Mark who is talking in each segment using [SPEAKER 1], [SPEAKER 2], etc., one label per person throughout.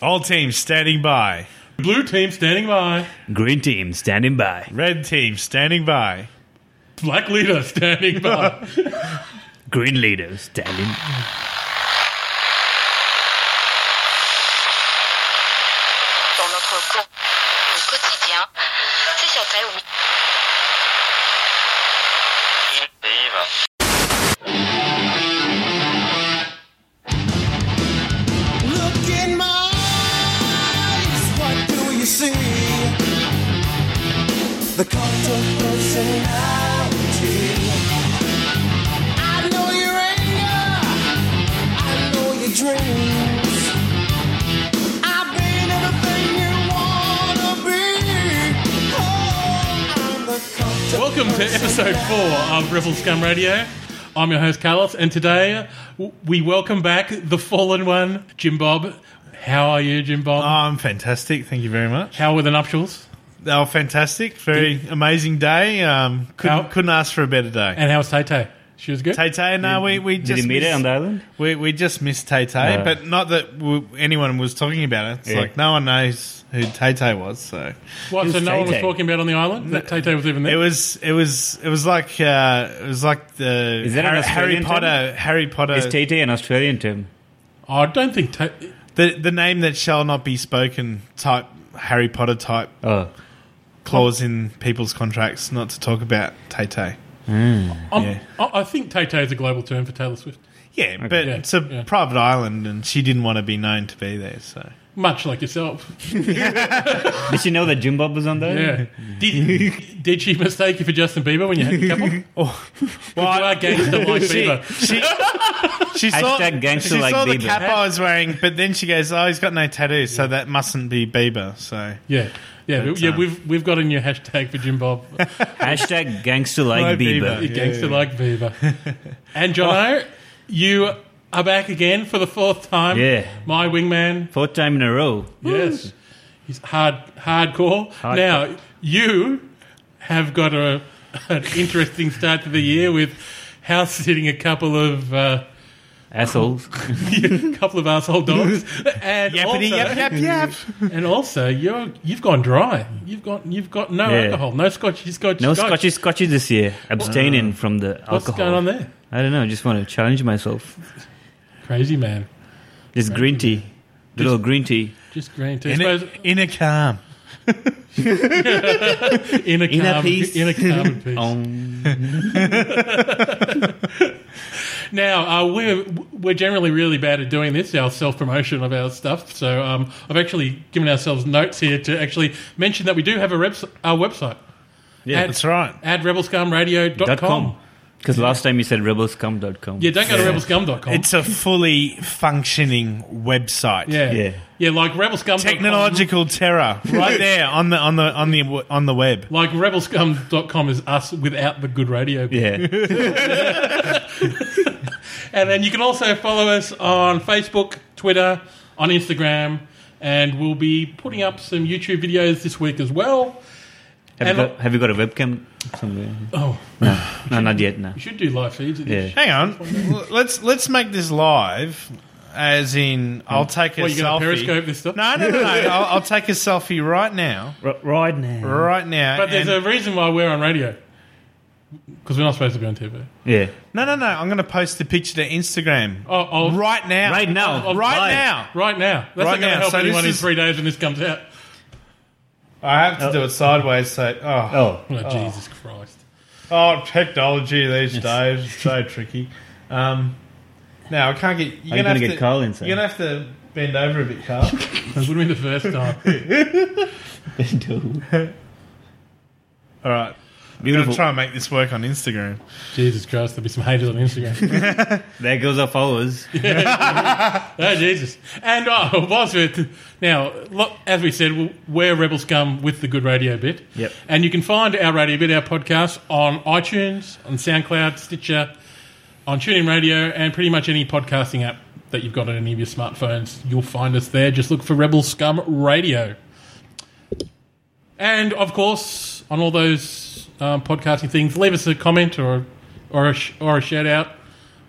[SPEAKER 1] All teams standing by.
[SPEAKER 2] Blue team standing by.
[SPEAKER 3] Green team standing by.
[SPEAKER 1] Red team standing by.
[SPEAKER 2] Black leader standing by.
[SPEAKER 3] Green leader standing.
[SPEAKER 4] Pour notre co- au quotidien, c'est sur ta oui.
[SPEAKER 5] Look in my eyes, what do you see? The cult of personality. I know your anger, I know your dreams. I've been everything you wanna be. Oh, I'm the cult of
[SPEAKER 2] Welcome to episode four of Riffle Scum Radio. I'm your host, Carlos, and today w- we welcome back the fallen one, Jim Bob. How are you, Jim Bob?
[SPEAKER 1] I'm Um, fantastic. Thank you very much.
[SPEAKER 2] How were the nuptials?
[SPEAKER 1] Oh, fantastic. Very amazing day. Um,
[SPEAKER 2] How-
[SPEAKER 1] couldn't, couldn't ask for a better day.
[SPEAKER 2] And how was Tay Tay? She was good?
[SPEAKER 1] Tay Tay, no, we, we
[SPEAKER 3] Did
[SPEAKER 1] just
[SPEAKER 3] you meet
[SPEAKER 1] missed,
[SPEAKER 3] it on the island?
[SPEAKER 1] we, we just missed Tay Tay,
[SPEAKER 3] No.
[SPEAKER 1] but not that w- anyone was talking about it. It's
[SPEAKER 3] Yeah.
[SPEAKER 1] like no one knows who Tay Tay was, so
[SPEAKER 2] What, so
[SPEAKER 3] was
[SPEAKER 2] no one was
[SPEAKER 3] Tay-Tay.
[SPEAKER 2] talking about on the island? That Tay Tay was even
[SPEAKER 1] it
[SPEAKER 2] there?
[SPEAKER 1] was it was it was like uh, it was like the
[SPEAKER 3] Is that
[SPEAKER 1] Harry,
[SPEAKER 3] an
[SPEAKER 1] Harry
[SPEAKER 3] Australian term?
[SPEAKER 1] Potter Harry Potter
[SPEAKER 3] Is Tay Tay an Australian term?
[SPEAKER 2] I don't think Tay.
[SPEAKER 1] the the name that shall not be spoken type Harry Potter type
[SPEAKER 3] Oh.
[SPEAKER 1] clause in people's contracts not to talk about Tay Tay.
[SPEAKER 2] I'm-
[SPEAKER 1] Yeah.
[SPEAKER 2] I I think Tay Tay is a global term for Taylor Swift.
[SPEAKER 1] Yeah, but
[SPEAKER 2] Yeah,
[SPEAKER 1] it's a
[SPEAKER 2] yeah.
[SPEAKER 1] private island, and she didn't want to be known to be there. So
[SPEAKER 2] Much like yourself.
[SPEAKER 3] Did she know that Jim Bob was on the island?
[SPEAKER 2] Yeah. Did, did she mistake you for Justin Bieber when you had a couple?
[SPEAKER 3] Oh.
[SPEAKER 1] well,
[SPEAKER 2] You are gangster like Bieber.
[SPEAKER 1] she, she saw,
[SPEAKER 3] Hashtag gangster
[SPEAKER 1] she
[SPEAKER 3] like
[SPEAKER 1] saw the
[SPEAKER 3] Bieber.
[SPEAKER 1] cap I was wearing, but then she goes, "Oh, he's got no tattoos, so that mustn't be Bieber." So
[SPEAKER 2] Yeah, yeah,
[SPEAKER 1] That's,
[SPEAKER 2] yeah.
[SPEAKER 1] um,
[SPEAKER 2] We've we've got a new hashtag for Jim Bob,
[SPEAKER 3] Hashtag gangster like
[SPEAKER 1] Like
[SPEAKER 3] Bieber.
[SPEAKER 1] Bieber.
[SPEAKER 2] gangster like Bieber. And
[SPEAKER 3] Oh.
[SPEAKER 2] Jono, you are back again for the fourth time.
[SPEAKER 3] Yeah.
[SPEAKER 2] my wingman.
[SPEAKER 3] Fourth time in a row.
[SPEAKER 2] Yes, he's hard hardcore.
[SPEAKER 3] Hardcore.
[SPEAKER 2] Now you have got a an interesting start to the year with house sitting a couple of. Uh,
[SPEAKER 3] Assholes.
[SPEAKER 2] a couple of asshole dogs, and
[SPEAKER 1] yappity
[SPEAKER 2] also,
[SPEAKER 1] yap yap yap.
[SPEAKER 2] and also you're you've gone dry. You've got you've got no
[SPEAKER 3] Yeah.
[SPEAKER 2] alcohol, no scotch, scotch,
[SPEAKER 3] No
[SPEAKER 2] scotch.
[SPEAKER 3] scotchy scotchy this year. Abstaining from the alcohol.
[SPEAKER 2] What's going on there?
[SPEAKER 3] I don't know. Just want to challenge myself.
[SPEAKER 2] Crazy man.
[SPEAKER 3] Just green tea. Little green tea.
[SPEAKER 2] Just green tea.
[SPEAKER 1] In
[SPEAKER 2] Suppose
[SPEAKER 1] a, in a calm.
[SPEAKER 2] in a
[SPEAKER 3] inner
[SPEAKER 2] carbon,
[SPEAKER 3] peace.
[SPEAKER 2] In a carbon piece. Oh.
[SPEAKER 3] Um,
[SPEAKER 2] Now uh, we're we're generally really bad at doing this, our self promotion of our stuff. So um, I've actually given ourselves notes here to actually mention that we do have a reps- our website
[SPEAKER 3] yeah.
[SPEAKER 2] And-
[SPEAKER 1] That's right.
[SPEAKER 2] at rebelscumradio.com.
[SPEAKER 3] dot
[SPEAKER 2] com.
[SPEAKER 3] com. Because last time you said rebelscum.com.
[SPEAKER 2] Yeah, don't go to rebelscum.com.
[SPEAKER 1] It's a fully functioning website.
[SPEAKER 2] yeah.
[SPEAKER 3] Yeah.
[SPEAKER 2] yeah, like rebelscum
[SPEAKER 1] Technological terror, right there on the on the on the on the web.
[SPEAKER 2] Like rebelscum.com is us without the good radio.
[SPEAKER 3] Yeah.
[SPEAKER 2] And then you can also follow us on Facebook, Twitter, on Instagram, and we'll be putting up some YouTube videos this week as well.
[SPEAKER 3] Have, you
[SPEAKER 2] And-
[SPEAKER 3] got, have you got a webcam somewhere?
[SPEAKER 2] Oh,
[SPEAKER 3] No, not yet. No.
[SPEAKER 2] we should do live feeds. of this.
[SPEAKER 3] Yeah.
[SPEAKER 1] Hang on, L- let's let's make this live. As in, I'll take a
[SPEAKER 2] Hmm. What, you going
[SPEAKER 1] selfie.
[SPEAKER 2] to Periscope this stuff?
[SPEAKER 1] No, no, no, no. I'll, I'll take a selfie right now.
[SPEAKER 3] right now.
[SPEAKER 1] Right now.
[SPEAKER 2] But there's
[SPEAKER 1] and-
[SPEAKER 2] a reason why we're on radio. Because we're not supposed to be on TV.
[SPEAKER 3] Yeah.
[SPEAKER 1] No, no, no. I'm going to post the picture to Instagram.
[SPEAKER 2] Oh, oh right.
[SPEAKER 1] Right now.
[SPEAKER 3] Right now.
[SPEAKER 1] Right,
[SPEAKER 3] Live.
[SPEAKER 1] now.
[SPEAKER 2] now. That's
[SPEAKER 1] Right
[SPEAKER 2] not going
[SPEAKER 1] now.
[SPEAKER 2] to help
[SPEAKER 1] So this
[SPEAKER 2] anyone in
[SPEAKER 1] is-
[SPEAKER 2] three days when this comes out.
[SPEAKER 1] I have to do it sideways. So, oh,
[SPEAKER 3] Oh.
[SPEAKER 2] Oh, Jesus Christ.
[SPEAKER 1] oh, technology these days is so tricky. Um, now I can't get. You're
[SPEAKER 3] you
[SPEAKER 1] going
[SPEAKER 3] gonna
[SPEAKER 1] to
[SPEAKER 3] get
[SPEAKER 1] to,
[SPEAKER 3] Carl inside?
[SPEAKER 1] You're going to have to bend over a bit, Carl.
[SPEAKER 2] That would have been the first time.
[SPEAKER 1] All right. I'm going to
[SPEAKER 3] Beautiful.
[SPEAKER 1] try and make this work on Instagram.
[SPEAKER 2] Jesus Christ, there'll be some haters on Instagram.
[SPEAKER 3] There goes our followers.
[SPEAKER 2] oh, Jesus. And oh, whilst we're... T- now, look, as we said, we're Rebel Scum with the good radio bit.
[SPEAKER 3] Yep.
[SPEAKER 2] And you can find our radio bit, our podcast, on iTunes, on SoundCloud, Stitcher, on TuneIn Radio, and pretty much any podcasting app that you've got on any of your smartphones. You'll find us there. Just look for Rebel Scum Radio. And of course, on all those um, podcasting things, leave us a comment or or a, sh- or a shout out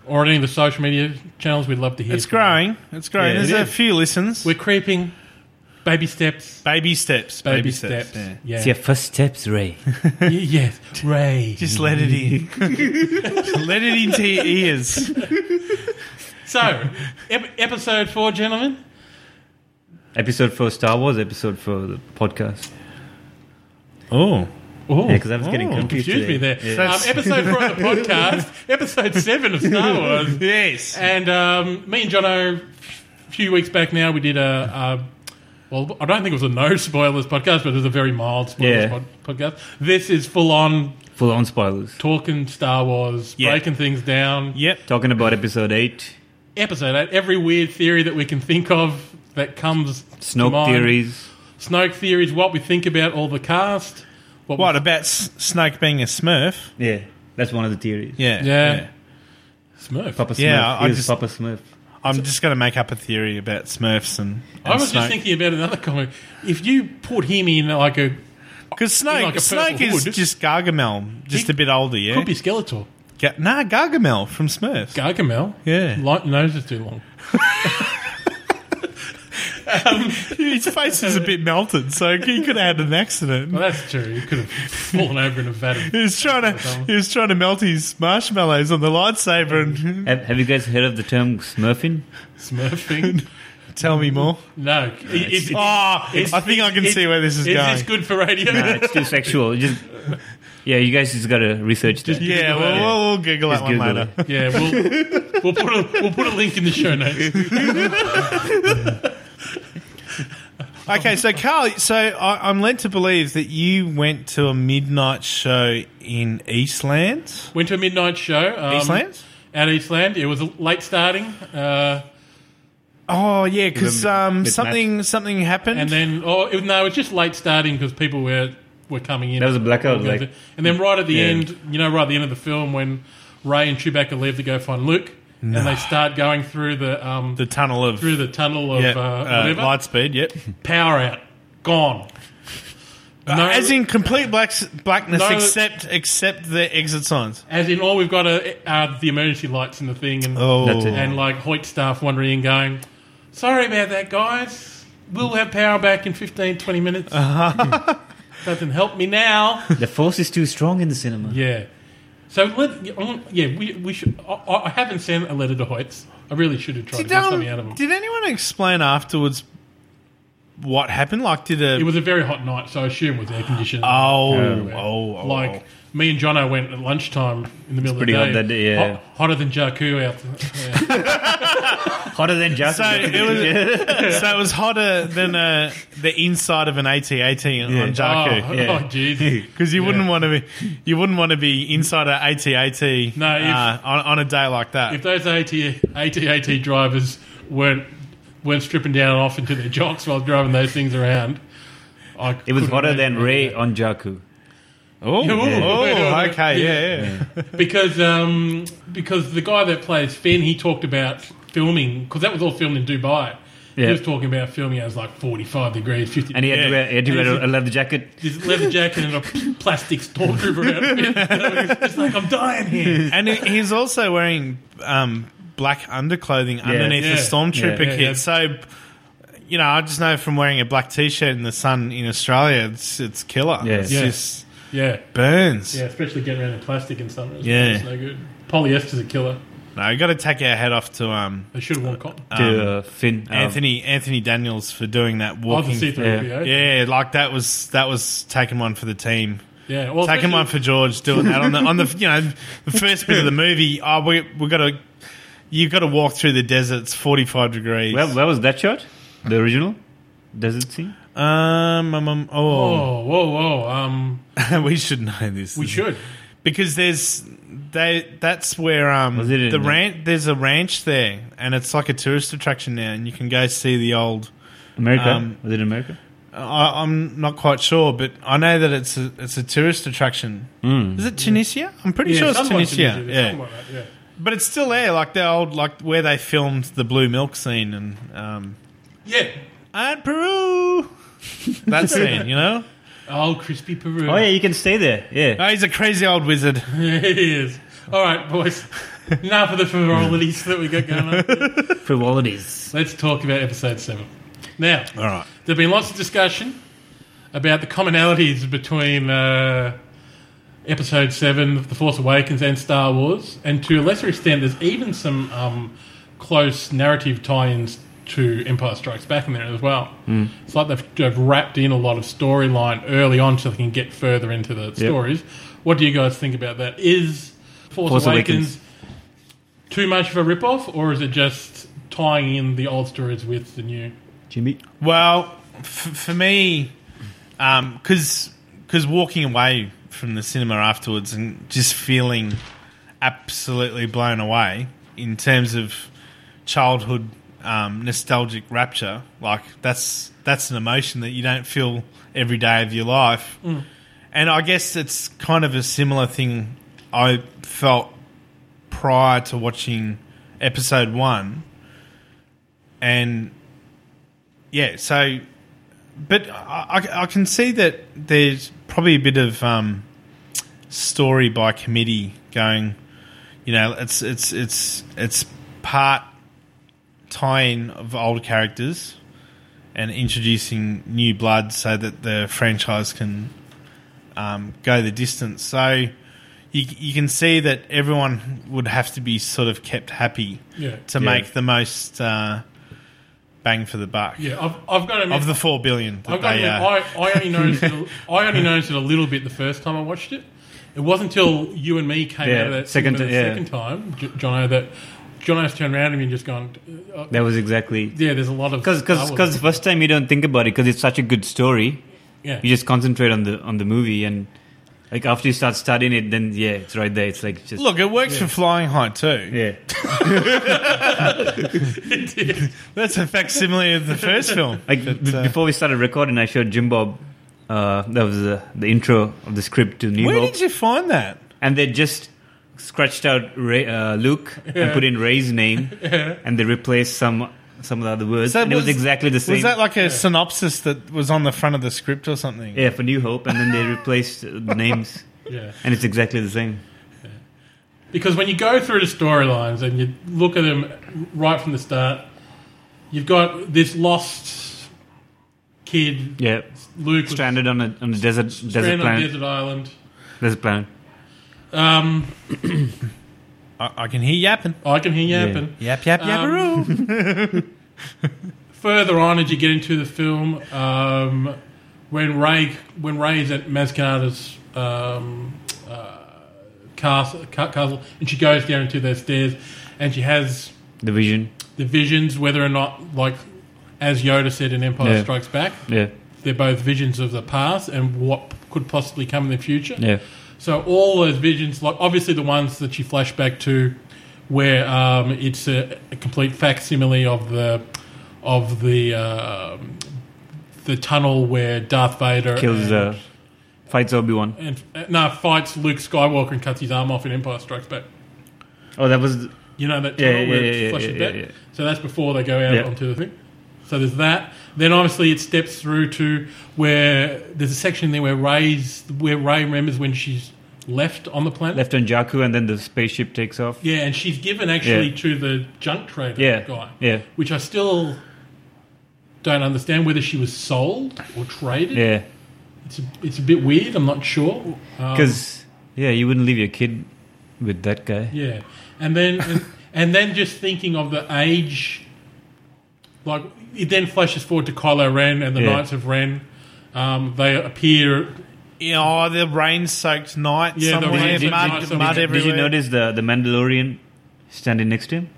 [SPEAKER 2] or on any of the social media channels. We'd love to hear.
[SPEAKER 1] It's
[SPEAKER 2] from you.
[SPEAKER 1] growing. It's growing.
[SPEAKER 3] Yeah, it
[SPEAKER 1] There's a
[SPEAKER 3] is.
[SPEAKER 1] few listens.
[SPEAKER 2] We're creeping Baby steps.
[SPEAKER 1] Baby steps.
[SPEAKER 2] Baby, steps. Yeah.
[SPEAKER 3] It's your first steps, Ray.
[SPEAKER 2] Y- yes. Ray.
[SPEAKER 1] Just let it in. let it into your ears.
[SPEAKER 2] So, ep- episode four, gentlemen.
[SPEAKER 3] episode for Star Wars, episode for the podcast.
[SPEAKER 1] Oh.
[SPEAKER 2] Oh,
[SPEAKER 3] Yeah, because I was getting
[SPEAKER 1] Oh,
[SPEAKER 3] confused.
[SPEAKER 2] confused me
[SPEAKER 3] today.
[SPEAKER 2] there.
[SPEAKER 3] Yeah.
[SPEAKER 2] Um,
[SPEAKER 1] That's-
[SPEAKER 2] episode four of the podcast, episode seven of Star Wars.
[SPEAKER 1] Oh, Yes.
[SPEAKER 2] And um, me and Jono, a few weeks back now, we did a, a well, I don't think it was a no spoilers podcast, but it was a very mild spoilers
[SPEAKER 3] Yeah.
[SPEAKER 2] pod- podcast. This is full on
[SPEAKER 3] Full on spoilers.
[SPEAKER 2] talking Star Wars,
[SPEAKER 1] Yeah.
[SPEAKER 2] breaking things down.
[SPEAKER 1] Yep.
[SPEAKER 3] Talking about episode 8,
[SPEAKER 2] Episode eight, every weird theory that we can think of that comes to
[SPEAKER 3] Snoke
[SPEAKER 2] mind.
[SPEAKER 3] theories.
[SPEAKER 2] Snoke theories, what we think about all the cast. What? we-
[SPEAKER 1] What about S- Snake being a Smurf?
[SPEAKER 3] Yeah, that's one of the theories.
[SPEAKER 1] Yeah.
[SPEAKER 2] Yeah. Smurf.
[SPEAKER 3] Papa Smurf.
[SPEAKER 1] Yeah, I- I
[SPEAKER 3] he was
[SPEAKER 1] just-
[SPEAKER 3] Papa Smurf.
[SPEAKER 1] I'm just going to make up a theory about Smurfs and. and
[SPEAKER 2] I was
[SPEAKER 1] Snoke.
[SPEAKER 2] just thinking about another comic. If you put him in like a
[SPEAKER 1] Because Snake,
[SPEAKER 2] like a purple
[SPEAKER 1] Snake is
[SPEAKER 2] hood.
[SPEAKER 1] just Gargamel, just
[SPEAKER 2] He-
[SPEAKER 1] a bit older, yeah?
[SPEAKER 2] could be Skeletor,
[SPEAKER 1] Ga- nah, Gargamel from Smurfs.
[SPEAKER 2] Gargamel,
[SPEAKER 1] Yeah.
[SPEAKER 2] light nose is too long.
[SPEAKER 1] His face is a bit melted, so he could have had an accident.
[SPEAKER 2] Well, that's true. He could have fallen over in a vat of
[SPEAKER 1] He was trying to he was trying to melt his marshmallows on the lightsaber and
[SPEAKER 3] Have, have you guys heard of the term Smurfing?
[SPEAKER 2] smurfing.
[SPEAKER 1] tell me more.
[SPEAKER 2] No, it- it's,
[SPEAKER 1] Oh, I
[SPEAKER 2] it's-
[SPEAKER 1] think I can
[SPEAKER 2] it's-
[SPEAKER 1] see where this is
[SPEAKER 2] it's-
[SPEAKER 1] going.
[SPEAKER 2] It's good for radio.
[SPEAKER 3] Nah, it's too sexual. You Just yeah, you guys just gotta research that.
[SPEAKER 1] yeah,
[SPEAKER 2] Google
[SPEAKER 1] well,
[SPEAKER 2] it.
[SPEAKER 1] we'll, we'll Google
[SPEAKER 3] Just
[SPEAKER 1] that one
[SPEAKER 3] Google
[SPEAKER 1] later.
[SPEAKER 3] it.
[SPEAKER 2] Yeah, we'll we'll put a we'll put a link in the show notes.
[SPEAKER 1] Okay, so Carl, so I, I'm led to believe that you went to a midnight show in Eastlands.
[SPEAKER 2] Went to a midnight show. Um,
[SPEAKER 1] Eastlands?
[SPEAKER 2] At Eastland, it was a late starting, uh,
[SPEAKER 1] Oh yeah, because
[SPEAKER 3] With a-
[SPEAKER 1] um,
[SPEAKER 3] with
[SPEAKER 1] something something happened.
[SPEAKER 2] and then oh it, no, it was just late starting because people were were coming in.
[SPEAKER 3] That was a blackout,
[SPEAKER 2] And
[SPEAKER 3] like-
[SPEAKER 2] then right at the
[SPEAKER 3] Yeah.
[SPEAKER 2] end, you know, right at the end of the film when Ray and Chewbacca leave to go find Luke, and they start going through the um,
[SPEAKER 1] the tunnel of
[SPEAKER 2] through the tunnel of
[SPEAKER 1] yeah,
[SPEAKER 2] uh,
[SPEAKER 1] uh,
[SPEAKER 2] whatever.
[SPEAKER 1] Lightspeed. Yep,
[SPEAKER 2] power out, gone. No,
[SPEAKER 1] Uh, as in complete black, blackness,
[SPEAKER 2] No.
[SPEAKER 1] except except the exit signs.
[SPEAKER 2] as in, all we've got are, are the emergency lights in the thing, and
[SPEAKER 1] Oh,
[SPEAKER 3] That's it.
[SPEAKER 2] and like Hoyt staff wandering in, going, "Sorry about that, guys. We'll have power back in 15, 20 minutes."
[SPEAKER 3] Uh-huh.
[SPEAKER 2] Doesn't help me now.
[SPEAKER 3] The force is too strong in the cinema.
[SPEAKER 2] Yeah. So let yeah we we should. I- I, I haven't sent a letter to Hoyts. I really should have tried
[SPEAKER 1] Did,
[SPEAKER 2] to get
[SPEAKER 1] um,
[SPEAKER 2] something out of them.
[SPEAKER 1] did anyone explain afterwards what happened? Like, did a
[SPEAKER 2] It was a very hot night, so I assume it was air conditioning.
[SPEAKER 1] oh, oh,
[SPEAKER 3] Yeah.
[SPEAKER 1] oh, oh.
[SPEAKER 2] like me and Jono went at lunchtime in the middle
[SPEAKER 3] pretty
[SPEAKER 2] of the
[SPEAKER 3] hot
[SPEAKER 2] day.
[SPEAKER 3] that day, yeah.
[SPEAKER 2] Hot- hotter than Jakku out. there. Yeah.
[SPEAKER 3] Hotter than just.
[SPEAKER 1] So it was so it was hotter than uh, the inside of an AT-AT on
[SPEAKER 2] Oh,
[SPEAKER 1] Jakku
[SPEAKER 2] oh, jeez.
[SPEAKER 1] because you wouldn't
[SPEAKER 2] Yeah.
[SPEAKER 1] want to be you wouldn't want to be inside an AT-AT
[SPEAKER 2] No, if-
[SPEAKER 1] uh, on, on a day like that.
[SPEAKER 2] if those AT, AT-AT drivers weren't weren't stripping down off into their jocks while driving those things around, I
[SPEAKER 3] It was
[SPEAKER 2] couldn't
[SPEAKER 3] hotter
[SPEAKER 2] imagine
[SPEAKER 3] than
[SPEAKER 2] that.
[SPEAKER 3] Ray on Jakku.
[SPEAKER 1] oh,
[SPEAKER 2] Yeah.
[SPEAKER 1] oh,
[SPEAKER 2] Yeah.
[SPEAKER 1] okay, yeah, yeah.
[SPEAKER 2] because um, because the guy that plays Finn he talked about filming because that was all filmed in Dubai. He
[SPEAKER 3] Yeah.
[SPEAKER 2] was talking about filming as like forty five degrees, fifty.
[SPEAKER 3] And he had
[SPEAKER 1] Yeah.
[SPEAKER 3] to wear, he had to
[SPEAKER 2] And
[SPEAKER 3] wear
[SPEAKER 2] he's-
[SPEAKER 3] a leather jacket.
[SPEAKER 2] this leather jacket and a plastic stormtrooper outfit. it's like I'm dying here.
[SPEAKER 1] And he- he's also wearing um, black underclothing underneath
[SPEAKER 2] Yeah.
[SPEAKER 1] the stormtrooper
[SPEAKER 2] Yeah, yeah,
[SPEAKER 1] kit.
[SPEAKER 2] yeah.
[SPEAKER 1] So, you know, I just know from wearing a black t-shirt in the sun in Australia, it's it's killer.
[SPEAKER 3] Yeah.
[SPEAKER 1] It's
[SPEAKER 2] Yeah.
[SPEAKER 1] just
[SPEAKER 2] Yeah,
[SPEAKER 1] burns.
[SPEAKER 2] yeah, especially getting around in plastic in summer. It's,
[SPEAKER 1] Yeah.
[SPEAKER 2] it's no good. Polyester's a killer.
[SPEAKER 1] No, you got to take our head off to um,
[SPEAKER 2] They should have worn cotton.
[SPEAKER 1] um,
[SPEAKER 3] To uh, Finn. um,
[SPEAKER 1] Anthony Anthony Daniels for doing that
[SPEAKER 2] Oh, the
[SPEAKER 1] walking.
[SPEAKER 2] C three PO.
[SPEAKER 1] yeah, like that was that was taking one for the team.
[SPEAKER 2] yeah. Well,
[SPEAKER 1] Taking one for George doing that on the on the you know the first bit of the movie. Oh, we we got to you've got to walk through the deserts, forty five degrees.
[SPEAKER 3] Where, where was that shot? The original? Does it seem?
[SPEAKER 1] Um, um, um, oh,
[SPEAKER 2] Oh, whoa, whoa. Um,
[SPEAKER 1] we should know this.
[SPEAKER 2] we should.
[SPEAKER 1] because there's they. That's where um
[SPEAKER 3] Was it in
[SPEAKER 1] the
[SPEAKER 3] the-
[SPEAKER 1] ranch. There's a ranch there, and it's like a tourist attraction now, and you can go see the old.
[SPEAKER 3] America?
[SPEAKER 1] Um,
[SPEAKER 3] was it America?
[SPEAKER 1] I, I'm not quite sure, but I know that it's a it's a tourist attraction. Is it Tunisia? I'm pretty sure it's
[SPEAKER 2] someone
[SPEAKER 1] Tunisia.
[SPEAKER 2] should do this,
[SPEAKER 1] yeah,
[SPEAKER 2] something like that, yeah.
[SPEAKER 1] but it's still there, like the old like where they filmed the blue milk scene and um
[SPEAKER 2] Yeah.
[SPEAKER 1] and Peru. that scene, you know.
[SPEAKER 2] Oh, crispy Peru.
[SPEAKER 3] Oh yeah, you can stay there. Yeah.
[SPEAKER 1] Oh, he's a crazy old wizard.
[SPEAKER 2] it is. All right, boys. Enough of the frivolities that we got going on.
[SPEAKER 3] Frivolities.
[SPEAKER 2] Let's talk about episode seven. Now,
[SPEAKER 1] All right.
[SPEAKER 2] there's been lots of discussion about the commonalities between uh, Episode 7, The Force Awakens, and Star Wars. And to a lesser extent, there's even some um, close narrative tie ins to Empire Strikes Back in there as well. Mm. It's like they've, they've wrapped in a lot of storyline early on so they can get further into the stories. What do you guys think about that? Is Force,
[SPEAKER 3] Force
[SPEAKER 2] Awakens,
[SPEAKER 3] Awakens.
[SPEAKER 2] too much of a rip off, or is it just tying in the old stories with the new?
[SPEAKER 3] Jimmy.
[SPEAKER 1] Well, f- for me, because because walking away from the cinema afterwards and just feeling absolutely blown away in terms of childhood um, nostalgic rapture, like that's that's an emotion that you don't feel every day of your life. And I guess it's kind of a similar thing I felt prior to watching episode one. And yeah, so, but I, I- I can see that there's probably a bit of um, story by committee going. You know, it's it's it's it's part tie-in of old characters and introducing new blood so that the franchise can um, go the distance. So. You, you can see that everyone would have to be sort of kept happy
[SPEAKER 2] Yeah.
[SPEAKER 1] to
[SPEAKER 3] Yeah.
[SPEAKER 1] make the most uh, bang for the buck
[SPEAKER 2] Yeah, I've, I've got to admit,
[SPEAKER 1] of the four billion that
[SPEAKER 2] I've got to
[SPEAKER 1] they,
[SPEAKER 2] admit,
[SPEAKER 1] uh,
[SPEAKER 2] I, I only noticed it, a- I only noticed it a little bit the first time I watched it. It wasn't until you and me came
[SPEAKER 3] Yeah,
[SPEAKER 2] out of that
[SPEAKER 3] second
[SPEAKER 2] second, the
[SPEAKER 3] ti- yeah.
[SPEAKER 2] second time, J- Jono, that Jono's turned around at me and just gone, uh,
[SPEAKER 3] That was exactly.
[SPEAKER 2] yeah, there's a lot of
[SPEAKER 3] Because
[SPEAKER 2] Star Wars.
[SPEAKER 3] because first time you don't think about it because it's such a good story.
[SPEAKER 2] yeah.
[SPEAKER 3] You just concentrate on the on the movie and like after you start studying it, then yeah, it's right there. It's like just
[SPEAKER 1] look, it works for flying high too.
[SPEAKER 3] yeah.
[SPEAKER 1] That's a facsimile of the first film.
[SPEAKER 3] Like b-
[SPEAKER 1] uh,
[SPEAKER 3] before we started recording, I showed Jim Bob. Uh, that was uh, the intro of the script to New
[SPEAKER 1] Where
[SPEAKER 3] Hope,
[SPEAKER 1] did you find that?
[SPEAKER 3] and they just scratched out Ray, uh, Luke and put in Ray's name, and they replaced some some of the other words.
[SPEAKER 1] So
[SPEAKER 3] and it was,
[SPEAKER 1] was-
[SPEAKER 3] exactly the same.
[SPEAKER 1] Was that like a synopsis that was on the front of the script or something?
[SPEAKER 3] yeah, for New Hope, and then they replaced uh, the names,
[SPEAKER 2] yeah.
[SPEAKER 3] and it's exactly the same.
[SPEAKER 2] Because when you go through the storylines and you look at them right from the start, you've got this lost kid,
[SPEAKER 3] Yeah,
[SPEAKER 2] Luke, was
[SPEAKER 3] stranded on a on a desert desert
[SPEAKER 2] stranded on a
[SPEAKER 3] planet.
[SPEAKER 2] desert island.
[SPEAKER 3] Desert planet.
[SPEAKER 2] Um,
[SPEAKER 1] I, I can hear yapping. Um,
[SPEAKER 2] I can hear
[SPEAKER 3] Yeah.
[SPEAKER 2] yapping.
[SPEAKER 1] Yap, yap, yapparoo.
[SPEAKER 2] further on as you get into the film, um, when Ray when Ray's at Mascarda's um, uh, castle, ca- castle, and she goes down into those stairs, and she has
[SPEAKER 3] The vision.
[SPEAKER 2] the visions, whether or not like as Yoda said in Empire
[SPEAKER 3] Yeah.
[SPEAKER 2] Strikes Back,
[SPEAKER 3] Yeah,
[SPEAKER 2] they're both visions of the past and what could possibly come in the future.
[SPEAKER 3] yeah,
[SPEAKER 2] So all those visions, like obviously the ones that you flash back to, where um, it's a, a complete facsimile of the of the um the tunnel where Darth Vader
[SPEAKER 3] kills.
[SPEAKER 2] and,
[SPEAKER 3] Uh, fights Obi Wan.
[SPEAKER 2] and uh, no fights Luke Skywalker and cuts his arm off in Empire Strikes Back.
[SPEAKER 3] Oh, that was
[SPEAKER 2] You know that
[SPEAKER 3] Yeah,
[SPEAKER 2] tunnel where
[SPEAKER 3] yeah,
[SPEAKER 2] it
[SPEAKER 3] yeah,
[SPEAKER 2] flushes
[SPEAKER 3] yeah,
[SPEAKER 2] back.
[SPEAKER 3] yeah, yeah.
[SPEAKER 2] So that's before they go out
[SPEAKER 3] Yeah.
[SPEAKER 2] onto the thing. So there's that. Then obviously it steps through to where there's a section there where Ray's where Ray remembers when she's left on the planet.
[SPEAKER 3] left on Jakku, and then the spaceship takes off.
[SPEAKER 2] Yeah, and she's given actually
[SPEAKER 3] Yeah.
[SPEAKER 2] to the junk trader
[SPEAKER 3] Yeah,
[SPEAKER 2] guy.
[SPEAKER 3] yeah.
[SPEAKER 2] Which I still don't understand whether she was sold or traded.
[SPEAKER 3] Yeah,
[SPEAKER 2] It's, a, it's a bit weird. I'm not sure. Um,
[SPEAKER 3] because yeah, you wouldn't leave your kid with that guy.
[SPEAKER 2] yeah. And then and, and then just thinking of the age, like it then flashes forward to Kylo Ren and the
[SPEAKER 3] Yeah.
[SPEAKER 2] Knights of Ren. Um, they appear.
[SPEAKER 1] You know, oh, the rain-soaked night
[SPEAKER 2] Yeah, the
[SPEAKER 1] somewhere, mud,
[SPEAKER 2] rain-soaked night
[SPEAKER 1] mud,
[SPEAKER 2] somewhere. Did you-
[SPEAKER 1] everywhere.
[SPEAKER 3] Did you notice the the Mandalorian standing next to him?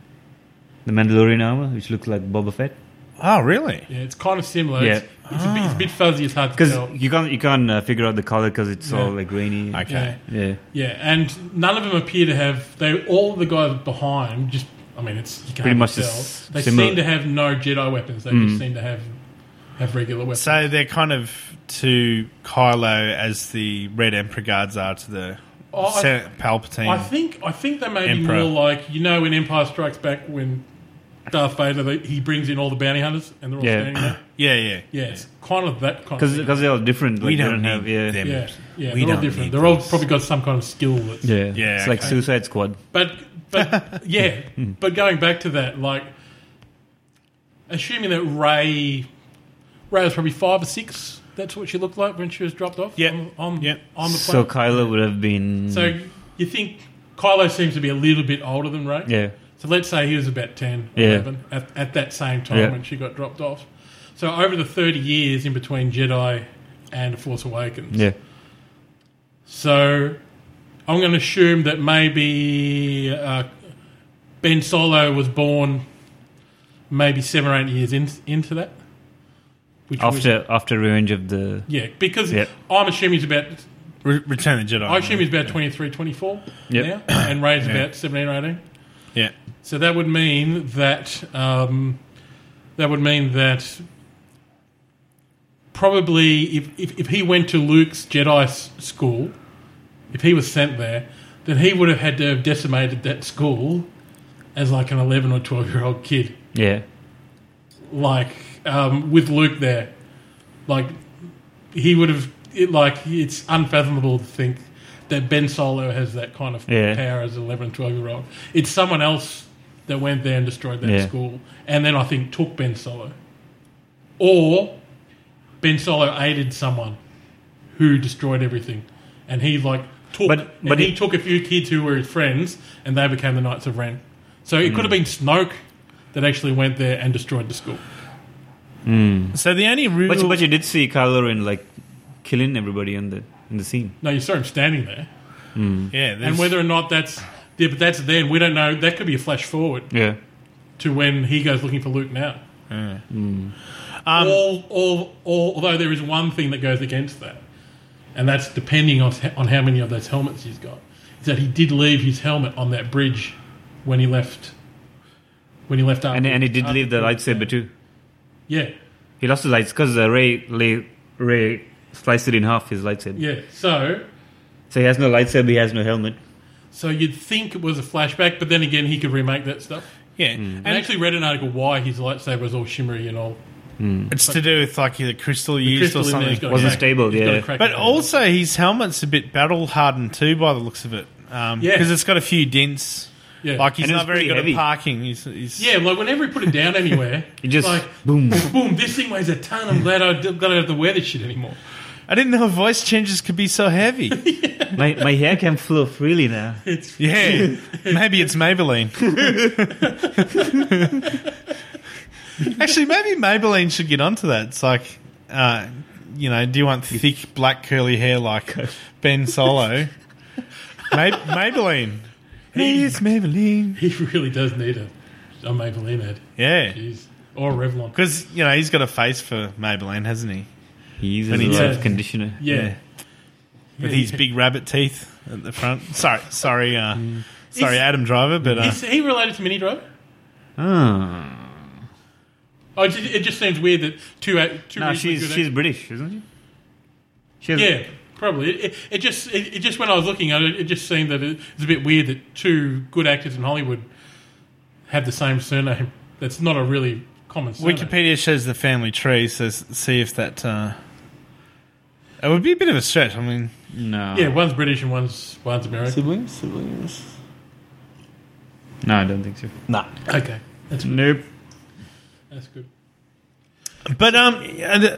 [SPEAKER 3] The Mandalorian armor, which looks like Boba Fett,
[SPEAKER 1] Oh, really?
[SPEAKER 2] Yeah, it's kind of similar.
[SPEAKER 3] Yeah.
[SPEAKER 2] It's,
[SPEAKER 3] Ah.
[SPEAKER 2] it's, a bit, it's a bit fuzzy. It's hard to
[SPEAKER 3] because
[SPEAKER 2] tell.
[SPEAKER 3] you can't you can't uh, figure out the color because it's all
[SPEAKER 2] Yeah.
[SPEAKER 3] like rainy.
[SPEAKER 1] Okay.
[SPEAKER 2] Yeah.
[SPEAKER 3] Yeah,
[SPEAKER 2] Yeah, and none of them appear to have. They all the guys behind just. I mean, it's you can't
[SPEAKER 3] Pretty much
[SPEAKER 2] tell.
[SPEAKER 3] s-
[SPEAKER 2] They
[SPEAKER 3] similar-
[SPEAKER 2] seem to have no Jedi weapons. They just seem to have have regular weapons.
[SPEAKER 1] So they're kind of to Kylo as the Red Emperor guards are to the
[SPEAKER 2] Oh, I-
[SPEAKER 1] Sen- Palpatine.
[SPEAKER 2] I think I think they may
[SPEAKER 1] Emperor.
[SPEAKER 2] be more like you know in Empire Strikes Back when Darth Vader they, he brings in all the bounty hunters and they're all
[SPEAKER 3] Yeah.
[SPEAKER 2] standing there.
[SPEAKER 1] yeah, yeah.
[SPEAKER 2] Yeah, it's kind of that kind
[SPEAKER 3] because
[SPEAKER 2] of thing.
[SPEAKER 3] they're all different. Like,
[SPEAKER 1] we
[SPEAKER 3] they
[SPEAKER 1] don't, need
[SPEAKER 3] have yeah.
[SPEAKER 1] them.
[SPEAKER 2] yeah, yeah,
[SPEAKER 1] we
[SPEAKER 2] they're all
[SPEAKER 1] don't
[SPEAKER 2] different.
[SPEAKER 1] need
[SPEAKER 2] They're all
[SPEAKER 1] those.
[SPEAKER 2] probably got some kind of skill that's
[SPEAKER 3] Yeah,
[SPEAKER 1] Yeah,
[SPEAKER 3] It's like
[SPEAKER 1] okay.
[SPEAKER 3] Suicide Squad.
[SPEAKER 2] But but yeah, but going back to that, like assuming that Ray Ray was probably five or six. That's what she looked like when she was dropped off
[SPEAKER 1] Yep.
[SPEAKER 2] on, on,
[SPEAKER 1] Yep.
[SPEAKER 2] on the
[SPEAKER 3] So
[SPEAKER 2] plane.
[SPEAKER 3] Kylo would have been.
[SPEAKER 2] So, you think Kylo seems to be a little bit older than Ray?
[SPEAKER 3] yeah.
[SPEAKER 2] So let's say he was about 10 or
[SPEAKER 3] Yeah.
[SPEAKER 2] 11 at, at that same time
[SPEAKER 3] Yeah.
[SPEAKER 2] when she got dropped off. So over the 30 years in between Jedi and Force Awakens.
[SPEAKER 3] Yeah.
[SPEAKER 2] So I'm going to assume that maybe uh, Ben Solo was born maybe seven or eight years in, into that. Which was-
[SPEAKER 3] After after Revenge of the.
[SPEAKER 2] yeah, because
[SPEAKER 3] Yeah.
[SPEAKER 2] I'm assuming he's about,
[SPEAKER 1] Re- Return of the Jedi.
[SPEAKER 2] I assume he's about 23, 24
[SPEAKER 3] Yep.
[SPEAKER 2] now, and Ray's about 17 or 18.
[SPEAKER 1] Yeah.
[SPEAKER 2] So that would mean that um, that would mean that probably if, if, if he went to Luke's Jedi s- school, if he was sent there, then he would have had to have decimated that school as like an eleven or twelve year old kid,
[SPEAKER 3] Yeah.
[SPEAKER 2] like um, with Luke there, like he would have it, like it's unfathomable to think that Ben Solo has that kind of
[SPEAKER 3] Yeah.
[SPEAKER 2] power as an 11 12 year old. It's someone else that went there and destroyed that
[SPEAKER 3] Yeah.
[SPEAKER 2] school and then I think took Ben Solo. Or Ben Solo aided someone who destroyed everything and he like took
[SPEAKER 3] But-
[SPEAKER 2] and
[SPEAKER 3] but
[SPEAKER 2] he
[SPEAKER 3] it-
[SPEAKER 2] took a few kids who were his friends and they became the Knights of Ren. So it could
[SPEAKER 3] Hmm.
[SPEAKER 2] have been Snoke that actually went there and destroyed the school.
[SPEAKER 1] So the only real.
[SPEAKER 3] But you, but you did see Kylo Ren like killing everybody in the in the scene.
[SPEAKER 2] No, you saw him standing there.
[SPEAKER 1] yeah, there's-
[SPEAKER 2] And whether or not that's yeah, but that's then we don't know. That could be a flash forward
[SPEAKER 3] Yeah.
[SPEAKER 2] to when he goes looking for Luke now. all, all, all, although there is one thing that goes against that, and that's depending on on how many of those helmets he's got. Is that he did leave his helmet on that bridge when he left? When he left,
[SPEAKER 3] And and he did
[SPEAKER 2] after-
[SPEAKER 3] leave the lightsaber too.
[SPEAKER 2] Yeah,
[SPEAKER 3] He lost his lights because uh, Ray Ray Ray sliced it in half his lightsaber.
[SPEAKER 2] yeah. So,
[SPEAKER 3] So he has no lightsaber. He has no helmet.
[SPEAKER 2] so you'd think it was a flashback, but then again, he could remake that stuff.
[SPEAKER 1] yeah,
[SPEAKER 2] I actually read an article why his lightsaber was all shimmery and all.
[SPEAKER 1] it's to do with like the crystal used
[SPEAKER 2] crystal
[SPEAKER 1] or
[SPEAKER 2] in there
[SPEAKER 1] something.
[SPEAKER 2] has got a
[SPEAKER 3] Wasn't
[SPEAKER 2] crack.
[SPEAKER 3] stable,
[SPEAKER 2] It's got a
[SPEAKER 3] yeah.
[SPEAKER 2] crack
[SPEAKER 1] But
[SPEAKER 2] in it.
[SPEAKER 1] also, his helmet's a bit battle hardened too, by the looks of it. Um,
[SPEAKER 2] Yeah.
[SPEAKER 1] Because it's got a few dents.
[SPEAKER 2] yeah.
[SPEAKER 1] Like, he's
[SPEAKER 3] And it's
[SPEAKER 1] not very
[SPEAKER 3] pretty
[SPEAKER 1] good
[SPEAKER 3] heavy.
[SPEAKER 1] at parking. He's, he's,
[SPEAKER 2] Yeah, like whenever he put it down anywhere,
[SPEAKER 3] He just
[SPEAKER 2] like
[SPEAKER 3] boom.
[SPEAKER 2] boom. This thing weighs a ton. I'm glad I did, glad I don't have to wear this shit anymore.
[SPEAKER 1] I didn't know voice changes could be so heavy.
[SPEAKER 3] my my hair can flow freely now.
[SPEAKER 2] It's
[SPEAKER 1] Yeah. maybe it's Maybelline. Actually, maybe Maybelline should get onto that. It's like, uh, you know, do you want thick black curly hair like Ben Solo? May- Maybelline. Hey, it's Maybelline.
[SPEAKER 2] he really does need a a Maybelline ad.
[SPEAKER 1] Yeah.
[SPEAKER 2] Jeez, or a Revlon.
[SPEAKER 1] Because, you know, he's got a face for Maybelline, hasn't he?
[SPEAKER 3] He uses
[SPEAKER 1] When he
[SPEAKER 3] a lot
[SPEAKER 2] says-
[SPEAKER 3] of conditioner.
[SPEAKER 2] Yeah,
[SPEAKER 1] With
[SPEAKER 2] Yeah,
[SPEAKER 1] his
[SPEAKER 2] yeah.
[SPEAKER 1] big rabbit teeth at the front. Sorry, sorry, uh, sorry,
[SPEAKER 2] Mm. Is-
[SPEAKER 1] Adam Driver, but uh,
[SPEAKER 2] is he related to Mini Driver?
[SPEAKER 3] Oh.
[SPEAKER 2] Oh, it, it just seems weird that two a- two. reasonably
[SPEAKER 3] No, Ah, she's
[SPEAKER 2] good eh?
[SPEAKER 3] she's British, isn't she? She has,
[SPEAKER 2] Yeah, probably. It, it, it just it, it just when I was looking at it, it just seemed that it, it's a bit weird that two good actors in Hollywood have the same surname. That's not a really common surname.
[SPEAKER 1] Wikipedia shows the family tree, so s- see if that. Uh, it would be a bit of a stretch. I mean,
[SPEAKER 3] No.
[SPEAKER 2] Yeah, one's British and one's one's American.
[SPEAKER 6] Siblings? Siblings?
[SPEAKER 3] No, I don't think so.
[SPEAKER 6] Nah.
[SPEAKER 2] Okay, that's
[SPEAKER 1] Mm.
[SPEAKER 3] Nope.
[SPEAKER 2] that's good.
[SPEAKER 1] but um, and, uh,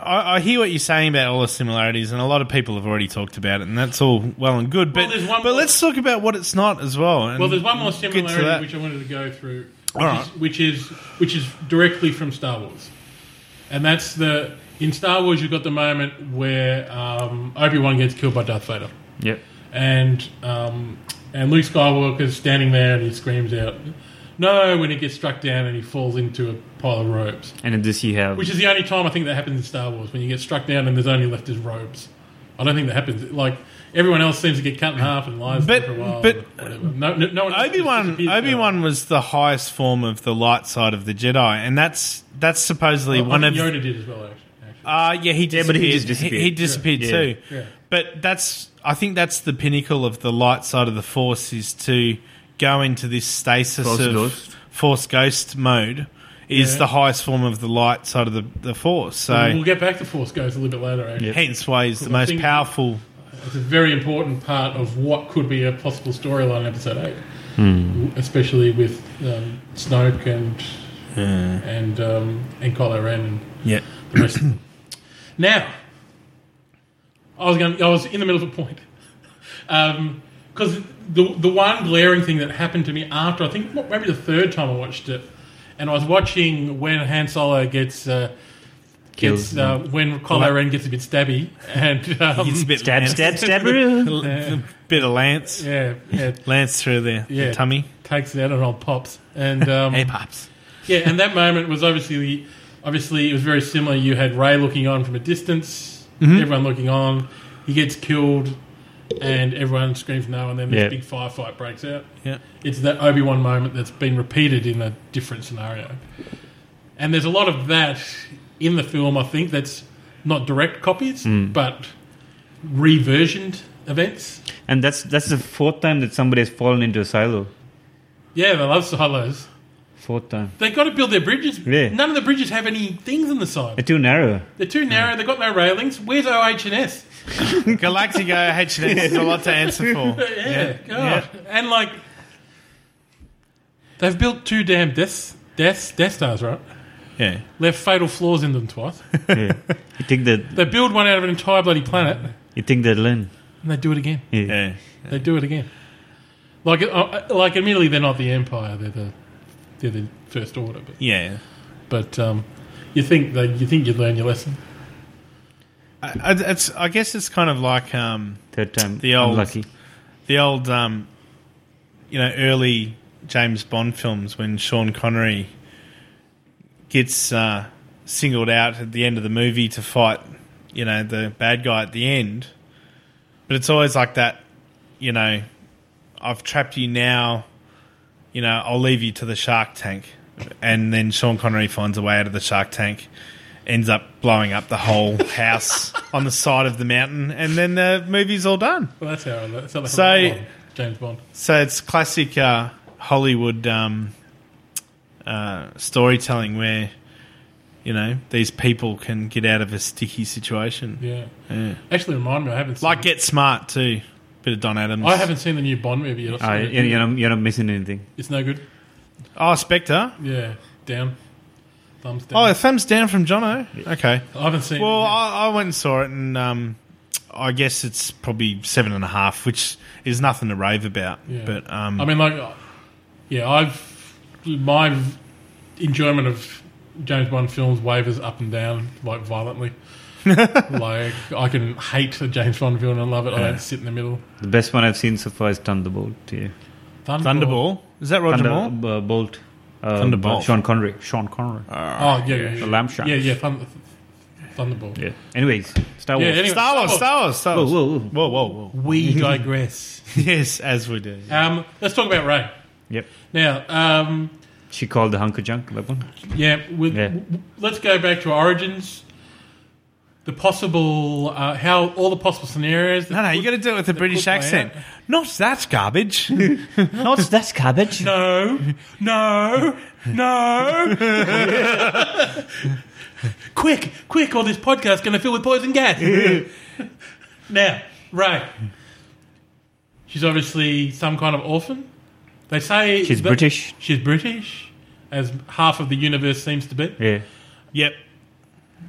[SPEAKER 1] I, I hear what you're saying about all the similarities, and a lot of people have already talked about it, and that's all well and good. But
[SPEAKER 2] there's one
[SPEAKER 1] but
[SPEAKER 2] more-
[SPEAKER 1] let's talk about what it's not as well. and
[SPEAKER 2] Well, there's one more
[SPEAKER 1] get to
[SPEAKER 2] similarity
[SPEAKER 1] that.
[SPEAKER 2] which I wanted to go through, which,
[SPEAKER 1] All
[SPEAKER 2] is, which is which is directly from Star Wars, and that's the in Star Wars you've got the moment where um, Obi Wan gets killed by Darth Vader,
[SPEAKER 3] Yep.
[SPEAKER 2] and um, and Luke Skywalker's standing there and he screams out, "No!" when he gets struck down and he falls into a pile of robes,
[SPEAKER 3] And in this you have
[SPEAKER 2] which is the only time I think that happens in Star Wars when you get struck down and there's only left his robes. I don't think that happens. Like everyone else seems to get cut in half and lies there
[SPEAKER 1] But-
[SPEAKER 2] for a while.
[SPEAKER 1] but-
[SPEAKER 2] and whatever. no, no, no one
[SPEAKER 1] Obi Wan Obi Wan was the highest form of the light side of the Jedi, and that's that's supposedly one of
[SPEAKER 2] Yoda did as well. Actually,
[SPEAKER 1] Uh, yeah, he
[SPEAKER 3] but
[SPEAKER 1] disappeared.
[SPEAKER 3] he just disappeared.
[SPEAKER 1] He, he disappeared
[SPEAKER 3] Yeah.
[SPEAKER 1] too.
[SPEAKER 2] Yeah.
[SPEAKER 1] But that's, I think that's the pinnacle of the light side of the Force is to go into this stasis
[SPEAKER 3] Force
[SPEAKER 1] of
[SPEAKER 3] ghost.
[SPEAKER 1] Force Ghost mode is
[SPEAKER 2] Yeah.
[SPEAKER 1] the highest form of the light side of the, the Force. So,
[SPEAKER 2] we'll get back to Force Ghost a little bit later. Actually,
[SPEAKER 1] hence why he's the
[SPEAKER 2] Well, I
[SPEAKER 1] most
[SPEAKER 2] think-
[SPEAKER 1] powerful.
[SPEAKER 2] it's a very important part of what could be a possible storyline in Episode Eight, Hmm. especially with um, Snoke and and um, and Kylo Ren and
[SPEAKER 1] Yeah.
[SPEAKER 2] the rest of them. Now, I was going. I was in the middle of a point because the the one glaring thing that happened to me after I think what, maybe the third time I watched it, and I was watching when Han Solo gets. Uh, Gets,
[SPEAKER 3] Kills.
[SPEAKER 2] uh, when Kylo Ren gets a bit stabby, and um,
[SPEAKER 1] It's a bit
[SPEAKER 3] Stab,
[SPEAKER 1] Lance-
[SPEAKER 3] stab, stab. Roo.
[SPEAKER 1] l- a bit of lance,
[SPEAKER 2] yeah, yeah,
[SPEAKER 1] lance through the, the
[SPEAKER 2] Yeah.
[SPEAKER 1] tummy.
[SPEAKER 2] takes it out on old pops, and um,
[SPEAKER 1] Hey, pops.
[SPEAKER 2] Yeah, and that moment was obviously, obviously, it was very similar. You had Ray looking on from a distance,
[SPEAKER 1] Mm-hmm.
[SPEAKER 2] everyone looking on. He gets killed, and everyone screams no, and then this
[SPEAKER 3] Yeah.
[SPEAKER 2] big firefight breaks out.
[SPEAKER 1] Yeah.
[SPEAKER 2] It's that Obi Wan moment that's been repeated in a different scenario, and there's a lot of that in the film. I think that's not direct copies,
[SPEAKER 1] Mm.
[SPEAKER 2] but reversioned events.
[SPEAKER 3] And that's that's the fourth time that somebody has fallen into a silo.
[SPEAKER 2] Yeah, they love silos.
[SPEAKER 3] Fourth time.
[SPEAKER 2] They got to build their bridges.
[SPEAKER 3] Yeah.
[SPEAKER 2] None of the bridges have any things on the side.
[SPEAKER 3] They're too narrow.
[SPEAKER 2] They're too narrow. They've got no railings. Where's OH&S?
[SPEAKER 1] Galactico HNS is a lot to answer for.
[SPEAKER 2] Yeah, God. And, like, they've built two damn death, death, death stars, right?
[SPEAKER 1] Yeah.
[SPEAKER 2] Left fatal flaws in them twice.
[SPEAKER 3] Yeah. you think that
[SPEAKER 2] they build one out of an entire bloody planet,
[SPEAKER 3] you think they'll learn.
[SPEAKER 2] and they do it again.
[SPEAKER 3] Yeah.
[SPEAKER 1] Yeah.
[SPEAKER 2] They do it again. Like, uh, uh, like admittedly, they're not the Empire. They're the, they're the First Order. But,
[SPEAKER 1] Yeah.
[SPEAKER 2] but um, you think they, you think you'd learn your lesson.
[SPEAKER 1] I, I- it's, I guess it's kind of like um,
[SPEAKER 3] Third time.
[SPEAKER 1] The old-
[SPEAKER 3] unlucky.
[SPEAKER 1] the old, um, you know, early James Bond films when Sean Connery gets uh, singled out at the end of the movie to fight, you know, the bad guy at the end. But it's always like that, you know, I've trapped you now, you know, I'll leave you to the shark tank. And then Sean Connery finds a way out of the shark tank, ends up blowing up the whole house on the side of the mountain, and then the movie's all done.
[SPEAKER 2] Well, that's how, I learn- that's how they
[SPEAKER 1] So-
[SPEAKER 2] Bond, James Bond.
[SPEAKER 1] So it's classic uh, Hollywood um, uh, storytelling where you know these people can get out of a sticky situation.
[SPEAKER 2] Yeah. Actually, remind me, I haven't seen
[SPEAKER 1] Like Get Smart too, bit of Don Adams.
[SPEAKER 2] I haven't seen the new Bond movie yet. I've seen
[SPEAKER 3] Ah,
[SPEAKER 2] it.
[SPEAKER 3] you- you're, not, you're not missing anything.
[SPEAKER 2] It's no good.
[SPEAKER 1] Oh, Spectre.
[SPEAKER 2] Yeah, down. Thumbs down.
[SPEAKER 1] Oh, a thumbs down from Jono. Okay.
[SPEAKER 2] I haven't seen
[SPEAKER 1] Oh, Well, I, I went and saw it, and um, I guess it's probably seven and a half, which is nothing to rave about.
[SPEAKER 2] Yeah.
[SPEAKER 1] But um,
[SPEAKER 2] I mean, like, uh, yeah, I've. My enjoyment of James Bond films wavers up and down, like, violently. like, I can hate a James Bond film and love it. I don't sit in the middle.
[SPEAKER 3] The best one I've seen so far is Thunderbolt. Yeah.
[SPEAKER 1] Thunderball is that Roger Moore?
[SPEAKER 3] Thunder, uh, Bolt. Uh,
[SPEAKER 1] Thunderbolt.
[SPEAKER 3] Sean Connery. Sean Connery.
[SPEAKER 2] Oh, yeah, yeah.
[SPEAKER 3] The
[SPEAKER 2] yeah.
[SPEAKER 3] lamp shot.
[SPEAKER 2] Yeah, yeah, Thund- Thunderball.
[SPEAKER 3] yeah. Anyways, Star
[SPEAKER 2] Yeah,
[SPEAKER 3] Wars.
[SPEAKER 2] anyway, oh.
[SPEAKER 1] Star Wars, Star Wars, Star Wars.
[SPEAKER 3] Whoa, whoa, whoa.
[SPEAKER 1] whoa, whoa. whoa.
[SPEAKER 2] We digress.
[SPEAKER 1] yes, as we do.
[SPEAKER 2] um, let's talk about Ray.
[SPEAKER 3] Yep.
[SPEAKER 2] Now, um,
[SPEAKER 3] She called the hunk of junk. That one.
[SPEAKER 2] Yeah, with,
[SPEAKER 3] Yeah.
[SPEAKER 2] w- w- let's go back to origins. The possible, uh, how all the possible scenarios.
[SPEAKER 1] No, no, you got to do it with a British
[SPEAKER 2] put my
[SPEAKER 1] accent. Not that garbage.
[SPEAKER 3] Not that's cabbage.
[SPEAKER 2] No, no, no! quick, quick! Or this podcast's going to fill with poison gas. now, right? She's obviously some kind of orphan. They say
[SPEAKER 3] She's
[SPEAKER 2] that-
[SPEAKER 3] British.
[SPEAKER 2] She's British, as half of the universe seems to be.
[SPEAKER 3] Yeah.
[SPEAKER 1] yep.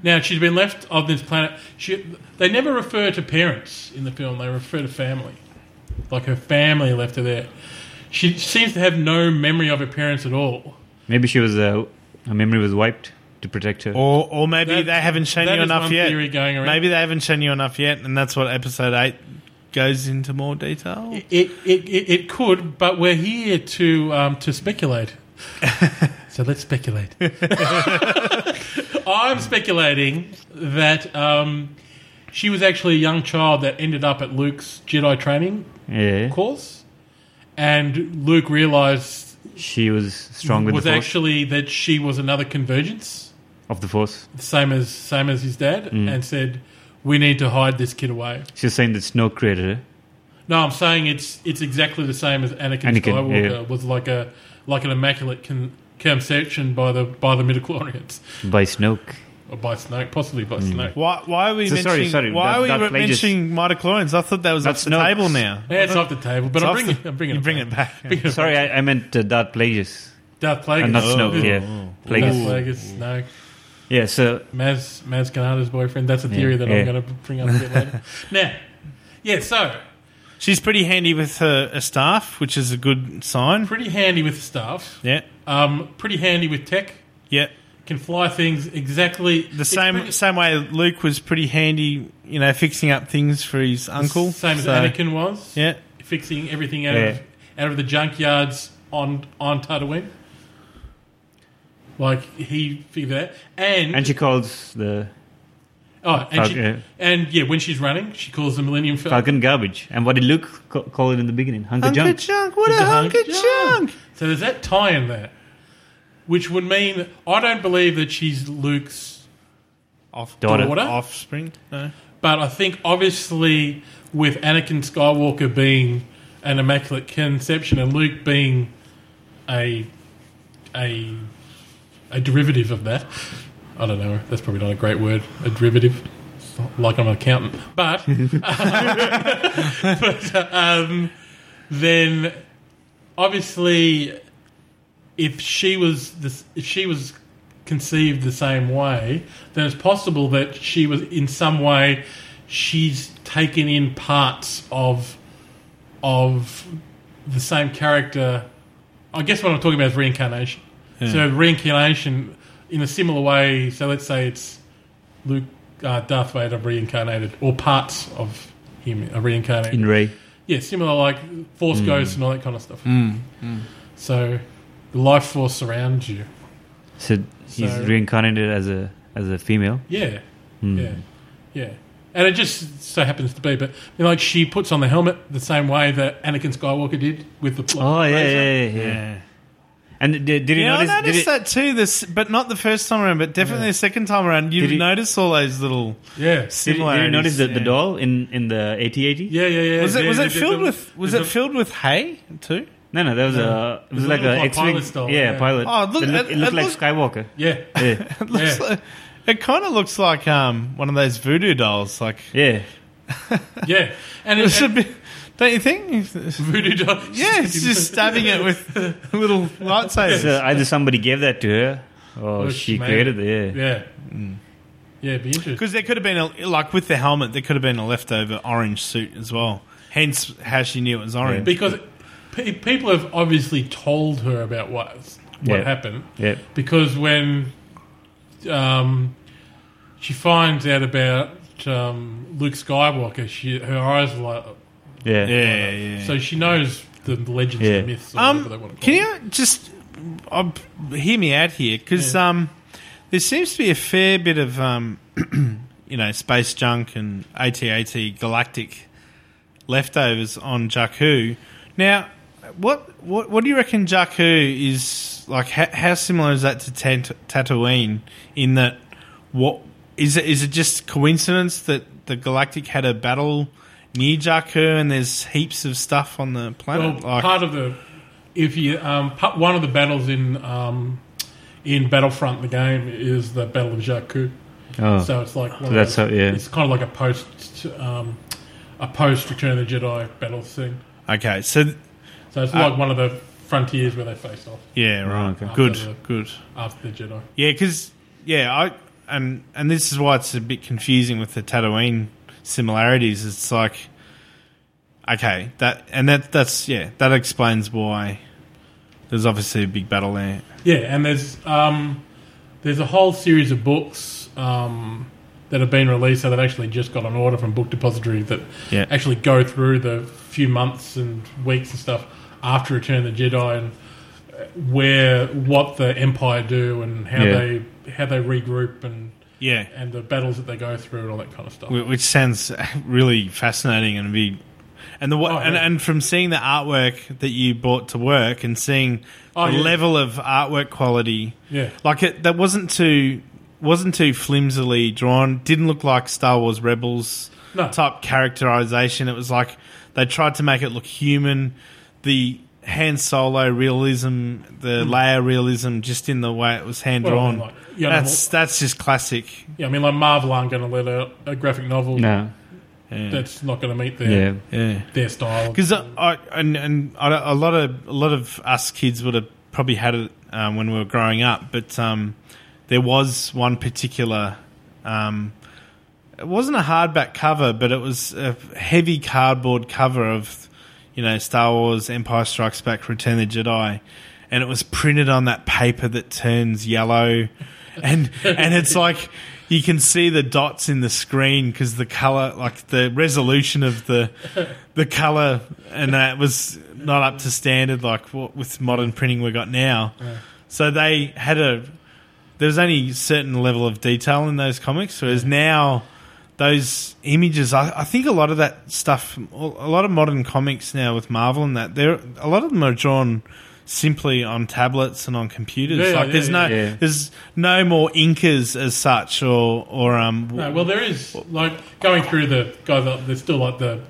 [SPEAKER 2] Now she's been left on this planet. She, they never refer to parents in the film. They refer to family, like her family left her there. She seems to have no memory of her parents at all.
[SPEAKER 3] Maybe she was. Uh, her memory was wiped to protect
[SPEAKER 2] Oh,
[SPEAKER 3] her.
[SPEAKER 1] Or, or maybe
[SPEAKER 2] That-
[SPEAKER 1] they haven't shown
[SPEAKER 2] that
[SPEAKER 1] you
[SPEAKER 2] is
[SPEAKER 1] enough
[SPEAKER 2] one
[SPEAKER 1] yet.
[SPEAKER 2] theory going around.
[SPEAKER 1] Maybe they haven't shown you enough yet, and that's what episode eight goes into more detail.
[SPEAKER 2] It it, it, it could, but we're here to um, to speculate. so let's speculate. I'm speculating that um, she was actually a young child that ended up at Luke's Jedi training
[SPEAKER 3] Yeah.
[SPEAKER 2] course, and Luke realized
[SPEAKER 3] She was strong with
[SPEAKER 2] was
[SPEAKER 3] the force
[SPEAKER 2] actually that she was another convergence,
[SPEAKER 3] of the force.
[SPEAKER 2] same as same as his dad,
[SPEAKER 3] Mm.
[SPEAKER 2] and said, "We need to hide this kid away."
[SPEAKER 3] She was saying that Snow created her.
[SPEAKER 2] No, I'm saying it's it's exactly the same as Anakin,
[SPEAKER 3] Anakin,
[SPEAKER 2] Skywalker
[SPEAKER 3] yeah.
[SPEAKER 2] was like a like an immaculate con- conception by the by the midichlorians
[SPEAKER 3] by Snoke.
[SPEAKER 2] or by Snoke, possibly by
[SPEAKER 3] Mm.
[SPEAKER 2] Snoke.
[SPEAKER 1] Why, why are we
[SPEAKER 3] So sorry,
[SPEAKER 1] mentioning,
[SPEAKER 3] sorry,
[SPEAKER 1] why
[SPEAKER 3] Darth-
[SPEAKER 1] are we
[SPEAKER 3] Darth Plagueis.
[SPEAKER 1] mentioning mitochlorians? I thought that was off
[SPEAKER 3] That's
[SPEAKER 1] the
[SPEAKER 3] no-
[SPEAKER 1] table now.
[SPEAKER 2] Yeah, it's off the table,
[SPEAKER 1] It's
[SPEAKER 2] but I'm
[SPEAKER 1] off
[SPEAKER 2] bringing,
[SPEAKER 1] the-
[SPEAKER 2] I'm bringing
[SPEAKER 1] you
[SPEAKER 2] it
[SPEAKER 1] bring
[SPEAKER 2] back.
[SPEAKER 1] it back.
[SPEAKER 2] Bringing it
[SPEAKER 3] Sorry, I, I meant uh, Darth Plagueis.
[SPEAKER 2] Darth Plagueis.
[SPEAKER 3] And not Snoke,
[SPEAKER 2] Darth
[SPEAKER 3] yeah. Plagueis.
[SPEAKER 2] Plagueis, Snoke.
[SPEAKER 3] Yeah, so
[SPEAKER 2] Maz Maz Kanata's boyfriend. That's a theory that
[SPEAKER 3] yeah.
[SPEAKER 2] I'm going to bring up a bit later. now, yeah, so
[SPEAKER 1] She's pretty handy with her, her staff, which is a good sign.
[SPEAKER 2] pretty handy with stuff.
[SPEAKER 1] Yeah,
[SPEAKER 2] Um, pretty handy with tech.
[SPEAKER 1] yeah.
[SPEAKER 2] Can fly things exactly
[SPEAKER 1] The same same way Luke was pretty handy, you know, fixing up things for his uncle.
[SPEAKER 2] Same as
[SPEAKER 1] So,
[SPEAKER 2] Anakin was.
[SPEAKER 1] Yeah,
[SPEAKER 2] fixing everything out of out of the junkyards on on Tatooine. Like he figured that, and,
[SPEAKER 3] and she calls the
[SPEAKER 2] oh, and, she,
[SPEAKER 3] yeah.
[SPEAKER 2] and yeah, when she's running, she calls the Millennium Falcon.
[SPEAKER 3] Falcon garbage. And what did Luke ca- call it in the beginning? Hunker
[SPEAKER 1] hunk of
[SPEAKER 3] junk.
[SPEAKER 1] junk. What a hunk of junk.
[SPEAKER 2] So there's that tie in there, which would mean I don't believe that she's Luke's,
[SPEAKER 1] Off
[SPEAKER 3] Daughter.
[SPEAKER 2] Daughter?
[SPEAKER 1] offspring. No.
[SPEAKER 2] but I think obviously with Anakin Skywalker being an immaculate conception and Luke being a a a derivative of that. I don't know. That's probably not a great word. A derivative. It's not like I'm an accountant, but, but um, then obviously, if she was this, if she was conceived the same way, then it's possible that she was in some way she's taken in parts of of the same character. I guess what I'm talking about is reincarnation. So reincarnation in a similar way. So let's say it's Luke, uh, Darth Vader reincarnated, or parts of him are reincarnated
[SPEAKER 3] In Ray.
[SPEAKER 2] yeah, similar like force
[SPEAKER 1] Hmm.
[SPEAKER 2] ghosts and all that kind of stuff. So the life force surrounds you.
[SPEAKER 3] So he's
[SPEAKER 2] So-
[SPEAKER 3] reincarnated as a as a female.
[SPEAKER 2] Yeah,
[SPEAKER 1] Hmm.
[SPEAKER 2] yeah, yeah. And it just so happens to be, but you know, like she puts on the helmet the same way that Anakin Skywalker did with the pl-
[SPEAKER 3] Oh yeah,
[SPEAKER 2] razor.
[SPEAKER 3] yeah, yeah. yeah. And did, did you
[SPEAKER 1] Yeah,
[SPEAKER 3] notice?
[SPEAKER 1] I
[SPEAKER 3] did
[SPEAKER 1] noticed
[SPEAKER 3] it-
[SPEAKER 1] that too. This, but not the first time around, but definitely the second time around. You
[SPEAKER 3] Did he-
[SPEAKER 1] notice all those little
[SPEAKER 2] yeah,
[SPEAKER 3] Did, you- did you
[SPEAKER 1] similarities.
[SPEAKER 3] notice the,
[SPEAKER 1] yeah.
[SPEAKER 3] the doll in in the eighty eighty?
[SPEAKER 2] yeah, yeah, yeah.
[SPEAKER 1] Was it
[SPEAKER 2] Yeah,
[SPEAKER 1] was
[SPEAKER 2] they
[SPEAKER 1] it
[SPEAKER 2] did
[SPEAKER 1] filled
[SPEAKER 2] them-
[SPEAKER 1] with was
[SPEAKER 2] did
[SPEAKER 1] it
[SPEAKER 2] them-
[SPEAKER 1] filled with hay too?
[SPEAKER 3] No, no, that was a it was
[SPEAKER 2] It
[SPEAKER 3] like
[SPEAKER 2] looked
[SPEAKER 3] a
[SPEAKER 2] like
[SPEAKER 3] X-wing.
[SPEAKER 2] pilot's doll,
[SPEAKER 3] yeah,
[SPEAKER 2] yeah.
[SPEAKER 3] pilot.
[SPEAKER 1] Oh, it looked-
[SPEAKER 3] it, look-
[SPEAKER 1] it-
[SPEAKER 3] it looked
[SPEAKER 1] it
[SPEAKER 3] like
[SPEAKER 1] looked-
[SPEAKER 3] Skywalker.
[SPEAKER 2] Yeah,
[SPEAKER 3] Yeah,
[SPEAKER 1] It looks
[SPEAKER 2] Yeah.
[SPEAKER 1] like- it kind of looks like um one of those voodoo dolls. Like
[SPEAKER 3] yeah.
[SPEAKER 2] yeah. And
[SPEAKER 1] it's
[SPEAKER 2] it's
[SPEAKER 1] a bit, don't you think?
[SPEAKER 2] voodoo doll.
[SPEAKER 1] Yeah, it's just stabbing it with little lightsabers.
[SPEAKER 3] So either somebody gave that to her, or
[SPEAKER 2] Look,
[SPEAKER 3] she
[SPEAKER 2] mate.
[SPEAKER 3] created it. Yeah.
[SPEAKER 2] yeah, yeah. Be interesting.
[SPEAKER 1] Because there could have been a, like with the helmet, there could have been a leftover orange suit as well. Hence, how she knew it was orange.
[SPEAKER 2] because pe- people have obviously told her about what what
[SPEAKER 3] Yeah.
[SPEAKER 2] happened.
[SPEAKER 3] Yeah.
[SPEAKER 2] Because when um, she finds out about um, Luke Skywalker, she her eyes light up.
[SPEAKER 3] Yeah.
[SPEAKER 1] Yeah, yeah.
[SPEAKER 2] So she knows the legends
[SPEAKER 3] Yeah.
[SPEAKER 2] and myths. Or whatever they want
[SPEAKER 1] Um,
[SPEAKER 2] to call
[SPEAKER 1] can
[SPEAKER 2] it.
[SPEAKER 1] you just um, hear me out here? Because um, there seems to be a fair bit of um, you know space junk and ATAT galactic leftovers on Jakku. Now, what what what do you reckon Jakku is like? How, how similar is that to Tant- Tatooine? In that, what is it? Is it just coincidence that the Galactic had a battle near Jakku and there's heaps of stuff on the
[SPEAKER 2] Well,
[SPEAKER 1] planet? like,
[SPEAKER 2] part of the if you um, part, one of the battles in um, in Battlefront the game is the Battle of Jakku.
[SPEAKER 3] Oh.
[SPEAKER 2] So it's like one of
[SPEAKER 3] That's
[SPEAKER 2] those-
[SPEAKER 3] how- yeah.
[SPEAKER 2] It's kind of like a post um, a post Return of the Jedi battle thing.
[SPEAKER 1] Okay, so th-
[SPEAKER 2] So it's
[SPEAKER 1] Uh,
[SPEAKER 2] like one of the frontiers where they face off
[SPEAKER 1] yeah, right.
[SPEAKER 3] okay.
[SPEAKER 1] Good,
[SPEAKER 2] After the-
[SPEAKER 1] good.
[SPEAKER 2] after the Jedi.
[SPEAKER 1] Yeah, because yeah, I and and this is why it's a bit confusing with the Tatooine similarities. It's like okay, that and that that's yeah, that explains why there's obviously a big battle there.
[SPEAKER 2] Yeah, and there's um, there's a whole series of books um, that have been released. So they've actually just got an order from Book Depository that
[SPEAKER 1] Yeah.
[SPEAKER 2] actually go through the few months and weeks and stuff after Return of the Jedi and uh, where what the Empire do and how
[SPEAKER 3] Yeah.
[SPEAKER 2] they how they regroup and
[SPEAKER 1] Yeah,
[SPEAKER 2] and the battles that they go through and all that kind of stuff.
[SPEAKER 1] Wh- which sounds really fascinating and be and the wa-
[SPEAKER 2] Oh,
[SPEAKER 1] and,
[SPEAKER 2] yeah.
[SPEAKER 1] and from seeing the artwork that you brought to work and seeing
[SPEAKER 2] Oh,
[SPEAKER 1] the
[SPEAKER 2] yeah.
[SPEAKER 1] level of artwork quality,
[SPEAKER 2] Yeah.
[SPEAKER 1] like it that wasn't too wasn't too flimsily drawn. Didn't look like Star Wars Rebels
[SPEAKER 2] No.
[SPEAKER 1] type characterization. It was like they tried to make it look human. The hand solo realism, the layer realism, just in the way it was hand
[SPEAKER 2] Hmm. Well, I
[SPEAKER 1] drawn.
[SPEAKER 2] mean, like, you know,
[SPEAKER 1] that's that's just classic.
[SPEAKER 2] Yeah, I mean, like Marvel aren't going to let out a graphic novel
[SPEAKER 3] No.
[SPEAKER 2] that's not going to meet
[SPEAKER 3] Yeah.
[SPEAKER 2] their
[SPEAKER 1] Yeah.
[SPEAKER 2] their style.
[SPEAKER 1] Because I, uh, I and and I, don't- a lot of a lot of us kids would have probably had it um, when we were growing up, but um, there was one particular. Um, it wasn't a hardback cover, but it was a heavy cardboard cover of, you know, Star Wars: Empire Strikes Back, Return of the Jedi, and it was printed on that paper that turns yellow, and and it's like you can see the dots in the screen because the color, like the resolution of the the color, and that was not up to standard like what with modern printing we got now. So they had a there's only certain level of detail in those comics, whereas now those images, I, I think a lot of that stuff, a lot of modern comics now with Marvel and that, they're a lot of them are drawn simply on tablets and on computers.
[SPEAKER 2] Yeah,
[SPEAKER 1] like
[SPEAKER 2] yeah,
[SPEAKER 1] there's no
[SPEAKER 3] yeah.
[SPEAKER 1] there's no more inkers as such, or or um
[SPEAKER 2] No, well, there is like going through the guys. up- There's still like the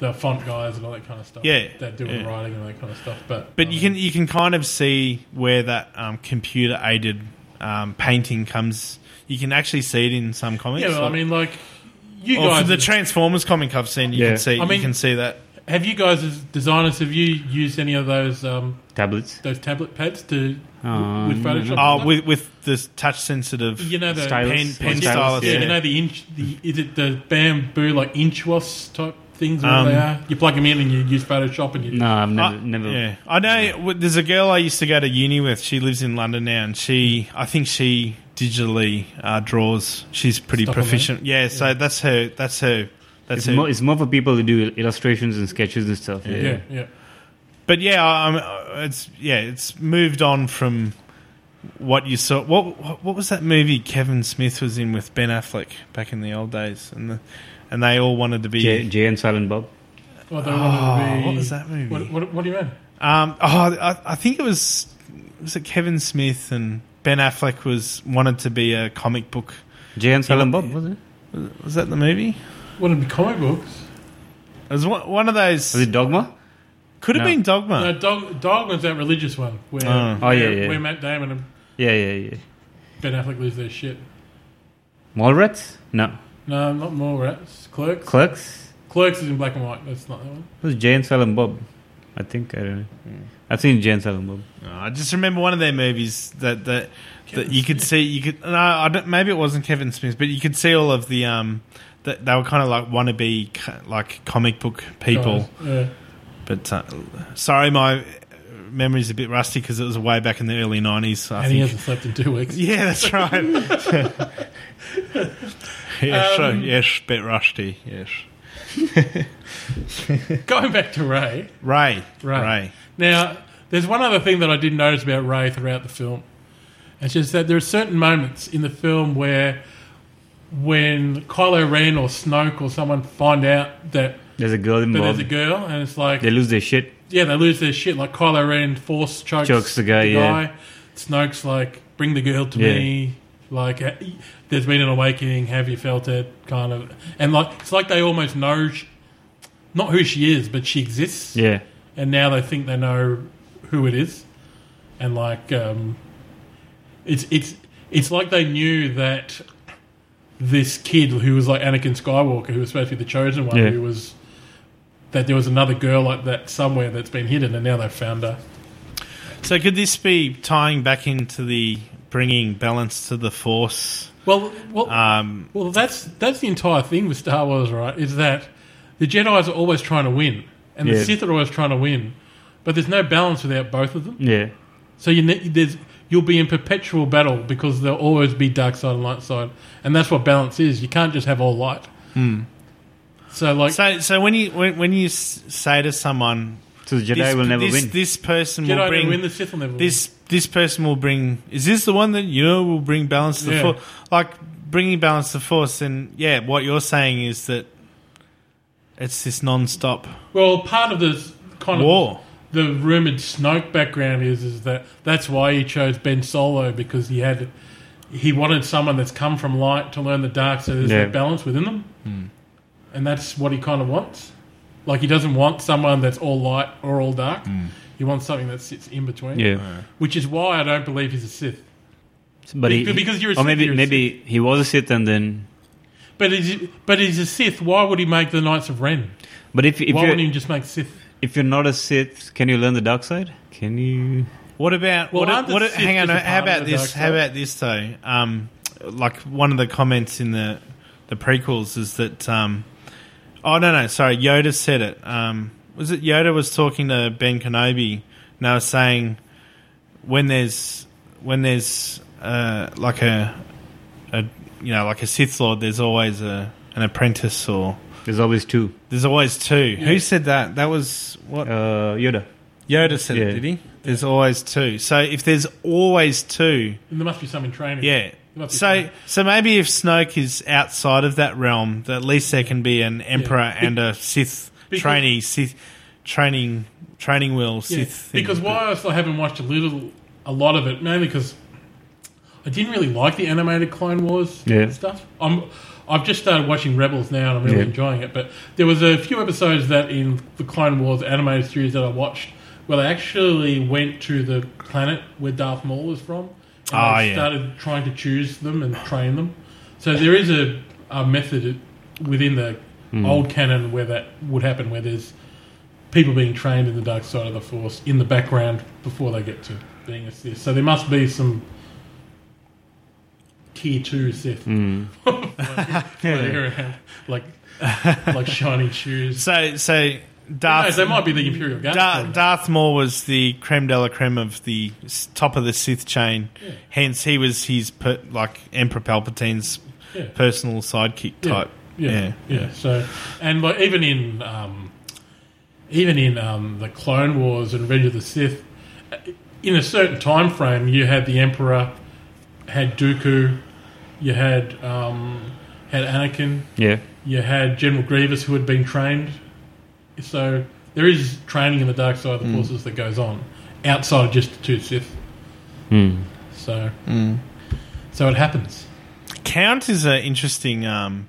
[SPEAKER 2] the font guys and all that kind of stuff.
[SPEAKER 1] Yeah,
[SPEAKER 2] that do
[SPEAKER 1] yeah.
[SPEAKER 2] writing and all that kind of stuff. But um,
[SPEAKER 1] But you can you can kind of see where that um, computer aided um, painting comes. You can actually see it in some comics.
[SPEAKER 2] yeah, well, I mean, like you
[SPEAKER 1] or for
[SPEAKER 2] guys,
[SPEAKER 1] Oh, the Transformers comic I've seen, you
[SPEAKER 3] Yeah.
[SPEAKER 1] can see
[SPEAKER 2] I mean-
[SPEAKER 1] you can see that.
[SPEAKER 2] have you guys as designers have you used any of those um,
[SPEAKER 3] Tablets.
[SPEAKER 2] those tablet pads to
[SPEAKER 3] Um,
[SPEAKER 2] with Photoshop?
[SPEAKER 1] Oh,
[SPEAKER 2] and
[SPEAKER 1] with with the touch sensitive.
[SPEAKER 2] stuff? you know the
[SPEAKER 3] Stylus.
[SPEAKER 1] pen- pen
[SPEAKER 3] Stylus,
[SPEAKER 1] stylus,
[SPEAKER 2] yeah,
[SPEAKER 1] yeah.
[SPEAKER 2] you know the inch the is it the bamboo like inchwas type things? Or
[SPEAKER 1] Um,
[SPEAKER 2] they are? You plug them in and you use Photoshop and you
[SPEAKER 3] No, I've never.
[SPEAKER 1] I-
[SPEAKER 3] never.
[SPEAKER 1] Uh, Yeah, I know. w- There's a girl I used to go to uni with. She lives in London now, and she, I think she digitally uh, draws. She's pretty
[SPEAKER 2] Stuff on there?
[SPEAKER 1] proficient. Yeah, so that's her. That's her. That's
[SPEAKER 3] It's,
[SPEAKER 1] her.
[SPEAKER 3] more, it's more for people who do illustrations and sketches and stuff. Yeah.
[SPEAKER 2] yeah yeah.
[SPEAKER 1] but yeah, um, uh, it's yeah, it's moved on from what you saw. What what- what was that movie Kevin Smith was in with Ben Affleck back in the old days, and the, and they all wanted to be.
[SPEAKER 3] Jay, Jay and Silent Bob.
[SPEAKER 2] Well, they wanted to Oh, be,
[SPEAKER 1] Oh, what was that movie?
[SPEAKER 2] What, what, what do you mean?
[SPEAKER 1] Um, oh, I, I think it was was it Kevin Smith and Ben Affleck was wanted to be a comic book.
[SPEAKER 3] Jay and Silent Bob was it?
[SPEAKER 1] Was that the movie?
[SPEAKER 2] Wouldn't it be comic books?
[SPEAKER 1] It was one, one of those.
[SPEAKER 3] Was it Dogma?
[SPEAKER 1] could have
[SPEAKER 3] No.
[SPEAKER 1] been Dogma.
[SPEAKER 2] No, dog, dog was that religious one where,
[SPEAKER 1] Oh.
[SPEAKER 3] Oh, yeah,
[SPEAKER 2] where-
[SPEAKER 3] yeah.
[SPEAKER 2] where Matt Damon and
[SPEAKER 3] Yeah, yeah, yeah.
[SPEAKER 2] Ben Affleck lose their shit.
[SPEAKER 3] Mallrats? No.
[SPEAKER 2] No, not more rats. Clerks.
[SPEAKER 3] Clerks?
[SPEAKER 2] Clerks is in black and white. That's not that one.
[SPEAKER 3] It was Jay and Silent Bob. I think I don't know. I've seen Jay and Silent Bob.
[SPEAKER 1] No, I just remember one of their movies that that, that you could see. You could no, I don't, maybe it wasn't Kevin Smith, but you could see all of the um. That they were kind of like wannabe co- like comic book people.
[SPEAKER 2] Guys, yeah.
[SPEAKER 1] But uh, sorry, my memory's a bit rusty because it was way back in the early nineties. I
[SPEAKER 2] and
[SPEAKER 1] think.
[SPEAKER 2] he hasn't slept in two weeks.
[SPEAKER 1] Yeah, that's right. yes, so,
[SPEAKER 2] Um,
[SPEAKER 1] yes, bit rusty. Yes,
[SPEAKER 2] Going back to Ray.
[SPEAKER 1] Ray,
[SPEAKER 2] Ray.
[SPEAKER 1] Ray,
[SPEAKER 2] Now, there's one other thing that I did notice about Ray throughout the film. It's just that there are certain moments in the film where when Kylo Ren or Snoke or someone find out that,
[SPEAKER 3] There's a girl
[SPEAKER 2] that
[SPEAKER 3] involved.
[SPEAKER 2] there's a girl and it's like
[SPEAKER 3] They lose their shit.
[SPEAKER 2] yeah, they lose their shit. Like Kylo Ren force chokes,
[SPEAKER 3] Chokes the guy, yeah.
[SPEAKER 2] Snoke's like, bring the girl to
[SPEAKER 3] Yeah.
[SPEAKER 2] me. Like, uh, there's been an awakening. Have you felt it? Kind of, and like it's like they almost know, sh not who she is, but she exists.
[SPEAKER 3] Yeah.
[SPEAKER 2] And now they think they know who it is, and like, um, it's it's it's like they knew that this kid who was like Anakin Skywalker, who was supposed to be the chosen one,
[SPEAKER 3] Yeah.
[SPEAKER 2] who was that there was another girl like that somewhere that's been hidden, and now they've found her.
[SPEAKER 1] So, could this be tying back into the bringing balance to the force?
[SPEAKER 2] Well, well,
[SPEAKER 1] Um,
[SPEAKER 2] well, that's that's the entire thing with Star Wars, right? Is that the Jedi's are always trying to win, and the
[SPEAKER 3] Yeah.
[SPEAKER 2] Sith are always trying to win, but there's no balance without both of them.
[SPEAKER 3] Yeah.
[SPEAKER 2] So you ne- there's you'll be in perpetual battle because there'll always be dark side and light side, and that's what balance is. You can't just have all light.
[SPEAKER 3] Hmm.
[SPEAKER 2] So like
[SPEAKER 1] so, so when you when, when you s- say to someone,
[SPEAKER 3] So the Jedi
[SPEAKER 1] this,
[SPEAKER 3] will never
[SPEAKER 1] this,
[SPEAKER 3] win.
[SPEAKER 1] This person
[SPEAKER 2] Jedi
[SPEAKER 1] will
[SPEAKER 2] will
[SPEAKER 1] bring
[SPEAKER 2] win, the Sith will never win.
[SPEAKER 1] this this person will bring is this the one that you know will bring balance to the
[SPEAKER 2] Yeah.
[SPEAKER 1] force like bringing balance to the force and yeah what you're saying is that it's this non-stop
[SPEAKER 2] Well, part of this kind of
[SPEAKER 1] war
[SPEAKER 2] the rumored Snoke background is is that that's why he chose Ben Solo because he had he wanted someone that's come from light to learn the dark, so there's
[SPEAKER 3] Yeah. Hmm.
[SPEAKER 2] a balance within them, and that's what he kind of wants. Like he doesn't want someone that's all light or all dark. He wants something that sits in between.
[SPEAKER 3] Hmm. yeah.
[SPEAKER 2] which is why I don't believe he's a Sith.
[SPEAKER 3] But he,
[SPEAKER 2] Because you're a
[SPEAKER 3] or maybe
[SPEAKER 2] Sith, you're a
[SPEAKER 3] maybe he was a Sith and then
[SPEAKER 2] But he's but he's a Sith. Why would he make the Knights of Ren?
[SPEAKER 3] but if if
[SPEAKER 2] why
[SPEAKER 3] you're
[SPEAKER 2] wouldn't he just make Sith?
[SPEAKER 3] if you're not a Sith, can you learn the dark side? Can you?
[SPEAKER 1] What about
[SPEAKER 2] Well,
[SPEAKER 1] what?
[SPEAKER 2] aren't the
[SPEAKER 1] what
[SPEAKER 2] Sith
[SPEAKER 1] hang on.
[SPEAKER 2] just a
[SPEAKER 1] How
[SPEAKER 2] part of
[SPEAKER 1] about
[SPEAKER 2] the
[SPEAKER 1] this?
[SPEAKER 2] dark
[SPEAKER 1] How
[SPEAKER 2] side?
[SPEAKER 1] about this though? Um, like one of the comments in the the prequels is that. Um, oh no no sorry Yoda said it. Um, was it Yoda was talking to Ben Kenobi and they were saying when there's when there's uh, like a a you know like a Sith Lord there's always a an apprentice or
[SPEAKER 3] There's always two.
[SPEAKER 1] there's always two. Who said that? That was what
[SPEAKER 3] Uh, Yoda.
[SPEAKER 1] Yoda said
[SPEAKER 3] Yeah.
[SPEAKER 1] it, did he? There's always two. So if there's always two,
[SPEAKER 2] There must be some in training.
[SPEAKER 1] yeah.
[SPEAKER 2] There must be
[SPEAKER 1] So
[SPEAKER 2] some.
[SPEAKER 1] so maybe if Snoke is outside of that realm, that at least there can be an Emperor
[SPEAKER 2] Be-
[SPEAKER 1] and a Sith
[SPEAKER 2] because-
[SPEAKER 1] trainee, Sith training training wheel Sith.
[SPEAKER 2] Yeah,
[SPEAKER 1] thing.
[SPEAKER 2] because why I still haven't watched a little, a lot of it, mainly because I didn't really like the animated Clone Wars
[SPEAKER 3] Yeah.
[SPEAKER 2] stuff. I'm, I've just started watching Rebels now, and I'm really
[SPEAKER 3] Yeah.
[SPEAKER 2] enjoying it. But there was a few episodes that in the Clone Wars animated series that I watched, where they actually went to the planet where Darth Maul is from, and
[SPEAKER 1] Ah,
[SPEAKER 2] they
[SPEAKER 1] yeah.
[SPEAKER 2] started trying to choose them and train them. So there is a, a method within the
[SPEAKER 1] Hmm.
[SPEAKER 2] old canon where that would happen, where there's people being trained in the dark side of the force in the background before they get to being a Sith. So there must be some tier two Sith,
[SPEAKER 1] Hmm.
[SPEAKER 2] like like shiny shoes.
[SPEAKER 1] So so
[SPEAKER 2] No,
[SPEAKER 1] Darth
[SPEAKER 2] they might be the Imperial Guard.
[SPEAKER 1] Dar-
[SPEAKER 2] probably.
[SPEAKER 1] Darth Maul was the creme de la creme of the s- top of the Sith chain. Hence, he was his per- like Emperor Palpatine's
[SPEAKER 2] Yeah.
[SPEAKER 1] personal sidekick type.
[SPEAKER 2] Yeah, yeah. So, and like even in um, even in um, the Clone Wars and Revenge of the Sith, uh, in a certain time frame, you had the Emperor, had Dooku, you had um, had Anakin,
[SPEAKER 3] Yeah.
[SPEAKER 2] you had General Grievous who had been trained. So there is training in the dark side of the forces that goes on outside of just the two Sith. Hmm. So, so it happens.
[SPEAKER 1] Count is an interesting. Um,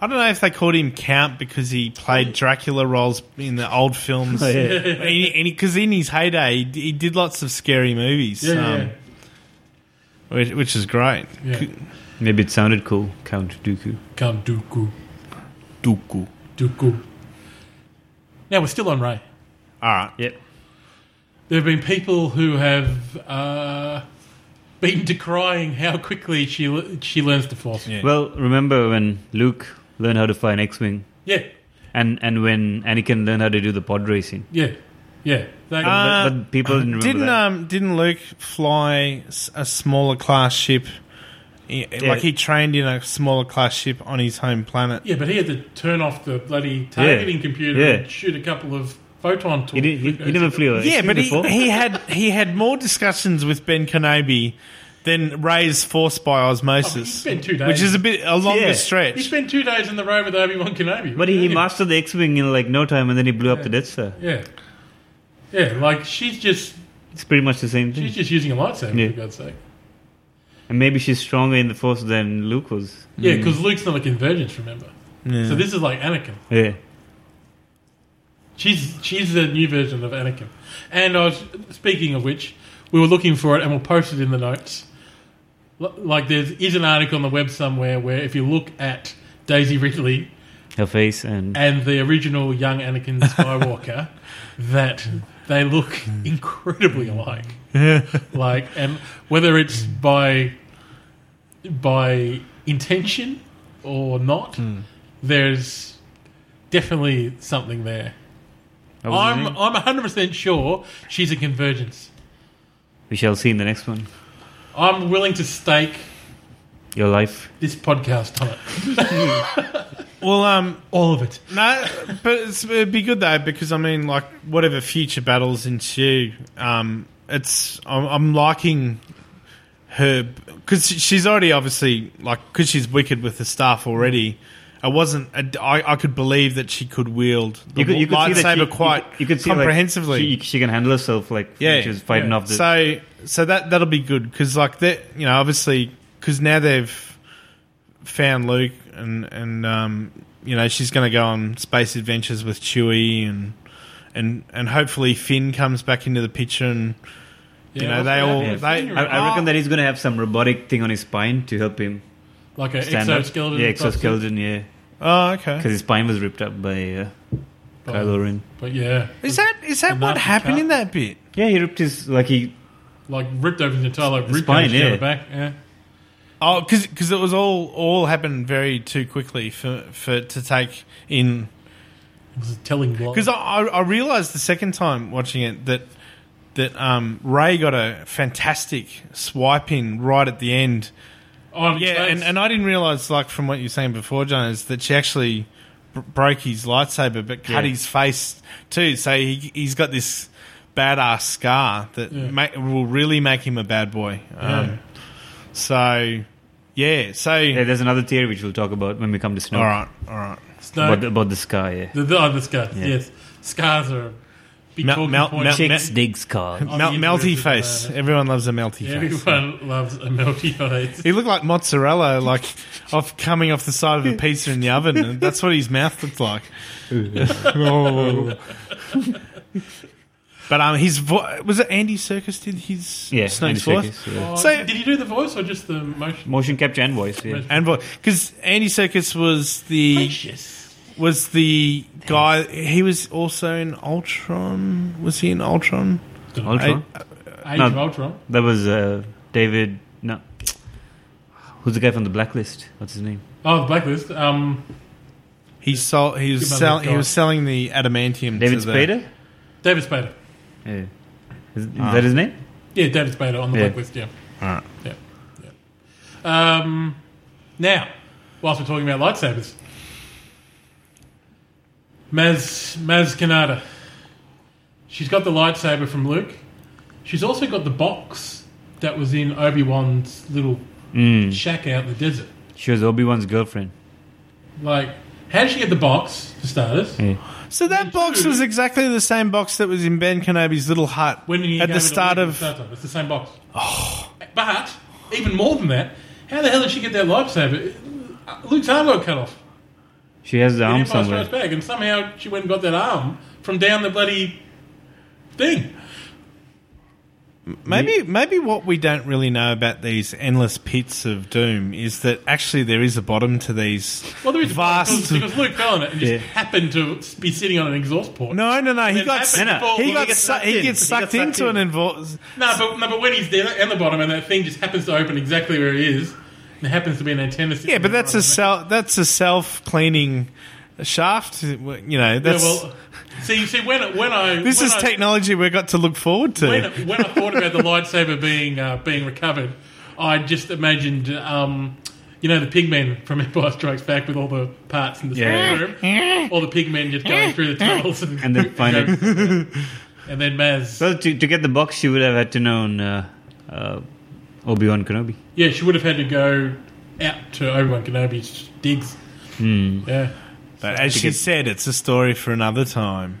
[SPEAKER 1] I don't know if they called him Count because he played Dracula roles in the old films.
[SPEAKER 3] Oh, yeah.
[SPEAKER 1] Because in his heyday, he, d- he did lots of scary movies, um,
[SPEAKER 2] Yeah, yeah, yeah.
[SPEAKER 1] Which, which is great.
[SPEAKER 2] Um, Yeah.
[SPEAKER 3] Maybe it sounded cool, Count Dooku.
[SPEAKER 2] Count Dooku.
[SPEAKER 1] Dooku.
[SPEAKER 2] Dooku. Now we're still on Ray.
[SPEAKER 1] All right.
[SPEAKER 3] Yep.
[SPEAKER 2] There have been people who have uh, been decrying how quickly she she learns the Force.
[SPEAKER 1] Yeah.
[SPEAKER 3] Well, remember when Luke learned how to fly an X-wing,
[SPEAKER 2] yeah,
[SPEAKER 3] and and when Anakin learned how to do the pod racing.
[SPEAKER 2] yeah. yeah. They-
[SPEAKER 3] But- but people didn't remember
[SPEAKER 1] Uh, didn't
[SPEAKER 3] that.
[SPEAKER 1] um didn't Luke fly s- a smaller class ship? He- Like he trained in a smaller class ship on his home planet.
[SPEAKER 2] yeah, but he had to turn off the bloody targeting computer
[SPEAKER 3] Yeah.
[SPEAKER 2] and shoot a couple of photon
[SPEAKER 3] He,
[SPEAKER 2] torpedoes.
[SPEAKER 3] did, he, he never flew. an
[SPEAKER 1] Yeah,
[SPEAKER 3] X-wing
[SPEAKER 1] but he,
[SPEAKER 3] before.
[SPEAKER 1] he had he had more discussions with Ben Kenobi than Ray's forced by
[SPEAKER 2] Oh, he
[SPEAKER 1] osmosis,
[SPEAKER 2] spent two days.
[SPEAKER 1] which is a bit a longer
[SPEAKER 3] Yeah.
[SPEAKER 2] He
[SPEAKER 1] stretch.
[SPEAKER 2] spent two days in the rover with Obi Wan Kenobi.
[SPEAKER 3] But he, he mastered the X-wing in like no time, and then he blew up the Death Star.
[SPEAKER 2] Yeah, yeah. Like she's just
[SPEAKER 3] It's pretty much the same
[SPEAKER 2] she's
[SPEAKER 3] thing.
[SPEAKER 2] just using a lightsaber
[SPEAKER 3] Mm. Yeah. Mm.
[SPEAKER 2] for God's sake.
[SPEAKER 3] And maybe she's stronger in the Force than Luke was.
[SPEAKER 2] Yeah, because Luke's not a convergence, remember? So this is like Anakin.
[SPEAKER 3] Yeah.
[SPEAKER 2] She's she's the new version of Anakin. And I was speaking of which, we were looking for it, and we'll post it in the notes. L- Like there is an article on the web somewhere where if you look at Daisy Ridley
[SPEAKER 3] Her face and
[SPEAKER 2] and the original young Anakin Skywalker, that they look incredibly alike. like, and whether it's by by intention or not, there's definitely something there.
[SPEAKER 3] What was his
[SPEAKER 2] I'm
[SPEAKER 3] name?
[SPEAKER 2] I'm 100 percent sure she's a convergence.
[SPEAKER 3] we shall see in the next one.
[SPEAKER 2] I'm willing to stake
[SPEAKER 3] Your life.
[SPEAKER 2] this podcast on it,
[SPEAKER 1] Well, um,
[SPEAKER 2] all of it.
[SPEAKER 1] no, but it's, it'd be good though because I mean, like whatever future battles ensue, um, it's I'm, I'm liking her because she's already obviously like because she's wicked with the staff already. I wasn't. I, I could believe that she could wield the lightsaber quite
[SPEAKER 3] you could see like,
[SPEAKER 1] comprehensively.
[SPEAKER 3] she, she can handle herself like
[SPEAKER 1] Yeah.
[SPEAKER 3] when she was fighting
[SPEAKER 2] Yeah.
[SPEAKER 3] off the.
[SPEAKER 1] So so that that'll be good because like that you know obviously because now they've found Luke and and um, you know she's going to go on space adventures with Chewie and and and hopefully Finn comes back into the picture and
[SPEAKER 2] Yeah,
[SPEAKER 1] you know
[SPEAKER 2] what's
[SPEAKER 1] they
[SPEAKER 2] gonna
[SPEAKER 1] all
[SPEAKER 2] happen?
[SPEAKER 1] they
[SPEAKER 3] I, I reckon that he's going to have some robotic thing on his spine to help him
[SPEAKER 2] like an
[SPEAKER 3] stand
[SPEAKER 2] exoskeleton.
[SPEAKER 3] up. Yeah,
[SPEAKER 2] type thing.
[SPEAKER 3] exoskeleton. Yeah,
[SPEAKER 1] oh okay
[SPEAKER 3] because his spine was ripped up by uh,
[SPEAKER 2] But-
[SPEAKER 3] Kylo Ren.
[SPEAKER 2] But yeah,
[SPEAKER 1] is that is that
[SPEAKER 2] And
[SPEAKER 1] what
[SPEAKER 2] that's
[SPEAKER 1] happened
[SPEAKER 2] cut.
[SPEAKER 1] in that bit
[SPEAKER 3] Yeah, he ripped his like he
[SPEAKER 2] Like ripped open his entire like, rib
[SPEAKER 3] spine,
[SPEAKER 2] cage down
[SPEAKER 3] yeah.
[SPEAKER 2] the back. Yeah.
[SPEAKER 1] Oh, because it was all all happened very too quickly for for to take in.
[SPEAKER 2] It was a telling blow.
[SPEAKER 1] Because I, I I realized the second time watching it that that um, Ray got a fantastic swipe in right at the end.
[SPEAKER 2] oh,
[SPEAKER 1] Yeah, and, and I didn't realize like from what you were saying before, Jonas, that she actually br- broke his lightsaber, but cut
[SPEAKER 3] Yeah.
[SPEAKER 1] his face too. So he he's got this badass scar that ma- will really make him a bad boy. Um, So yeah, so
[SPEAKER 3] Yeah, there's another theory which we'll talk about when we come to Snow.
[SPEAKER 1] all right, all right.
[SPEAKER 2] Snow,
[SPEAKER 3] About, the, about the scar, yeah.
[SPEAKER 2] the, the, oh, the scars,
[SPEAKER 3] Yeah.
[SPEAKER 2] yes. Scars are a big
[SPEAKER 1] Mel-
[SPEAKER 2] talking
[SPEAKER 1] Mel-
[SPEAKER 2] point.
[SPEAKER 1] Mel-
[SPEAKER 3] Chicks dig scars.
[SPEAKER 2] On
[SPEAKER 1] Mel-
[SPEAKER 2] the
[SPEAKER 1] melty
[SPEAKER 2] internet,
[SPEAKER 1] face.
[SPEAKER 2] uh,
[SPEAKER 1] Everyone loves a melty face.
[SPEAKER 2] Everyone loves a melty face.
[SPEAKER 1] He looked like mozzarella, like off coming off the side of a pizza in the oven. And that's what his mouth looked like. Oh. but um, his vo- was it Andy Circus did his
[SPEAKER 3] Yeah,
[SPEAKER 1] Snake's
[SPEAKER 3] Andy
[SPEAKER 1] voice
[SPEAKER 3] Serkis, yeah.
[SPEAKER 2] Oh,
[SPEAKER 1] So-
[SPEAKER 2] did you do the voice or just the motion?
[SPEAKER 3] Motion capture and voice, yeah.
[SPEAKER 1] and because Andy Circus was the
[SPEAKER 2] Precious.
[SPEAKER 1] was the guy. He was also in Ultron. Was he in Ultron?
[SPEAKER 3] Ultron?
[SPEAKER 2] Age
[SPEAKER 3] No.
[SPEAKER 2] of Ultron.
[SPEAKER 3] That was uh, David. No. Who's the guy from the blacklist? What's his name?
[SPEAKER 2] Oh, the Blacklist. Um,
[SPEAKER 1] He sold. He was
[SPEAKER 2] Good
[SPEAKER 1] sell,
[SPEAKER 2] mother
[SPEAKER 1] He
[SPEAKER 2] God.
[SPEAKER 1] was selling the adamantium.
[SPEAKER 3] David
[SPEAKER 1] to the-
[SPEAKER 3] Spader?
[SPEAKER 2] David Spader.
[SPEAKER 3] Yeah. Ah. Is, is that his name?
[SPEAKER 2] Yeah, David Spader on the
[SPEAKER 3] Yeah.
[SPEAKER 2] Blacklist, yeah. Yeah. yeah. Um, now, whilst we're talking about lightsabers, Maz, Maz Kanata. She's got the lightsaber from Luke. She's also got the box that was in Obi Wan's little
[SPEAKER 3] Mm.
[SPEAKER 2] shack out in the desert.
[SPEAKER 3] She was Obi Wan's girlfriend.
[SPEAKER 2] Like, how did she get the box, for starters?
[SPEAKER 3] Yeah.
[SPEAKER 1] So that box was exactly the same box that was in Ben Kenobi's little hut
[SPEAKER 2] when he
[SPEAKER 1] at
[SPEAKER 2] gave
[SPEAKER 1] the
[SPEAKER 2] it a
[SPEAKER 1] start of
[SPEAKER 2] look at
[SPEAKER 1] Oh.
[SPEAKER 2] the start it's the same box. But even more than that, how the hell did she get that lightsaber? Uh, Luke's arm got cut off.
[SPEAKER 3] She has the
[SPEAKER 2] The
[SPEAKER 3] arm
[SPEAKER 2] Empire
[SPEAKER 3] somewhere.
[SPEAKER 2] Strikes Back, and somehow she went and got that arm from down the bloody thing.
[SPEAKER 1] Maybe maybe what we don't really know about these endless pits of doom is that actually there is a bottom to these.
[SPEAKER 2] Well, there is
[SPEAKER 1] Vast-
[SPEAKER 2] because, because Luke fell on it and just
[SPEAKER 3] Yeah.
[SPEAKER 2] happened to be sitting on an exhaust port.
[SPEAKER 1] No, no, no. He
[SPEAKER 2] It
[SPEAKER 1] got
[SPEAKER 2] happened
[SPEAKER 1] s-
[SPEAKER 2] before
[SPEAKER 1] he
[SPEAKER 2] Luke
[SPEAKER 1] got
[SPEAKER 2] gets
[SPEAKER 1] su-
[SPEAKER 2] sucked
[SPEAKER 1] he
[SPEAKER 2] in.
[SPEAKER 1] gets sucked
[SPEAKER 3] sucked
[SPEAKER 1] into
[SPEAKER 3] in.
[SPEAKER 1] an invo-
[SPEAKER 2] No, but no, but when he's there and the bottom, and that thing just happens to open exactly where he is, and it happens to be an antenna. sitting
[SPEAKER 1] Yeah, but
[SPEAKER 2] on the
[SPEAKER 1] that's a
[SPEAKER 2] bottom.
[SPEAKER 1] self that's a self cleaning shaft. You know,
[SPEAKER 2] Yeah,
[SPEAKER 1] that's
[SPEAKER 2] well, see, see, when I- when I
[SPEAKER 1] this
[SPEAKER 2] when
[SPEAKER 1] is
[SPEAKER 2] I-
[SPEAKER 1] technology we've got to look forward to.
[SPEAKER 2] when, when I thought about the lightsaber being uh, being recovered, I just imagined, um, you know, the pigmen from Empire Strikes Back with all the parts in the
[SPEAKER 3] Yeah.
[SPEAKER 2] spare room, all the pigmen just going through the tunnels and,
[SPEAKER 3] And then find
[SPEAKER 2] go- and then Maz.
[SPEAKER 3] Well, to, to get the box, she would have had to known uh, uh, Obi Wan Kenobi.
[SPEAKER 2] Yeah, she would have had to go out to Obi Wan Kenobi's digs.
[SPEAKER 1] Hmm.
[SPEAKER 2] Yeah,
[SPEAKER 1] but as she said, it's a story for another time.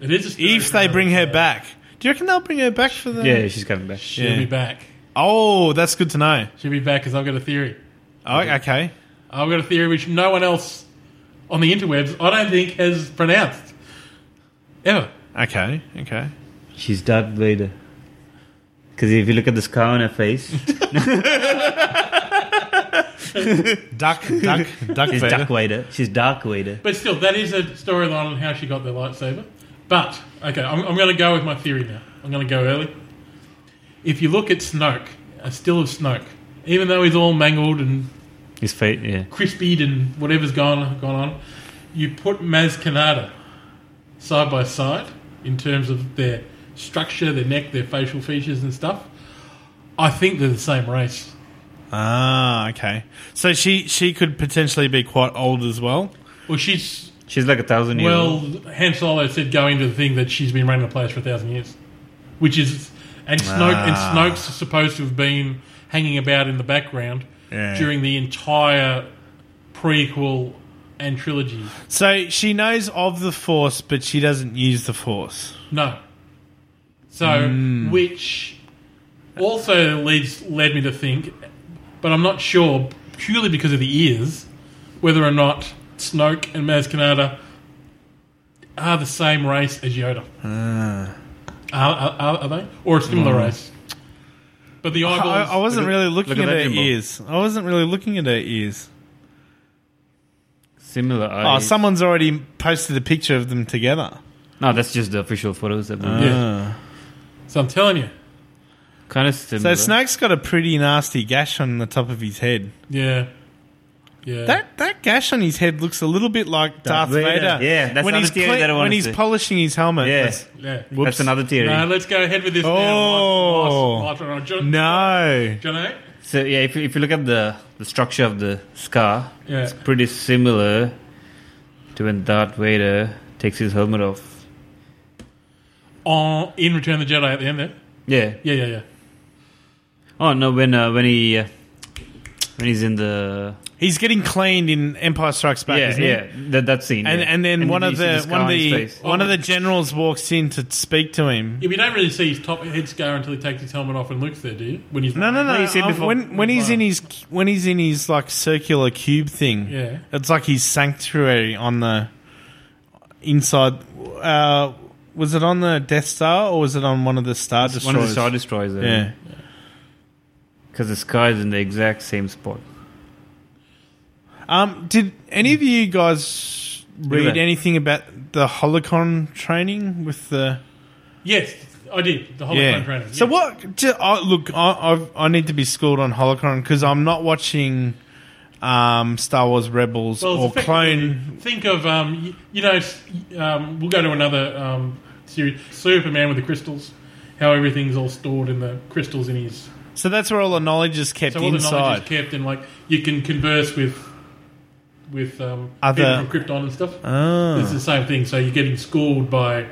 [SPEAKER 2] it is. A story
[SPEAKER 1] If they
[SPEAKER 2] for
[SPEAKER 1] bring her
[SPEAKER 2] another time.
[SPEAKER 1] back, do you reckon they'll bring her back for the?
[SPEAKER 3] Yeah, she's coming back.
[SPEAKER 2] she'll
[SPEAKER 1] Yeah.
[SPEAKER 2] be back.
[SPEAKER 1] Oh, that's good to know.
[SPEAKER 2] She'll be back because I've got a theory.
[SPEAKER 1] Oh, okay.
[SPEAKER 2] I've got a theory which no one else on the interwebs, I don't think, has pronounced ever.
[SPEAKER 1] Okay. Okay.
[SPEAKER 3] She's Darth Vader. Because if you look at the scar on her face,
[SPEAKER 1] Duck, duck, duck.
[SPEAKER 3] she's
[SPEAKER 1] Vader.
[SPEAKER 3] Dark Vader. She's Dark Vader.
[SPEAKER 2] But still, that is a storyline on how she got the lightsaber. But, okay, I'm, I'm going to go with my theory now. I'm going to go early. If you look at Snoke, a still of Snoke, even though he's all mangled and
[SPEAKER 3] His face, yeah.
[SPEAKER 2] crispied and whatever's gone, gone on, you put Maz Kanata side by side in terms of their structure, their neck, their facial features and stuff. I think they're the same race.
[SPEAKER 1] Ah, okay. So she she could potentially be quite old as well.
[SPEAKER 2] Well, she's.
[SPEAKER 3] She's like a thousand years
[SPEAKER 2] Well,
[SPEAKER 3] old.
[SPEAKER 2] Han Solo said go into the thing that she's been running the place for a thousand years, which is and Snoke and Snoke's supposed to have been hanging about in the background
[SPEAKER 1] Yeah.
[SPEAKER 2] during the entire prequel and trilogy.
[SPEAKER 1] So she knows of the force, but she doesn't use the force.
[SPEAKER 2] No, so which also leads led me to think, but I'm not sure purely because of the ears, whether or not Snoke and Maz Kanata are the same race as Yoda. Are, are, are- are they? Or a similar race? But the
[SPEAKER 1] I,
[SPEAKER 2] eyeballs.
[SPEAKER 1] I wasn't
[SPEAKER 3] Look at-
[SPEAKER 1] really looking
[SPEAKER 3] look at
[SPEAKER 1] at,
[SPEAKER 3] that
[SPEAKER 1] her
[SPEAKER 3] gimbal.
[SPEAKER 1] ears. I wasn't really looking at her ears.
[SPEAKER 3] Similar
[SPEAKER 1] Oh,
[SPEAKER 3] eyes.
[SPEAKER 1] someone's already posted a picture of them together.
[SPEAKER 3] Uh, Ah. no, that's just the official photos. That we-
[SPEAKER 2] Yeah. So I'm telling you,
[SPEAKER 3] Kind of
[SPEAKER 1] So
[SPEAKER 3] similar.
[SPEAKER 1] Snake's got a pretty nasty gash on the top of his head.
[SPEAKER 2] Yeah. Yeah.
[SPEAKER 1] That that gash on his head looks a little bit like Darth,
[SPEAKER 3] Oh. Vader.
[SPEAKER 1] Vader.
[SPEAKER 3] Yeah, that's
[SPEAKER 1] when
[SPEAKER 3] the
[SPEAKER 1] he's
[SPEAKER 3] other theory
[SPEAKER 1] cle-
[SPEAKER 3] that I wanted
[SPEAKER 1] when he's
[SPEAKER 3] to-
[SPEAKER 1] polishing his helmet.
[SPEAKER 3] Yeah.
[SPEAKER 1] that's-
[SPEAKER 2] yeah.
[SPEAKER 1] whoops.
[SPEAKER 3] That's another theory.
[SPEAKER 2] No, let's go ahead with this. now. Live-
[SPEAKER 1] Oh.
[SPEAKER 2] live- live- live- John,
[SPEAKER 1] No,
[SPEAKER 2] John A?
[SPEAKER 3] So yeah, if, you- if you look at the the structure of the scar,
[SPEAKER 2] Yeah.
[SPEAKER 3] it's pretty similar to when Darth Vader takes his helmet off.
[SPEAKER 2] Oh, in Return of the Jedi at the end there.
[SPEAKER 3] Yeah.
[SPEAKER 2] Yeah, yeah, yeah.
[SPEAKER 3] Oh no, when uh, when he uh, when he's in the
[SPEAKER 1] he's getting cleaned in Empire Strikes Back.
[SPEAKER 3] yeah
[SPEAKER 1] isn't he?
[SPEAKER 3] yeah that, that scene.
[SPEAKER 1] And
[SPEAKER 3] yeah.
[SPEAKER 1] and then one
[SPEAKER 3] you
[SPEAKER 1] of
[SPEAKER 3] see
[SPEAKER 1] the
[SPEAKER 3] scar
[SPEAKER 1] one of
[SPEAKER 3] on his
[SPEAKER 1] the Oh,
[SPEAKER 3] face.
[SPEAKER 1] one of the generals walks in to speak to him.
[SPEAKER 2] Yeah, we don't really see his top head scar until he takes his helmet off and looks there, do you? When Oh, he's
[SPEAKER 1] No, no, no.
[SPEAKER 3] No, you said
[SPEAKER 1] um,
[SPEAKER 3] before-
[SPEAKER 1] when when he's in his when he's in his like circular cube thing,
[SPEAKER 2] Yeah.
[SPEAKER 1] it's like his sanctuary on the inside. Uh, was it on the Death Star or was it on one of the Star Destroyers?
[SPEAKER 3] one of the star destroyers.
[SPEAKER 1] Yeah,
[SPEAKER 3] because the scar is in the exact same spot.
[SPEAKER 1] Um, did any of you guys
[SPEAKER 3] Look at
[SPEAKER 1] read
[SPEAKER 3] that.
[SPEAKER 1] anything about the Holocron training with the?
[SPEAKER 2] Yes, I did. The whole
[SPEAKER 1] yeah.
[SPEAKER 2] yeah. training.
[SPEAKER 1] So
[SPEAKER 2] yeah.
[SPEAKER 1] what? ju- I look, I, I've, I need to be schooled on Holocron because I'm not watching um, Star Wars Rebels
[SPEAKER 2] Well, it's
[SPEAKER 1] or
[SPEAKER 2] effectively-
[SPEAKER 1] Clone.
[SPEAKER 2] Think of um, you, you know, s- um, we'll go to another um, series. Superman with the crystals. How everything's all stored in the crystals in his.
[SPEAKER 1] So that's where all the knowledge is kept
[SPEAKER 2] So all the knowledge
[SPEAKER 1] inside.
[SPEAKER 2] is kept, and like you can converse with with um,
[SPEAKER 1] Other-
[SPEAKER 2] people from Krypton and stuff.
[SPEAKER 1] Ah.
[SPEAKER 2] It's the same thing. So you're getting schooled by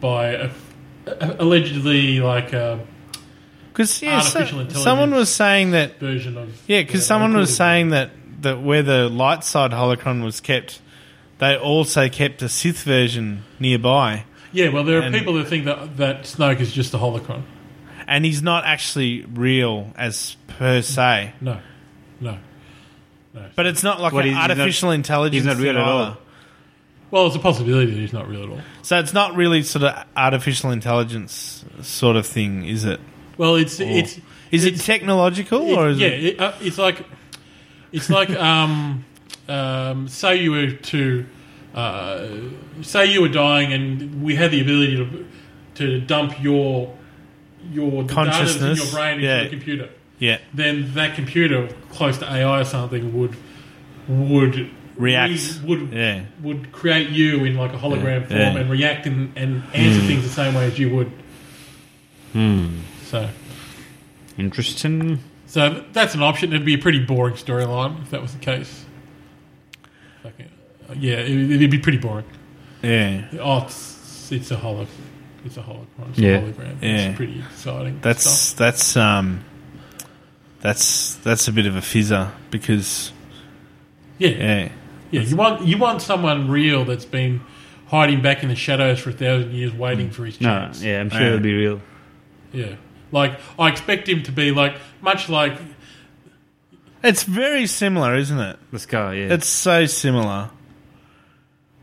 [SPEAKER 2] by a, a- allegedly like a
[SPEAKER 1] Because yeah, so-
[SPEAKER 2] Artificial intelligence.
[SPEAKER 1] someone was saying that
[SPEAKER 2] version of
[SPEAKER 1] yeah, because someone was
[SPEAKER 2] recorded.
[SPEAKER 1] saying that that where the light side holocron was kept, they also kept a Sith version nearby,
[SPEAKER 2] yeah. Well, there are
[SPEAKER 1] and-
[SPEAKER 2] people that think that that Snoke is just a holocron.
[SPEAKER 1] and he's not actually real as per se.
[SPEAKER 2] No, no.
[SPEAKER 1] But it's not like
[SPEAKER 3] What,
[SPEAKER 1] an
[SPEAKER 3] he's- he's not-
[SPEAKER 1] artificial intelligence.
[SPEAKER 3] he's not real
[SPEAKER 1] thing
[SPEAKER 3] at all.
[SPEAKER 1] either.
[SPEAKER 2] Well, it's a possibility that he's not real at all.
[SPEAKER 1] So it's not really sort of artificial intelligence sort of thing, is it?
[SPEAKER 2] Well, it's it's
[SPEAKER 1] Is it
[SPEAKER 2] It's-
[SPEAKER 1] technological
[SPEAKER 2] It-
[SPEAKER 1] or is
[SPEAKER 2] yeah,
[SPEAKER 1] it?
[SPEAKER 2] it- uh, it's like it's like um, um, say you were to uh, say you were dying, and we had the ability to to dump your your the data that's in your
[SPEAKER 1] Consciousness,
[SPEAKER 2] brain into
[SPEAKER 1] yeah.
[SPEAKER 2] the computer.
[SPEAKER 1] Yeah.
[SPEAKER 2] Then that computer, close to AI or something, would would
[SPEAKER 1] React.
[SPEAKER 2] re- would
[SPEAKER 1] Yeah.
[SPEAKER 2] would create you in like a hologram form
[SPEAKER 1] yeah. Hmm.
[SPEAKER 2] and react and, and answer things the same way as you would. So.
[SPEAKER 3] Interesting.
[SPEAKER 2] So that's an option. It'd be a pretty boring storyline if that was the case. Fucking, yeah, it, it'd be pretty boring.
[SPEAKER 1] Yeah.
[SPEAKER 2] Oh, it's, it's a holo, it's a hologram. It's
[SPEAKER 3] Yeah.
[SPEAKER 2] a hologram.
[SPEAKER 1] Yeah.
[SPEAKER 2] It's pretty exciting.
[SPEAKER 1] That's
[SPEAKER 2] stuff.
[SPEAKER 1] that's um, that's that's a bit of a fizzer because
[SPEAKER 2] yeah, yeah.
[SPEAKER 1] yeah,
[SPEAKER 2] You want you want someone real that's been hiding back in the shadows for a thousand years, waiting for his
[SPEAKER 3] No,
[SPEAKER 2] chance.
[SPEAKER 3] yeah, I'm sure
[SPEAKER 1] Mm. Yeah.
[SPEAKER 3] it'll be real.
[SPEAKER 2] yeah. Like I expect him to be like much like
[SPEAKER 1] it's very similar, isn't it?
[SPEAKER 3] The scar, yeah.
[SPEAKER 1] It's so similar.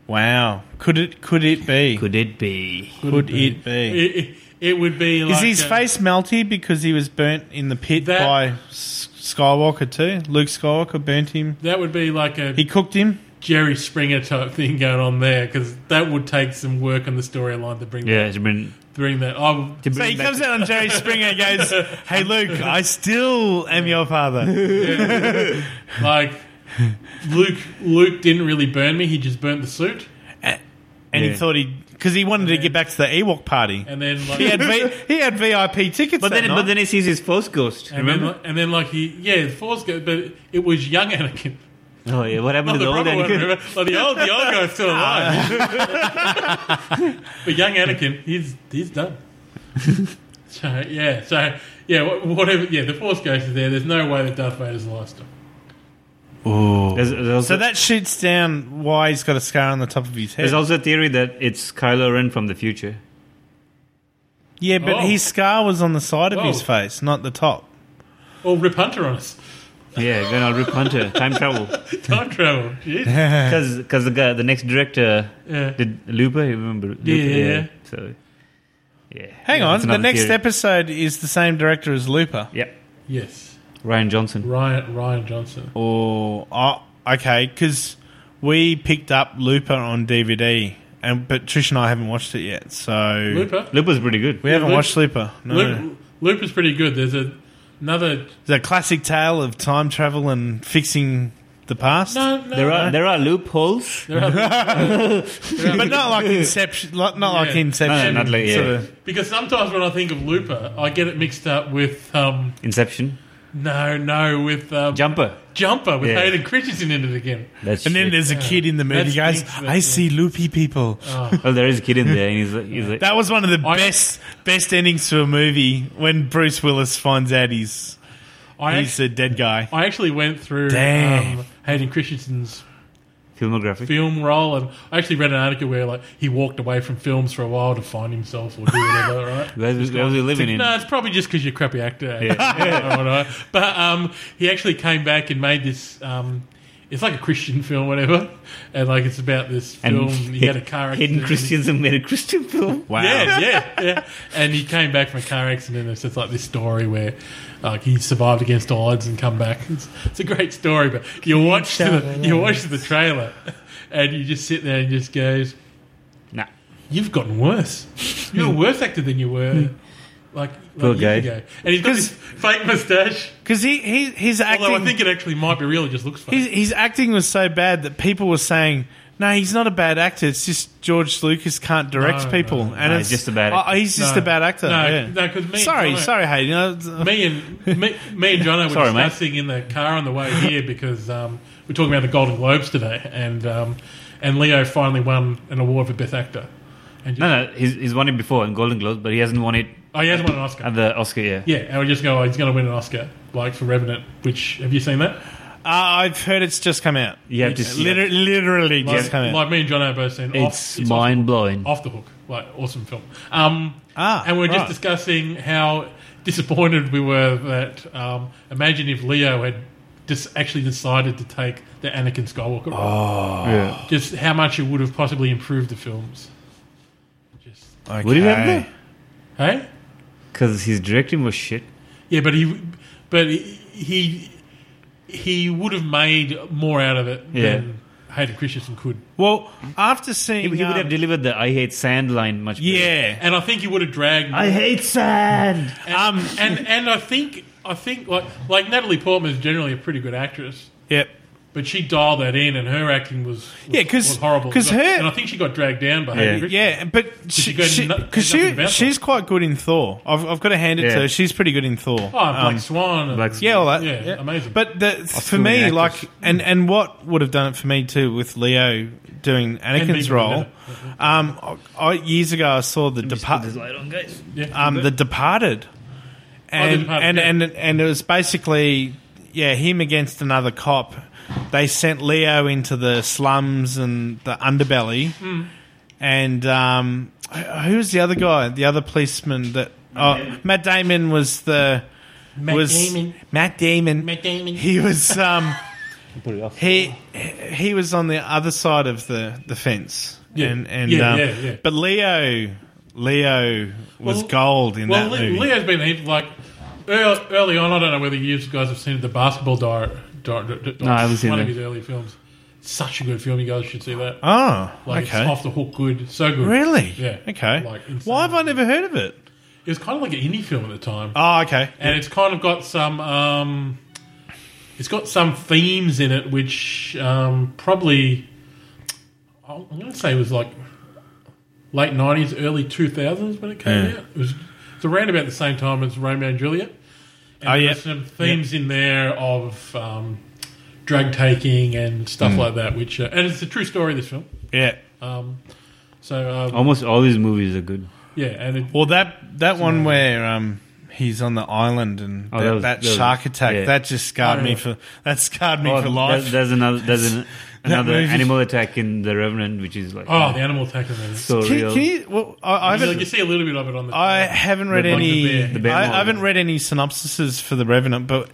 [SPEAKER 1] Wow, could it could it be?
[SPEAKER 3] Could it be?
[SPEAKER 1] Could it be?
[SPEAKER 2] it, it, it would be. Like
[SPEAKER 1] Is his
[SPEAKER 2] a-
[SPEAKER 1] face melty because he was burnt in the pit
[SPEAKER 2] That-
[SPEAKER 1] by S- Skywalker too? Luke Skywalker burnt him.
[SPEAKER 2] That would be like a
[SPEAKER 1] He cooked him.
[SPEAKER 2] Jerry Springer type thing going on there because that would take some work on the storyline to bring
[SPEAKER 3] Yeah, it's been.
[SPEAKER 2] bring that. I
[SPEAKER 3] To
[SPEAKER 1] So
[SPEAKER 3] bring
[SPEAKER 1] he
[SPEAKER 3] back
[SPEAKER 1] comes out on Jerry Springer and goes, "Hey Luke, I still am your father."
[SPEAKER 2] like Luke. Luke didn't really burn me; he just burnt the suit,
[SPEAKER 1] And he
[SPEAKER 3] Yeah.
[SPEAKER 1] thought he because he wanted to get back to the Ewok party.
[SPEAKER 2] and then like,
[SPEAKER 1] He had v, he had VIP tickets.
[SPEAKER 3] But
[SPEAKER 1] that
[SPEAKER 3] then,
[SPEAKER 1] night.
[SPEAKER 3] but then he sees his force ghost.
[SPEAKER 2] and then like, and then like he yeah, the Force go, but it was young Anakin.
[SPEAKER 3] oh yeah, what
[SPEAKER 2] Not
[SPEAKER 3] happened to
[SPEAKER 2] the
[SPEAKER 3] the old
[SPEAKER 2] proper one,
[SPEAKER 3] Anakin?
[SPEAKER 2] remember? Like the old, the old guy's still alive.
[SPEAKER 3] Ah.
[SPEAKER 2] but young Anakin, he's he's done. So yeah, so yeah, wha- whatever. Yeah, the Force Ghost is there. There's no way that Darth Vader's alive still.
[SPEAKER 3] There's, there's also,
[SPEAKER 1] so that shoots down why he's got a scar on the top of his head.
[SPEAKER 3] there's also a theory that it's Kylo Ren from the future.
[SPEAKER 1] yeah, but
[SPEAKER 2] Oh.
[SPEAKER 1] his scar was on the side of his
[SPEAKER 2] Whoa.
[SPEAKER 1] face, not the top.
[SPEAKER 2] Or Rip Hunter on us.
[SPEAKER 3] Yeah, going on Rip Hunter, time travel.
[SPEAKER 2] Time travel. Jeez.
[SPEAKER 3] Because the guy, the next director,
[SPEAKER 2] Yeah.
[SPEAKER 3] did Looper. You remember? Looper,
[SPEAKER 2] Yeah, yeah, yeah.
[SPEAKER 3] So, yeah.
[SPEAKER 1] Hang
[SPEAKER 3] Yeah,
[SPEAKER 1] on,
[SPEAKER 3] that's
[SPEAKER 1] the
[SPEAKER 3] another
[SPEAKER 1] next
[SPEAKER 3] theory.
[SPEAKER 1] episode is the same director as Looper.
[SPEAKER 3] Yeah,
[SPEAKER 2] Yes.
[SPEAKER 3] Ryan Johnson.
[SPEAKER 2] Ryan Ryan Johnson.
[SPEAKER 1] Or oh, okay, because we picked up Looper on DVD, and but Trish and I haven't watched it yet, so
[SPEAKER 2] Looper.
[SPEAKER 3] Looper's pretty good.
[SPEAKER 1] we haven't
[SPEAKER 2] Loop-
[SPEAKER 1] watched Looper. No,
[SPEAKER 2] Loop, Loop is pretty good. There's a, another.
[SPEAKER 1] The classic tale of time travel and fixing the past.
[SPEAKER 2] No, no.
[SPEAKER 3] There are there are loopholes.
[SPEAKER 2] there are-
[SPEAKER 1] but not like Inception. Not, not like
[SPEAKER 2] Yeah.
[SPEAKER 1] Inception.
[SPEAKER 3] No, Uh, not like- yeah.
[SPEAKER 1] sort of-
[SPEAKER 2] because sometimes when I think of Looper, I get it mixed up with. Um,
[SPEAKER 3] Inception,
[SPEAKER 2] no, no, with. Um,
[SPEAKER 3] Jumper.
[SPEAKER 2] Jumper with
[SPEAKER 3] Yeah.
[SPEAKER 2] Hayden Christensen in it again.
[SPEAKER 3] That's
[SPEAKER 1] And then
[SPEAKER 3] shit.
[SPEAKER 1] there's a kid in the movie,
[SPEAKER 2] That's
[SPEAKER 1] guys.
[SPEAKER 2] deep,
[SPEAKER 1] I
[SPEAKER 2] that's Oh.
[SPEAKER 1] see loopy people.
[SPEAKER 3] well, Oh, there is a kid in there, and he's like, he's like
[SPEAKER 1] That was one of the
[SPEAKER 2] I-
[SPEAKER 1] best best endings to a movie when Bruce Willis finds out he's
[SPEAKER 2] I,
[SPEAKER 1] he's
[SPEAKER 2] actually,
[SPEAKER 1] a dead guy.
[SPEAKER 2] I actually went through
[SPEAKER 1] Damn.
[SPEAKER 2] um, Hayden Christensen's
[SPEAKER 3] filmographic.
[SPEAKER 2] film role, and I actually read an article where like he walked away from films for a while to find himself or do whatever, right?
[SPEAKER 3] Where, where was he living in?
[SPEAKER 2] No, it's probably just because you're a crappy actor. Or whatever. but um, he actually came back and made this. Um, it's like a Christian film, whatever, and like it's about this film. he had a car accident.
[SPEAKER 3] Hidden Christians and made a Christian film.
[SPEAKER 1] Wow.
[SPEAKER 2] Yeah, yeah, yeah. And he came back from a car accident. and It's just like this story where like he survived against all odds and come back. It's, it's a great story, but you watch the, you watch the trailer, and you just sit there and just goes,
[SPEAKER 3] Nah.
[SPEAKER 2] "You've gotten worse. You're a worse actor than you were." Like,
[SPEAKER 3] Poor
[SPEAKER 2] like years
[SPEAKER 3] guy.
[SPEAKER 2] ago. and he's got this fake mustache.
[SPEAKER 1] Because he, he his acting
[SPEAKER 2] Although I think it actually might be real, it just looks fake.
[SPEAKER 1] his, his acting was so bad that people were saying. No, he's not a bad actor. It's just George Lucas can't direct
[SPEAKER 2] No,
[SPEAKER 1] people,
[SPEAKER 2] no,
[SPEAKER 1] and
[SPEAKER 3] no,
[SPEAKER 1] it's
[SPEAKER 3] he's just a bad
[SPEAKER 1] Oh,
[SPEAKER 3] actor.
[SPEAKER 1] he's just
[SPEAKER 2] No.
[SPEAKER 1] a bad actor.
[SPEAKER 2] No,
[SPEAKER 1] yeah.
[SPEAKER 2] no, 'cause me-
[SPEAKER 1] sorry,
[SPEAKER 2] no.
[SPEAKER 1] sorry, Hayden. Uh,
[SPEAKER 2] me and me, me and John were
[SPEAKER 3] Sorry, mate.
[SPEAKER 2] discussing in the car on the way here because um, we're talking about the Golden Globes today, and um, and Leo finally won an award for Best Actor. And just,
[SPEAKER 3] No, no, he's, he's won it before in Golden Globes, but he hasn't won it
[SPEAKER 2] Oh, he hasn't won an Oscar.
[SPEAKER 3] at the Oscar year.
[SPEAKER 2] yeah, and we just go, oh, he's going to win an Oscar, like for Revenant. Which have you seen that?
[SPEAKER 1] Uh, I've heard it's just come out.
[SPEAKER 3] You have to
[SPEAKER 1] It's
[SPEAKER 3] see
[SPEAKER 1] liter- literally
[SPEAKER 2] Like,
[SPEAKER 1] just come out.
[SPEAKER 2] like me and John have both seen.
[SPEAKER 3] It's,
[SPEAKER 2] off, Oh. it's off,
[SPEAKER 3] mind blowing.
[SPEAKER 2] off the hook, like awesome film. Um,
[SPEAKER 1] Ah,
[SPEAKER 2] and we we're just
[SPEAKER 1] right.
[SPEAKER 2] discussing how disappointed we were that um, imagine if Leo had just actually decided to take the Anakin Skywalker role.
[SPEAKER 3] Yeah.
[SPEAKER 2] just how much it would have possibly improved the films. Just
[SPEAKER 3] Would he have that?
[SPEAKER 2] hey,
[SPEAKER 3] Because his directing was shit.
[SPEAKER 2] yeah, but he, but he, he would have made more out of it than Hayden Christensen could,
[SPEAKER 1] Well, after
[SPEAKER 3] He,
[SPEAKER 1] seeing,
[SPEAKER 3] he would
[SPEAKER 1] um,
[SPEAKER 3] have delivered the I hate sand line much better.
[SPEAKER 1] yeah,
[SPEAKER 2] and I think he would have dragged.
[SPEAKER 3] I hate sand!
[SPEAKER 2] and, and and I think I think like like Natalie Portman is generally a pretty good actress.
[SPEAKER 1] yep.
[SPEAKER 2] But she dialed that in, and her acting was, was
[SPEAKER 1] Yeah, 'cause-
[SPEAKER 2] was horrible.
[SPEAKER 1] 'cause her-
[SPEAKER 2] and I think she got dragged down by Hayden
[SPEAKER 1] Yeah,
[SPEAKER 2] Christensen.
[SPEAKER 3] Yeah.
[SPEAKER 1] but she,
[SPEAKER 2] she go
[SPEAKER 1] she,
[SPEAKER 2] no-
[SPEAKER 1] cause
[SPEAKER 2] nothing
[SPEAKER 1] she
[SPEAKER 2] about
[SPEAKER 1] she's quite good in Thor. I've, I've got to hand it to
[SPEAKER 3] Yeah.
[SPEAKER 1] her. She's pretty good in Thor.
[SPEAKER 2] Oh, Black
[SPEAKER 1] Um,
[SPEAKER 2] Swan, and,
[SPEAKER 3] Black Swan.
[SPEAKER 1] yeah, all that.
[SPEAKER 2] yeah, amazing.
[SPEAKER 1] But the, for
[SPEAKER 3] Australian
[SPEAKER 1] me,
[SPEAKER 3] actress.
[SPEAKER 1] like, and, and what would have done it for me too with Leo doing Anakin's
[SPEAKER 2] being
[SPEAKER 1] role, um, I, years ago I saw the
[SPEAKER 3] Put this
[SPEAKER 1] Departed,
[SPEAKER 3] light on, guys.
[SPEAKER 2] yeah.
[SPEAKER 1] um, the Departed, and
[SPEAKER 2] Oh, Departed,
[SPEAKER 1] and,
[SPEAKER 2] yeah.
[SPEAKER 1] and and it was basically yeah him against another cop. They sent Leo into the slums and the underbelly,
[SPEAKER 2] Hmm.
[SPEAKER 1] and um, wh- who was the other guy? The other policeman that oh, Matt Damon was the
[SPEAKER 2] Matt
[SPEAKER 1] was
[SPEAKER 2] Damon.
[SPEAKER 1] Matt Damon.
[SPEAKER 2] Matt Damon.
[SPEAKER 1] He was um,
[SPEAKER 3] Put it off.
[SPEAKER 1] he he was on the other side of the the fence.
[SPEAKER 2] Yeah.
[SPEAKER 1] And, and
[SPEAKER 2] Yeah,
[SPEAKER 1] um,
[SPEAKER 2] yeah, yeah.
[SPEAKER 1] but Leo Leo was
[SPEAKER 2] Well,
[SPEAKER 1] gold in that
[SPEAKER 2] Well, Le-
[SPEAKER 1] movie.
[SPEAKER 2] Leo's been heap- like early, early on. I don't know whether you guys have seen the Basketball Diary. Di- Di- Di-
[SPEAKER 3] No, I haven't seen
[SPEAKER 2] one of
[SPEAKER 3] that.
[SPEAKER 2] his early films. Such a good film. You guys should see that.
[SPEAKER 1] Oh,
[SPEAKER 2] Like it's
[SPEAKER 1] okay.
[SPEAKER 2] off the hook good. So good.
[SPEAKER 1] Really?
[SPEAKER 2] Yeah.
[SPEAKER 1] Okay.
[SPEAKER 2] Like,
[SPEAKER 1] Why have I never heard of it?
[SPEAKER 2] It was kind of like an indie film at the time,
[SPEAKER 1] Oh, okay.
[SPEAKER 2] and it's kind of got some. Um, it's got some themes in it, which um, probably I'm going to say was like late '90s, early 2000s when it came
[SPEAKER 1] Yeah.
[SPEAKER 2] out. It was it's around about the same time as Romeo and Juliet.
[SPEAKER 1] Oh,
[SPEAKER 2] And
[SPEAKER 1] yeah.
[SPEAKER 2] there's some themes in there of um, drug taking and stuff
[SPEAKER 1] Mm.
[SPEAKER 2] like that, which uh, and it's a true story. This film,
[SPEAKER 1] Yeah.
[SPEAKER 2] um, so
[SPEAKER 1] Oh.
[SPEAKER 2] um,
[SPEAKER 3] Almost all these movies are good.
[SPEAKER 2] yeah, and it,
[SPEAKER 1] Well, that that one where um he's on the island and
[SPEAKER 3] Oh,
[SPEAKER 1] that,
[SPEAKER 3] that was-
[SPEAKER 1] that
[SPEAKER 3] that was-
[SPEAKER 1] shark attack
[SPEAKER 3] yeah.
[SPEAKER 1] that just scarred
[SPEAKER 2] Oh,
[SPEAKER 1] me
[SPEAKER 2] yeah.
[SPEAKER 1] for that scarred me
[SPEAKER 3] Oh,
[SPEAKER 1] for
[SPEAKER 3] there-
[SPEAKER 1] life.
[SPEAKER 3] There's another, there's an, another
[SPEAKER 1] movie-
[SPEAKER 3] animal attack in The Revenant, which is like
[SPEAKER 2] oh, the animal attack of it.
[SPEAKER 3] so
[SPEAKER 1] can,
[SPEAKER 3] real.
[SPEAKER 1] can you? Well, I, I
[SPEAKER 2] You,
[SPEAKER 1] haven't
[SPEAKER 2] like, you see a little bit of it on the.
[SPEAKER 1] I haven't read
[SPEAKER 3] The- like
[SPEAKER 1] any.
[SPEAKER 2] the bear- the
[SPEAKER 3] bear
[SPEAKER 1] I,
[SPEAKER 3] model.
[SPEAKER 1] I haven't read any synopsises for the Revenant, but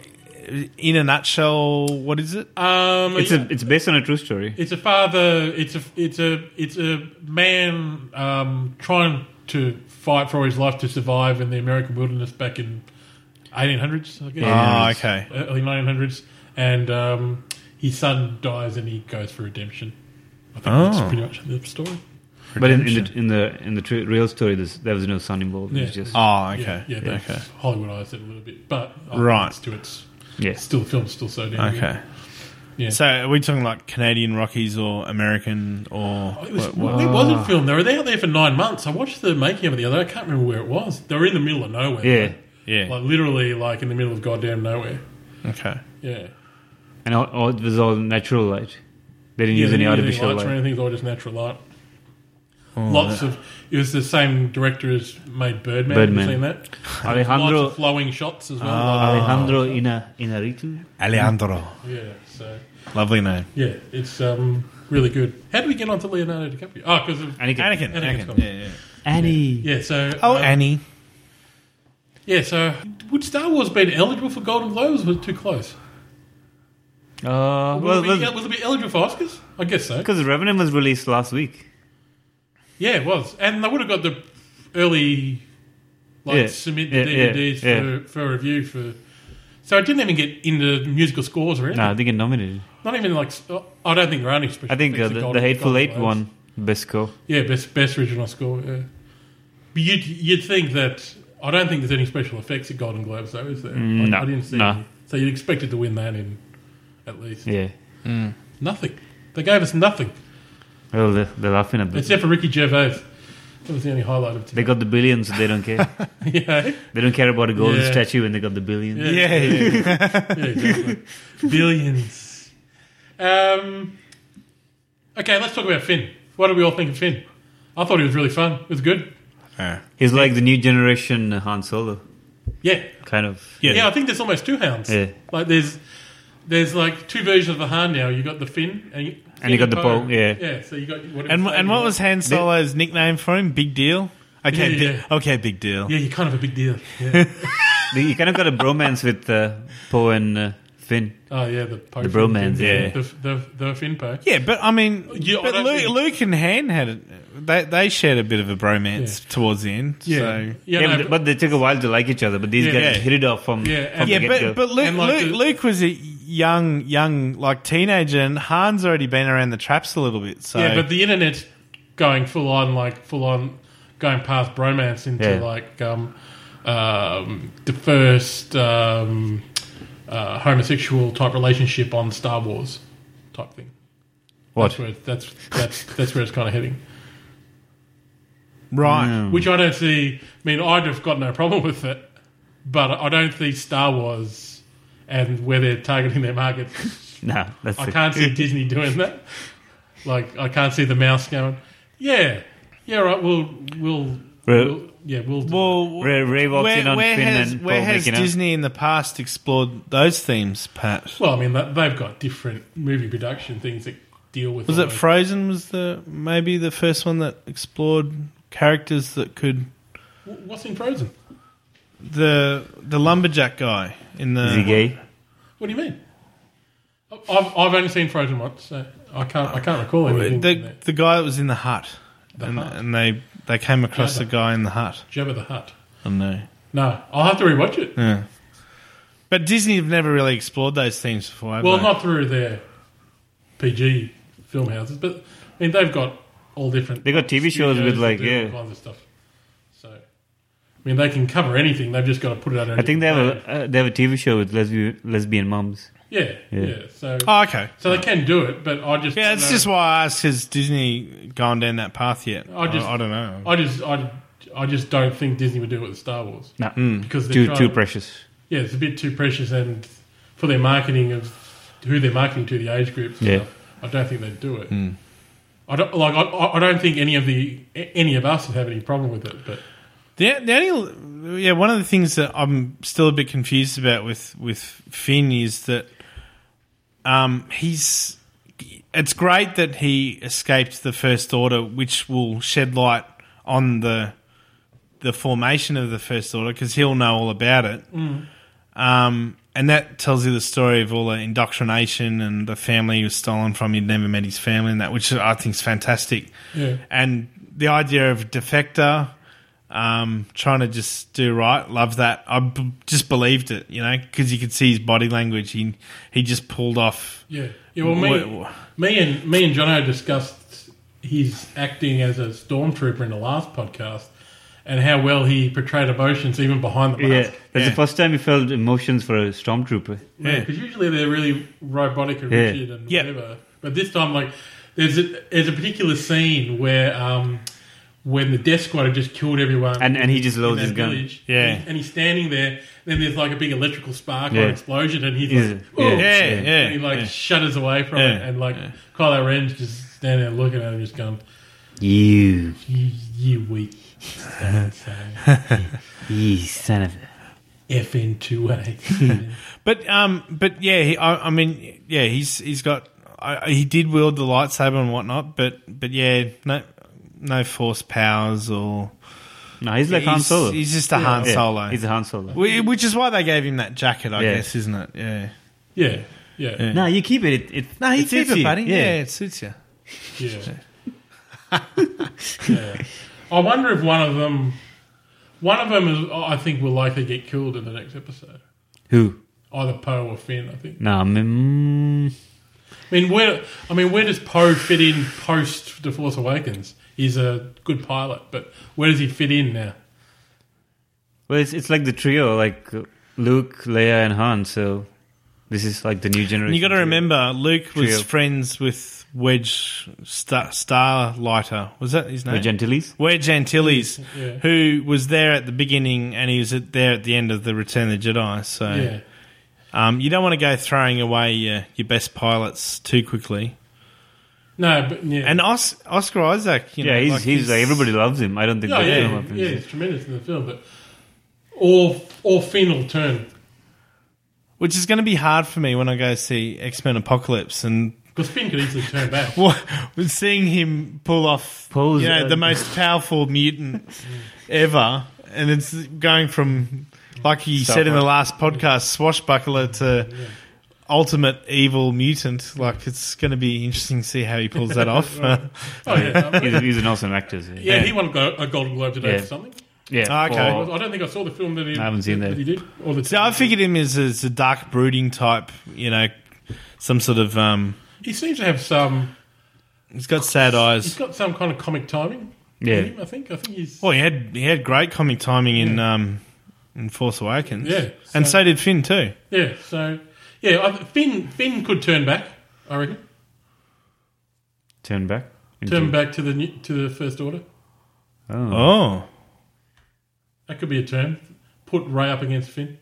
[SPEAKER 1] in a nutshell, what is it?
[SPEAKER 2] um,
[SPEAKER 3] it's, a, it's based on a true story.
[SPEAKER 2] it's a father. It's a it's a it's a man um, trying to fight for his life to survive in the American wilderness back in 1800s. I guess.
[SPEAKER 1] oh, okay.
[SPEAKER 2] early 1900s, and um, his son dies and he goes for redemption. I think
[SPEAKER 1] Oh.
[SPEAKER 2] that's pretty much the story.
[SPEAKER 3] But in, in the in the in the tr- real story, there's, there was no son involved. It was
[SPEAKER 2] Yeah.
[SPEAKER 3] just
[SPEAKER 1] Oh,
[SPEAKER 2] Yeah,
[SPEAKER 1] okay.
[SPEAKER 2] yeah, they
[SPEAKER 1] okay.
[SPEAKER 2] Hollywoodized it a little bit, but I think
[SPEAKER 1] Right.
[SPEAKER 2] it's to its
[SPEAKER 3] yeah.
[SPEAKER 2] still the film's still so damn good.
[SPEAKER 1] Okay.
[SPEAKER 2] Yeah.
[SPEAKER 1] So are we talking like Canadian Rockies or American or
[SPEAKER 2] Oh, It, was,
[SPEAKER 1] what- what-
[SPEAKER 2] it wasn't filmed. They were out there for nine months. I watched the making of it the other. I can't remember where it was. They were in the middle of nowhere.
[SPEAKER 3] Yeah.
[SPEAKER 1] Yeah.
[SPEAKER 2] Like, like literally, like in the middle of goddamn nowhere.
[SPEAKER 1] okay.
[SPEAKER 2] Yeah.
[SPEAKER 3] And all, all, it was all natural light. They didn't
[SPEAKER 2] Yeah,
[SPEAKER 3] use
[SPEAKER 2] they
[SPEAKER 3] any
[SPEAKER 2] didn't use
[SPEAKER 3] artificial
[SPEAKER 2] lights
[SPEAKER 3] light. Oh,
[SPEAKER 2] or anything. It's all just natural light. Lots of. It was the same director as made Birdman.
[SPEAKER 3] Birdman. Ah.
[SPEAKER 2] Have you seen that? Lots
[SPEAKER 3] Alejandro
[SPEAKER 2] of flowing shots as well.
[SPEAKER 3] Alejandro Ina Inarritu.
[SPEAKER 1] Alejandro.
[SPEAKER 2] Like, yeah. So
[SPEAKER 1] Lovely name.
[SPEAKER 2] yeah, it's um, really good. How do we get onto Leonardo DiCaprio? Oh, because of
[SPEAKER 3] Anakin.
[SPEAKER 1] Anakin.
[SPEAKER 2] Anakin's
[SPEAKER 1] Anakin.
[SPEAKER 2] coming.
[SPEAKER 1] Yeah, yeah.
[SPEAKER 3] Annie.
[SPEAKER 2] yeah. So
[SPEAKER 1] Oh,
[SPEAKER 2] um,
[SPEAKER 1] Annie.
[SPEAKER 2] yeah. So would Star Wars been eligible for Golden Globes? or Was it too close?
[SPEAKER 3] Uh,
[SPEAKER 2] Will
[SPEAKER 3] well,
[SPEAKER 2] it be- will it be eligible for Oscars? I guess so.
[SPEAKER 3] because Revenant was released last week.
[SPEAKER 2] Yeah, it was, and they would have got the early, like
[SPEAKER 3] Yeah,
[SPEAKER 2] submit the
[SPEAKER 3] yeah, yeah,
[SPEAKER 2] DVDs
[SPEAKER 3] yeah.
[SPEAKER 2] For, for review for. So it didn't even get into musical scores or anything.
[SPEAKER 3] No, they get nominated.
[SPEAKER 2] Not even like uh, I don't think there are any special.
[SPEAKER 3] I think uh,
[SPEAKER 2] things that
[SPEAKER 3] the,
[SPEAKER 2] Golden-
[SPEAKER 3] the Hateful
[SPEAKER 2] Golden
[SPEAKER 3] Eight
[SPEAKER 2] Globes.
[SPEAKER 3] won best score.
[SPEAKER 2] Yeah, best best original score. Yeah, but you'd you'd think that I don't think there's any special effects at Golden Globes though, is there? I,
[SPEAKER 3] no,
[SPEAKER 2] I didn't see.
[SPEAKER 3] no.
[SPEAKER 2] any. So you'd expect it to win that in at least
[SPEAKER 3] Yeah.
[SPEAKER 2] nothing. They gave us nothing
[SPEAKER 3] Well, they're, they're laughing at this.
[SPEAKER 2] except for Ricky Gervais. That was the only highlight of
[SPEAKER 3] They
[SPEAKER 2] today.
[SPEAKER 3] got the billions, so they don't care.
[SPEAKER 2] yeah.
[SPEAKER 3] they don't care about a golden
[SPEAKER 2] Yeah.
[SPEAKER 3] statue when they got the billions.
[SPEAKER 2] Yeah, yeah, exactly. Billions. Um, okay, let's talk about Finn. What do we all think of Finn? I thought he was really fun. It was good.
[SPEAKER 1] Yeah.
[SPEAKER 3] He's like the new generation Han Solo,
[SPEAKER 2] Yeah.
[SPEAKER 3] kind of.
[SPEAKER 2] Yeah, I think there's almost two hounds.
[SPEAKER 3] Yeah.
[SPEAKER 2] Like there's there's like two versions of the Han now. You got the Finn and you,
[SPEAKER 3] And you got the
[SPEAKER 2] Poe.
[SPEAKER 3] Poe, yeah.
[SPEAKER 2] Yeah, so you got what
[SPEAKER 1] And and what was Han Solo's nickname for him? Big deal. Okay.
[SPEAKER 2] Yeah,
[SPEAKER 1] big-
[SPEAKER 2] yeah.
[SPEAKER 1] okay. Big deal.
[SPEAKER 2] Yeah, you're kind of a big deal. Yeah.
[SPEAKER 3] You kind of got a bromance with uh, Poe and uh, Finn.
[SPEAKER 2] oh yeah, the Poe
[SPEAKER 3] The
[SPEAKER 2] Finn
[SPEAKER 3] bromance,
[SPEAKER 2] thing.
[SPEAKER 3] yeah.
[SPEAKER 2] The, the, the Finn Poe.
[SPEAKER 1] Yeah, but I mean,
[SPEAKER 2] Yeah, I
[SPEAKER 1] but
[SPEAKER 2] don't
[SPEAKER 1] Luke,
[SPEAKER 2] think-
[SPEAKER 1] Luke and Han had a, they they shared a bit of a bromance towards the end.
[SPEAKER 2] Yeah.
[SPEAKER 1] so.
[SPEAKER 2] yeah,
[SPEAKER 3] Yeah,
[SPEAKER 2] no,
[SPEAKER 3] but, but they took a while to like each other, but these
[SPEAKER 2] Yeah.
[SPEAKER 3] guys
[SPEAKER 1] Yeah.
[SPEAKER 3] hit it off from,
[SPEAKER 2] Yeah,
[SPEAKER 3] from
[SPEAKER 2] and-
[SPEAKER 3] the
[SPEAKER 1] Yeah,
[SPEAKER 3] get-go.
[SPEAKER 1] but, but Luke,
[SPEAKER 2] And, like,
[SPEAKER 1] Luke,
[SPEAKER 2] the-
[SPEAKER 1] Luke was a young, young like teenager, and Han's already been around the traps a little bit. So
[SPEAKER 2] Yeah, but the internet's going full on, like full on, going past bromance into
[SPEAKER 3] Yeah.
[SPEAKER 2] like um, um, the first um, uh, homosexual type relationship on Star Wars type thing.
[SPEAKER 3] what?
[SPEAKER 2] That's where that's that's that's where it's kind of heading.
[SPEAKER 1] right,
[SPEAKER 2] Which I don't see. I mean, I'd have got no problem with it, but I don't see Star Wars and where they're targeting their markets
[SPEAKER 3] Nah, that's
[SPEAKER 2] I
[SPEAKER 3] it.
[SPEAKER 2] can't see Disney doing that. Like, I can't see the mouse going, yeah, yeah, right, we'll, we'll,
[SPEAKER 3] Re-
[SPEAKER 2] we'll yeah, we'll, do
[SPEAKER 1] well,
[SPEAKER 3] Ray, Ray walks in on Finn
[SPEAKER 1] has,
[SPEAKER 3] and Poe
[SPEAKER 1] where has
[SPEAKER 3] making out.
[SPEAKER 1] Disney in the past explored those themes? Perhaps
[SPEAKER 2] it." well, I mean, that, they've got different movie production things that deal with.
[SPEAKER 1] was
[SPEAKER 2] all
[SPEAKER 1] it
[SPEAKER 2] those-
[SPEAKER 1] Frozen? Was the maybe the first one that explored characters that could
[SPEAKER 2] Wh- What's in Frozen?
[SPEAKER 1] the the lumberjack guy in the
[SPEAKER 3] Is he gay?
[SPEAKER 2] What do you mean? I- I've, I've only seen Frozen once, so I can't, I can't recall anything. from
[SPEAKER 1] the
[SPEAKER 2] there.
[SPEAKER 1] the guy that was in the hut, and,
[SPEAKER 2] hut?
[SPEAKER 1] and they they came across
[SPEAKER 2] Yeah,
[SPEAKER 1] the guy in the hut.
[SPEAKER 2] Jabba the Hutt.
[SPEAKER 1] I know.
[SPEAKER 2] No, I'll have to rewatch it.
[SPEAKER 1] Yeah. But Disney have never really explored those themes before. Have
[SPEAKER 2] Well,
[SPEAKER 1] they?
[SPEAKER 2] not through their PG film houses, but I mean they've got all different.
[SPEAKER 3] They got TV shows
[SPEAKER 2] studios
[SPEAKER 3] with, like,
[SPEAKER 2] that do all
[SPEAKER 3] yeah.
[SPEAKER 2] kinds of stuff. So, I mean, they can cover anything. They've just got to put it under.
[SPEAKER 3] I think they have a uh, they have a TV show with lesbian lesbian moms.
[SPEAKER 2] yeah, yeah. So,
[SPEAKER 1] Oh, okay.
[SPEAKER 2] so they can do it, but I just
[SPEAKER 1] Yeah,
[SPEAKER 2] don't
[SPEAKER 1] that's
[SPEAKER 2] know.
[SPEAKER 1] just why I asked. Has Disney gone down that path yet?
[SPEAKER 2] I just-
[SPEAKER 1] I, don't know.
[SPEAKER 2] I just I, I just don't think Disney would do it with Star Wars
[SPEAKER 3] No,
[SPEAKER 1] Mm.
[SPEAKER 2] because Mm. they're
[SPEAKER 3] too
[SPEAKER 2] trying-
[SPEAKER 3] too precious.
[SPEAKER 2] Yeah, it's a bit too precious, and for their marketing of who they're marketing to, the age groups. and
[SPEAKER 3] Yeah.
[SPEAKER 2] stuff, I don't think they'd do it. I don't like. I- I, I don't think any of the any of us would have any problem with it, but.
[SPEAKER 1] The, the only yeah, one of the things that I'm still a bit confused about with with Finn is that um, he's. It's great that he escaped the First Order, which will shed light on the the formation of the First Order because he'll know all about it. Um, and that tells you the story of all the indoctrination and the family he was stolen from. He'd never met his family and that, which I think is fantastic.
[SPEAKER 2] Yeah.
[SPEAKER 1] And the idea of a defector, um, trying to just do right, love that. I b- just believed it, you know, because you could see his body language. He he just pulled off.
[SPEAKER 2] Yeah. Yeah. Well,
[SPEAKER 1] Wha-
[SPEAKER 2] me,
[SPEAKER 1] wha-
[SPEAKER 2] me and me and Jono discussed hi- his acting as a stormtrooper in the last podcast and how well he portrayed emotions even behind the
[SPEAKER 3] Yeah,
[SPEAKER 2] mask.
[SPEAKER 3] that's
[SPEAKER 1] Yeah.
[SPEAKER 3] the first time you felt emotions for a stormtrooper.
[SPEAKER 1] Yeah.
[SPEAKER 2] Because usually they're really robotic and
[SPEAKER 3] Yeah.
[SPEAKER 2] rigid and
[SPEAKER 1] Yeah.
[SPEAKER 2] whatever. But this time, like, there's a, there's a particular scene where um, when the death squad had just killed everyone.
[SPEAKER 3] And and he just
[SPEAKER 2] in
[SPEAKER 3] loads
[SPEAKER 2] that
[SPEAKER 3] his gun.
[SPEAKER 2] village.
[SPEAKER 1] Yeah.
[SPEAKER 2] And, he- and he's standing there. Then there's like a big electrical spark or
[SPEAKER 3] Yeah.
[SPEAKER 2] explosion, and he's
[SPEAKER 3] Yeah.
[SPEAKER 2] like, "Whoa!"
[SPEAKER 3] Yeah.
[SPEAKER 1] Yeah,
[SPEAKER 3] Yeah.
[SPEAKER 1] yeah.
[SPEAKER 2] and he like
[SPEAKER 1] yeah.
[SPEAKER 2] shudders away from it,
[SPEAKER 1] Yeah.
[SPEAKER 2] and like Kylo Ren's just standing there looking at him, just going,
[SPEAKER 3] You,
[SPEAKER 2] "You, you weak,
[SPEAKER 3] you son of a.
[SPEAKER 2] FN two A."
[SPEAKER 1] But um, but yeah, he, I, I mean, yeah, he's he's got I, I- he did wield the lightsaber and whatnot, but but yeah, no no force powers or
[SPEAKER 3] No, he's like Han
[SPEAKER 1] he's,
[SPEAKER 3] Solo.
[SPEAKER 1] he's just a Han
[SPEAKER 3] Yeah,
[SPEAKER 1] Solo,
[SPEAKER 3] He's a Han Solo.
[SPEAKER 1] Wh- which is why they gave him that jacket, I
[SPEAKER 3] Yeah.
[SPEAKER 1] guess, isn't it? Yeah.
[SPEAKER 2] Yeah, yeah, yeah.
[SPEAKER 3] No, you keep it. It, it
[SPEAKER 1] No, he
[SPEAKER 3] it suits
[SPEAKER 1] keep it,
[SPEAKER 3] you.
[SPEAKER 1] buddy. Yeah. it suits you.
[SPEAKER 2] Yeah. yeah. I wonder if one of them, one of them is, I think, will likely get killed in the next episode.
[SPEAKER 3] Who?
[SPEAKER 2] Either Poe or Finn, I think.
[SPEAKER 3] No, I mean, mm,
[SPEAKER 2] I mean, where I mean, where does Poe fit in post The Force Awakens? He's a good pilot, but where does he fit in now?
[SPEAKER 3] well, it's it's like the trio, like uh, Luke, Leia, and Han. So this is like the new generation.
[SPEAKER 1] And you got to
[SPEAKER 3] trio.
[SPEAKER 1] remember, Luke was
[SPEAKER 3] Trio.
[SPEAKER 1] friends with Wedge Star Starlighter. Was that his name?
[SPEAKER 3] the Gentiles.
[SPEAKER 1] Wedge Antilles,
[SPEAKER 2] Yeah.
[SPEAKER 1] who was there at the beginning and he was at, there at the end of the Return of the Jedi. So
[SPEAKER 2] Yeah,
[SPEAKER 1] um, you don't want to go throwing away your, your best pilots too quickly.
[SPEAKER 2] no, but yeah,
[SPEAKER 1] And Os- Oscar Isaac, you
[SPEAKER 3] Yeah,
[SPEAKER 1] know,
[SPEAKER 3] he's
[SPEAKER 1] like
[SPEAKER 3] he's, like everybody loves him. I don't think
[SPEAKER 2] no, Oh,
[SPEAKER 3] they
[SPEAKER 2] yeah,
[SPEAKER 3] know him.
[SPEAKER 2] yeah, it's tremendous in the film, but or or Finn will turn
[SPEAKER 1] which is going to be hard for me when I go see X Men Apocalypse and
[SPEAKER 2] because Finn could easily turn back.
[SPEAKER 1] Well, seeing him pull off
[SPEAKER 3] Pulls
[SPEAKER 1] you know,
[SPEAKER 3] it.
[SPEAKER 1] the most powerful mutant ever, and it's going from like you said in the
[SPEAKER 3] Starfighter.
[SPEAKER 1] last podcast, swashbuckler to ultimate evil mutant. Like it's going to be interesting to see how he pulls that off.
[SPEAKER 2] Oh yeah, I mean,
[SPEAKER 3] He's, he's an awesome actor. So.
[SPEAKER 2] yeah, he won a go- a Golden Globe today
[SPEAKER 3] Yeah.
[SPEAKER 2] for something.
[SPEAKER 3] yeah.
[SPEAKER 1] Okay.
[SPEAKER 3] for-
[SPEAKER 2] I don't think I saw the film that he.
[SPEAKER 3] I haven't seen that.
[SPEAKER 2] he did. Or the
[SPEAKER 1] so I figured him as, as a dark brooding type. You know, some sort of um.
[SPEAKER 2] he seems to have some.
[SPEAKER 1] He's got sad
[SPEAKER 2] He's
[SPEAKER 1] eyes.
[SPEAKER 2] got some kind of comic timing.
[SPEAKER 3] Yeah.
[SPEAKER 2] in him, I think. I think he's.
[SPEAKER 1] Well, he had he had great comic timing in um in Force Awakens.
[SPEAKER 2] Yeah,
[SPEAKER 1] and
[SPEAKER 2] so-
[SPEAKER 1] so did Finn too.
[SPEAKER 2] Yeah. So yeah, I, Finn Finn could turn back. I reckon.
[SPEAKER 3] Turn back.
[SPEAKER 2] Turn
[SPEAKER 3] Mm-hmm.
[SPEAKER 2] back to the new, to the first order.
[SPEAKER 3] Oh.
[SPEAKER 1] Oh.
[SPEAKER 2] That could be a turn. Put Ray up against Finn.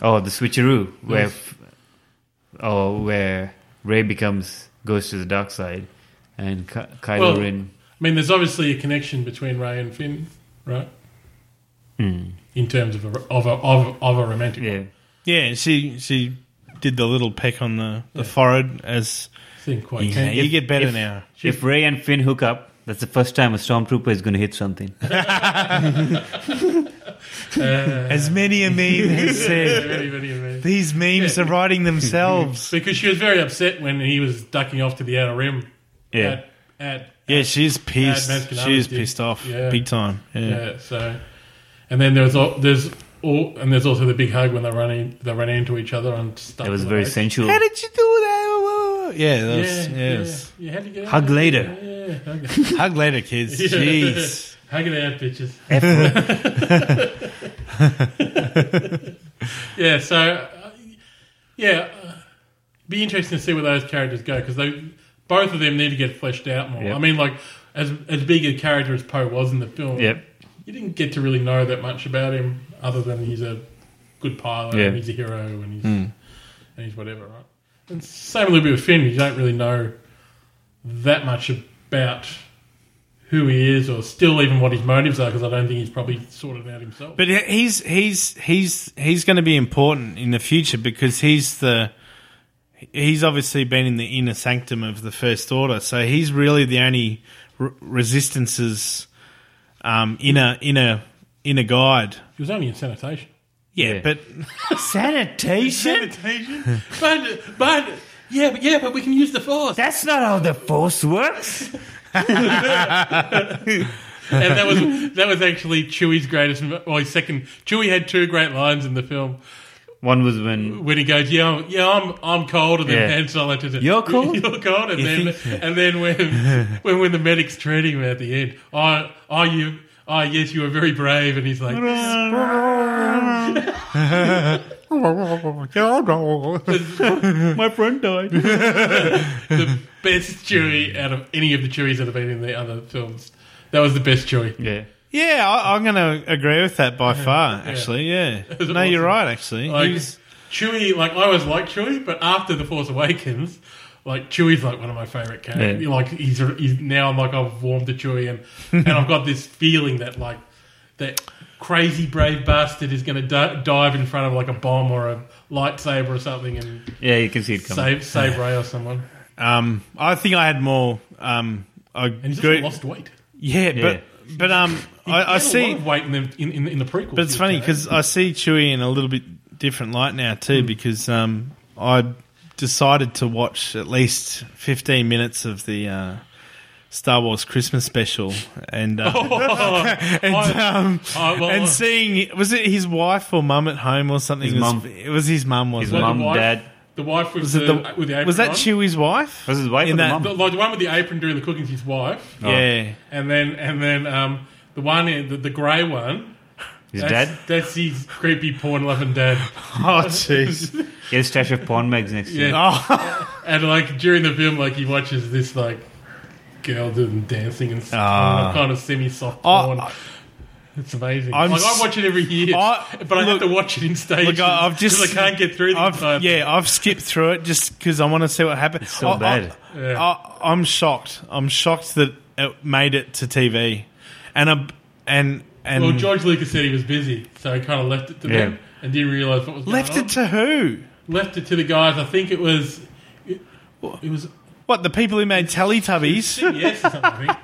[SPEAKER 3] Oh, the switcheroo where, f oh, where Ray becomes goes to the dark side, and Ky- Kylo
[SPEAKER 2] Well-
[SPEAKER 3] Ren.
[SPEAKER 2] I mean, there's obviously a connection between Ray and Finn, right? In terms of a of a of, a- of a romantic.
[SPEAKER 3] Hmm. Yeah,
[SPEAKER 1] Yeah, she she did the little peck on the, the forehead as
[SPEAKER 2] Thing quite.
[SPEAKER 1] you, know,
[SPEAKER 2] Yeah.
[SPEAKER 1] you get better
[SPEAKER 3] if-
[SPEAKER 1] now.
[SPEAKER 3] if Ray and Finn hook up, that's the first time a stormtrooper is going to hit something.
[SPEAKER 1] As many a meme has said,
[SPEAKER 2] Very, very, very.
[SPEAKER 1] these memes are writing themselves.
[SPEAKER 2] Because she was very upset when he was ducking off to the outer rim.
[SPEAKER 3] Yeah.
[SPEAKER 2] At, at
[SPEAKER 1] Yeah, she's
[SPEAKER 2] Mad
[SPEAKER 1] pissed.
[SPEAKER 2] Maskinata
[SPEAKER 1] She's
[SPEAKER 2] did.
[SPEAKER 1] pissed off,
[SPEAKER 2] Yeah.
[SPEAKER 1] big time. Yeah.
[SPEAKER 2] Yeah. So, and then there's all, there's all and there's also the big hug when they run in, they run into each other and stuff.
[SPEAKER 3] That was
[SPEAKER 2] like
[SPEAKER 3] very
[SPEAKER 2] that.
[SPEAKER 3] sensual.
[SPEAKER 1] How did you do that? Yeah, that
[SPEAKER 2] Yeah,
[SPEAKER 1] was, yeah, it
[SPEAKER 2] yeah.
[SPEAKER 1] was-
[SPEAKER 2] You had to get out
[SPEAKER 3] Hug
[SPEAKER 2] there.
[SPEAKER 3] later.
[SPEAKER 2] Yeah, hug,
[SPEAKER 1] Hug later, kids. Jeez.
[SPEAKER 2] hug it out, bitches.
[SPEAKER 3] F-
[SPEAKER 2] Yeah. So, uh, yeah, uh, be interesting to see where those characters go because they both of them need to get fleshed out more.
[SPEAKER 3] Yep.
[SPEAKER 2] I mean, like as as big a character as Poe was in the film.
[SPEAKER 3] yep.
[SPEAKER 2] You didn't get to really know that much about him, other than he's a good pilot
[SPEAKER 3] Yeah.
[SPEAKER 2] and he's a hero and he's and he's whatever, right? And same a little bit with Finn. You don't really know that much about who he is, or still even what his motives are, because I don't think he's probably sorted out himself.
[SPEAKER 1] But he's he's he's he's going to be important in the future because he's the he's obviously been in the inner sanctum of the First Order, so he's really the only re- resistance's um, inner inner inner guide.
[SPEAKER 2] he was only in sanitation.
[SPEAKER 1] Yeah,
[SPEAKER 3] Yeah.
[SPEAKER 1] but
[SPEAKER 3] Sanitation?
[SPEAKER 2] Sanitation, but but yeah, but yeah, but we can use the force.
[SPEAKER 3] That's not how the force works.
[SPEAKER 2] and that was that was actually Chewie's greatest, well, his second. Chewie had two great lines in the film.
[SPEAKER 3] One was when
[SPEAKER 2] when he goes, yeah, I'm- yeah, I'm I'm cold, and then
[SPEAKER 3] Yeah.
[SPEAKER 2] Han Solo does it.
[SPEAKER 3] You're cold?
[SPEAKER 2] you're cold, and
[SPEAKER 1] You
[SPEAKER 2] then
[SPEAKER 1] think-
[SPEAKER 2] and then when when when the medic's treating him at the end, oh, oh you, oh yes, you were very brave, and he's like,
[SPEAKER 3] my friend died.
[SPEAKER 2] the best Chewie out of any of the Chewies that have been in the other films. That was the best Chewie.
[SPEAKER 3] yeah.
[SPEAKER 1] Yeah, I, I'm going to agree with that by far. Actually, yeah. No,
[SPEAKER 2] was
[SPEAKER 1] you're
[SPEAKER 2] awesome.
[SPEAKER 1] right. Actually, He
[SPEAKER 2] Like
[SPEAKER 1] was-
[SPEAKER 2] Chewie, like I always liked Chewie, but after the Force Awakens, like Chewie's like one of my favorite characters.
[SPEAKER 3] Yeah.
[SPEAKER 2] Like he's, he's now I'm like I've warmed to Chewie, and and I've got this feeling that like that crazy brave bastard is going to d- dive in front of like a bomb or a lightsaber or something and
[SPEAKER 3] Yeah, you can see it coming.
[SPEAKER 2] save save Ray or someone,
[SPEAKER 1] um, I think I had more. Um, I
[SPEAKER 2] and he's
[SPEAKER 1] agree-
[SPEAKER 2] just lost weight.
[SPEAKER 1] Yeah, but but um,
[SPEAKER 2] He
[SPEAKER 1] I, I
[SPEAKER 2] gained a lot
[SPEAKER 1] see.
[SPEAKER 2] of weight in the in, in, in the prequel.
[SPEAKER 1] But it's funny because I see Chewie in a little bit different light now
[SPEAKER 2] Hmm.
[SPEAKER 1] too, because um, I decided to watch at least fifteen minutes of the uh, Star Wars Christmas special, and uh, and um,
[SPEAKER 2] Oh, well, uh,
[SPEAKER 1] and seeing was it his wife or mum at home or something?
[SPEAKER 3] His
[SPEAKER 1] It was-
[SPEAKER 3] mum.
[SPEAKER 1] It was his mum, wasn't
[SPEAKER 3] His
[SPEAKER 1] it?
[SPEAKER 2] the
[SPEAKER 3] mum,
[SPEAKER 2] wife-
[SPEAKER 3] dad.
[SPEAKER 2] the wife with
[SPEAKER 1] Was,
[SPEAKER 2] the,
[SPEAKER 1] it the-
[SPEAKER 2] with the apron
[SPEAKER 1] was that
[SPEAKER 2] on.
[SPEAKER 1] Chewie's wife?
[SPEAKER 3] Was his wife
[SPEAKER 1] In
[SPEAKER 3] or the
[SPEAKER 1] that-
[SPEAKER 3] mum?
[SPEAKER 2] The- like the one with the apron during the cooking's his wife.
[SPEAKER 3] Oh,
[SPEAKER 1] Yeah.
[SPEAKER 2] And then and then um, the one in the, the grey one.
[SPEAKER 3] His
[SPEAKER 2] That's,
[SPEAKER 3] dad?
[SPEAKER 2] That's his creepy porn loving dad.
[SPEAKER 1] Oh jeez.
[SPEAKER 3] He has a stash of porn mags next to him.
[SPEAKER 2] Yeah.
[SPEAKER 1] oh.
[SPEAKER 2] And like during the film, like he watches this like girl doing dancing and stuff,
[SPEAKER 1] Ah.
[SPEAKER 2] kind of semi soft
[SPEAKER 1] Oh,
[SPEAKER 2] porn.
[SPEAKER 1] I-
[SPEAKER 2] it's amazing.
[SPEAKER 1] I'm
[SPEAKER 2] like, I
[SPEAKER 1] s-
[SPEAKER 2] watch it every year,
[SPEAKER 1] I-
[SPEAKER 2] but I
[SPEAKER 1] look-
[SPEAKER 2] have to watch it in stages.
[SPEAKER 1] Look, I- I've just
[SPEAKER 2] 'cause I can't get through the entire
[SPEAKER 1] I've,
[SPEAKER 2] thing.
[SPEAKER 1] yeah, I've skipped through it just because I want to see what happens.
[SPEAKER 3] so
[SPEAKER 1] I,
[SPEAKER 3] bad.
[SPEAKER 1] I, I, am shocked. I'm shocked that it made it to TV, and I and and
[SPEAKER 2] Well, George Lucas said he was busy, so he kind of left it to
[SPEAKER 3] Yeah.
[SPEAKER 2] them and didn't realise what was going
[SPEAKER 1] left
[SPEAKER 2] on.
[SPEAKER 1] it to who?
[SPEAKER 2] left it to the guys. I think it was it, it was
[SPEAKER 1] What the people who made Teletubbies?
[SPEAKER 2] CBS or something. I think.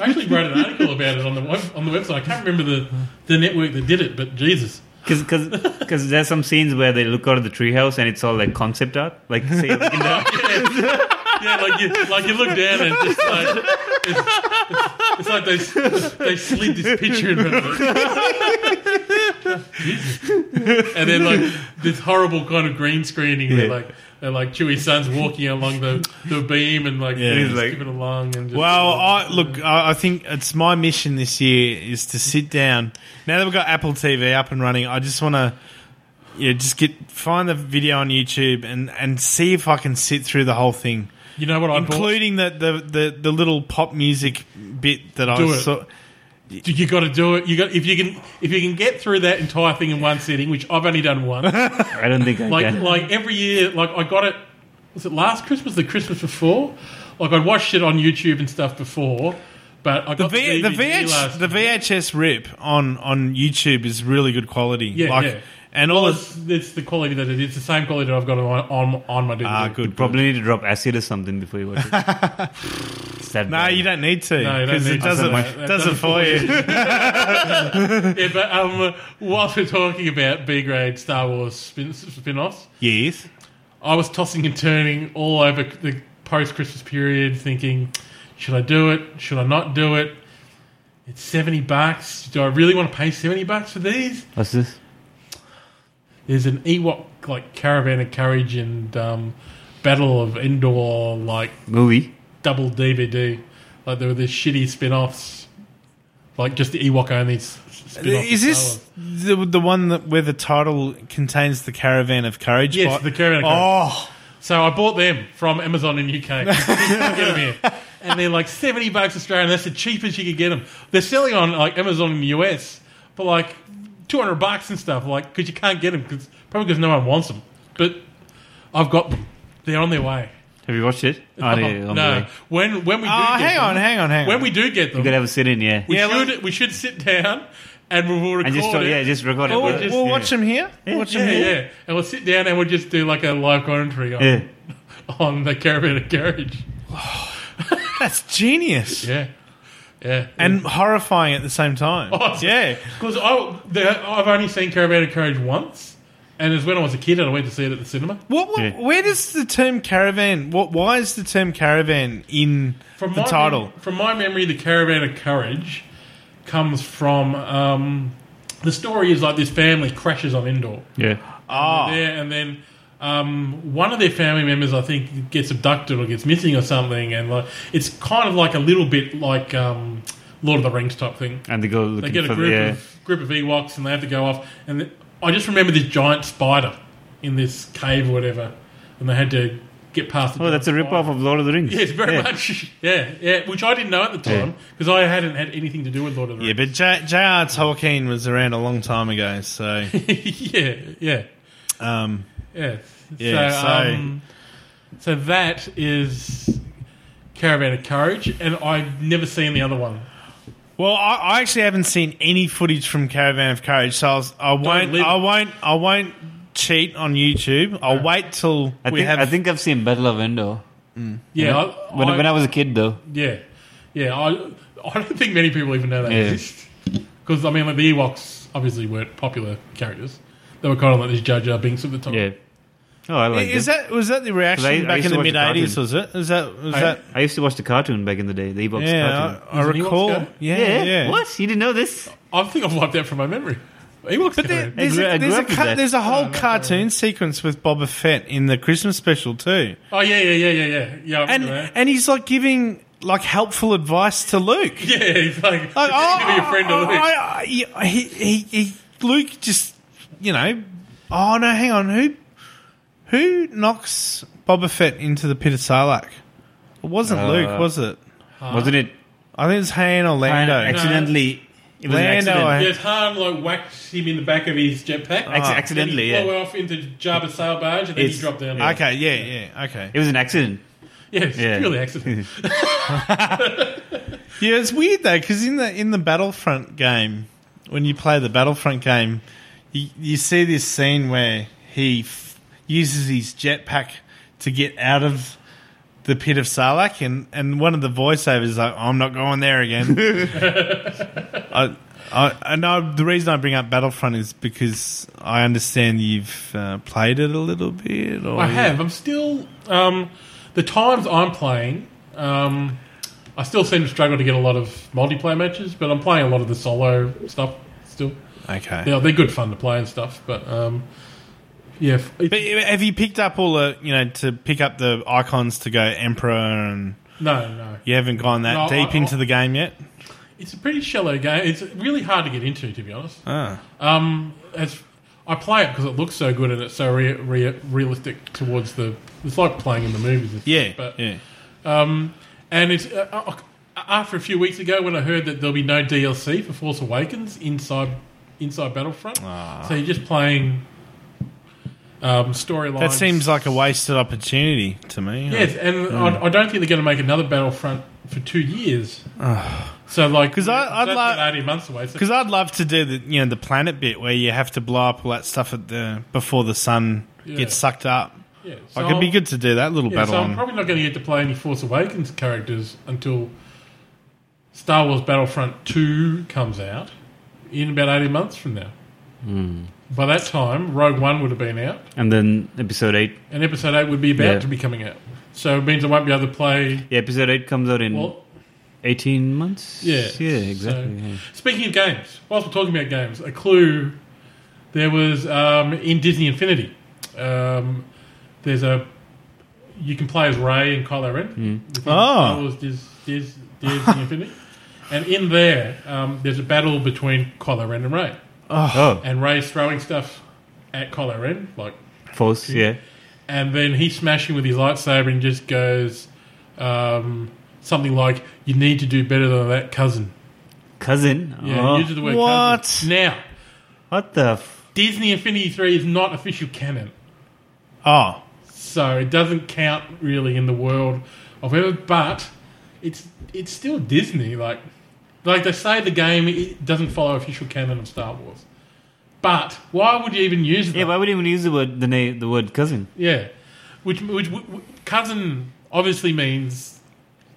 [SPEAKER 2] I actually wrote an article about it on the web, on the website. I can't remember the, the network that did it, but Jesus,
[SPEAKER 3] Because there's some scenes where they look out of the treehouse and it's all like concept art. Like, say, like, in the-
[SPEAKER 2] yeah, like you like you look down and just like it's, it's, it's like they they slid this picture in front of it. Jesus. And then like this horrible kind of green screening where
[SPEAKER 3] Yeah.
[SPEAKER 2] like. And like Chewie's son's walking along the, the beam and like
[SPEAKER 1] Yeah.
[SPEAKER 2] he's
[SPEAKER 3] He's like-
[SPEAKER 2] skipping along and just,
[SPEAKER 1] Well, I, look, I, I think it's my mission this year is to sit down. Now that we've got Apple TV up and running, I just want to, yeah, just get find the video on YouTube and and see if I can sit through the whole thing.
[SPEAKER 2] you know what I bought?
[SPEAKER 1] including the, the, the, the little pop music bit that
[SPEAKER 2] Do
[SPEAKER 1] I
[SPEAKER 2] it.
[SPEAKER 1] saw.
[SPEAKER 2] Do- You got to do it. You got if you can if you can get through that entire thing in one sitting, which I've only done once.
[SPEAKER 3] I don't think I
[SPEAKER 2] Like
[SPEAKER 3] can.
[SPEAKER 2] like every year, like I got it. Was it last Christmas? The Christmas before? Like I watched it on YouTube and stuff before, but I
[SPEAKER 1] The,
[SPEAKER 2] got
[SPEAKER 1] v, the,
[SPEAKER 2] DVD
[SPEAKER 1] VH,
[SPEAKER 2] last
[SPEAKER 1] the VHS rip on, on YouTube is really good quality.
[SPEAKER 2] Yeah,
[SPEAKER 1] like,
[SPEAKER 2] yeah.
[SPEAKER 1] And all
[SPEAKER 2] It's, it's the quality that it is. The same quality that I've got on on, on my DVD.
[SPEAKER 1] Ah,
[SPEAKER 3] You
[SPEAKER 1] good.
[SPEAKER 3] probably need to drop acid or something before you watch it. It's that
[SPEAKER 1] No,
[SPEAKER 3] bad.
[SPEAKER 1] you don't need to.
[SPEAKER 2] No, you don't
[SPEAKER 1] Because
[SPEAKER 2] need
[SPEAKER 1] it
[SPEAKER 2] to.
[SPEAKER 1] doesn't,
[SPEAKER 2] That's a-
[SPEAKER 1] doesn't for you.
[SPEAKER 2] Yeah, but um, whilst we're talking about B grade Star Wars spin spin offs,
[SPEAKER 1] yes.
[SPEAKER 2] I was tossing and turning all over the post Christmas period, thinking, should I do it? Should I not do it? It's 70 bucks. Do I really want to pay 70 bucks for these?
[SPEAKER 3] What's this?
[SPEAKER 2] There's an Ewok like Caravan of Courage and um, Battle of Endor like
[SPEAKER 3] Movie?
[SPEAKER 2] double DVD. Like there were these shitty spin offs, like just the Ewok only s- spin off.
[SPEAKER 1] Is this the, the one that where the title contains the Caravan of Courage?
[SPEAKER 2] Yes,
[SPEAKER 1] by-
[SPEAKER 2] the Caravan of Courage.
[SPEAKER 1] Oh,
[SPEAKER 2] So I bought them from Amazon in UK. Get them here. And they're like 70 bucks Australian. That's the cheapest you could get them. They're selling on like Amazon in the US for like 200 bucks and stuff. Like, because you can't get them, cause, probably because no one wants them. But I've got them. They're on their way.
[SPEAKER 3] Have you watched it? Oh, yeah, on the
[SPEAKER 2] Uh-huh. no.
[SPEAKER 3] way.
[SPEAKER 2] When, when we do
[SPEAKER 1] oh
[SPEAKER 2] get
[SPEAKER 1] hang on,
[SPEAKER 2] them,
[SPEAKER 1] hang on, hang on.
[SPEAKER 2] When we do get them,
[SPEAKER 3] You gotta have a sit in, yeah.
[SPEAKER 2] we,
[SPEAKER 1] Yeah,
[SPEAKER 2] should, we should sit down and we will record
[SPEAKER 3] and just,
[SPEAKER 2] it.
[SPEAKER 3] yeah, just record it.
[SPEAKER 2] Oh,
[SPEAKER 3] bro.
[SPEAKER 2] just-
[SPEAKER 1] we'll watch them here. We'll watch
[SPEAKER 2] yeah,
[SPEAKER 1] them here.
[SPEAKER 2] yeah. And we'll sit down and we'll just do like a live commentary on,
[SPEAKER 3] Yeah.
[SPEAKER 2] on the Caravan of Carriage.
[SPEAKER 1] That's genius.
[SPEAKER 2] Yeah. Yeah.
[SPEAKER 1] And horrifying at the same time.
[SPEAKER 2] Oh.
[SPEAKER 1] yeah.
[SPEAKER 2] Because I've only seen Caravan of Courage once, and it was when I was a kid and I went to see it at the cinema.
[SPEAKER 1] What, what,
[SPEAKER 3] Yeah.
[SPEAKER 1] Where does the term caravan? What? Why is the term caravan in
[SPEAKER 2] From
[SPEAKER 1] the
[SPEAKER 2] my
[SPEAKER 1] title?
[SPEAKER 2] mem- from my memory, the Caravan of Courage comes from um, the story is like this family crashes on Endor,
[SPEAKER 3] Yeah.
[SPEAKER 1] Oh.
[SPEAKER 2] And they're there, and then um, one of their family members, I think, gets abducted or gets missing or something, and like it's kind of like a little bit like um, Lord of the Rings type thing.
[SPEAKER 3] And they go
[SPEAKER 2] They
[SPEAKER 3] looking
[SPEAKER 2] get
[SPEAKER 3] for
[SPEAKER 2] a
[SPEAKER 3] the.
[SPEAKER 2] group
[SPEAKER 3] Yeah.
[SPEAKER 2] of group of Ewoks, and they have to go off. And th- I just remember this giant spider in this cave or whatever, and they had to get past. The
[SPEAKER 3] Oh, that's a
[SPEAKER 2] giant
[SPEAKER 3] rip off
[SPEAKER 2] spider.
[SPEAKER 3] of Lord of the Rings.
[SPEAKER 2] Yes, very
[SPEAKER 3] Yeah.
[SPEAKER 2] much. Yeah, yeah, which I didn't know at the
[SPEAKER 3] Yeah.
[SPEAKER 2] time because I hadn't had anything to do with Lord of the
[SPEAKER 1] Yeah,
[SPEAKER 2] Rings.
[SPEAKER 1] but J- J.R. Tolkien was around a long time ago, so
[SPEAKER 2] yeah, yeah,
[SPEAKER 1] um,
[SPEAKER 2] yeah.
[SPEAKER 1] Yeah,
[SPEAKER 2] so,
[SPEAKER 1] so-
[SPEAKER 2] um, so that is Caravan of Courage, and I've never seen the other one.
[SPEAKER 1] Well, I, I actually haven't seen any footage from Caravan of Courage, so I, was, I won't.
[SPEAKER 2] live.
[SPEAKER 1] I won't. I won't cheat on YouTube. I'll wait till
[SPEAKER 3] I
[SPEAKER 1] we
[SPEAKER 3] think,
[SPEAKER 1] have.
[SPEAKER 3] I think I've seen Battle of Endor.
[SPEAKER 2] Yeah, I,
[SPEAKER 3] When,
[SPEAKER 2] I,
[SPEAKER 3] when I was a kid, though.
[SPEAKER 2] yeah, yeah. I, I don't think many people even know that
[SPEAKER 3] Yeah.
[SPEAKER 2] exists because I mean, like the Ewoks obviously weren't popular characters. They were kind of like this Jar Jar Binks at the time.
[SPEAKER 3] Yeah. Oh, I like
[SPEAKER 1] is
[SPEAKER 3] it.
[SPEAKER 1] that was that the reaction
[SPEAKER 3] I- I
[SPEAKER 1] back
[SPEAKER 3] used
[SPEAKER 1] in
[SPEAKER 3] to
[SPEAKER 1] the
[SPEAKER 3] watch the
[SPEAKER 1] mid '80s?
[SPEAKER 3] cartoon.
[SPEAKER 1] Was it? Is that was
[SPEAKER 2] I-
[SPEAKER 1] that?
[SPEAKER 3] I used to watch the cartoon back in the day, the Ewoks
[SPEAKER 1] Yeah,
[SPEAKER 3] cartoon.
[SPEAKER 1] I, I
[SPEAKER 2] Is it Ewoks
[SPEAKER 1] recall.
[SPEAKER 2] go?
[SPEAKER 1] Yeah,
[SPEAKER 3] yeah.
[SPEAKER 1] yeah,
[SPEAKER 3] What? You didn't know this?
[SPEAKER 2] I think I've wiped that from my memory. Ewoks,
[SPEAKER 1] But there,
[SPEAKER 2] came out.
[SPEAKER 1] there's,
[SPEAKER 3] I
[SPEAKER 1] a,
[SPEAKER 3] grew
[SPEAKER 1] there's, a
[SPEAKER 3] up with
[SPEAKER 1] ca-
[SPEAKER 3] that.
[SPEAKER 1] there's a
[SPEAKER 2] Oh,
[SPEAKER 1] whole
[SPEAKER 2] no, no, no.
[SPEAKER 1] cartoon sequence with Boba Fett in the Christmas special too,
[SPEAKER 2] oh yeah, yeah, yeah, yeah, yeah. Yeah, I remember
[SPEAKER 1] and
[SPEAKER 2] that.
[SPEAKER 1] and he's like giving like helpful advice to Luke.
[SPEAKER 2] Yeah, it's like, it's
[SPEAKER 1] Like, oh,
[SPEAKER 2] easy to be a friend to
[SPEAKER 1] oh,
[SPEAKER 2] Luke.
[SPEAKER 1] I- I- yeah, he, he, he, Luke just, you know, oh no, hang on, who, who knocks Boba Fett into the pit of Sarlacc? It wasn't
[SPEAKER 3] Uh,
[SPEAKER 1] Luke, was it?
[SPEAKER 3] Wasn't it?
[SPEAKER 1] I think it was Han or Lando.
[SPEAKER 3] Accidentally. It was an
[SPEAKER 1] Lando,
[SPEAKER 3] accident.
[SPEAKER 1] I-
[SPEAKER 2] Yes, Han like whacked him in the back of his jetpack.
[SPEAKER 3] Acc-
[SPEAKER 1] Ah.
[SPEAKER 3] accidentally,
[SPEAKER 2] Then he blew
[SPEAKER 3] yeah.
[SPEAKER 2] off into Jabba's sail barge, and then
[SPEAKER 3] It's-
[SPEAKER 2] he dropped down. Yeah,
[SPEAKER 1] Okay, yeah, yeah, okay.
[SPEAKER 3] It was an accident.
[SPEAKER 2] it's
[SPEAKER 3] Yeah.
[SPEAKER 2] purely accident.
[SPEAKER 1] Yeah, it's weird though, because in the in the Battlefront game, when you play the Battlefront game, you, you see this scene where he f- uses his jetpack to get out of the pit of Sarlacc, and, and one of the voiceovers is like, "I'm not going there again." I, I, I know the reason I bring up Battlefront is because I understand you've uh, played it a little bit. Or
[SPEAKER 2] I have. I'm still um, the times I'm playing. Um, I still seem to struggle to get a lot of multiplayer matches, but I'm playing a lot of the solo stuff still.
[SPEAKER 1] Okay.
[SPEAKER 2] They're, they're good fun to play and stuff, but um, yeah, f- it-
[SPEAKER 1] But uh, have you picked up all the, you know, to pick up the icons to go Emperor and
[SPEAKER 2] no, no.
[SPEAKER 1] You haven't gone that
[SPEAKER 2] No,
[SPEAKER 1] deep
[SPEAKER 2] I- I-
[SPEAKER 1] into the game yet.
[SPEAKER 2] It's a pretty shallow game. It's really hard to get into, to be honest.
[SPEAKER 1] Ah.
[SPEAKER 2] Um, as I play it because it looks so good and it's so re- re- realistic towards the. It's like playing in the movies. It's-
[SPEAKER 1] Yeah,
[SPEAKER 2] but,
[SPEAKER 1] yeah.
[SPEAKER 2] Um, and it's uh, uh, after a few weeks ago when I heard that there'll be no DLC for Force Awakens inside inside Battlefront. So you're just playing um, storylines.
[SPEAKER 1] That seems like Hmm. a wasted opportunity to me.
[SPEAKER 2] yes, and I, I don't think they're going to make another Battlefront for two years. so like,
[SPEAKER 1] 'Cause Ah. I- I'd
[SPEAKER 2] that's
[SPEAKER 1] like-
[SPEAKER 2] about eighteen months away. So
[SPEAKER 1] because I'd love to do the you know the planet bit where you have to blow up all that stuff at the before the sun
[SPEAKER 2] Yeah.
[SPEAKER 1] gets sucked up.
[SPEAKER 2] yeah,
[SPEAKER 1] Like it'd be
[SPEAKER 2] I'll-
[SPEAKER 1] good to do that little
[SPEAKER 2] Yeah,
[SPEAKER 1] battle.
[SPEAKER 2] so I'm
[SPEAKER 1] on.
[SPEAKER 2] probably not going to get to play any Force Awakens characters until Star Wars Battlefront 2 comes out in about 18 months from now. By that time, Rogue One would have been out,
[SPEAKER 3] And then episode 8.
[SPEAKER 2] and Episode 8 would be about
[SPEAKER 3] Yeah.
[SPEAKER 2] to be coming out. So it means I won't be able to play.
[SPEAKER 3] Yeah, episode 8 comes out in
[SPEAKER 2] Well,
[SPEAKER 3] 18 months?
[SPEAKER 2] yeah.
[SPEAKER 3] Yeah, exactly.
[SPEAKER 2] So-
[SPEAKER 3] yeah.
[SPEAKER 2] Speaking of games, whilst we're talking about games, a clue there was um, in Disney Infinity. Um, there's a. You can play as Ray and Kylo Ren.
[SPEAKER 3] Hmm.
[SPEAKER 1] Oh.
[SPEAKER 3] Ah.
[SPEAKER 2] Star Wars Dis, Dis, Disney Infinity. And in there, um, there's a battle between Kylo Ren and Ray.
[SPEAKER 3] Oh,
[SPEAKER 2] And Ray's throwing stuff at Kylo Ren, like,
[SPEAKER 3] false, yeah.
[SPEAKER 2] and then he's smashing with his lightsaber and just goes um, something like, "You need to do better than that, cousin."
[SPEAKER 3] Cousin?
[SPEAKER 2] Yeah,
[SPEAKER 3] Oh.
[SPEAKER 2] uses the word
[SPEAKER 1] What?
[SPEAKER 2] cousin. Now,
[SPEAKER 3] What the f-
[SPEAKER 2] Disney Infinity 3 is not official canon,
[SPEAKER 1] Oh,
[SPEAKER 2] so it doesn't count really in the world of ever, but it's it's still Disney. Like, like they say the game it doesn't follow official canon of Star Wars. But why would you even use that?
[SPEAKER 3] Yeah, why would you even use the word the name the word cousin?
[SPEAKER 2] Yeah. Which, which, which cousin obviously means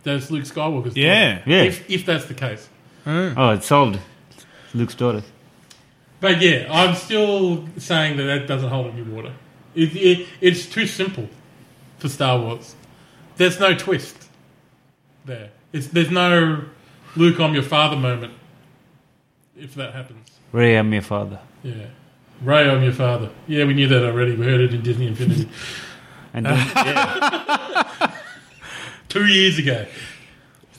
[SPEAKER 2] that's Luke Skywalker's daughter,
[SPEAKER 1] Yeah.
[SPEAKER 3] Yeah.
[SPEAKER 2] If, if that's the case.
[SPEAKER 3] Oh, it's solved. Luke's daughter.
[SPEAKER 2] But yeah, I'm still saying that that doesn't hold any water. It, it, it's too simple for Star Wars. There's no twist there. It's, there's no Luke, I'm your father moment if that happens.
[SPEAKER 3] Ray, I'm your father.
[SPEAKER 2] Yeah. Ray, I'm your father. Yeah, we knew that already. We heard it in Disney Infinity
[SPEAKER 3] And, then,
[SPEAKER 2] two years ago.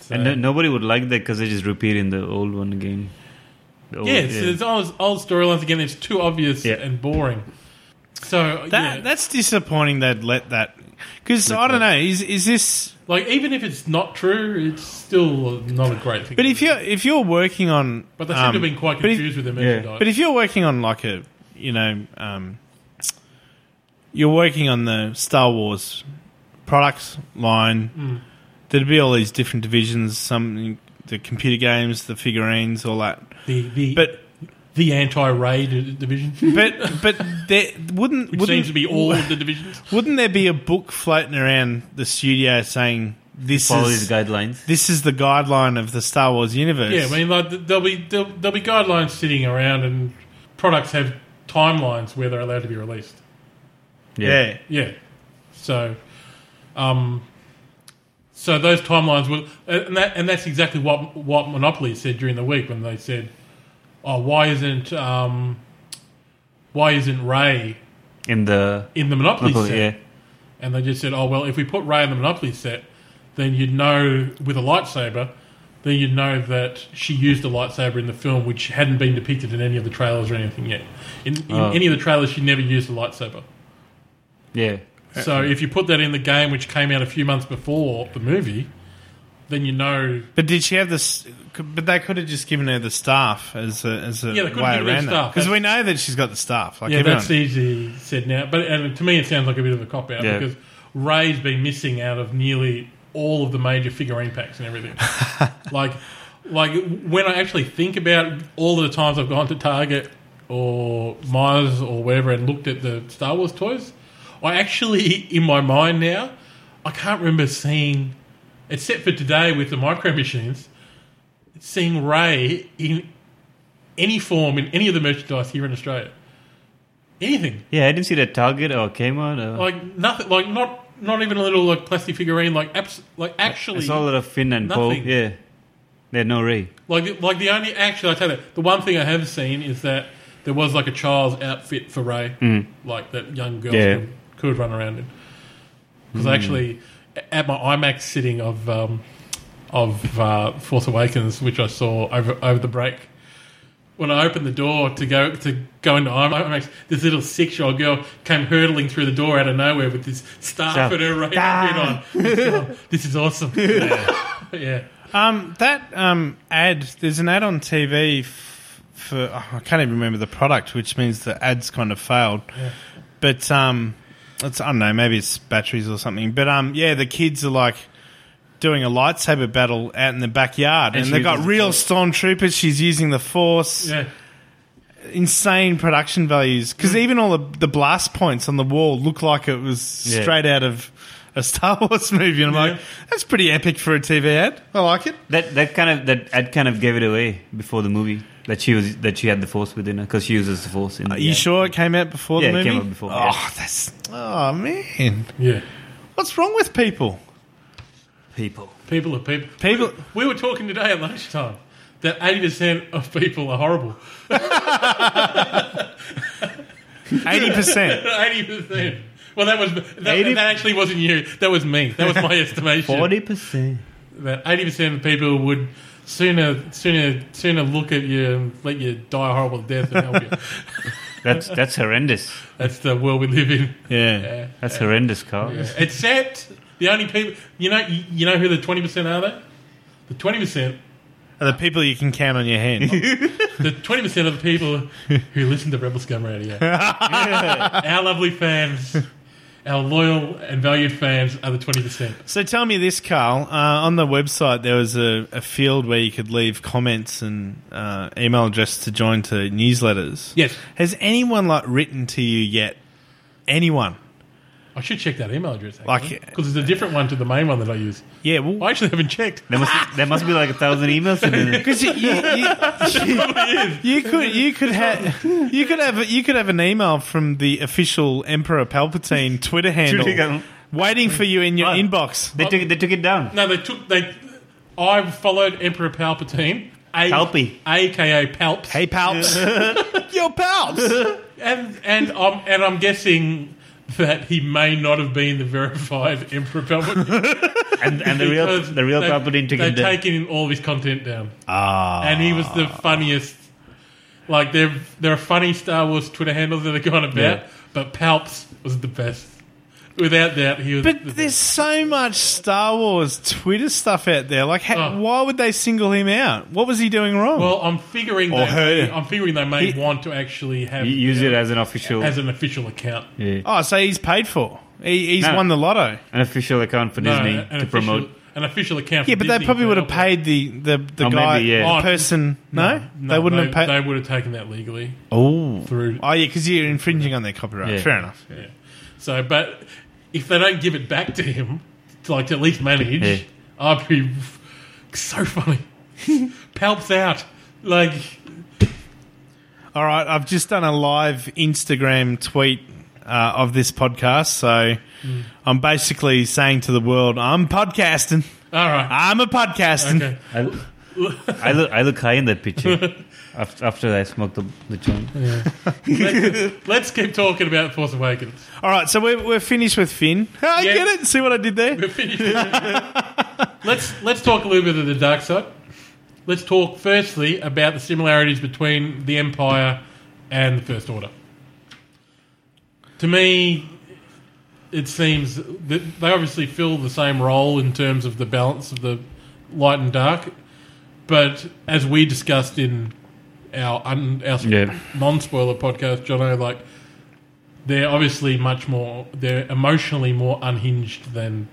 [SPEAKER 2] So-
[SPEAKER 3] and no- nobody would like that because they're just repeating the old one again. The old-
[SPEAKER 2] yeah, it's, it's always old storylines again. It's too obvious
[SPEAKER 3] Oh, Yeah.
[SPEAKER 2] and boring. So
[SPEAKER 1] That
[SPEAKER 2] yeah.
[SPEAKER 1] that's disappointing. They'd let that because I don't know. Is is this?
[SPEAKER 2] like even if it's not true, it's still not a great thing.
[SPEAKER 1] But if you're if you're working on,
[SPEAKER 2] but they seem
[SPEAKER 1] um,
[SPEAKER 2] to have been quite
[SPEAKER 1] but if-
[SPEAKER 2] confused with their
[SPEAKER 3] yeah.
[SPEAKER 2] merchandise.
[SPEAKER 1] But if you're working on like a, you know, um, you're working on the Star Wars products line,
[SPEAKER 2] Mm.
[SPEAKER 1] there'd be all these different divisions. Some the computer games, the figurines, all that.
[SPEAKER 2] the the
[SPEAKER 1] But
[SPEAKER 2] the anti-Ray di- division, which
[SPEAKER 1] but but there wouldn't wouldn't
[SPEAKER 2] seems to be all of the divisions.
[SPEAKER 1] wouldn't there be a book floating around the studio saying this
[SPEAKER 3] follow
[SPEAKER 1] is
[SPEAKER 3] these guidelines.
[SPEAKER 1] this is the guideline of the Star Wars universe?
[SPEAKER 2] Yeah, I mean, like th- there'll be there'll, there'll be guidelines sitting around, and products have timelines where they're allowed to be released.
[SPEAKER 1] yeah.
[SPEAKER 2] Yeah. So, um, so those timelines will, and that, and that's exactly what what Monopoly said during the week when they said, "Oh, why isn't um, why isn't Ray
[SPEAKER 3] in the
[SPEAKER 2] in the Monopoly set?"
[SPEAKER 3] yeah.
[SPEAKER 2] And they just said, "Oh, well, if we put Ray in the Monopoly set, then you'd know with a lightsaber." Then you'd know that she used a lightsaber in the film, which hadn't been depicted in any of the trailers or anything yet. In, in
[SPEAKER 3] Oh.
[SPEAKER 2] any of the trailers, she never used a lightsaber.
[SPEAKER 3] yeah,
[SPEAKER 2] So if you put that in the game, which came out a few months before the movie, then you know.
[SPEAKER 1] But did she have this? But they could have just given her the staff as a as a
[SPEAKER 2] Yeah, they could've
[SPEAKER 1] way
[SPEAKER 2] given her
[SPEAKER 1] around
[SPEAKER 2] the
[SPEAKER 1] that
[SPEAKER 2] staff.
[SPEAKER 1] because we know that she's got the staff. Like
[SPEAKER 2] Yeah,
[SPEAKER 1] everyone,
[SPEAKER 2] that's easy said now. But and to me, it sounds like a bit of a cop out
[SPEAKER 3] Yeah.
[SPEAKER 2] because Ray's been missing out of nearly all of the major figurine packs and everything. like, like when I actually think about all the times I've gone to Target or Myers or wherever and looked at the Star Wars toys, I actually in my mind now I can't remember seeing, except for today with the micro machines, seeing Ray in any form in any of the merchandise here in Australia. Anything
[SPEAKER 3] yeah. I didn't see that Target or Kmart. Or,
[SPEAKER 2] like nothing, like not not even a little like plastic figurine, like abs- like
[SPEAKER 3] I
[SPEAKER 2] actually,
[SPEAKER 3] saw a lot of Finn and Poe.
[SPEAKER 2] nothing.
[SPEAKER 3] Yeah, they had no Ray.
[SPEAKER 2] like the- like the only actually I tell you that, the one thing I have seen is that there was like a child's outfit for Ray, like that young girls
[SPEAKER 3] Yeah.
[SPEAKER 2] could, could run around in. Because actually, at my IMAX sitting of um, of uh, Force Awakens, which I saw over over the break. When I opened the door to go to go into IMAX, this little six year old girl came hurtling through the door out of nowhere with this staff
[SPEAKER 3] Staff.
[SPEAKER 2] and her Ray outfit on. this is awesome. yeah.
[SPEAKER 1] um, that um ad. There's an ad on TV f- for oh, I can't even remember the product, which means the ad's kind of failed. But um, it's I don't know, maybe it's batteries or something. But um, yeah, the kids are like. Doing a lightsaber battle out in the backyard, and,
[SPEAKER 3] she
[SPEAKER 1] they've got
[SPEAKER 3] uses the
[SPEAKER 1] real stormtroopers. She's using the force.
[SPEAKER 2] Yeah.
[SPEAKER 1] insane production values
[SPEAKER 3] Hmm.
[SPEAKER 1] because even all the, the blast points on the wall look like it was
[SPEAKER 3] Yeah.
[SPEAKER 1] straight out of a Star Wars movie, and I'm
[SPEAKER 2] Yeah.
[SPEAKER 1] like, that's pretty epic for a TV ad. I like it.
[SPEAKER 3] That that kind of that ad kind of gave it away before the movie that she was that she had the force within her because she uses the force. In
[SPEAKER 1] Are you sure it came out before
[SPEAKER 3] Yeah,
[SPEAKER 1] the
[SPEAKER 3] it
[SPEAKER 1] movie?
[SPEAKER 3] came out before,
[SPEAKER 1] Oh,
[SPEAKER 3] yeah.
[SPEAKER 1] that's oh man,
[SPEAKER 2] Yeah.
[SPEAKER 1] what's wrong with people?
[SPEAKER 3] people?
[SPEAKER 2] People are people.
[SPEAKER 1] People-
[SPEAKER 2] We were talking today at lunchtime that 80% of people are horrible.
[SPEAKER 1] Eighty percent,
[SPEAKER 2] 80%. Well, that was that,
[SPEAKER 3] 80
[SPEAKER 2] that actually wasn't you. That was me. That was my estimation.
[SPEAKER 3] Forty percent.
[SPEAKER 2] That 80% of people would sooner, sooner, sooner look at you and let you die a horrible death than help you.
[SPEAKER 3] That's that's horrendous.
[SPEAKER 2] That's the world we live in.
[SPEAKER 1] yeah.
[SPEAKER 2] Yeah.
[SPEAKER 3] That's horrendous, Carl.
[SPEAKER 2] Except the only people you know. You, you know who the 20% are? Though the 20%.
[SPEAKER 1] Are the people you can count on your hand?
[SPEAKER 2] The twenty percent of the people who listen to Rebel Scum Radio, our lovely fans, our loyal and valued fans, are the twenty percent.
[SPEAKER 1] so tell me this, Carl. Uh, on the website, there was a, a field where you could leave comments and uh, email address to join to newsletters.
[SPEAKER 2] Yes,
[SPEAKER 1] Has anyone like written to you yet? Anyone?
[SPEAKER 2] I should check that email address
[SPEAKER 1] Like-
[SPEAKER 2] because it's a different one to the main one that I use.
[SPEAKER 1] Yeah,
[SPEAKER 2] I
[SPEAKER 1] well,
[SPEAKER 2] actually haven't checked.
[SPEAKER 3] There must there must be like a thousand emails in there.
[SPEAKER 1] because you, you, you, you could you could have you could have you could have an email from the official Emperor Palpatine Twitter handle
[SPEAKER 3] Twitter.
[SPEAKER 1] waiting for you in your
[SPEAKER 3] Oh.
[SPEAKER 1] inbox.
[SPEAKER 3] They took they took it down.
[SPEAKER 2] No, they took they. I followed Emperor Palpatine, a,
[SPEAKER 3] Palpy.
[SPEAKER 2] aka Palps.
[SPEAKER 1] Hey, palps, yo, palps.
[SPEAKER 2] And and I'm and I'm guessing that he may not have been the verified Emperor Palpatine.
[SPEAKER 3] and, and the real
[SPEAKER 2] because
[SPEAKER 3] the real
[SPEAKER 2] they've-
[SPEAKER 3] Palpatine took him
[SPEAKER 2] They've
[SPEAKER 3] down.
[SPEAKER 2] taken all of his content down,
[SPEAKER 3] Ah,
[SPEAKER 2] and he was the funniest. Like there, there are funny Star Wars Twitter handles that are gone about,
[SPEAKER 3] Yeah.
[SPEAKER 2] but Palps was the best, without doubt. He was. the
[SPEAKER 1] But
[SPEAKER 2] best.
[SPEAKER 1] there's so much Star Wars Twitter stuff out there. Like, ha
[SPEAKER 2] Oh.
[SPEAKER 1] why would they single him out? What was he doing wrong?
[SPEAKER 2] Well, I'm figuring
[SPEAKER 1] Or
[SPEAKER 2] they,
[SPEAKER 1] her.
[SPEAKER 2] I'm figuring they may
[SPEAKER 1] He-
[SPEAKER 2] want to actually have
[SPEAKER 3] You use it as an official
[SPEAKER 2] as an official account.
[SPEAKER 3] yeah,
[SPEAKER 1] oh, so he's paid for. He, he's
[SPEAKER 3] No.
[SPEAKER 1] won the lotto.
[SPEAKER 3] an official account for Disney
[SPEAKER 2] an
[SPEAKER 3] to
[SPEAKER 2] official,
[SPEAKER 3] promote.
[SPEAKER 2] an official account.
[SPEAKER 1] Yeah,
[SPEAKER 2] for
[SPEAKER 1] but
[SPEAKER 2] Disney
[SPEAKER 1] they probably
[SPEAKER 2] to
[SPEAKER 1] would have
[SPEAKER 2] help
[SPEAKER 1] paid the the, the
[SPEAKER 3] Oh,
[SPEAKER 1] guy,
[SPEAKER 3] maybe, yeah.
[SPEAKER 1] the person. No,
[SPEAKER 2] them.
[SPEAKER 1] they wouldn't
[SPEAKER 2] they,
[SPEAKER 1] have paid.
[SPEAKER 2] They would have taken that legally
[SPEAKER 1] Oh,
[SPEAKER 2] through.
[SPEAKER 1] oh yeah, because you're infringing on their copyright.
[SPEAKER 3] Yeah.
[SPEAKER 1] Fair enough.
[SPEAKER 2] yeah. So, but if they don't give it back to him, to like to at least manage,
[SPEAKER 3] Yeah.
[SPEAKER 2] I'd be so funny. Palps out like
[SPEAKER 1] All right, I've just done a live Instagram tweet uh, of this podcast, so I'm basically saying to the world, I'm podcasting.
[SPEAKER 2] all right.
[SPEAKER 1] I'm a podcasting.
[SPEAKER 2] Okay.
[SPEAKER 3] I, I look I look high in that picture after, after I smoked the the joint.
[SPEAKER 2] Let's, let's keep talking about Force Awakens.
[SPEAKER 1] All right, so we're, we're finished with Finn. I
[SPEAKER 2] Yeah.
[SPEAKER 1] get it. See what I did there?
[SPEAKER 2] let's let's talk a little bit of the dark side. Let's talk firstly about the similarities between the Empire and the First Order. To me, it seems that they obviously fill the same role in terms of the balance of the light and dark, but as we discussed in our un, our
[SPEAKER 3] Yeah.
[SPEAKER 2] non spoiler podcast, Jono, like they're obviously much more they're emotionally more unhinged than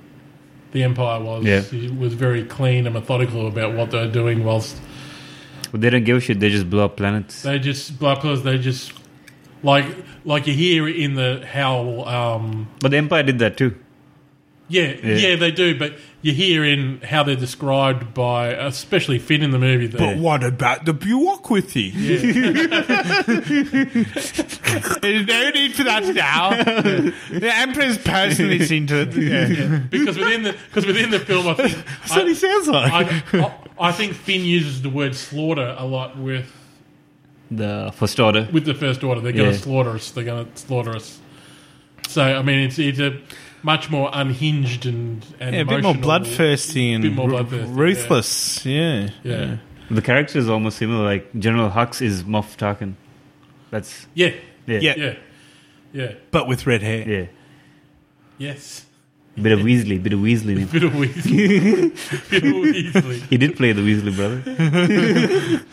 [SPEAKER 2] the Empire was.
[SPEAKER 3] Yeah.
[SPEAKER 2] It was very clean and methodical about what they're doing, whilst
[SPEAKER 3] But they don't give a shit. They just blow up planets.
[SPEAKER 2] they just blah blah. They just like like you hear in the howl. Um,
[SPEAKER 3] But the Empire did that too.
[SPEAKER 2] yeah, yeah,
[SPEAKER 3] Yeah.
[SPEAKER 2] they do. But you hear in how they're described by, especially Finn in the movie. That,
[SPEAKER 1] what about the bureaucracy? There's no need for that now. The Emperor's personally seen to it.
[SPEAKER 2] because within the because within the film, I think
[SPEAKER 1] That's what he sounds like.
[SPEAKER 2] I, I, I think Finn uses the word slaughter a lot with
[SPEAKER 3] The first order.
[SPEAKER 2] with the first order. They're going to
[SPEAKER 3] Yeah.
[SPEAKER 2] slaughter us. They're going to slaughter us. So I mean, it's it's a much more unhinged and, and
[SPEAKER 1] yeah, a bit more
[SPEAKER 2] emotional-
[SPEAKER 1] bloodthirsty and
[SPEAKER 2] bit more
[SPEAKER 1] ru-
[SPEAKER 2] bloodthirsty,
[SPEAKER 1] ruthless. Yeah.
[SPEAKER 2] Yeah,
[SPEAKER 3] The character is almost similar. Like General Hux is Moff Tarkin. That's
[SPEAKER 2] yeah,
[SPEAKER 3] yeah,
[SPEAKER 1] Yeah.
[SPEAKER 2] yeah, yeah.
[SPEAKER 1] but with red hair.
[SPEAKER 3] yeah.
[SPEAKER 2] Yes,
[SPEAKER 3] Bit of Weasley. Bit of Weasley. in him.
[SPEAKER 2] bit of Weasley, bit of Weasley.
[SPEAKER 3] He did play the Weasley brother.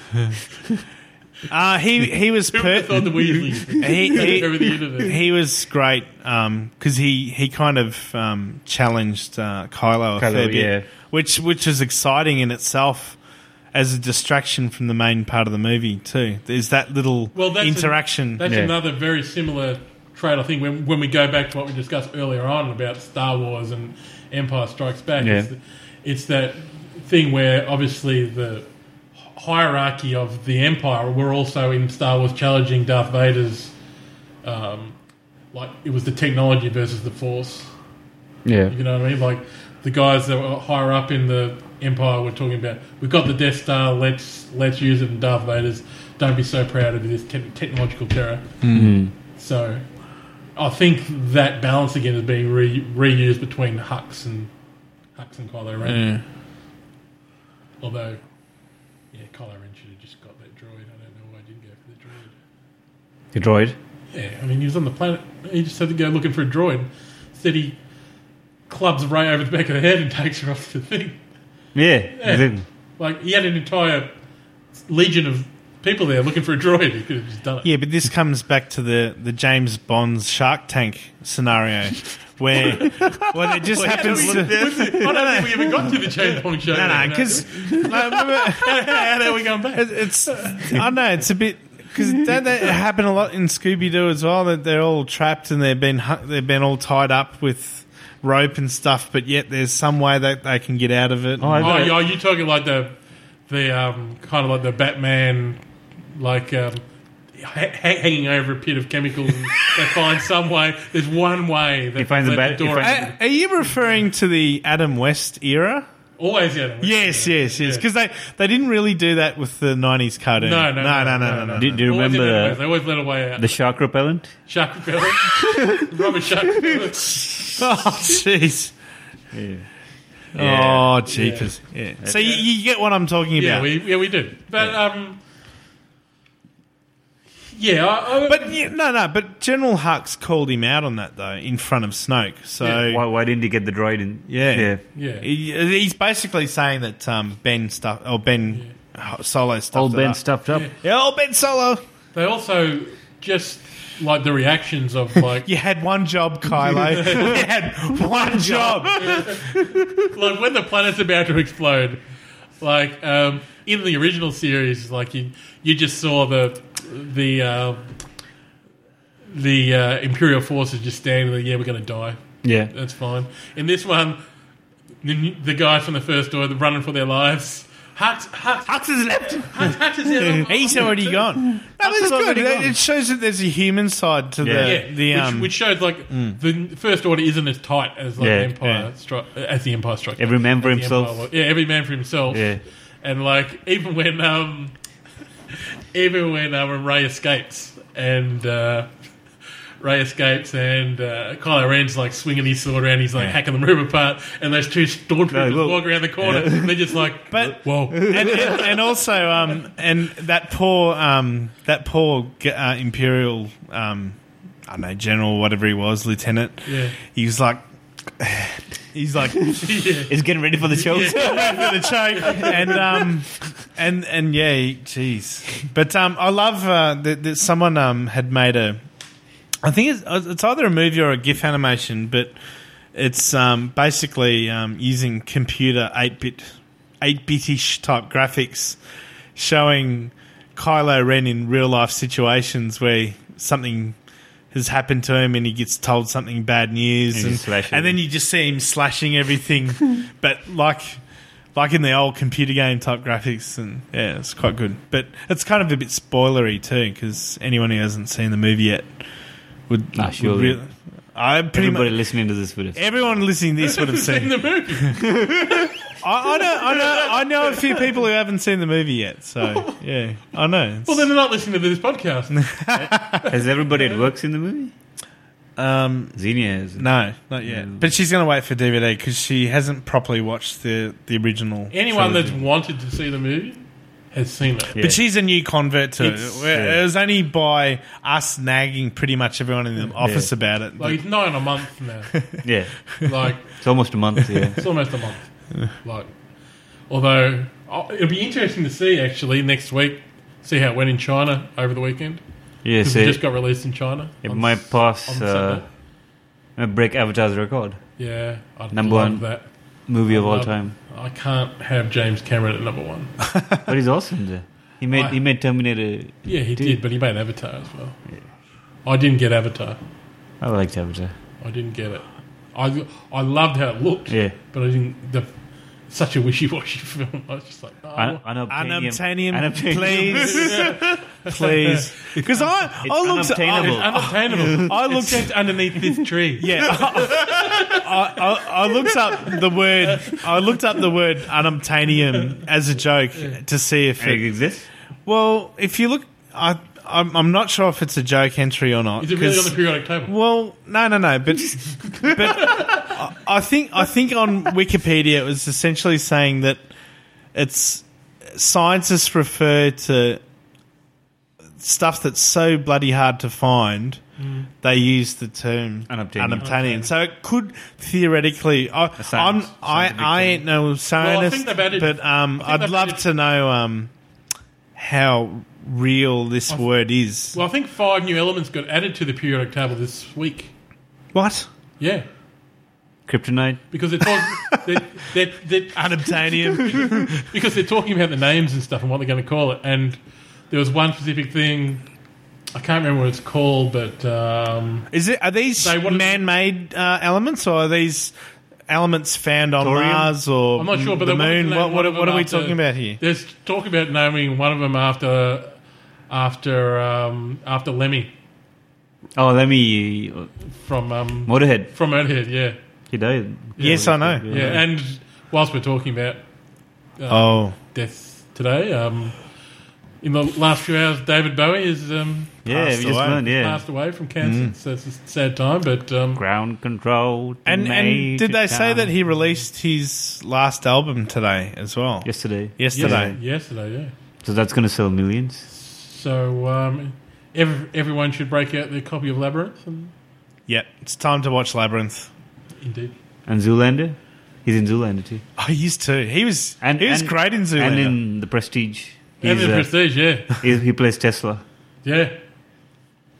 [SPEAKER 1] Uh, he he was
[SPEAKER 2] Who would have thought
[SPEAKER 1] per-
[SPEAKER 2] the Weasley
[SPEAKER 1] he,
[SPEAKER 2] over
[SPEAKER 1] he,
[SPEAKER 2] the universe?
[SPEAKER 1] he was great because he he kind of um, challenged uh, Kylo a
[SPEAKER 3] Kylo,
[SPEAKER 1] fair bit,
[SPEAKER 3] yeah.
[SPEAKER 1] which which is exciting in itself as a distraction from the main part of the movie too. There's that little
[SPEAKER 2] Well, that's a-
[SPEAKER 1] interaction.
[SPEAKER 2] That's
[SPEAKER 3] Yeah.
[SPEAKER 2] another very similar trait, I think, when, when we go back to what we discussed earlier on about Star Wars and Empire Strikes Back.
[SPEAKER 3] Yeah.
[SPEAKER 2] It's, it's that thing where obviously the hierarchy of the Empire were also in Star Wars challenging Darth Vader's. Um, like, it was the technology versus the Force.
[SPEAKER 3] Yeah.
[SPEAKER 2] You know what I mean? Like the guys that were higher up in the empire were talking about, we've got the Death Star. Let's let's use it. And Darth Vader's, don't be so proud of this te- technological terror. So, I think that balance again is being re- reused between Hux and Hux and Kylo Ren. Although, yeah, Kylo Ren should have just got that droid. I don't know why I didn't go for the droid.
[SPEAKER 3] The droid.
[SPEAKER 2] Yeah, Eh, I mean, he was on the planet. He just had to go looking for a droid. Instead, he clubs Ray over the back of the head and takes her off the thing.
[SPEAKER 3] Yeah. exactly.
[SPEAKER 2] Like, he had an entire legion of people there looking for a droid. He could have just done it.
[SPEAKER 1] Yeah, but this comes back to the, the James Bond's Shark Tank scenario, where where it just happens to
[SPEAKER 2] I don't think we ever got to the James Bond show.
[SPEAKER 1] no no
[SPEAKER 2] you know.
[SPEAKER 1] because no,
[SPEAKER 2] how are we going back?
[SPEAKER 1] It- It's I know it's a bit because that, that happen a lot in Scooby Doo as well. That they're all trapped and they've been hu- they've been all tied up with rope and stuff, but yet there's some way that they can get out of it.
[SPEAKER 3] Oh, I
[SPEAKER 2] Oh,
[SPEAKER 3] thought-
[SPEAKER 2] yeah, you talking like the the um, kind of like the Batman, like um, ha- ha- hanging over a pit of chemicals. And they find some way. There's one way. They
[SPEAKER 3] finds a
[SPEAKER 2] let
[SPEAKER 3] bat- he finds-
[SPEAKER 2] open.
[SPEAKER 1] are, are you referring to the Adam West era?
[SPEAKER 2] Always the other way.
[SPEAKER 1] Yes, yes, yes.
[SPEAKER 2] Yeah.
[SPEAKER 1] Because they, they didn't really do that with the 90s cartoon.
[SPEAKER 2] No, no,
[SPEAKER 1] no, no, no. no, no.
[SPEAKER 3] Do, do you
[SPEAKER 2] Always the other way.
[SPEAKER 3] remember
[SPEAKER 2] They
[SPEAKER 3] the,
[SPEAKER 2] always let away out.
[SPEAKER 3] the shark repellent?
[SPEAKER 2] Shark repellent. Robert Shark repellent.
[SPEAKER 1] Oh, jeez.
[SPEAKER 3] Yeah.
[SPEAKER 1] Oh, jeepers. Yeah. So you, you get what I'm talking about.
[SPEAKER 2] Yeah, we yeah we do. But um, yeah, I, I,
[SPEAKER 1] But yeah, no, no. But General Hux called him out on that though in front of Snoke. So
[SPEAKER 2] Yeah.
[SPEAKER 1] yeah,
[SPEAKER 3] Why, why didn't he get the droid in?
[SPEAKER 1] yeah.
[SPEAKER 2] yeah,
[SPEAKER 1] He, he's basically saying that um, Ben stuff or Ben Solo stuff.
[SPEAKER 3] Old Ben stuffed up.
[SPEAKER 1] Yeah, old Ben Solo.
[SPEAKER 2] they also just like the reactions of like
[SPEAKER 1] You had one job, Kylo. you had one job.
[SPEAKER 2] like when the planet's about to explode, like um, in the original series, like you, you just saw the the uh, the uh, Imperial forces just standing there. Yeah, we're going to die.
[SPEAKER 3] Yeah.
[SPEAKER 2] That's fine. In this one, the, the guys from the first door they're running for their lives. Hux, Hux,
[SPEAKER 1] Hux has left.
[SPEAKER 2] Hux, Hux is there.
[SPEAKER 1] He's already gone. That was
[SPEAKER 3] is
[SPEAKER 1] good.
[SPEAKER 3] already
[SPEAKER 1] It-
[SPEAKER 3] gone.
[SPEAKER 1] It shows that there's a human side to the
[SPEAKER 2] Yeah,
[SPEAKER 3] Yeah.
[SPEAKER 1] the
[SPEAKER 2] which,
[SPEAKER 1] um.
[SPEAKER 2] which shows like the first order isn't as tight as like
[SPEAKER 3] Yeah,
[SPEAKER 2] the empire
[SPEAKER 1] yeah.
[SPEAKER 2] stri- as the empire struck.
[SPEAKER 3] Every man for
[SPEAKER 2] As the
[SPEAKER 3] himself.
[SPEAKER 2] Empire was. Yeah, every man for himself.
[SPEAKER 3] Yeah.
[SPEAKER 2] and like even when um, even when um, when Ray escapes and uh, Ray escapes and uh, Kylo Ren's like swinging his sword around, he's like hacking the room apart, and those two stormtroopers
[SPEAKER 3] No, look.
[SPEAKER 2] walk around the corner, and they're just like,
[SPEAKER 1] But-
[SPEAKER 2] whoa,
[SPEAKER 1] and, and, and also, um, and that poor, um, that poor g- uh, imperial, um, I don't know, general, whatever he was, lieutenant.
[SPEAKER 2] Yeah.
[SPEAKER 1] He was like, he's like for
[SPEAKER 3] He's getting ready for the show.
[SPEAKER 1] the choke, and um, and and yeah, he- jeez. But um, I love uh, that, that someone um had made a, I think it's, uh, it's either a movie or a GIF animation, but it's um basically um using computer eight bit, eight bitish type graphics showing Kylo Ren in real life situations where something has happened to him and he gets told something bad news
[SPEAKER 3] And he
[SPEAKER 1] and,
[SPEAKER 3] slashes
[SPEAKER 1] and then
[SPEAKER 3] it.
[SPEAKER 1] you just see him slashing everything but like like in the old computer game type graphics and yeah it's quite good but it's kind of a bit spoilery too because anyone who hasn't seen the movie yet would,
[SPEAKER 3] Nah,
[SPEAKER 1] would
[SPEAKER 3] surely.
[SPEAKER 1] really I pretty
[SPEAKER 3] Everybody
[SPEAKER 1] much
[SPEAKER 3] listening to this would have.
[SPEAKER 1] everyone listening to this would have
[SPEAKER 2] in
[SPEAKER 1] seen
[SPEAKER 2] the movie.
[SPEAKER 1] I, I know I know I know a few people who haven't seen the movie yet so yeah I know
[SPEAKER 2] Well, then they're not listening to this podcast.
[SPEAKER 3] Has everybody at works in the movie?
[SPEAKER 1] um
[SPEAKER 3] Xenia has.
[SPEAKER 1] No, not yet.
[SPEAKER 3] No.
[SPEAKER 1] But she's going to wait for DVD because she hasn't properly watched the, the original.
[SPEAKER 2] Anyone that's
[SPEAKER 1] trilogy.
[SPEAKER 2] wanted to see the movie has seen it.
[SPEAKER 1] But she's a new convert to it.
[SPEAKER 3] It's-
[SPEAKER 1] We're-
[SPEAKER 3] yeah.
[SPEAKER 1] It was only by us nagging pretty much everyone in the office about it.
[SPEAKER 2] Like it's nine a month now.
[SPEAKER 3] Yeah.
[SPEAKER 2] like
[SPEAKER 3] It's almost a month, yeah.
[SPEAKER 2] it's almost a month. Like, although oh, it'll be interesting to see actually next week, see how it went in China over the weekend
[SPEAKER 3] Yeah,
[SPEAKER 2] because
[SPEAKER 3] so
[SPEAKER 2] it just got released in China.
[SPEAKER 3] it
[SPEAKER 2] on
[SPEAKER 3] might
[SPEAKER 2] s-
[SPEAKER 3] pass,
[SPEAKER 2] on
[SPEAKER 3] uh,
[SPEAKER 2] Sunday.
[SPEAKER 3] might break Avatar's record.
[SPEAKER 2] yeah, I'd
[SPEAKER 3] number
[SPEAKER 2] love
[SPEAKER 3] one
[SPEAKER 2] that
[SPEAKER 3] Movie of all
[SPEAKER 2] Love-
[SPEAKER 3] time.
[SPEAKER 2] I can't have James Cameron at number one.
[SPEAKER 3] But he's awesome there. He made,
[SPEAKER 2] Why?
[SPEAKER 3] he made Terminator.
[SPEAKER 2] Yeah, he
[SPEAKER 3] Dude.
[SPEAKER 2] did, but he made Avatar as well. I didn't get Avatar.
[SPEAKER 3] I liked Avatar.
[SPEAKER 2] I didn't get it. I I loved how it looked.
[SPEAKER 3] Yeah.
[SPEAKER 2] but I didn't. The, such a wishy-washy film. I was just like, oh,
[SPEAKER 3] Un- unobtainium.
[SPEAKER 1] Unobtainium,
[SPEAKER 3] Unobtainium.
[SPEAKER 1] please. please. Because I,
[SPEAKER 3] It's
[SPEAKER 1] I looked
[SPEAKER 3] unobtainable.
[SPEAKER 1] I,
[SPEAKER 2] unobtainable.
[SPEAKER 1] I
[SPEAKER 2] It's
[SPEAKER 1] looked-
[SPEAKER 2] just underneath this tree.
[SPEAKER 1] yeah, I, I, I looked up the word. I looked up the word unobtainium as a joke to see if
[SPEAKER 3] It
[SPEAKER 1] it
[SPEAKER 3] exists?
[SPEAKER 1] Well, if you look, I, I'm, I'm not sure if it's a joke entry or not.
[SPEAKER 2] Is it really on
[SPEAKER 1] 'cause-
[SPEAKER 2] the periodic table?
[SPEAKER 1] well, no, no, no, but but I, I think I think on Wikipedia it was essentially saying that it's scientists refer to stuff that's so bloody hard to find. They use the term
[SPEAKER 3] Unobtainium.
[SPEAKER 1] unobtainium. So it could theoretically. I, I'm,
[SPEAKER 3] science-
[SPEAKER 1] I, I
[SPEAKER 3] scientific term.
[SPEAKER 1] ain't no scientist,
[SPEAKER 2] they've added-
[SPEAKER 1] but um,
[SPEAKER 2] think
[SPEAKER 1] I'd
[SPEAKER 2] they've
[SPEAKER 1] love
[SPEAKER 2] added-
[SPEAKER 1] to know um, how real this word is.
[SPEAKER 2] Well, I think five new elements got added to the periodic table this week.
[SPEAKER 1] What?
[SPEAKER 2] Yeah,
[SPEAKER 3] Kryptonite?
[SPEAKER 2] because they're talking they're, they're, they're,
[SPEAKER 1] Unobtainium.
[SPEAKER 2] because they're talking about the names and stuff and what they're going to call it. And there was one specific thing I can't remember what it's called, but um,
[SPEAKER 1] Is it? Are these
[SPEAKER 2] They wanted-
[SPEAKER 1] man-made uh, elements, or are these elements found on
[SPEAKER 3] Thorium?
[SPEAKER 1] Mars or
[SPEAKER 2] I'm not sure. But
[SPEAKER 1] the
[SPEAKER 2] they wanted to
[SPEAKER 1] moon?
[SPEAKER 2] name
[SPEAKER 1] What,
[SPEAKER 2] one
[SPEAKER 1] what,
[SPEAKER 2] of
[SPEAKER 1] what
[SPEAKER 2] them
[SPEAKER 1] are we
[SPEAKER 2] after-
[SPEAKER 1] talking about here?
[SPEAKER 2] There's talk about naming one of them after after um, after Lemmy
[SPEAKER 3] Oh, let me.
[SPEAKER 2] from um,
[SPEAKER 3] Motorhead.
[SPEAKER 2] from Earthhead. Yeah,
[SPEAKER 3] He died.
[SPEAKER 1] yes, I know.
[SPEAKER 2] yeah, and whilst we're talking about
[SPEAKER 1] Oh,
[SPEAKER 2] death today, um, in the last few hours, David Bowie is um,
[SPEAKER 3] Yeah, we
[SPEAKER 1] Passed
[SPEAKER 3] just
[SPEAKER 1] away.
[SPEAKER 3] learned. Yeah, Mm.
[SPEAKER 2] passed away from cancer. So it's a sad time, but um,
[SPEAKER 3] ground control. to
[SPEAKER 1] and and
[SPEAKER 3] Major
[SPEAKER 1] did they say
[SPEAKER 3] Tom.
[SPEAKER 1] that he released his last album today as well?
[SPEAKER 3] yesterday?
[SPEAKER 1] Yesterday.
[SPEAKER 2] yes- yesterday, yeah.
[SPEAKER 3] So that's gonna sell millions.
[SPEAKER 2] So um, ev everyone should break out their copy of Labyrinth. And,
[SPEAKER 1] Yep. It's time to watch Labyrinth.
[SPEAKER 2] indeed.
[SPEAKER 3] And Zoolander, he's in Zoolander too.
[SPEAKER 1] Oh, he used to. He was.
[SPEAKER 3] And
[SPEAKER 1] he was
[SPEAKER 3] and-
[SPEAKER 1] great in Zoolander.
[SPEAKER 3] and in The Prestige.
[SPEAKER 2] And
[SPEAKER 3] He's,
[SPEAKER 2] the
[SPEAKER 3] uh,
[SPEAKER 2] Prestige, yeah.
[SPEAKER 3] he, he plays Tesla.
[SPEAKER 2] Yeah.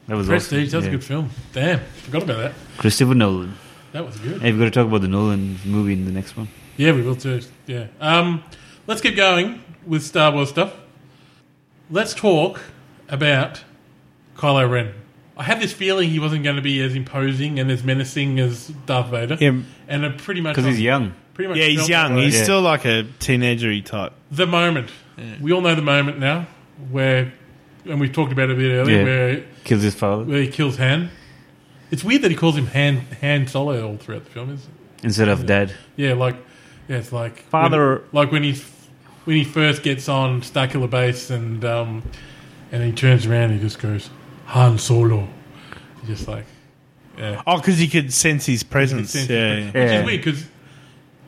[SPEAKER 3] That was
[SPEAKER 2] Prestige,
[SPEAKER 3] awesome.
[SPEAKER 2] that's
[SPEAKER 3] yeah.
[SPEAKER 2] a good film. Damn, forgot about that.
[SPEAKER 3] Christopher Nolan.
[SPEAKER 2] That was good.
[SPEAKER 3] Hey, we've got to talk about the Nolan movie in the next one.
[SPEAKER 2] Yeah, we will too. Yeah. Um, let's keep going with Star Wars stuff. Let's talk about Kylo Ren. I had this feeling he wasn't going to be as imposing and as menacing as Darth Vader.
[SPEAKER 1] Yeah.
[SPEAKER 2] And it pretty much
[SPEAKER 3] Because he's young.
[SPEAKER 2] Pretty much
[SPEAKER 1] yeah, he's
[SPEAKER 2] felt that
[SPEAKER 1] young.
[SPEAKER 2] way.
[SPEAKER 1] He's
[SPEAKER 3] Yeah.
[SPEAKER 1] still like a teenagery type.
[SPEAKER 2] the moment. We all know the moment now where, and we talked about it a bit earlier,
[SPEAKER 3] Yeah.
[SPEAKER 2] where,
[SPEAKER 3] Kills his father
[SPEAKER 2] where he kills Han. It's weird that he calls him Han, Han Solo all throughout the film, isn't it?
[SPEAKER 3] instead of dad.
[SPEAKER 2] Yeah, like yeah, it's like
[SPEAKER 3] Father-
[SPEAKER 2] when- like when he when he first gets on Starkiller Base and um, and he turns around, he just goes Han Solo, He's just like
[SPEAKER 1] Oh, because he could sense his presence.
[SPEAKER 2] sense his
[SPEAKER 1] yeah,
[SPEAKER 2] presence.
[SPEAKER 1] yeah.
[SPEAKER 2] which
[SPEAKER 3] Yeah.
[SPEAKER 2] is weird because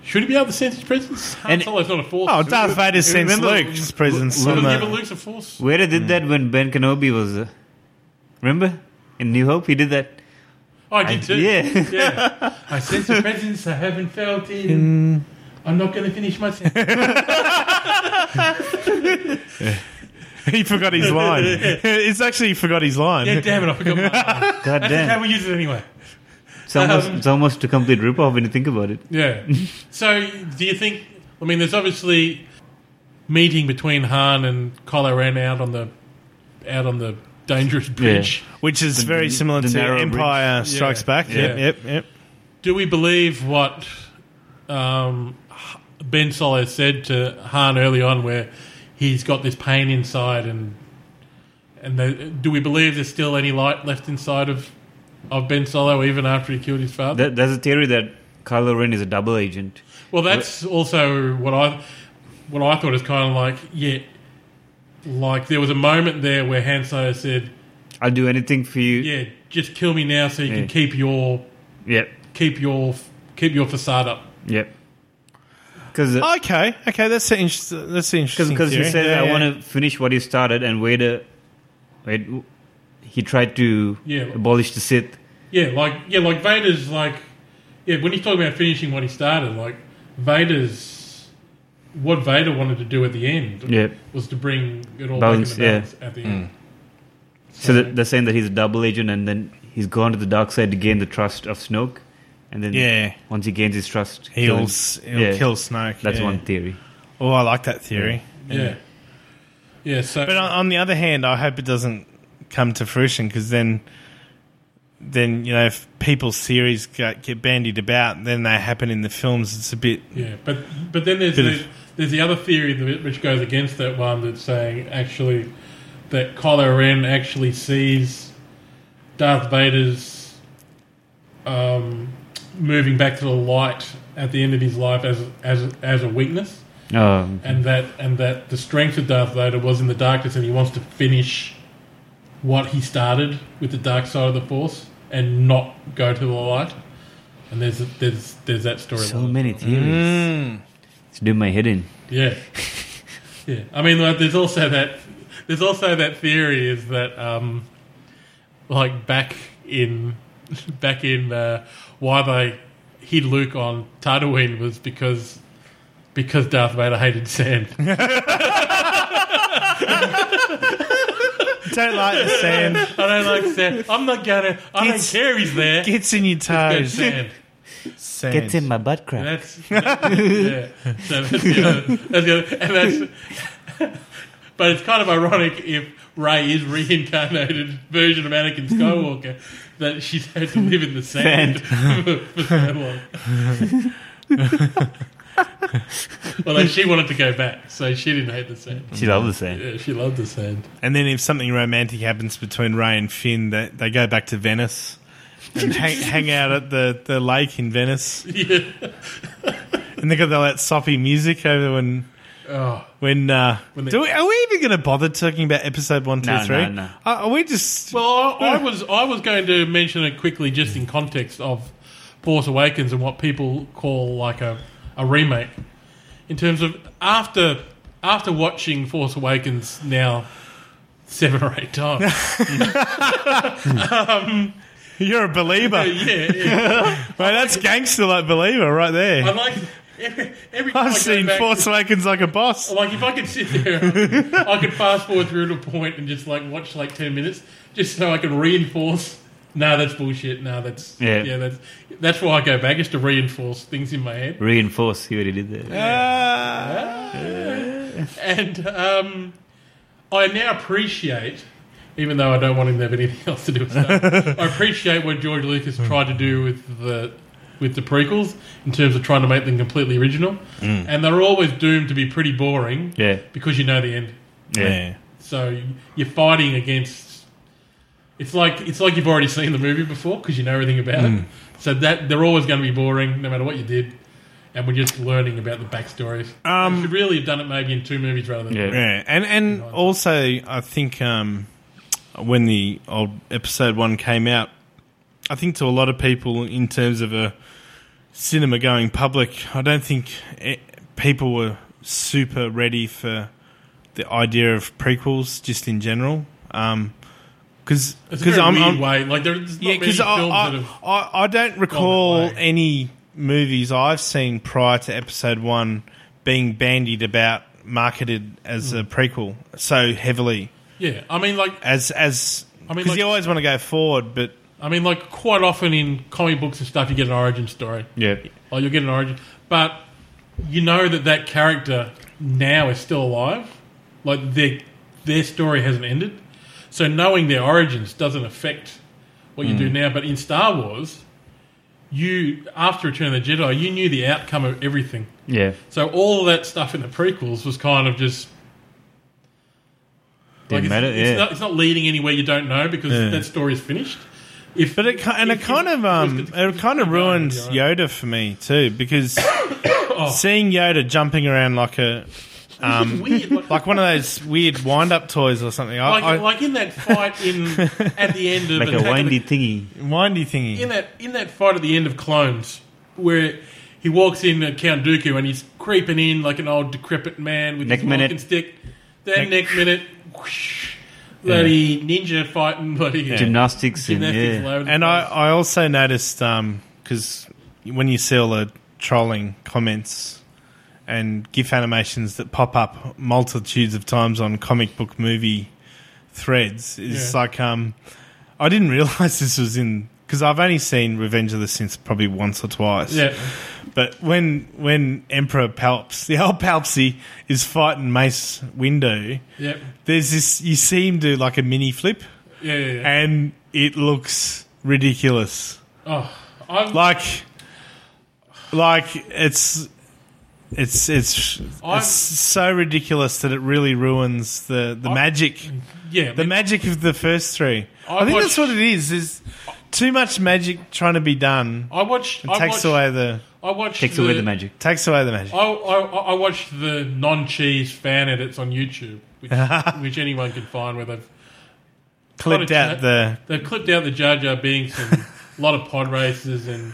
[SPEAKER 2] should he be able to sense his presence? Han
[SPEAKER 3] And-
[SPEAKER 2] Solo's not a force.
[SPEAKER 1] Oh, Darth Vader sensed
[SPEAKER 3] remember-
[SPEAKER 1] Luke's presence.
[SPEAKER 3] Luke-
[SPEAKER 1] on the-
[SPEAKER 2] Luke, yeah, but Luke's a force.
[SPEAKER 3] Vader did that when Ben Kenobi was. Uh, remember? In New Hope, he did that.
[SPEAKER 2] Oh, I did too.
[SPEAKER 3] Yeah.
[SPEAKER 2] Yeah. I sense a presence I haven't felt in. I'm not going to finish my sentence.
[SPEAKER 1] he forgot his line. it's actually he forgot his line.
[SPEAKER 2] yeah, damn it, I forgot my. That's
[SPEAKER 3] God
[SPEAKER 2] just how
[SPEAKER 3] damn.
[SPEAKER 2] we use it anyway.
[SPEAKER 3] It's almost,
[SPEAKER 1] Um,
[SPEAKER 3] it's almost a complete ripoff when you think about it.
[SPEAKER 2] Yeah. so, do you think? I mean, there's obviously meeting between Han and Kylo Ren out on the out on the dangerous bridge.
[SPEAKER 1] Which is very similar
[SPEAKER 3] the
[SPEAKER 1] to
[SPEAKER 3] narrow
[SPEAKER 1] Empire Strikes
[SPEAKER 2] Yeah.
[SPEAKER 1] Back. Yep,
[SPEAKER 2] Yeah.
[SPEAKER 1] yep, yep.
[SPEAKER 2] Do we believe what um, H- Ben Solo said to Han early on, where he's got this pain inside, and and they, do we believe there's still any light left inside of of Ben Solo even after he killed his father?
[SPEAKER 3] That, there's a theory that Kylo Ren is a double agent.
[SPEAKER 2] Well, that's also what I what I thought is kind of like yeah, like there was a moment there where Han Solo said,
[SPEAKER 3] I'll do anything for you.
[SPEAKER 2] "Yeah, just kill me now, so you
[SPEAKER 3] Yeah.
[SPEAKER 2] can keep your
[SPEAKER 3] Yep.
[SPEAKER 2] keep your keep your facade up."
[SPEAKER 3] Yep. Because
[SPEAKER 1] Okay, okay, that's an interesting. That's an Oh, interesting.
[SPEAKER 3] because he
[SPEAKER 1] theory.
[SPEAKER 3] said,
[SPEAKER 1] Yeah,
[SPEAKER 3] "I
[SPEAKER 1] yeah.
[SPEAKER 3] want to finish what you started," and Vader, wait, he tried to
[SPEAKER 2] Yeah.
[SPEAKER 3] abolish the Sith.
[SPEAKER 2] Yeah, like yeah, like Vader's like yeah. When he's talking about finishing what he started, like Vader's what Vader wanted to do at the end
[SPEAKER 3] Yeah.
[SPEAKER 2] was to bring it all
[SPEAKER 3] Balance,
[SPEAKER 2] back in the
[SPEAKER 3] yeah.
[SPEAKER 2] balance at the end.
[SPEAKER 3] So that- they're saying that he's a double agent, and then he's gone to the dark side to gain the trust of Snoke, and then
[SPEAKER 1] Yeah.
[SPEAKER 3] once he gains his trust,
[SPEAKER 1] He'll,
[SPEAKER 3] kill him.
[SPEAKER 1] s- he'll
[SPEAKER 3] Yeah.
[SPEAKER 1] kill Snoke.
[SPEAKER 3] That's
[SPEAKER 1] yeah.
[SPEAKER 3] one theory.
[SPEAKER 1] Oh, I like that theory.
[SPEAKER 2] Yeah, yeah. so
[SPEAKER 1] But uh, on, on the other hand, I hope it doesn't come to fruition because then, then you know, if people's theories get, get bandied about, then they happen in the films. It's a bit
[SPEAKER 2] Yeah, but but then there's
[SPEAKER 1] Bit
[SPEAKER 2] the,
[SPEAKER 1] of-
[SPEAKER 2] there's the other theory that, which goes against that one that's saying actually that Kylo Ren actually sees Darth Vader's um, moving back to the light at the end of his life as as as a weakness,
[SPEAKER 3] Um,
[SPEAKER 2] and that and that the strength of Darth Vader was in the darkness, and he wants to finish what he started with the dark side of the Force and not go to the light. And there's there's there's that story.
[SPEAKER 3] so many theories.
[SPEAKER 1] Mm.
[SPEAKER 3] It's doing my head in.
[SPEAKER 2] Yeah, yeah. I mean, like, there's also that. There's also that theory is that, um, like back in, back in uh, why they hid Luke on Tatooine was because because Darth Vader hated sand.
[SPEAKER 1] don't like the sand
[SPEAKER 2] I don't like sand. I'm not gonna. I don't
[SPEAKER 1] It's-
[SPEAKER 2] care. He's there.
[SPEAKER 1] gets in your
[SPEAKER 2] Go
[SPEAKER 1] toes.
[SPEAKER 2] sand.
[SPEAKER 1] Sand.
[SPEAKER 3] Gets in my butt crack.
[SPEAKER 2] That's yeah. So that's the other, that's the other, and that's. But it's kind of ironic if Ray is reincarnated version of Anakin Skywalker that she's had to live in the sand for so long. well, like, she wanted to go back, so she didn't hate the sand.
[SPEAKER 3] She loves the sand.
[SPEAKER 2] Yeah, she loved the sand.
[SPEAKER 1] And then if something romantic happens between Ray and Finn, they, they go back to Venice and hang, hang out at the, the lake in Venice.
[SPEAKER 2] Yeah.
[SPEAKER 1] And they got all that soppy music over when.
[SPEAKER 2] Oh,
[SPEAKER 1] When, uh,
[SPEAKER 2] When they-
[SPEAKER 1] do we, are we even going to bother talking about episode one, two,
[SPEAKER 3] No,
[SPEAKER 1] three?
[SPEAKER 3] no, no.
[SPEAKER 1] Are, are we just
[SPEAKER 2] well, I, I was I was going to mention it quickly, just in context of Force Awakens and what people call like a, a remake. In terms of after after watching Force Awakens now seven or eight times,
[SPEAKER 1] you're a believer? Mate,
[SPEAKER 2] yeah, yeah.
[SPEAKER 1] that's gangster like believer right there.
[SPEAKER 2] I'm like every, every time I
[SPEAKER 1] I've
[SPEAKER 2] go
[SPEAKER 1] seen
[SPEAKER 2] back-
[SPEAKER 1] Force Awakens like a boss.
[SPEAKER 2] Like if I could sit there, I could fast forward through to a point and just like watch like ten minutes, just so I can reinforce. No, that's bullshit. No, that's
[SPEAKER 3] Yeah.
[SPEAKER 2] that's that's why I go back is to reinforce things in my head.
[SPEAKER 3] Reinforce. See what he did there.
[SPEAKER 1] Ah.
[SPEAKER 2] And um, I now appreciate, even though I don't want him to have anything else to do with Star Wars, I appreciate what George Lucas
[SPEAKER 3] Hmm.
[SPEAKER 2] tried to do with the with the prequels in terms of trying to make them completely original, and they're always doomed to be pretty boring
[SPEAKER 3] Hmm. Yeah.
[SPEAKER 2] because you know the end.
[SPEAKER 3] Yeah.
[SPEAKER 2] So you're fighting against. It's like it's like you've already seen the movie before because you know everything about
[SPEAKER 3] Hmm.
[SPEAKER 2] it. So that they're always going to be boring, no matter what you did. And we're just learning about the backstories. Um, you should really have done it maybe in two movies rather than.
[SPEAKER 3] Yeah.
[SPEAKER 1] Yeah, and and also I think um, when the old episode one came out, I think to a lot of people in terms of a cinema going public, I don't think it, people were super ready for the idea of prequels just in general. Because
[SPEAKER 2] It's a very
[SPEAKER 1] because I'm,
[SPEAKER 2] weird
[SPEAKER 1] I'm
[SPEAKER 2] way. Like there's not
[SPEAKER 1] yeah,
[SPEAKER 2] many
[SPEAKER 1] because
[SPEAKER 2] films
[SPEAKER 1] I,
[SPEAKER 2] that have.
[SPEAKER 1] I, I, I don't recall
[SPEAKER 2] way.
[SPEAKER 1] any movies I've seen prior to episode one being bandied about, marketed as
[SPEAKER 2] Hmm.
[SPEAKER 1] a prequel so heavily
[SPEAKER 2] Yeah, I mean, like
[SPEAKER 1] as as
[SPEAKER 2] I
[SPEAKER 1] because
[SPEAKER 2] mean, like-
[SPEAKER 1] you always want to go forward, but
[SPEAKER 2] I mean, like quite often in comic books and stuff, you get an origin story.
[SPEAKER 3] Yeah.
[SPEAKER 2] Oh, you'll get an origin. But you know that that character now is still alive. Like their their story hasn't ended. So knowing their origins doesn't affect what you do
[SPEAKER 1] Mm.
[SPEAKER 2] now. But in Star Wars, you after Return of the Jedi, you knew the outcome of everything.
[SPEAKER 3] Yeah.
[SPEAKER 2] So all that stuff in the prequels was kind of just
[SPEAKER 3] Didn't matter.
[SPEAKER 2] it's, it's
[SPEAKER 3] yeah.
[SPEAKER 2] not, it's not leading anywhere you don't know because that story is finished. If,
[SPEAKER 1] but it ki- and it
[SPEAKER 2] if-
[SPEAKER 1] kind of
[SPEAKER 2] if-
[SPEAKER 1] um
[SPEAKER 2] if-
[SPEAKER 1] it kind of
[SPEAKER 2] if-
[SPEAKER 1] ruins
[SPEAKER 2] if-
[SPEAKER 1] Yoda for me too because
[SPEAKER 2] Oh.
[SPEAKER 1] seeing Yoda jumping around like a
[SPEAKER 2] It's weird, like-
[SPEAKER 1] like one of those weird wind up toys or something, I,
[SPEAKER 2] like,
[SPEAKER 1] I,
[SPEAKER 2] like in that fight in at the end of
[SPEAKER 3] Like a
[SPEAKER 2] Attack of
[SPEAKER 3] windy
[SPEAKER 2] the,
[SPEAKER 3] thingy.
[SPEAKER 1] windy thingy.
[SPEAKER 2] in that in that fight at the end of Clones, where he walks in at Count Dooku and he's creeping in like an old decrepit man with
[SPEAKER 3] Next
[SPEAKER 2] his
[SPEAKER 3] minute.
[SPEAKER 2] walking stick. That next minute, whoosh, bloody ninja fighting, bloody
[SPEAKER 3] Gymnastics and
[SPEAKER 2] gymnastics all
[SPEAKER 3] yeah.
[SPEAKER 2] over the
[SPEAKER 1] And I,
[SPEAKER 2] place.
[SPEAKER 1] I also noticed because when you see all the trolling comments and GIF animations that pop up multitudes of times on comic book movie threads, it's
[SPEAKER 2] Yeah.
[SPEAKER 1] like um, I didn't realize this was in because I've only seen Revenge of the Sith probably once or twice.
[SPEAKER 2] yeah,
[SPEAKER 1] But when when Emperor Palps, the old Palpsy, is fighting Mace Windu,
[SPEAKER 2] yeah,
[SPEAKER 1] there's this you see him do like a mini flip,
[SPEAKER 2] yeah, yeah. yeah.
[SPEAKER 1] and it looks ridiculous
[SPEAKER 2] oh, I'm,
[SPEAKER 1] like like it's it's it's
[SPEAKER 2] I'm-
[SPEAKER 1] it's so ridiculous that it really ruins the the magic
[SPEAKER 2] yeah,
[SPEAKER 1] the magic of the first three.
[SPEAKER 2] I
[SPEAKER 1] I, think
[SPEAKER 2] watched-
[SPEAKER 1] that's what it is. Is too much magic trying to be done
[SPEAKER 2] I watched. I
[SPEAKER 1] takes
[SPEAKER 2] watched,
[SPEAKER 1] away the
[SPEAKER 2] I watched.
[SPEAKER 3] Takes away the magic.
[SPEAKER 1] takes away the magic.
[SPEAKER 2] I, I, I watched the non-cheese fan edits on YouTube, which, which anyone can find where they've
[SPEAKER 1] Clipped
[SPEAKER 2] kinda
[SPEAKER 1] out
[SPEAKER 2] cha-
[SPEAKER 1] the
[SPEAKER 2] they've clipped out the Jar Jar Binks and a lot of pod races, and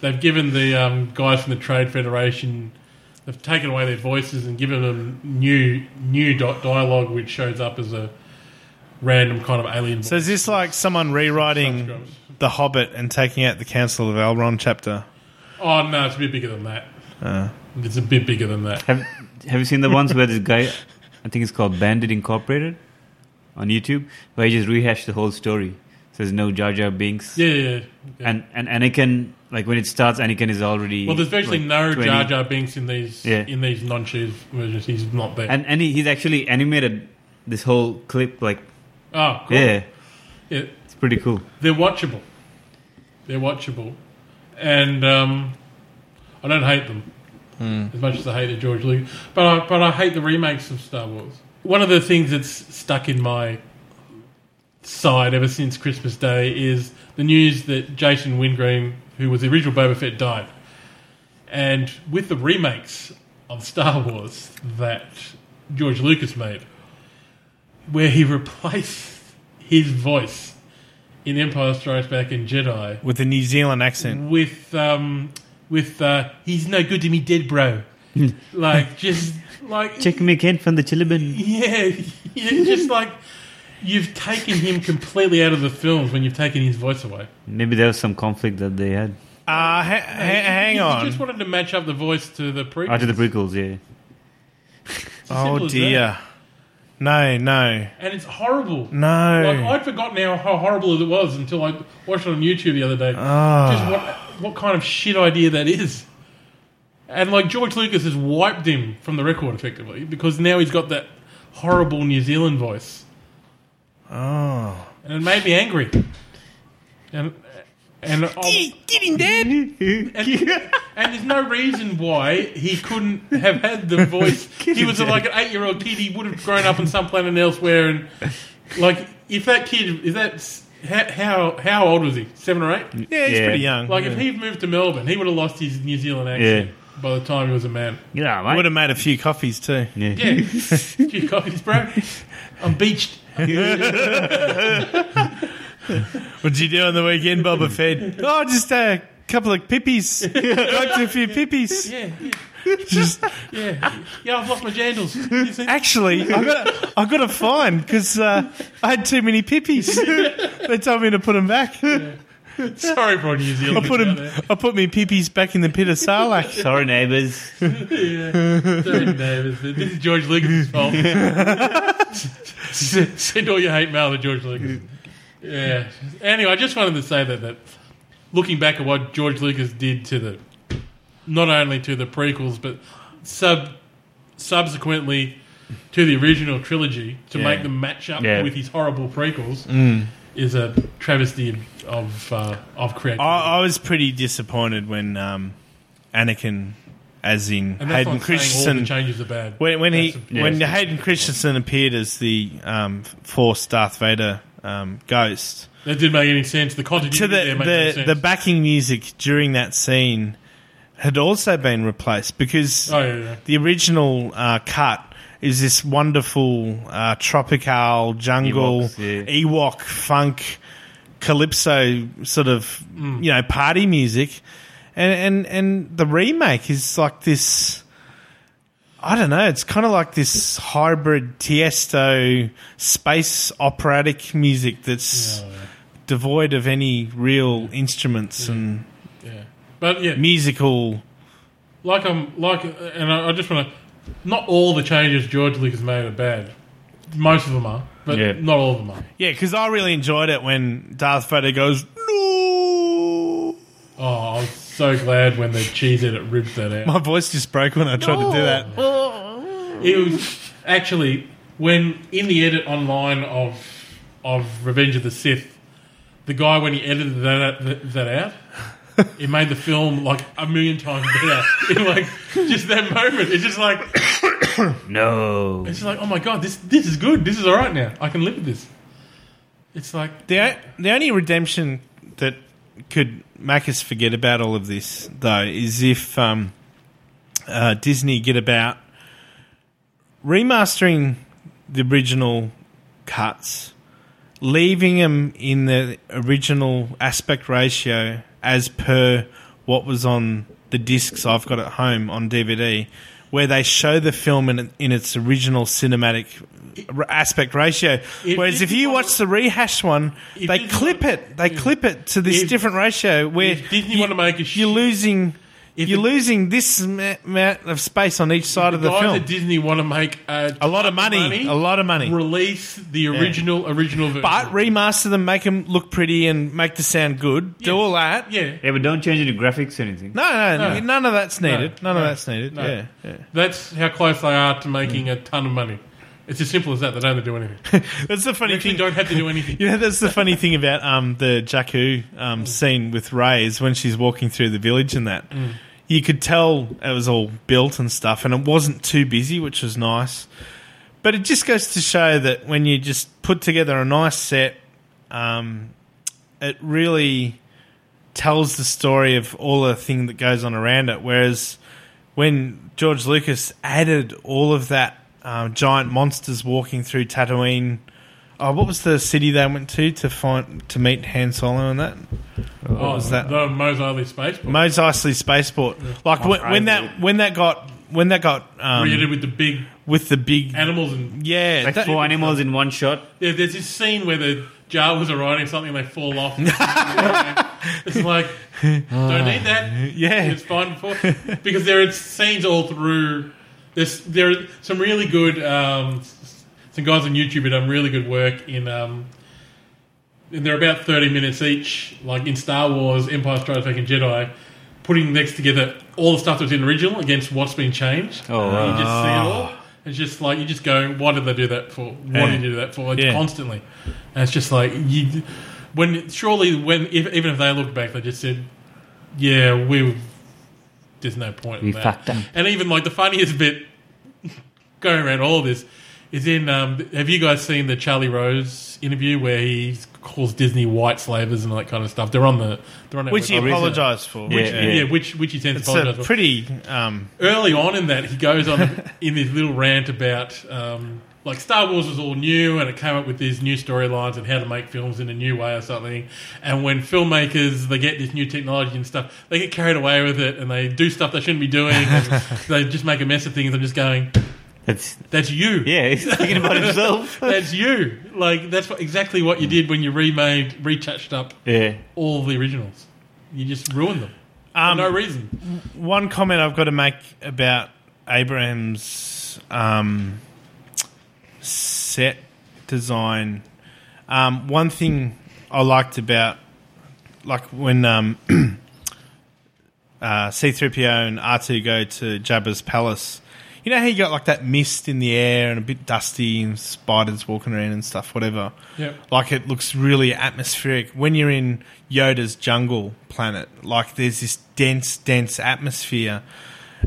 [SPEAKER 2] they've given the um, guys from the Trade Federation they've taken away their voices and given them new new dot dialogue, which shows up as a random kind of alien.
[SPEAKER 1] So is this like someone rewriting
[SPEAKER 2] Subscribers.
[SPEAKER 1] the Hobbit and taking out the Council of Elrond chapter?
[SPEAKER 2] oh no, it's a bit bigger than that.
[SPEAKER 3] Uh.
[SPEAKER 2] It's a bit bigger than that.
[SPEAKER 3] Have Have you seen the ones where this guy, I think it's called Bandit Incorporated, on YouTube, where he just rehashed the whole story? Says no Jar Jar Binks.
[SPEAKER 2] Yeah, yeah, yeah.
[SPEAKER 3] And and Anakin, like when it starts, Anakin is already
[SPEAKER 2] Well, there's virtually
[SPEAKER 3] like,
[SPEAKER 2] no
[SPEAKER 3] 20.
[SPEAKER 2] Jar Jar Binks in these
[SPEAKER 3] Yeah.
[SPEAKER 2] in these non-cheese versions. He's not there.
[SPEAKER 3] And and he, he's actually animated this whole clip. Like
[SPEAKER 2] oh, cool.
[SPEAKER 3] yeah,
[SPEAKER 2] Yeah,
[SPEAKER 3] it's pretty cool.
[SPEAKER 2] they're watchable. They're watchable, and um, I don't hate them as much as I hated George Lucas. But I, but I hate the remakes of Star Wars. One of the things that's stuck in my side ever since Christmas Day is the news that Jason Wingreen, who was the original Boba Fett, died. And with the remakes of Star Wars that George Lucas made, where he replaced his voice in Empire Strikes Back and Jedi
[SPEAKER 1] with a New Zealand
[SPEAKER 2] Mm.
[SPEAKER 1] accent.
[SPEAKER 2] with um, with uh, he's no good to me dead bro, like just like
[SPEAKER 3] Check me again from the Chilibin.
[SPEAKER 2] yeah, yeah, just like you've taken him completely out of the films when you've taken his voice away.
[SPEAKER 3] Maybe there was some conflict that they had.
[SPEAKER 1] Uh, ha- ha- hang
[SPEAKER 2] He
[SPEAKER 1] on.
[SPEAKER 2] just wanted to match up the voice to the previous.
[SPEAKER 3] After the prequels, yeah.
[SPEAKER 1] Oh
[SPEAKER 2] simple as that.
[SPEAKER 1] dear. No, no,
[SPEAKER 2] and it's horrible.
[SPEAKER 1] no.
[SPEAKER 2] Like I'd forgotten how, how horrible it was until I watched it on YouTube the other day. Just what what kind of shit idea that is. And like George Lucas has wiped him from the record effectively because now he's got that horrible New Zealand voice. Oh. And it made me angry. And and I, and there's no reason why he couldn't have had the voice. He was like an eight-year-old kid. He would have grown up on some planet elsewhere, and like if that kid, if that's how how, how old was he? Seven or eight?
[SPEAKER 1] yeah, he's
[SPEAKER 3] Yeah.
[SPEAKER 1] pretty young.
[SPEAKER 2] Like if he'd moved to Melbourne, he would have lost his New Zealand accent by the time he was a man.
[SPEAKER 3] Yeah,
[SPEAKER 1] I
[SPEAKER 3] right.
[SPEAKER 1] would have made a few coffees too.
[SPEAKER 3] yeah.
[SPEAKER 2] Yeah, few coffees, bro. I'm beached.
[SPEAKER 1] What'd you do on the weekend, Boba Fed? Oh, just a couple of pippies. Got a few pippies.
[SPEAKER 2] Yeah, yeah,
[SPEAKER 1] Just
[SPEAKER 2] yeah. Yeah, I've lost my jandals. You see?
[SPEAKER 1] actually, I got a, I got a fine because uh, I had too many pippies. they told me to put them back.
[SPEAKER 2] Sorry for New
[SPEAKER 1] I
[SPEAKER 2] Zealand.
[SPEAKER 1] put 'em- I put me pippies back in the pit of Sarlacc.
[SPEAKER 3] Sorry, neighbors.
[SPEAKER 2] Sorry, Davis. This is George Lucas's fault. S- Send all your hate mail to George Lucas. Yeah. Anyway, I just wanted to say that, that looking back at what George Lucas did to the, not only to the prequels, but sub, subsequently to the original trilogy to
[SPEAKER 1] Yeah.
[SPEAKER 2] make them match up
[SPEAKER 3] Yeah.
[SPEAKER 2] with his horrible prequels is a travesty of of, uh, of creativity.
[SPEAKER 1] I, I was pretty disappointed when um, Anakin, as in
[SPEAKER 2] and
[SPEAKER 1] Hayden
[SPEAKER 2] that's not saying all the
[SPEAKER 1] Christensen,
[SPEAKER 2] changes are bad.
[SPEAKER 1] when, when he
[SPEAKER 2] That's-
[SPEAKER 1] when
[SPEAKER 3] yes.
[SPEAKER 1] Hayden Christensen appeared as the um, Force Darth Vader um, ghost.
[SPEAKER 2] That didn't make any sense. The continuity
[SPEAKER 1] to
[SPEAKER 2] there made no
[SPEAKER 1] the
[SPEAKER 2] sense.
[SPEAKER 1] the, the backing music during that scene had also been replaced because
[SPEAKER 2] oh, yeah, yeah.
[SPEAKER 1] the original uh, cut is this wonderful uh, tropical jungle
[SPEAKER 3] Ewoks, yeah.
[SPEAKER 1] Ewok funk calypso sort of
[SPEAKER 3] Mm.
[SPEAKER 1] you know party music, and and and the remake is like this. I don't know. It's kind of like this hybrid Tiesto space operatic music that's devoid of any real instruments and
[SPEAKER 2] Yeah. But yeah,
[SPEAKER 1] musical.
[SPEAKER 2] like I'm like, and I, I just want to. Not all the changes George Lucas made are bad. Most of them are, but
[SPEAKER 3] Yeah.
[SPEAKER 2] not all of them are.
[SPEAKER 1] Yeah, because I really enjoyed it when Darth Vader goes no.
[SPEAKER 2] Oh, I was so glad when the cheese edit ripped that out.
[SPEAKER 1] My voice just broke when I tried to do that.
[SPEAKER 2] It was actually when in the edit online of of Revenge of the Sith, the guy when he edited that that, that out. It made the film like a million times better. In like just that moment, it's just like
[SPEAKER 3] No.
[SPEAKER 2] It's like, oh my god, this this is good. This is all right now. I can live with this. It's like,
[SPEAKER 1] The the only redemption that could make us forget about all of this, though, is if um, uh, Disney get about remastering the original cuts, leaving them in the original aspect ratio as per what was on the discs I've got at home on DVD, where they show the film in, in its original cinematic r- aspect ratio.
[SPEAKER 2] If
[SPEAKER 1] Whereas
[SPEAKER 2] this
[SPEAKER 1] if you
[SPEAKER 2] one-
[SPEAKER 1] watch the rehashed one,
[SPEAKER 2] If
[SPEAKER 1] they
[SPEAKER 2] this
[SPEAKER 1] clip
[SPEAKER 2] one-
[SPEAKER 1] it. They clip it to this
[SPEAKER 2] If-
[SPEAKER 1] different ratio where
[SPEAKER 2] if Disney want to make a
[SPEAKER 1] you're
[SPEAKER 2] shit,
[SPEAKER 1] losing.
[SPEAKER 2] If
[SPEAKER 1] You're
[SPEAKER 2] the-
[SPEAKER 1] losing this ma- amount of space on each side
[SPEAKER 2] the
[SPEAKER 1] of the
[SPEAKER 2] guys
[SPEAKER 1] film.
[SPEAKER 2] at Disney want to make a,
[SPEAKER 1] A lot of money, a lot of money.
[SPEAKER 2] Release the original original version,
[SPEAKER 1] But remaster them, make them look pretty, and make the sound good. Do all that.
[SPEAKER 2] yeah,
[SPEAKER 3] Yeah, but don't change any graphics or anything.
[SPEAKER 1] No, no,
[SPEAKER 2] No.
[SPEAKER 1] none of that's needed.
[SPEAKER 2] No,
[SPEAKER 1] None
[SPEAKER 2] no,
[SPEAKER 1] of that's needed.
[SPEAKER 2] no.
[SPEAKER 1] Yeah. yeah.
[SPEAKER 2] that's how close they are to making a ton of money. It's as simple as that. They don't have to do anything.
[SPEAKER 1] That's the funny
[SPEAKER 2] They actually
[SPEAKER 1] thing.
[SPEAKER 2] don't have to do anything.
[SPEAKER 1] Yeah, that's the funny thing about um, the Jakku um, scene with Ray is when she's walking through the village and that. You could tell it was all built and stuff, and it wasn't too busy, which was nice. But it just goes to show that when you just put together a nice set, um, it really tells the story of all the thing that goes on around it. Whereas when George Lucas added all of that um, giant monsters walking through Tatooine, oh, what was the city they went to to find to meet Han Solo and that?
[SPEAKER 2] oh,
[SPEAKER 1] was that?
[SPEAKER 2] the Mos Eisley space book.
[SPEAKER 1] Mos Eisley spaceport.
[SPEAKER 3] Oh,
[SPEAKER 1] Like when, when that when that got when that got
[SPEAKER 2] where you did
[SPEAKER 1] um,
[SPEAKER 2] with the big
[SPEAKER 1] with the big
[SPEAKER 2] animals and
[SPEAKER 1] yeah
[SPEAKER 3] Like
[SPEAKER 1] that-
[SPEAKER 3] four animals in one shot.
[SPEAKER 2] there- there's this scene where the Jawas are riding something and they fall off. it's like don't need that.
[SPEAKER 1] yeah
[SPEAKER 2] It's fine before because there are scenes all through. There's there are some really good um, s- some guys on YouTube who done really good work in. Um, and they're about thirty minutes each, like in Star Wars, Empire Strikes Back, and Jedi, putting next together all the stuff that was in the original against what's been changed.
[SPEAKER 3] Oh, wow.
[SPEAKER 2] you just see it all. It's just like you just go, why did they do that for? Why
[SPEAKER 1] Yeah.
[SPEAKER 2] did you do that for? It's
[SPEAKER 1] Yeah.
[SPEAKER 2] constantly, and it's just like you. When surely when if, even if they looked back, they just said, yeah, we. There's no point.
[SPEAKER 3] We
[SPEAKER 2] in that.
[SPEAKER 3] fucked up.
[SPEAKER 2] And even like the funniest bit going around all of this is in. Um, have you guys seen the Charlie Rose interview where he calls Disney white slavers and all that kind of stuff? They're on the. They're on that
[SPEAKER 1] which he
[SPEAKER 2] website.
[SPEAKER 1] apologised for
[SPEAKER 3] Yeah,
[SPEAKER 1] which-
[SPEAKER 2] Yeah, which which he tends
[SPEAKER 1] it's
[SPEAKER 2] to apologize
[SPEAKER 1] a pretty um,
[SPEAKER 2] early on in that, he goes on in this little rant about um, like Star Wars was all new and it came up with these new storylines and how to make films in a new way or something. And when filmmakers they get this new technology and stuff, they get carried away with it and they do stuff they shouldn't be doing. And they just make a mess of things. I'm just going,
[SPEAKER 3] That's
[SPEAKER 2] that's you.
[SPEAKER 3] yeah. He's thinking about himself.
[SPEAKER 2] That's you. Like that's what, exactly what you did when you remade, retouched up
[SPEAKER 3] yeah.
[SPEAKER 2] all the originals. You just ruined them.
[SPEAKER 1] Um,
[SPEAKER 2] for no reason.
[SPEAKER 1] one comment I've got to make about Abraham's um, set design. Um, one thing I liked about, like when um, uh, C-3PO and R2 go to Jabba's palace, you know how you got like that mist in the air and a bit dusty and spiders walking around and stuff, whatever.
[SPEAKER 2] Yep.
[SPEAKER 1] Like it looks really atmospheric when you're in Yoda's jungle planet. Like there's this dense, dense atmosphere.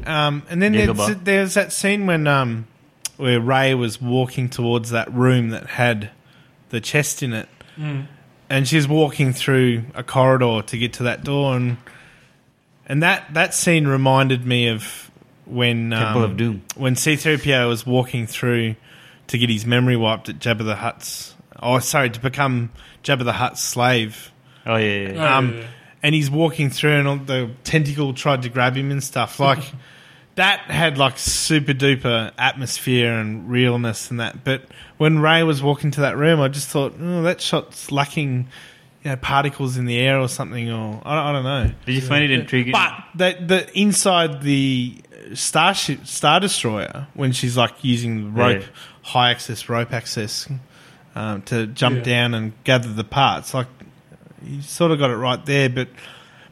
[SPEAKER 1] Um, and then
[SPEAKER 3] Dagobah.
[SPEAKER 1] there's, there's that scene when um, where Ray was walking towards that room that had the chest in it,
[SPEAKER 3] Hmm.
[SPEAKER 1] and she's walking through a corridor to get to that door, and and that that scene reminded me of when um,
[SPEAKER 3] Temple of Doom.
[SPEAKER 1] when C-3PO was walking through to get his memory wiped at Jabba the Hutt's. Oh, sorry, to become Jabba the Hutt's slave.
[SPEAKER 3] Oh yeah. yeah.
[SPEAKER 2] Oh,
[SPEAKER 1] Um,
[SPEAKER 2] yeah.
[SPEAKER 1] And he's walking through, and all the tentacle tried to grab him and stuff. Like that had like super duper atmosphere and realness and that. But when Ray was walking to that room, I just thought, oh, that shot's lacking, you know, particles in the air or something, or I don't, I don't know.
[SPEAKER 3] Did you find it intriguing?
[SPEAKER 1] But the, the inside the starship star destroyer when she's like using the rope
[SPEAKER 3] Yeah.
[SPEAKER 1] high access rope access um, to jump
[SPEAKER 2] Yeah.
[SPEAKER 1] down and gather the parts like you sort of got it right there but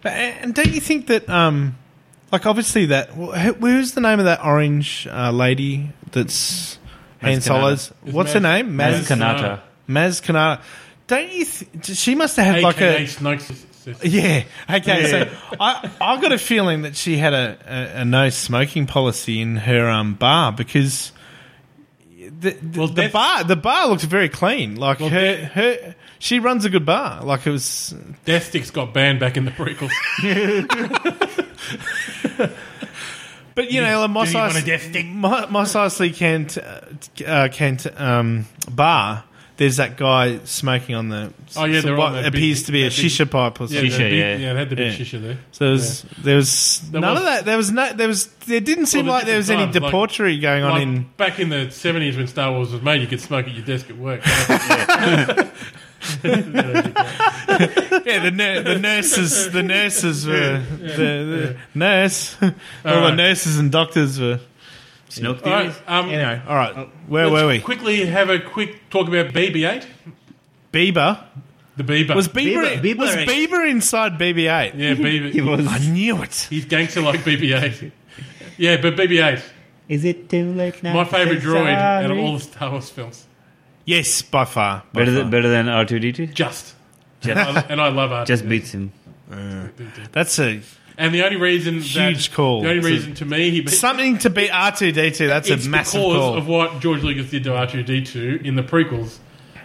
[SPEAKER 1] but and don't you think that um like obviously that wh- who's the name of that orange uh, lady that's Han
[SPEAKER 3] Maz Kanata.
[SPEAKER 1] Solo's what's her
[SPEAKER 2] Maz-
[SPEAKER 1] name
[SPEAKER 3] Maz
[SPEAKER 1] Maz
[SPEAKER 2] uh,
[SPEAKER 3] Kanata.
[SPEAKER 1] Maz Kanata don't you th- she must have had
[SPEAKER 2] AKA
[SPEAKER 1] like a
[SPEAKER 2] Snoke's-
[SPEAKER 1] yeah. Okay. So I I got a feeling that she had a, a, a no smoking policy in her um bar because the the,
[SPEAKER 2] Well,
[SPEAKER 1] the
[SPEAKER 2] that's-
[SPEAKER 1] bar the bar looks very clean. Like
[SPEAKER 2] Well,
[SPEAKER 1] her
[SPEAKER 2] that-
[SPEAKER 1] her she runs a good bar. Like it was
[SPEAKER 2] Death Sticks got banned back in the prequels.
[SPEAKER 1] But you know, like Mos
[SPEAKER 2] you want a
[SPEAKER 1] Eisley-
[SPEAKER 2] death stick?
[SPEAKER 1] Mo- Mos Eisley Kent uh, uh, Kent um, bar. There's that guy smoking on the
[SPEAKER 2] Oh, yeah, they're
[SPEAKER 1] what
[SPEAKER 2] on that big-
[SPEAKER 1] appears to be a
[SPEAKER 2] that big-
[SPEAKER 1] shisha pipe or something.
[SPEAKER 2] the
[SPEAKER 3] Shisha,
[SPEAKER 2] big-
[SPEAKER 3] yeah.
[SPEAKER 2] yeah, they had the big
[SPEAKER 1] Yeah.
[SPEAKER 2] shisha there.
[SPEAKER 1] So there was, there was
[SPEAKER 2] There
[SPEAKER 1] none
[SPEAKER 2] was-
[SPEAKER 1] of that. There was no. There was. There didn't seem
[SPEAKER 2] Well,
[SPEAKER 1] like there was any
[SPEAKER 2] different times,
[SPEAKER 1] debauchery going on
[SPEAKER 2] Like,
[SPEAKER 1] in.
[SPEAKER 2] back in the seventies when Star Wars was made, you could smoke at your desk at work.
[SPEAKER 1] Yeah, the nur- the nurses, the nurses were the, the nurse. All, the
[SPEAKER 2] right.
[SPEAKER 1] nurses and doctors were.
[SPEAKER 3] Snoke
[SPEAKER 2] All right,
[SPEAKER 3] theories.
[SPEAKER 2] um,
[SPEAKER 1] Anyway, all right. Where
[SPEAKER 2] let's
[SPEAKER 1] were we?
[SPEAKER 2] Quickly have a quick talk about BB-8.
[SPEAKER 1] Bieber
[SPEAKER 2] The Bieber
[SPEAKER 1] was Bieber,
[SPEAKER 3] Bieber-
[SPEAKER 1] was
[SPEAKER 3] Bieber-
[SPEAKER 1] Bieber inside BB-8.
[SPEAKER 2] yeah,
[SPEAKER 3] He
[SPEAKER 2] Bieber.
[SPEAKER 3] was.
[SPEAKER 1] I knew it.
[SPEAKER 2] He's gangster like BB-8. Yeah, but BB-8,
[SPEAKER 3] Is it too late now?
[SPEAKER 2] my
[SPEAKER 3] to
[SPEAKER 2] favorite
[SPEAKER 3] say
[SPEAKER 2] droid out of
[SPEAKER 3] sorry?
[SPEAKER 2] all the Star Wars films.
[SPEAKER 1] Yes, by far. by
[SPEAKER 3] Better
[SPEAKER 1] far.
[SPEAKER 3] than, better than R2D2.
[SPEAKER 2] Just.
[SPEAKER 3] Just,
[SPEAKER 2] And I love art.
[SPEAKER 3] just beats him.
[SPEAKER 1] That's a
[SPEAKER 2] And the only reason
[SPEAKER 1] Huge
[SPEAKER 2] that,
[SPEAKER 1] call.
[SPEAKER 2] The only
[SPEAKER 1] It's a-
[SPEAKER 2] reason to me he
[SPEAKER 1] something to beat R two D two. That's
[SPEAKER 2] it's
[SPEAKER 1] a massive
[SPEAKER 2] because
[SPEAKER 1] call.
[SPEAKER 2] of what George Lucas did to R two D two in the prequels.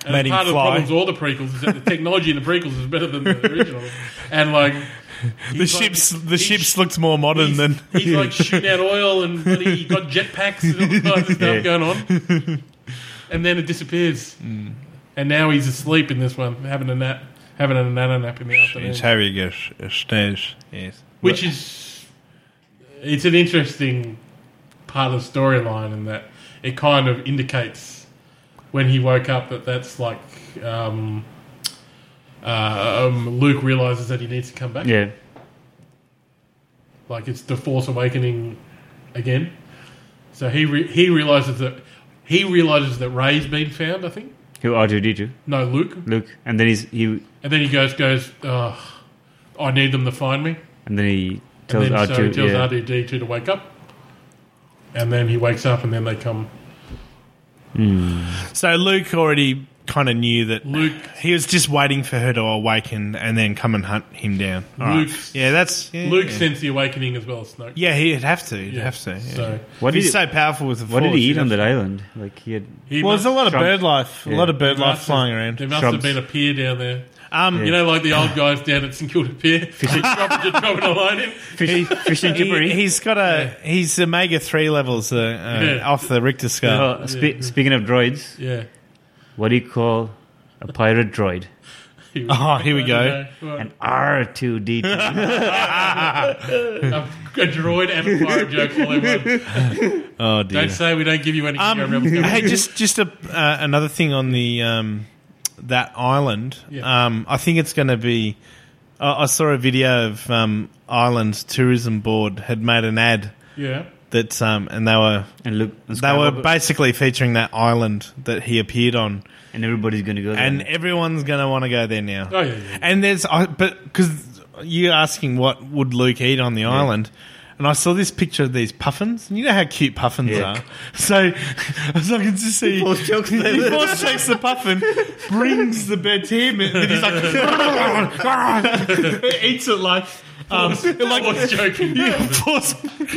[SPEAKER 2] And
[SPEAKER 1] Made him
[SPEAKER 2] part of the
[SPEAKER 1] fly.
[SPEAKER 2] problems with all the prequels is that the technology in the prequels is better than the original. And like
[SPEAKER 1] The
[SPEAKER 2] He's
[SPEAKER 1] ships,
[SPEAKER 2] like-
[SPEAKER 1] the
[SPEAKER 2] he's-
[SPEAKER 1] ships looked more modern
[SPEAKER 2] He's,
[SPEAKER 1] than
[SPEAKER 2] he's like shooting out oil and bloody- he got jetpacks and all kinds of stuff
[SPEAKER 3] Yeah.
[SPEAKER 2] going on. And then it disappears.
[SPEAKER 1] Hmm.
[SPEAKER 2] And now he's asleep in this one, having a nap, having a nana nap in the afternoon,
[SPEAKER 1] It's having a, s- a stage. Yes.
[SPEAKER 2] which is it's an interesting part of the storyline in that it kind of indicates when he woke up that that's like um, uh, um, Luke realizes that he needs to come back.
[SPEAKER 3] Yeah.
[SPEAKER 2] Like it's the Force Awakening again. So he re- he realizes that he realizes that Ray's been found. I think
[SPEAKER 3] Who R two D two?
[SPEAKER 2] no Luke,
[SPEAKER 3] Luke, and then he's he,
[SPEAKER 2] and then he goes goes. Oh, I need them to find me.
[SPEAKER 3] and then he
[SPEAKER 2] And
[SPEAKER 3] tells
[SPEAKER 2] then
[SPEAKER 3] R
[SPEAKER 2] so
[SPEAKER 3] two.
[SPEAKER 2] he tells
[SPEAKER 3] yeah.
[SPEAKER 2] RDD two to wake up, and then he wakes up, and then they come.
[SPEAKER 1] So Luke already kind of knew that
[SPEAKER 2] Luke
[SPEAKER 1] he was just waiting for her to awaken and then come and hunt him down. All right.
[SPEAKER 2] Luke's-
[SPEAKER 1] Yeah, that's yeah,
[SPEAKER 2] Luke
[SPEAKER 1] yeah.
[SPEAKER 2] sends the awakening as well as Snoke.
[SPEAKER 1] Yeah, he'd have to. He'd
[SPEAKER 2] Yeah.
[SPEAKER 1] have to. Yeah.
[SPEAKER 2] So
[SPEAKER 3] What did
[SPEAKER 1] He's
[SPEAKER 3] he,
[SPEAKER 1] so powerful with the
[SPEAKER 3] what did
[SPEAKER 1] Force,
[SPEAKER 3] he eat on
[SPEAKER 1] has-
[SPEAKER 3] that island? Like he had.
[SPEAKER 2] he
[SPEAKER 1] Well, there's a lot of
[SPEAKER 3] Shrubs.
[SPEAKER 1] bird life. A
[SPEAKER 3] Yeah.
[SPEAKER 1] lot of bird life
[SPEAKER 2] must-
[SPEAKER 1] flying around.
[SPEAKER 2] There must have
[SPEAKER 3] Shrubs.
[SPEAKER 2] been a pier down there.
[SPEAKER 1] Um,
[SPEAKER 2] You know, like the old guys down at St Kilda Pier, just dropping, just dropping a line in.
[SPEAKER 3] Fish, fish and
[SPEAKER 1] he,
[SPEAKER 3] jibbery.
[SPEAKER 1] he's got a he's omega three levels uh, uh,
[SPEAKER 2] Yeah.
[SPEAKER 1] off the Richter scale.
[SPEAKER 3] Oh, spe- Speaking of droids,
[SPEAKER 2] Yeah.
[SPEAKER 3] what do you call a pirate droid?
[SPEAKER 1] Oh, here we go.
[SPEAKER 2] Well,
[SPEAKER 3] An R two D two.
[SPEAKER 2] a, a droid and a pirate joke all in one.
[SPEAKER 1] Oh dear.
[SPEAKER 2] Don't say we don't give you any.
[SPEAKER 1] Um, hey, just just a, uh, another thing on the um, that island.
[SPEAKER 2] Yeah.
[SPEAKER 1] Um, I think it's going to be. I I saw a video of um, Ireland's tourism board had made an ad
[SPEAKER 2] yeah.
[SPEAKER 1] that, um, and they were
[SPEAKER 3] and Luke. And
[SPEAKER 1] they were
[SPEAKER 3] Skywalker.
[SPEAKER 1] basically featuring that island that he appeared on,
[SPEAKER 3] and everybody's gonna go. There.
[SPEAKER 1] and everyone's going to want to go there now.
[SPEAKER 2] Oh yeah. yeah.
[SPEAKER 1] And there's, I, but because you're asking what would Luke eat on the island, and I saw this picture of these puffins, and you know how cute puffins
[SPEAKER 3] Yeah.
[SPEAKER 1] are. So, so I can just see
[SPEAKER 3] Force chokes them.
[SPEAKER 1] he force chokes the puffin, brings the bed to him, and then he's like eats it like. Um,
[SPEAKER 2] Like,
[SPEAKER 1] like
[SPEAKER 2] was joking.
[SPEAKER 1] force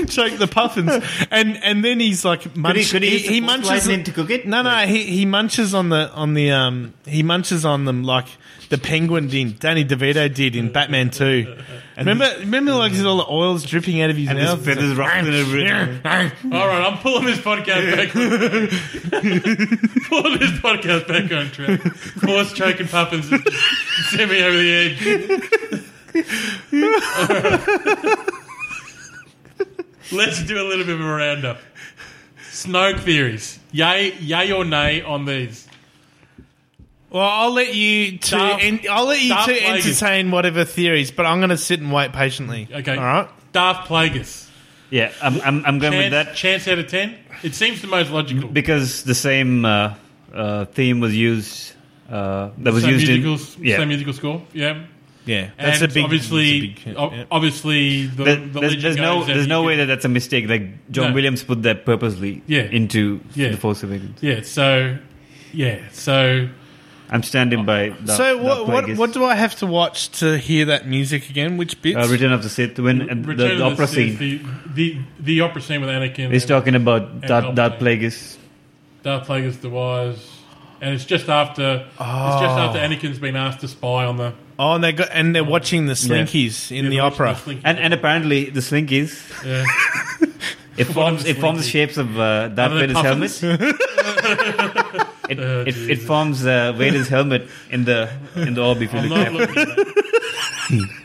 [SPEAKER 1] choke the puffins, and and then he's like munch,
[SPEAKER 3] could he use the force
[SPEAKER 1] munches
[SPEAKER 3] lightning to cook it?
[SPEAKER 1] No, no, he he munches on the on the um he munches on them like the penguin did, Danny DeVito did in Batman Two. remember, remember, like all the oils dripping out of his
[SPEAKER 3] There's
[SPEAKER 1] mouth.
[SPEAKER 3] feathers ruffling everywhere.
[SPEAKER 2] All right, I'm pulling this podcast back. on pulling this podcast back on track. Horse choking puffins and send me over the edge. Let's do a little bit of a roundup. Snoke theories. Yay, yay or nay on these.
[SPEAKER 1] Well, I'll let you to
[SPEAKER 2] Darth-
[SPEAKER 1] en- I'll let you
[SPEAKER 2] Darth
[SPEAKER 1] to
[SPEAKER 2] Plagueis.
[SPEAKER 1] entertain whatever theories, but I'm going to sit and wait patiently.
[SPEAKER 2] Okay.
[SPEAKER 1] all right.
[SPEAKER 2] Darth Plagueis.
[SPEAKER 3] Yeah, I'm I'm, I'm going
[SPEAKER 2] Chance,
[SPEAKER 3] with that
[SPEAKER 2] chance out of 10? It seems the most logical.
[SPEAKER 3] because the same uh, uh, theme was used. Uh, that was
[SPEAKER 2] same,
[SPEAKER 3] used
[SPEAKER 2] musical,
[SPEAKER 3] in yeah.
[SPEAKER 2] same musical score. Yeah.
[SPEAKER 1] Yeah,
[SPEAKER 2] That's and obviously,
[SPEAKER 1] that's a big-
[SPEAKER 2] ob-
[SPEAKER 1] yeah.
[SPEAKER 2] obviously, the,
[SPEAKER 3] There-
[SPEAKER 2] the
[SPEAKER 3] there's,
[SPEAKER 2] legend
[SPEAKER 3] there's no
[SPEAKER 2] goes that
[SPEAKER 3] there's
[SPEAKER 2] you
[SPEAKER 3] no
[SPEAKER 2] could-
[SPEAKER 3] way that that's a mistake. Like John
[SPEAKER 2] No.
[SPEAKER 3] Williams put that purposely
[SPEAKER 2] Yeah.
[SPEAKER 3] into
[SPEAKER 2] Yeah.
[SPEAKER 3] the Force Awakens.
[SPEAKER 2] Yeah. So, yeah. So
[SPEAKER 3] I'm standing by.
[SPEAKER 2] Uh,
[SPEAKER 3] Darth,
[SPEAKER 1] So what,
[SPEAKER 3] Darth
[SPEAKER 1] what
[SPEAKER 3] Plagueis.
[SPEAKER 1] what do I have to watch to hear that music again? Which bits?
[SPEAKER 3] uh, Return of the Sith when uh, the,
[SPEAKER 2] Return
[SPEAKER 3] the
[SPEAKER 2] of the
[SPEAKER 3] opera
[SPEAKER 2] Sith,
[SPEAKER 3] scene?
[SPEAKER 2] the, the the opera scene with Anakin.
[SPEAKER 3] He's
[SPEAKER 2] and
[SPEAKER 3] talking about Darth,
[SPEAKER 2] Palpatine.
[SPEAKER 3] Darth Plagueis.
[SPEAKER 2] Darth Plagueis the Wise, and it's just after it's just after
[SPEAKER 3] Ah.
[SPEAKER 2] Anakin's been asked to spy on the
[SPEAKER 1] oh, and they got and they're watching the Slinkies in the opera.
[SPEAKER 2] Slinky-
[SPEAKER 3] And and apparently the Slinkies
[SPEAKER 2] yeah.
[SPEAKER 3] it forms it
[SPEAKER 2] Slinky.
[SPEAKER 3] forms shapes of uh, Darth
[SPEAKER 2] Are they
[SPEAKER 3] Vader's helmet. It, it, it
[SPEAKER 2] Oh, Jesus.
[SPEAKER 3] forms uh, Vader's helmet in the in the orb if you
[SPEAKER 2] I'm
[SPEAKER 3] look
[SPEAKER 2] not
[SPEAKER 3] at it.
[SPEAKER 2] looking at that.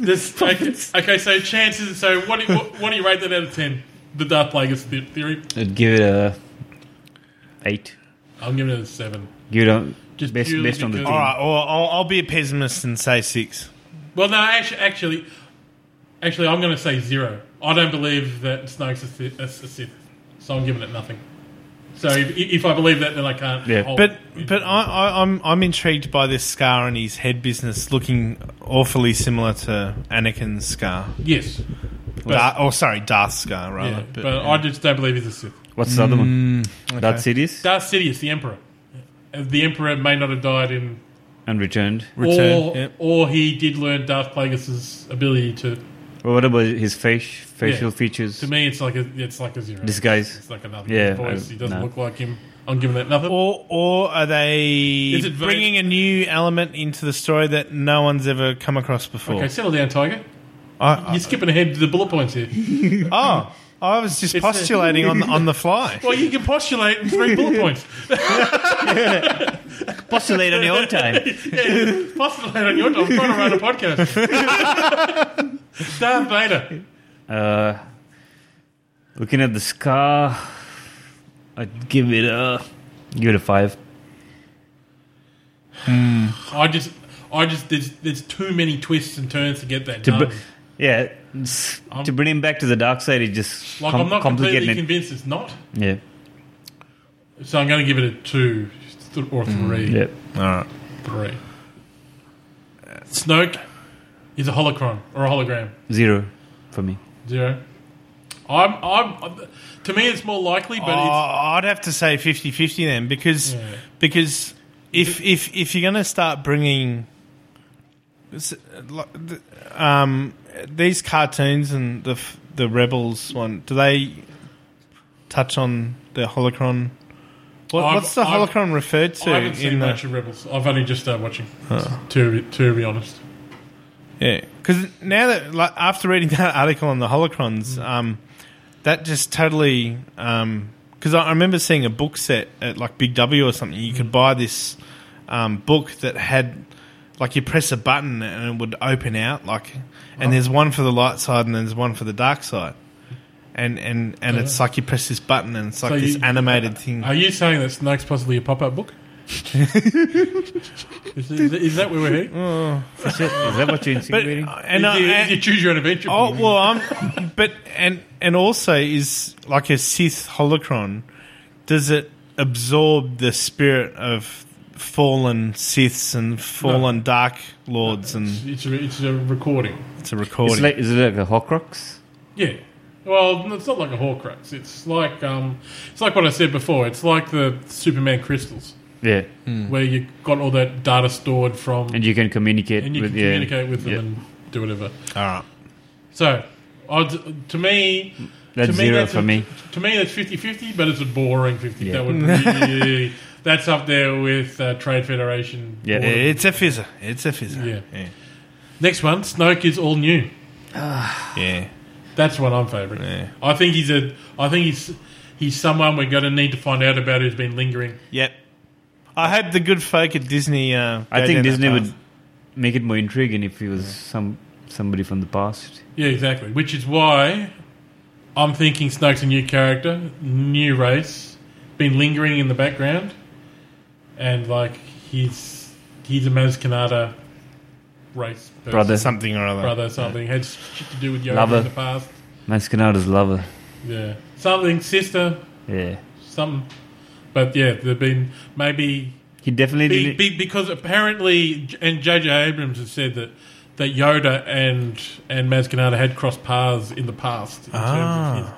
[SPEAKER 2] This, okay, okay, so chances. So what do, what, what do you rate that out of ten? The Darth Plagueis the- theory.
[SPEAKER 3] I'd give it a eight.
[SPEAKER 2] I'm giving it a seven.
[SPEAKER 3] Give it a
[SPEAKER 2] Just
[SPEAKER 3] based,
[SPEAKER 2] purely
[SPEAKER 3] based on the
[SPEAKER 2] because-
[SPEAKER 1] All
[SPEAKER 3] theme.
[SPEAKER 1] right, or I'll, I'll be a pessimist and say six.
[SPEAKER 2] Well, no, actually, actually, actually I'm going to say zero. I don't believe that Snoke's a, Sith, a, a Sith, so I'm giving it nothing. So if, if I believe that, then I can't.
[SPEAKER 3] Yeah.
[SPEAKER 2] hold
[SPEAKER 1] But
[SPEAKER 2] it.
[SPEAKER 1] but I, I, I'm I'm intrigued by this scar on his head business looking awfully similar to Anakin's scar.
[SPEAKER 2] yes, but,
[SPEAKER 1] Dar- oh, sorry, Darth's scar rather.
[SPEAKER 2] yeah, but I just don't believe he's a Sith.
[SPEAKER 3] What's the other one?
[SPEAKER 2] Mm,
[SPEAKER 3] Darth Sidious
[SPEAKER 2] Darth Sidious, the Emperor. Uh, The Emperor may not have died in,
[SPEAKER 3] and returned.
[SPEAKER 1] Return,
[SPEAKER 2] or
[SPEAKER 1] yep.
[SPEAKER 2] or he did learn Darth Plagueis's ability to.
[SPEAKER 3] Well, what about his face, facial
[SPEAKER 2] Yeah.
[SPEAKER 3] features,
[SPEAKER 2] To me, it's like a it's like a zero.
[SPEAKER 3] disguise?
[SPEAKER 2] It's like another
[SPEAKER 3] Yeah,
[SPEAKER 2] voice.
[SPEAKER 3] I-
[SPEAKER 2] He doesn't
[SPEAKER 3] no.
[SPEAKER 2] look like him. I'm giving it nothing.
[SPEAKER 1] Or, or are they
[SPEAKER 2] Is it very-
[SPEAKER 1] bringing a new element into the story that no one's ever come across before?
[SPEAKER 2] Okay, settle down, Tiger.
[SPEAKER 1] I,
[SPEAKER 2] You're skipping ahead to the bullet points here.
[SPEAKER 1] oh, I was just
[SPEAKER 2] It's a-
[SPEAKER 1] postulating on on the fly.
[SPEAKER 2] Well, you can postulate in three bullet points.
[SPEAKER 3] Postulate on your own time.
[SPEAKER 2] Yeah, postulate on your I'm trying to run a podcast. Darth Vader.
[SPEAKER 3] Uh, looking at the scar, I'd give it a give it a five.
[SPEAKER 2] I just, I just, there's, there's too many twists and turns to get that
[SPEAKER 3] To
[SPEAKER 2] done.
[SPEAKER 3] br- yeah, s- to bring him back to the dark side, it just
[SPEAKER 2] um, like,
[SPEAKER 3] com-
[SPEAKER 2] I'm not completely
[SPEAKER 3] complicating it.
[SPEAKER 2] convinced it's not.
[SPEAKER 3] yeah,
[SPEAKER 2] So I'm going to give it a two th- or three.
[SPEAKER 3] Mm, yeah.
[SPEAKER 1] All right.
[SPEAKER 2] Three. Snoke is a holocron or a hologram.
[SPEAKER 3] Zero for me.
[SPEAKER 2] Zero. I'm, I'm, I'm- to me, it's more likely, but
[SPEAKER 1] Oh,
[SPEAKER 2] it's.
[SPEAKER 1] I'd have to say 50-50 then because
[SPEAKER 2] Yeah.
[SPEAKER 1] because if if if you're going to start bringing s- like, th- um, these cartoons and the f- the rebels one, do they touch on the holocron? What,
[SPEAKER 2] I've-
[SPEAKER 1] what's the
[SPEAKER 2] I've-
[SPEAKER 1] holocron referred to
[SPEAKER 2] I haven't
[SPEAKER 1] in
[SPEAKER 2] seen
[SPEAKER 1] the
[SPEAKER 2] much of Rebels. I've only just started watching, to, to be honest.
[SPEAKER 1] Yeah, because now that like, after reading that article on the holocrons,
[SPEAKER 2] Mm.
[SPEAKER 1] um, that just totally because I, I remember seeing a book set at like Big W or something. You
[SPEAKER 2] Mm.
[SPEAKER 1] could buy this um, book that had like you press a button and it would open out like, and
[SPEAKER 2] Oh.
[SPEAKER 1] there's one for the light side and there's one for the dark side, and and and it's like you press this button and it's like
[SPEAKER 2] Oh. So
[SPEAKER 1] this
[SPEAKER 2] you-
[SPEAKER 1] animated thing.
[SPEAKER 2] Are you saying that Snoke's possibly a pop up book? is, is, is that where we're heading?
[SPEAKER 3] Is that- is that what you're
[SPEAKER 1] but
[SPEAKER 3] insinuating?
[SPEAKER 1] and, I-
[SPEAKER 2] is,
[SPEAKER 1] Mm. and-
[SPEAKER 2] you choose your own adventure.
[SPEAKER 1] Oh
[SPEAKER 2] book?
[SPEAKER 1] well, I'm, but and and also is like a Sith holocron. Does it absorb the spirit of fallen Siths and fallen Dark Lords, and
[SPEAKER 2] it's a, it's a recording.
[SPEAKER 1] it's a recording?
[SPEAKER 3] it's like, is it like a Horcrux?
[SPEAKER 2] Yeah. Well, no, it's not like a Horcrux. It's like um, it's like what I said before. It's like the Superman crystals,
[SPEAKER 3] Yeah,
[SPEAKER 2] where you got all that data stored from, and
[SPEAKER 3] and you can communicate
[SPEAKER 2] you
[SPEAKER 3] with
[SPEAKER 2] can
[SPEAKER 3] yeah.
[SPEAKER 2] communicate with them
[SPEAKER 3] Yeah.
[SPEAKER 2] and do whatever.
[SPEAKER 1] All right,
[SPEAKER 2] So, I'd, to me,
[SPEAKER 3] That's
[SPEAKER 2] to me,
[SPEAKER 3] zero
[SPEAKER 2] that's
[SPEAKER 3] for
[SPEAKER 2] a-
[SPEAKER 3] me.
[SPEAKER 2] To me, that's 50-50, but it's a boring fifty.
[SPEAKER 3] Yeah.
[SPEAKER 2] That would be, that's up there with uh, Trade Federation.
[SPEAKER 3] Yeah.
[SPEAKER 2] Board.
[SPEAKER 1] it's a fizzer. It's a fizzer. Yeah,
[SPEAKER 2] Next one, Snoke is all new.
[SPEAKER 1] yeah.
[SPEAKER 2] That's one I'm favouring.
[SPEAKER 1] Yeah.
[SPEAKER 2] I think he's a. I think he's he's someone we're going to need to find out about who's been lingering.
[SPEAKER 1] Yep. I hope the good folk at Disney. Uh,
[SPEAKER 3] I
[SPEAKER 1] go down
[SPEAKER 3] think
[SPEAKER 1] that
[SPEAKER 3] Disney
[SPEAKER 1] path.
[SPEAKER 3] would make it more intriguing if he was some somebody from the past.
[SPEAKER 2] Yeah, exactly. Which is why I'm thinking Snoke's a new character, new race, been lingering in the background, and like he's he's a Maz Kanata race person,
[SPEAKER 3] Brother.
[SPEAKER 1] something or other.
[SPEAKER 2] brother, something had shit to do with yoga
[SPEAKER 3] Lover.
[SPEAKER 2] in the past.
[SPEAKER 3] Mascanada's lover.
[SPEAKER 2] Yeah, something sister,
[SPEAKER 3] Yeah,
[SPEAKER 2] something. But yeah, they've been maybe
[SPEAKER 3] he definitely
[SPEAKER 2] Be,
[SPEAKER 3] didn't-
[SPEAKER 2] be, because apparently, and J.J. Abrams has said that that Yoda and and Maz Kanata had crossed paths in the past. In terms
[SPEAKER 3] Ah.
[SPEAKER 2] of his,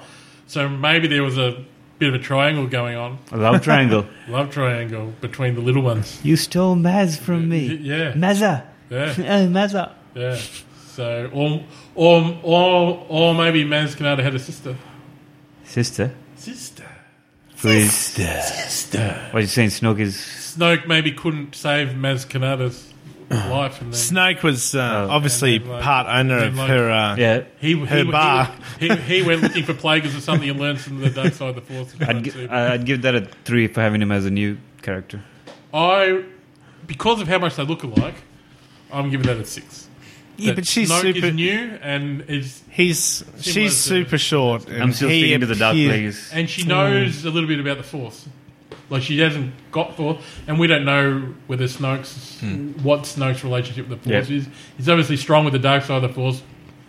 [SPEAKER 2] so maybe there was a bit of a triangle going on,
[SPEAKER 3] a love triangle.
[SPEAKER 2] love triangle between the little ones.
[SPEAKER 3] You stole Maz from me.
[SPEAKER 2] Yeah.
[SPEAKER 3] Mazza.
[SPEAKER 2] Yeah,
[SPEAKER 3] Oh, Mazza.
[SPEAKER 2] yeah. So or or or, or maybe Maz Kanata had a sister.
[SPEAKER 3] Sister.
[SPEAKER 2] Sister.
[SPEAKER 3] Please.
[SPEAKER 2] Sister.
[SPEAKER 3] What are you saying? Snoke is.
[SPEAKER 2] Snoke maybe couldn't save Maz Kanata's life, and then
[SPEAKER 1] Snoke was uh,
[SPEAKER 3] Oh.
[SPEAKER 1] obviously
[SPEAKER 2] And then, like-
[SPEAKER 1] part owner
[SPEAKER 2] then,
[SPEAKER 1] of
[SPEAKER 2] like-
[SPEAKER 1] her. Uh,
[SPEAKER 3] Yeah.
[SPEAKER 2] he
[SPEAKER 1] Her
[SPEAKER 2] he,
[SPEAKER 1] bar.
[SPEAKER 2] he, he, he went looking for plaguers or something and learned from the dark side of the force.
[SPEAKER 3] I'd, gi- uh, I'd give that a three for having him as a new character.
[SPEAKER 2] I, because of how much they look alike, I'm giving that a six.
[SPEAKER 1] yeah,
[SPEAKER 2] That
[SPEAKER 1] but she's
[SPEAKER 2] Snoke
[SPEAKER 1] super.
[SPEAKER 2] is new and is
[SPEAKER 1] He's she's
[SPEAKER 2] to-
[SPEAKER 1] super short. And
[SPEAKER 3] I'm still
[SPEAKER 1] he
[SPEAKER 3] sticking to the dark
[SPEAKER 1] appear-
[SPEAKER 3] place.
[SPEAKER 2] and she knows a little bit about the force. Like she hasn't got force, and we don't know whether Snoke's what Snoke's relationship with the force
[SPEAKER 3] Hmm. Yeah. Hmm.
[SPEAKER 2] is. He's obviously strong with the dark side of the force,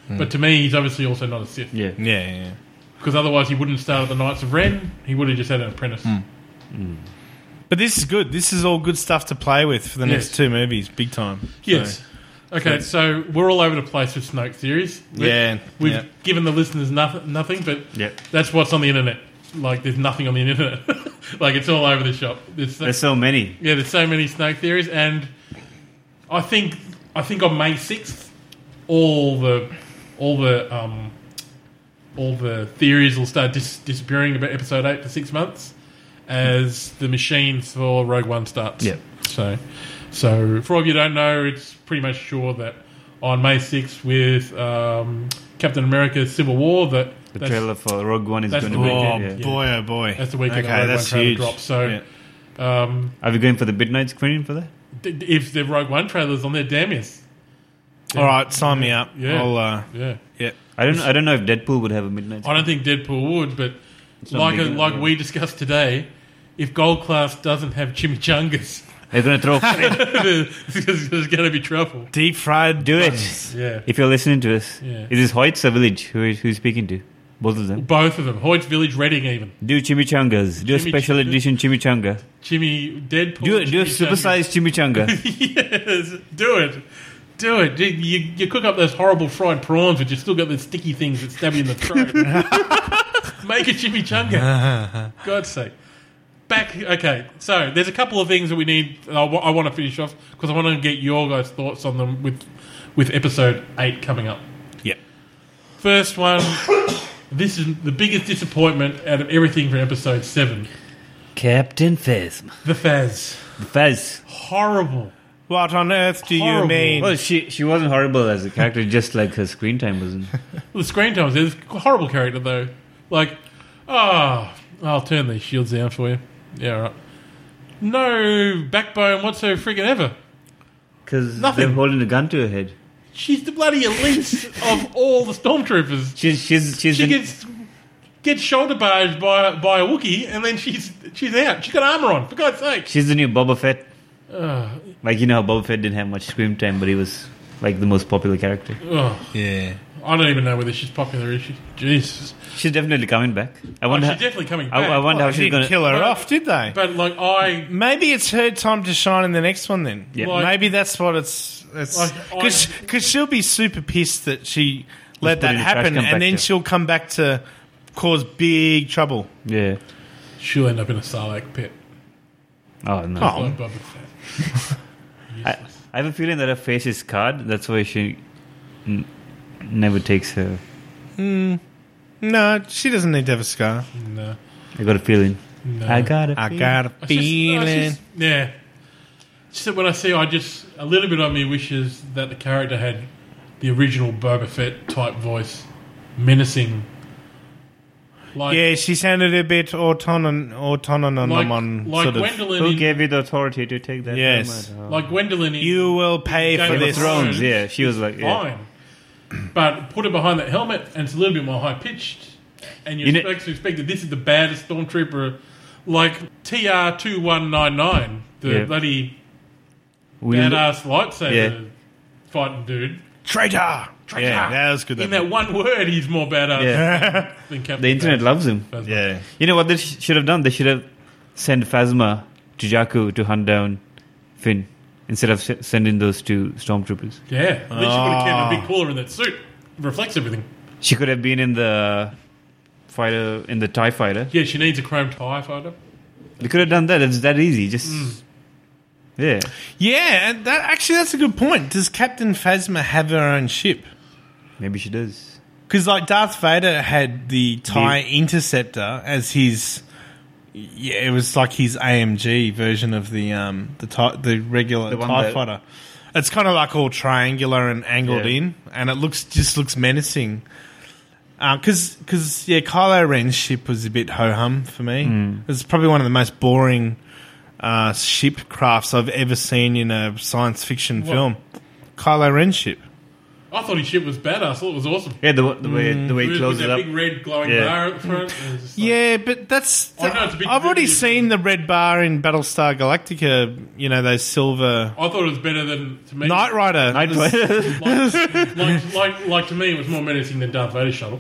[SPEAKER 2] but to me, he's obviously also not a Sith
[SPEAKER 3] Yeah.
[SPEAKER 1] Yeah, yeah.
[SPEAKER 2] because otherwise he wouldn't start at the Knights of Ren. He would have just had an apprentice.
[SPEAKER 3] Hmm.
[SPEAKER 1] But this is good. This is all good stuff to play with for the
[SPEAKER 2] Yes.
[SPEAKER 1] next two movies, big time.
[SPEAKER 2] Yes.
[SPEAKER 1] So,
[SPEAKER 2] Okay, so we're all over the place with Snoke theories. We-
[SPEAKER 1] Yeah,
[SPEAKER 2] We've
[SPEAKER 1] yeah.
[SPEAKER 2] given the listeners nothing, nothing, but
[SPEAKER 3] Yeah.
[SPEAKER 2] that's what's on the internet. Like, there's nothing on the internet. like, it's all over the shop. There's so,
[SPEAKER 3] There's so many.
[SPEAKER 2] yeah, there's so many Snoke theories, and I think I think on May sixth, all the all the um, all the theories will start dis- disappearing about episode eight for six months, as the machines for Rogue One starts.
[SPEAKER 3] Yep.
[SPEAKER 2] So, so for all of you who don't know, it's pretty much sure that on May 6th with um, Captain America: Civil War that
[SPEAKER 3] The
[SPEAKER 2] that's-
[SPEAKER 3] trailer for Rogue One is
[SPEAKER 2] that's
[SPEAKER 3] going to
[SPEAKER 2] the
[SPEAKER 3] be
[SPEAKER 1] Oh
[SPEAKER 3] good. Yeah.
[SPEAKER 1] boy, oh boy!
[SPEAKER 2] That's the weekend Rogue One trailer drops, so- um,
[SPEAKER 3] Are we going for the midnight screening for that?
[SPEAKER 2] d- d- if the Rogue One trailer's on there, damn yes,
[SPEAKER 1] all right, sign me up.
[SPEAKER 2] Yeah.
[SPEAKER 1] I'll, uh,
[SPEAKER 2] yeah.
[SPEAKER 1] yeah.
[SPEAKER 3] I don't. I don't know if Deadpool would have a midnight.
[SPEAKER 2] I don't think Deadpool would, but
[SPEAKER 3] not
[SPEAKER 2] like
[SPEAKER 3] big enough,
[SPEAKER 2] like
[SPEAKER 3] yeah.
[SPEAKER 2] we discussed today, if Gold Class doesn't have chimichangas,
[SPEAKER 3] They're going to throw.
[SPEAKER 2] there's, there's going to be trouble.
[SPEAKER 1] Deep fried.
[SPEAKER 3] Do
[SPEAKER 1] buns.
[SPEAKER 3] it.
[SPEAKER 2] Yeah.
[SPEAKER 3] If you're listening to us,
[SPEAKER 2] Yeah.
[SPEAKER 3] it is Hoyts or Village who is, who's speaking to. Both of them.
[SPEAKER 2] Both of them, Hoyt's Village, Reading, even
[SPEAKER 3] Do chimichangas. Do a
[SPEAKER 2] Chimichanga.
[SPEAKER 3] special edition chimichanga.
[SPEAKER 2] Jimmy Deadpool.
[SPEAKER 3] Do a, do a
[SPEAKER 2] chimichanga.
[SPEAKER 3] supersized chimichanga.
[SPEAKER 2] yes, do it, do it. You, you, you cook up those horrible fried prawns, but you still got the sticky things that stab you in the throat. Make a chimichanga, God's sake. Back okay. So there's a couple of things that we need. I want to finish off because I want to get your guys' thoughts on them with with episode eight coming up.
[SPEAKER 1] Yeah.
[SPEAKER 2] First one. this is the biggest disappointment out of everything from episode seven.
[SPEAKER 3] Captain Phasm.
[SPEAKER 2] The Faz.
[SPEAKER 3] Phaz.
[SPEAKER 2] Horrible.
[SPEAKER 1] What on earth do
[SPEAKER 2] Horrible.
[SPEAKER 1] you mean?
[SPEAKER 3] Well, she she wasn't horrible as a character, just like her screen time wasn't.
[SPEAKER 2] Well, the screen time is a horrible character though. Like, ah, I'll turn these shields down for you. Yeah, all right. No backbone whatsoever, friggin' ever.
[SPEAKER 3] Because
[SPEAKER 2] Nothing.
[SPEAKER 3] they're holding a gun to her head.
[SPEAKER 2] She's the bloody elite of all the stormtroopers.
[SPEAKER 3] She's she's she's
[SPEAKER 2] She
[SPEAKER 3] an-
[SPEAKER 2] gets gets shoulder barged by by a Wookiee, and then she's she's out. She's got armor on. For God's sake.
[SPEAKER 3] She's the new Boba Fett. like you know, how Boba Fett didn't have much screen time, but he was like the most popular character.
[SPEAKER 2] Ugh.
[SPEAKER 1] yeah.
[SPEAKER 2] I don't even know whether she's popular. Is she? Jesus.
[SPEAKER 3] She's definitely coming back. I
[SPEAKER 2] Oh, She's
[SPEAKER 3] wonder. how-
[SPEAKER 2] definitely coming
[SPEAKER 3] I,
[SPEAKER 2] back. Oh,
[SPEAKER 3] I wonder
[SPEAKER 1] Well,
[SPEAKER 3] how
[SPEAKER 1] they
[SPEAKER 3] she's
[SPEAKER 1] didn't
[SPEAKER 3] gonna.
[SPEAKER 1] kill her
[SPEAKER 2] Well,
[SPEAKER 1] off, did they?
[SPEAKER 2] But like I
[SPEAKER 1] Maybe it's her time to shine in the next one then.
[SPEAKER 3] Yeah.
[SPEAKER 2] Like-
[SPEAKER 1] Maybe that's what it's.
[SPEAKER 2] Like, I-
[SPEAKER 1] Because she'll be super pissed that she let
[SPEAKER 3] put
[SPEAKER 1] that
[SPEAKER 3] in a trash
[SPEAKER 1] happen,
[SPEAKER 3] compactor.
[SPEAKER 1] and then she'll come back to cause big trouble.
[SPEAKER 3] Yeah.
[SPEAKER 2] she'll end up in a Sarlacc pit.
[SPEAKER 3] Oh no.
[SPEAKER 1] Oh.
[SPEAKER 2] Like Boba Fett.
[SPEAKER 3] I, I have a feeling that her face is scarred. That's why she n- never takes her.
[SPEAKER 1] No, she doesn't need to have a scar.
[SPEAKER 2] No.
[SPEAKER 3] I got a feeling.
[SPEAKER 2] No.
[SPEAKER 3] I got it.
[SPEAKER 1] I got a
[SPEAKER 2] It's just- no, it's
[SPEAKER 1] feeling.
[SPEAKER 2] just- yeah. Just that when I see, I just a little bit of me wishes that the character had the original Boba Fett type voice, menacing. Like,
[SPEAKER 1] Yeah, she sounded a bit autonon, autonomous.
[SPEAKER 2] like,
[SPEAKER 1] on
[SPEAKER 2] like
[SPEAKER 1] sort of,
[SPEAKER 2] Gwendolyn.
[SPEAKER 3] Who
[SPEAKER 2] in-
[SPEAKER 3] gave you the authority to take that?
[SPEAKER 1] Yes.
[SPEAKER 3] helmet?
[SPEAKER 2] like Gwendolyn. in
[SPEAKER 1] You will pay
[SPEAKER 2] Game
[SPEAKER 1] for
[SPEAKER 2] of
[SPEAKER 1] this.
[SPEAKER 2] Thrones.
[SPEAKER 3] Thrones, Yeah, she was like, yeah.
[SPEAKER 2] Fine, but put her behind that helmet, and it's a little bit more high pitched, and you,
[SPEAKER 3] You know-
[SPEAKER 2] expect to expect that this is the baddest stormtrooper, like TR two one nine nine, the
[SPEAKER 3] Yeah.
[SPEAKER 2] bloody
[SPEAKER 3] We
[SPEAKER 2] badass lightsaber fighting dude.
[SPEAKER 1] Traitor! Traitor!
[SPEAKER 3] Yeah.
[SPEAKER 1] that was good.
[SPEAKER 2] In
[SPEAKER 1] that-
[SPEAKER 2] that one word, he's more badass than Captain.
[SPEAKER 3] the internet loves him.
[SPEAKER 2] Phasma.
[SPEAKER 1] yeah.
[SPEAKER 3] You know what they sh- should have done? They should have sent Phasma to Jakku to hunt down Finn instead of s- sending those two stormtroopers.
[SPEAKER 2] Yeah. At least you would have kept a
[SPEAKER 3] Ah.
[SPEAKER 2] bit cooler in that suit. Reflects everything.
[SPEAKER 3] She could have been in the fighter in the Tie fighter.
[SPEAKER 2] Yeah, she needs a chrome tie fighter.
[SPEAKER 3] They could have done that. It's that easy. Just
[SPEAKER 2] Mm.
[SPEAKER 3] yeah.
[SPEAKER 1] Yeah, and that actually that's a good point. Does Captain Phasma have her own ship?
[SPEAKER 3] Maybe she does.
[SPEAKER 1] Because like Darth Vader had the Tie Interceptor as his, yeah, it was like his AMG version of the um the tie, the regular
[SPEAKER 3] The one
[SPEAKER 1] Tie
[SPEAKER 3] that-
[SPEAKER 1] Fighter. It's kind of like all triangular and angled
[SPEAKER 3] Yeah.
[SPEAKER 1] in, and it looks just looks menacing. Because because yeah, Kylo Ren's ship was a bit ho hum for me.
[SPEAKER 3] Hmm.
[SPEAKER 1] It's probably one of the most boring uh, ship crafts I've ever seen in a science fiction
[SPEAKER 2] What?
[SPEAKER 1] film. Kylo Ren ship.
[SPEAKER 2] I thought his shit was badass. I thought it was awesome.
[SPEAKER 3] Yeah, the, the way the way it
[SPEAKER 2] Mm. With- with
[SPEAKER 3] closes
[SPEAKER 2] that
[SPEAKER 3] up.
[SPEAKER 2] big red glowing
[SPEAKER 3] Yeah.
[SPEAKER 2] bar at the front. it was just like-
[SPEAKER 1] Yeah, but that's.
[SPEAKER 2] I know, it's a bit
[SPEAKER 1] I've already
[SPEAKER 2] vivid.
[SPEAKER 1] seen the red bar in Battlestar Galactica, you know, those silver.
[SPEAKER 2] I thought it was better than to me.
[SPEAKER 1] Knight Rider.
[SPEAKER 3] Night Rider.
[SPEAKER 2] like, like, like, like to me, it was more menacing than Darth Vader's shuttle.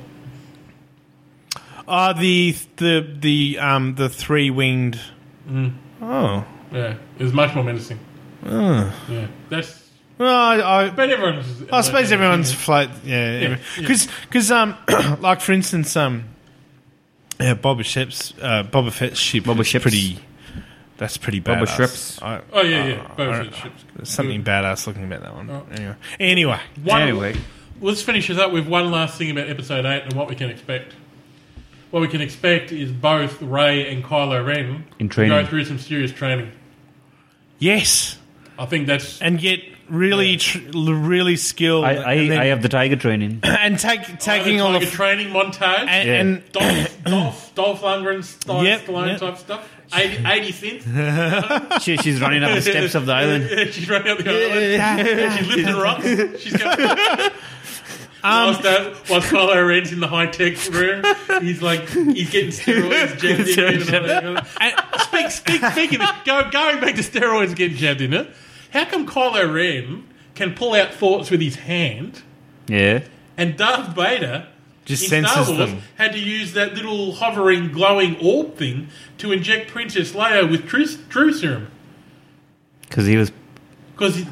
[SPEAKER 1] Oh, the, the, the, um, the three winged.
[SPEAKER 3] Mm.
[SPEAKER 1] Oh.
[SPEAKER 2] Yeah, it was much more menacing. Yeah, that's.
[SPEAKER 1] Well, I, I,
[SPEAKER 2] But everyone's.
[SPEAKER 1] Ah. I suppose everyone's float. Yeah.
[SPEAKER 2] yeah.
[SPEAKER 1] Because, um, like, for instance, um, yeah, Boba Shep's, uh, Boba Fett's ship.
[SPEAKER 3] Boba
[SPEAKER 1] is
[SPEAKER 3] Shep's.
[SPEAKER 1] Pretty, that's pretty badass.
[SPEAKER 3] Boba Shreps.
[SPEAKER 1] I,
[SPEAKER 2] Oh yeah, yeah. Both
[SPEAKER 1] I-
[SPEAKER 2] of the ships.
[SPEAKER 1] there's something badass looking about that one. Anyway. Anyway.
[SPEAKER 2] Oh. One-
[SPEAKER 3] Anyway.
[SPEAKER 2] let's finish this up with one last thing about episode eight and what we can expect. what we can expect is both Ray and Kylo Ren
[SPEAKER 3] In
[SPEAKER 2] to go
[SPEAKER 3] training.
[SPEAKER 2] through some serious training.
[SPEAKER 1] Yes,
[SPEAKER 2] I think that's
[SPEAKER 1] and get really, tr- really skilled.
[SPEAKER 3] I, I,
[SPEAKER 1] and, then-
[SPEAKER 3] I have the tiger training.
[SPEAKER 1] and take, taking all
[SPEAKER 2] like
[SPEAKER 1] the
[SPEAKER 2] a training montage.
[SPEAKER 1] and,
[SPEAKER 3] Yeah.
[SPEAKER 1] and
[SPEAKER 2] Dolph, Dolph, Dolph Lundgren style,
[SPEAKER 1] Yep,
[SPEAKER 2] Stallone
[SPEAKER 1] yep.
[SPEAKER 2] type stuff. 80, 80 cents.
[SPEAKER 3] she, she's running up the steps of the island.
[SPEAKER 2] She's running out the island. She's lifting rocks. She's going.
[SPEAKER 3] Um,
[SPEAKER 2] whilst, uh, whilst Kylo Ren's in the high tech room, he's like he's getting steroids jabbed in. and all that. And speak, speak, speaking of, go, going back to steroids and getting jabbed in it. How come Kylo Ren can pull out thoughts with his hand,
[SPEAKER 3] Yeah.
[SPEAKER 2] and Darth Vader
[SPEAKER 3] Just
[SPEAKER 2] in Star
[SPEAKER 3] senses
[SPEAKER 2] Wars
[SPEAKER 3] them.
[SPEAKER 2] had to use that little hovering, glowing orb thing to inject Princess Leia with true, true serum
[SPEAKER 3] Because he was.
[SPEAKER 2] because he,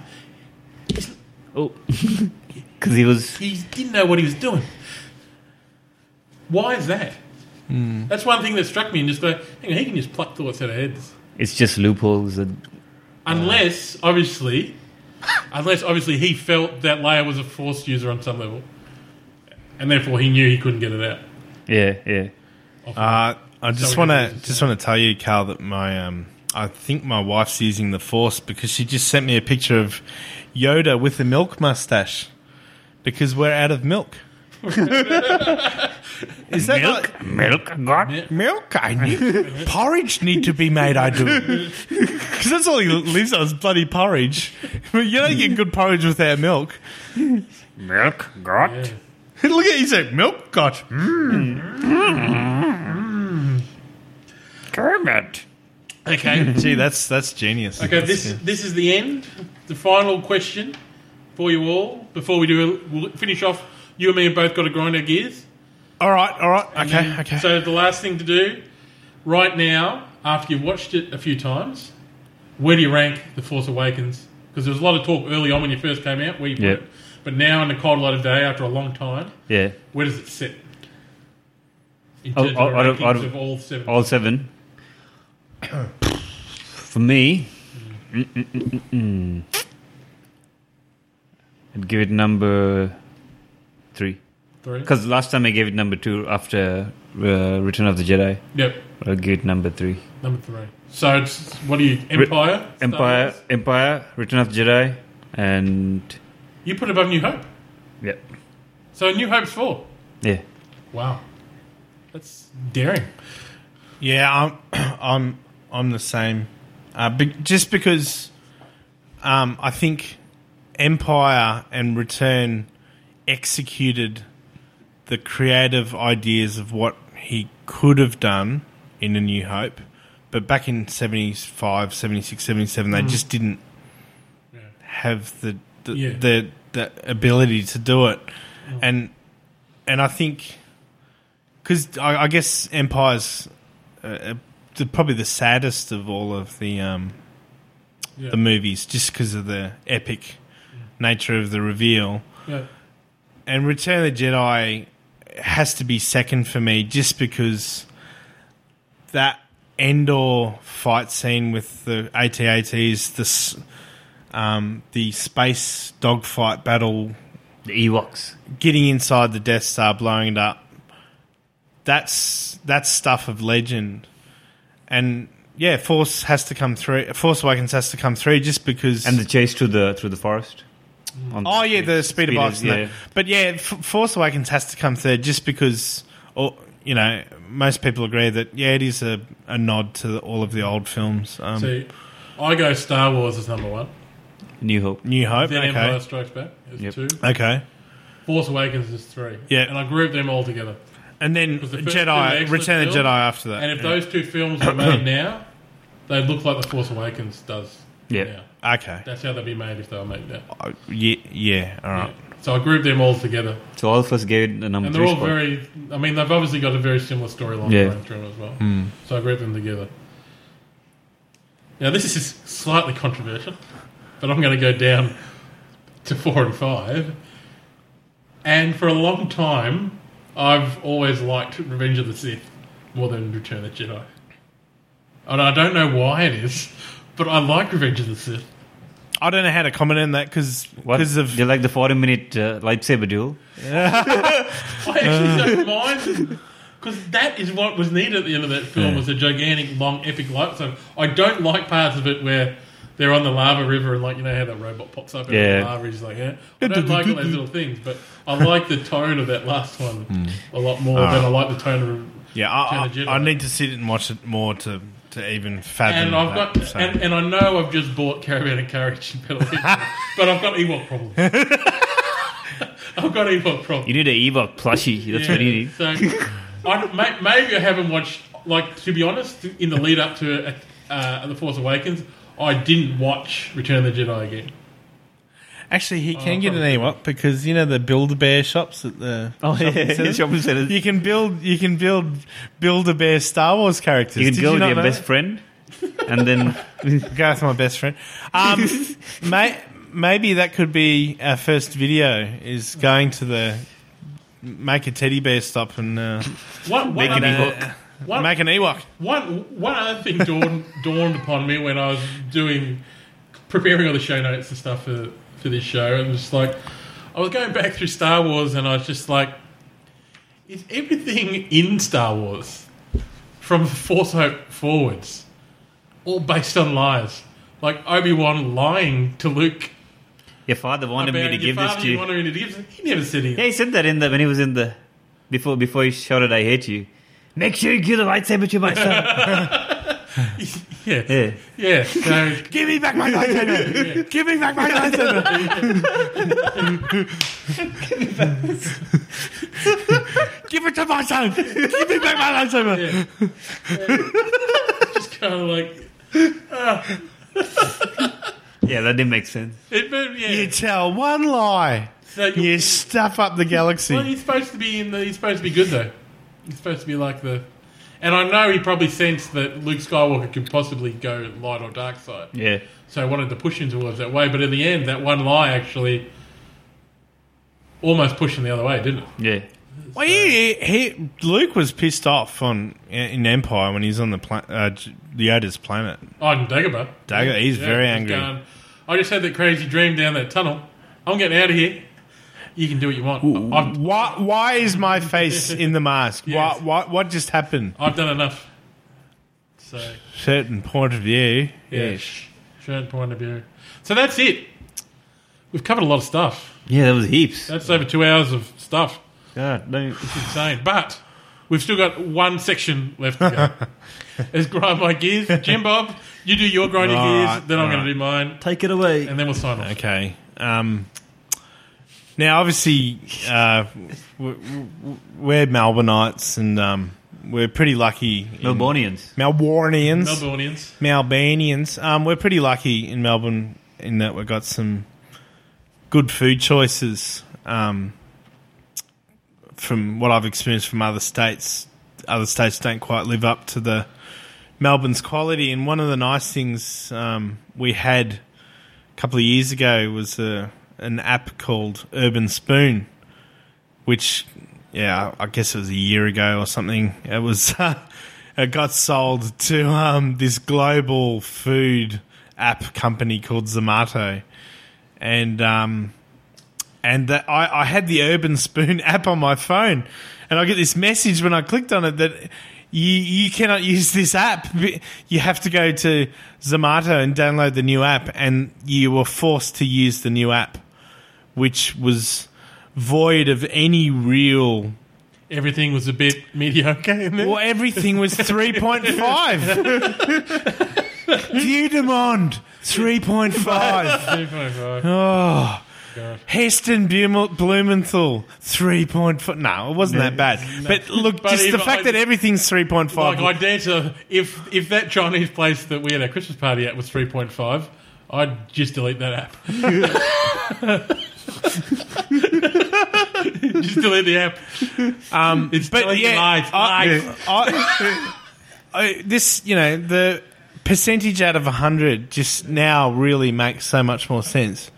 [SPEAKER 3] Oh. Because he was.
[SPEAKER 2] he didn't know what he was doing. Why is that? That's one thing that struck me. And just go, hang on, he can just pluck thoughts out of heads,
[SPEAKER 3] It's just loopholes. And,
[SPEAKER 2] unless obviously, unless obviously he felt that Leia was a Force user on some level, and therefore he knew he couldn't get it out.
[SPEAKER 3] yeah, yeah.
[SPEAKER 1] Uh, I just
[SPEAKER 2] Sorry,
[SPEAKER 1] want
[SPEAKER 2] I
[SPEAKER 1] to
[SPEAKER 2] was-
[SPEAKER 1] just want to tell you, Carl, that my um, I think my wife's using the force because she just sent me a picture of Yoda with a milk mustache because we're out of milk. Is that
[SPEAKER 3] Milk? Milk? God.
[SPEAKER 1] not- milk? I need porridge need to be made. I do because that's all he lives on is bloody porridge. You don't get good porridge without milk.
[SPEAKER 3] Milk? God.
[SPEAKER 2] Yeah.
[SPEAKER 1] Look at you say milk. God, mm,
[SPEAKER 3] Damn it.
[SPEAKER 2] Okay,
[SPEAKER 1] gee, that's that's genius.
[SPEAKER 2] Okay, this this is the end. The final question for you all before we do we'll finish off. You and me have both got to grind our gears.
[SPEAKER 1] All right, all right. Okay, okay.
[SPEAKER 2] So the last thing to do right now, after you've watched it a few times, where do you rank The Force Awakens? Because there was a lot of talk early on when you first came out where you put
[SPEAKER 3] Yeah.
[SPEAKER 2] it, but now in the cold light of day, after a long time,
[SPEAKER 3] Yeah.
[SPEAKER 2] where does it sit? In
[SPEAKER 3] Oh,
[SPEAKER 2] terms
[SPEAKER 3] oh,
[SPEAKER 2] of,
[SPEAKER 3] out of-
[SPEAKER 2] rankings
[SPEAKER 3] out of-
[SPEAKER 2] of all seven.
[SPEAKER 3] All seven. For me, mm, mm, mm, mm, mm. I'd give it number three.
[SPEAKER 2] Three.
[SPEAKER 3] Because last time I gave it number two after uh, Return of the Jedi.
[SPEAKER 2] Yep,
[SPEAKER 3] I'll give it number three.
[SPEAKER 2] number three. So it's, what are you, Empire? Star
[SPEAKER 3] Empire,
[SPEAKER 2] Wars?
[SPEAKER 3] Empire, Return of the Jedi, and
[SPEAKER 2] You put above New Hope.
[SPEAKER 3] yeah,
[SPEAKER 2] So New Hope's four.
[SPEAKER 3] yeah.
[SPEAKER 2] Wow, that's daring.
[SPEAKER 1] Yeah, I'm, I'm, I'm the same. Uh, be, just because um, I think Empire and Return executed the creative ideas of what he could have done in A New Hope, but back in 75, 76, 77, they just didn't have the the,
[SPEAKER 2] Yeah.
[SPEAKER 1] the the ability to do it, and and I think because I, I guess Empire's uh, uh, the, probably the saddest of all of the um,
[SPEAKER 2] Yeah.
[SPEAKER 1] the movies, just because of the epic nature of the reveal.
[SPEAKER 2] Yeah.
[SPEAKER 1] And Return of the Jedi has to be second for me, just because that Endor fight scene with the AT-ATs, the s- um, the space dogfight battle
[SPEAKER 3] The Ewoks.
[SPEAKER 1] getting inside the Death Star, blowing it up. That's that's stuff of legend, and yeah, Force has to come through. Force Awakens has to come through just because.
[SPEAKER 3] and the chase through the through the forest. On
[SPEAKER 1] oh yeah, the speeder
[SPEAKER 3] Speeders,
[SPEAKER 1] bikes. Yeah.
[SPEAKER 3] yeah.
[SPEAKER 1] But yeah, F- Force Awakens has to come third just because, or you know, most people agree that yeah, it is a, a nod to all of the old films. Um,
[SPEAKER 2] See, I go Star Wars as number one.
[SPEAKER 3] New Hope.
[SPEAKER 1] New Hope.
[SPEAKER 2] Then
[SPEAKER 1] Okay.
[SPEAKER 2] Empire Strikes Back is
[SPEAKER 3] Yep.
[SPEAKER 2] two.
[SPEAKER 1] Okay.
[SPEAKER 2] Force Awakens is three.
[SPEAKER 1] Yeah.
[SPEAKER 2] And I grouped them all together.
[SPEAKER 1] And then
[SPEAKER 2] the first two
[SPEAKER 1] Jedi,
[SPEAKER 2] excellent
[SPEAKER 1] Return of the Jedi
[SPEAKER 2] films,
[SPEAKER 1] after that.
[SPEAKER 2] And if
[SPEAKER 1] Yeah.
[SPEAKER 2] those two films were made now, they'd look like The Force Awakens does.
[SPEAKER 3] Yeah.
[SPEAKER 2] now.
[SPEAKER 1] okay.
[SPEAKER 2] That's how they'd be made if they were made now.
[SPEAKER 1] Oh, yeah, yeah. All right.
[SPEAKER 2] Yeah. So I grouped them all together.
[SPEAKER 3] So all of us gave it the number
[SPEAKER 2] And they're
[SPEAKER 3] three
[SPEAKER 2] all
[SPEAKER 3] spot.
[SPEAKER 2] very, I mean, they've obviously got a very similar storyline
[SPEAKER 3] Yeah.
[SPEAKER 2] going through as well. So I grouped them together. Now, this is slightly controversial, but I'm going to go down to four and five. And for a long time, I've always liked Revenge of the Sith more than Return of the Jedi. And I don't know why it is, but I like Revenge of the Sith.
[SPEAKER 1] I don't know how to comment on that because
[SPEAKER 3] What?
[SPEAKER 1] of
[SPEAKER 3] They're like the 40 minute uh, lightsaber duel.
[SPEAKER 2] I actually don't mind Because that is what was needed at the end of that film was a gigantic, long, epic light. So I don't like parts of it where they're on the lava river and like you know how that robot pops up out of
[SPEAKER 3] Yeah.
[SPEAKER 2] the lava. He's like, yeah. I don't like all those little things, but I like the tone of that last one a lot more than I like the tone of.
[SPEAKER 1] Yeah,
[SPEAKER 2] Return
[SPEAKER 1] I,
[SPEAKER 2] of the Jedi.
[SPEAKER 1] I, I need to sit and watch it more to, to even fathom.
[SPEAKER 2] And I've
[SPEAKER 1] that,
[SPEAKER 2] got,
[SPEAKER 1] so-
[SPEAKER 2] and, and I know I've just bought Caravan of Courage and Petal but I've got Ewok problems. I've got Ewok problems.
[SPEAKER 3] You need an Ewok plushie. That's what you need.
[SPEAKER 2] So, I, don't- may- maybe I haven't watched. Like to be honest, in the lead up to uh, the Force Awakens, I didn't watch Return of the Jedi again.
[SPEAKER 1] Actually,
[SPEAKER 3] Oh,
[SPEAKER 1] he can get an
[SPEAKER 2] probably.
[SPEAKER 1] Ewok because you know the build a bear shops at the.
[SPEAKER 3] Oh
[SPEAKER 1] shopping
[SPEAKER 3] yeah,
[SPEAKER 1] centres?
[SPEAKER 3] shopping centers.
[SPEAKER 1] You can build. You can build. Build a bear Star Wars characters.
[SPEAKER 3] You
[SPEAKER 1] Did
[SPEAKER 3] can go with
[SPEAKER 1] not
[SPEAKER 3] your
[SPEAKER 1] know
[SPEAKER 3] best
[SPEAKER 1] that?
[SPEAKER 3] friend, and then
[SPEAKER 1] Go with my best friend. Um, may, maybe that could be our first video. Is going to the make a teddy bear stop and uh,
[SPEAKER 2] One, one,
[SPEAKER 3] Make an
[SPEAKER 2] other,
[SPEAKER 3] Ewok.
[SPEAKER 2] one,
[SPEAKER 1] make an Ewok.
[SPEAKER 2] one, one other thing dawned, dawned upon me when I was doing preparing all the show notes and stuff for, for this show, and just like I was going back through Star Wars, and I was just like, is everything in Star Wars from Force Hope forwards all based on lies? Like Obi Wan lying to Luke
[SPEAKER 3] your father wanted
[SPEAKER 2] about
[SPEAKER 3] me to
[SPEAKER 2] your
[SPEAKER 3] give this
[SPEAKER 2] father,
[SPEAKER 3] to
[SPEAKER 2] you
[SPEAKER 3] you.
[SPEAKER 2] wanted me to give this- He never said anything.
[SPEAKER 3] Yeah, he said that in the when he was in the before before he shouted "I hate you." Make sure you give the lightsaber to my son.
[SPEAKER 2] Yeah, yeah.
[SPEAKER 3] yeah.
[SPEAKER 2] so,
[SPEAKER 1] Give me back my lightsaber. Give me back my lightsaber. Give it to my son. Give me back my lightsaber.
[SPEAKER 2] just kind of like
[SPEAKER 3] yeah, that didn't make sense.
[SPEAKER 2] it, but yeah.
[SPEAKER 1] You tell one lie,
[SPEAKER 2] so you-
[SPEAKER 1] you stuff up the
[SPEAKER 2] Well,
[SPEAKER 1] galaxy.
[SPEAKER 2] he's supposed to be in the. He's supposed to be good though. He's supposed to be like the. And I know he probably sensed that Luke Skywalker could possibly go light or dark side,
[SPEAKER 3] Yeah,
[SPEAKER 2] so he wanted to push him towards that way. But in the end, that one lie actually almost pushed him the other way, didn't it?
[SPEAKER 3] yeah,
[SPEAKER 1] Well, he, he, Luke was pissed off on in Empire when he's on the pla- uh, J- Yoda's planet.
[SPEAKER 2] Oh, and Dagobah.
[SPEAKER 1] Dagobah, he's very
[SPEAKER 2] he's
[SPEAKER 1] angry.
[SPEAKER 2] going, I just had that crazy dream down that tunnel. I'm getting out of here. You can do what you want. I've,
[SPEAKER 1] Why, why is my face in the mask?
[SPEAKER 2] Yes.
[SPEAKER 1] Why, why, what just happened?
[SPEAKER 2] I've done enough. So
[SPEAKER 1] Certain point of view.
[SPEAKER 2] yeah, Sure point of view. So that's it. We've covered a lot of stuff.
[SPEAKER 3] yeah. That was heaps.
[SPEAKER 2] That's over two hours of stuff.
[SPEAKER 3] God, no.
[SPEAKER 2] It's insane. But we've still got one section left to go. Let's grind my gears. Jim Bob, you do your grinding
[SPEAKER 1] Right,
[SPEAKER 2] gears, then I'm going to do mine,
[SPEAKER 3] take it away.
[SPEAKER 2] and then we'll sign off.
[SPEAKER 1] Okay. Um, now, obviously, uh, we're, we're Melbourneites and um, we're pretty lucky. in-
[SPEAKER 3] Melbournians.
[SPEAKER 1] Melbournians.
[SPEAKER 2] Melbournians.
[SPEAKER 1] Melbournians. Um, we're pretty lucky in Melbourne in that we've got some good food choices um, from what I've experienced from other states. Other states don't quite live up to the Melbourne's quality. And one of the nice things um, we had a couple of years ago was a, an app called Urban Spoon, which, yeah, I guess it was a year ago or something. It was. uh, it got sold to um, this global food app company called Zomato, and um, and that I, I had the Urban Spoon app on my phone, and I get this message when I clicked on it that. You, you cannot use this app. You have to go to Zomato and download the new app, and you were forced to use the new app, which was void of any real
[SPEAKER 2] Everything was a bit mediocre in there.
[SPEAKER 1] well, everything was 3.5. Due demand, 3.5.
[SPEAKER 2] 2.5.
[SPEAKER 1] Oh.
[SPEAKER 2] God.
[SPEAKER 1] Heston Blum- Blumenthal, 3.5. No, it wasn't that bad. But look,
[SPEAKER 2] But
[SPEAKER 1] just the
[SPEAKER 2] if
[SPEAKER 1] fact
[SPEAKER 2] I-
[SPEAKER 1] that everything's 3.5.
[SPEAKER 2] Like, I dare to, if, if that Chinese place that we had our Christmas party at was 3.5, I'd just delete that app. just delete the app. Um, it's
[SPEAKER 1] but
[SPEAKER 2] telling you
[SPEAKER 1] yeah,
[SPEAKER 2] lies.
[SPEAKER 1] I-
[SPEAKER 2] lies.
[SPEAKER 1] I- I- this you know the percentage out of hundred just now really makes so much more sense.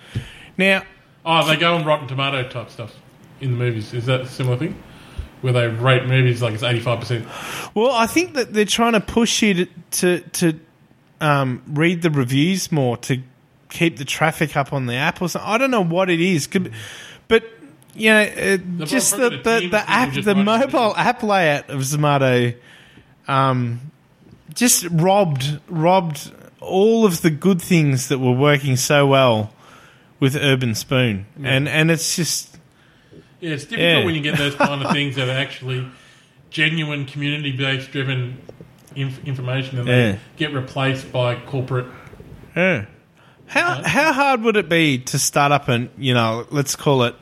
[SPEAKER 1] Now
[SPEAKER 2] Oh, they go on Rotten Tomato type stuff in the movies. Is that a similar thing? Where they rate movies like it's 85%.
[SPEAKER 1] Well, I think that they're trying to push you to to, to um, read the reviews more to keep the traffic up on the app or something. I don't know what it is, Could- but you know, it,
[SPEAKER 2] The
[SPEAKER 1] just the
[SPEAKER 2] bottom
[SPEAKER 1] the,
[SPEAKER 2] of the team
[SPEAKER 1] the
[SPEAKER 2] is
[SPEAKER 1] app,
[SPEAKER 2] just
[SPEAKER 1] the
[SPEAKER 2] watching
[SPEAKER 1] mobile app layout of Zamato, um, just robbed robbed all of the good things that were working so well with Urban Spoon, and and it's just
[SPEAKER 2] Yeah, it's difficult
[SPEAKER 1] Yeah.
[SPEAKER 2] when you get those kind of things that are actually genuine community-based driven inf- information and
[SPEAKER 1] Yeah.
[SPEAKER 2] they get replaced by corporate.
[SPEAKER 1] yeah. Eh. how how hard would it be to start up and you know let's call it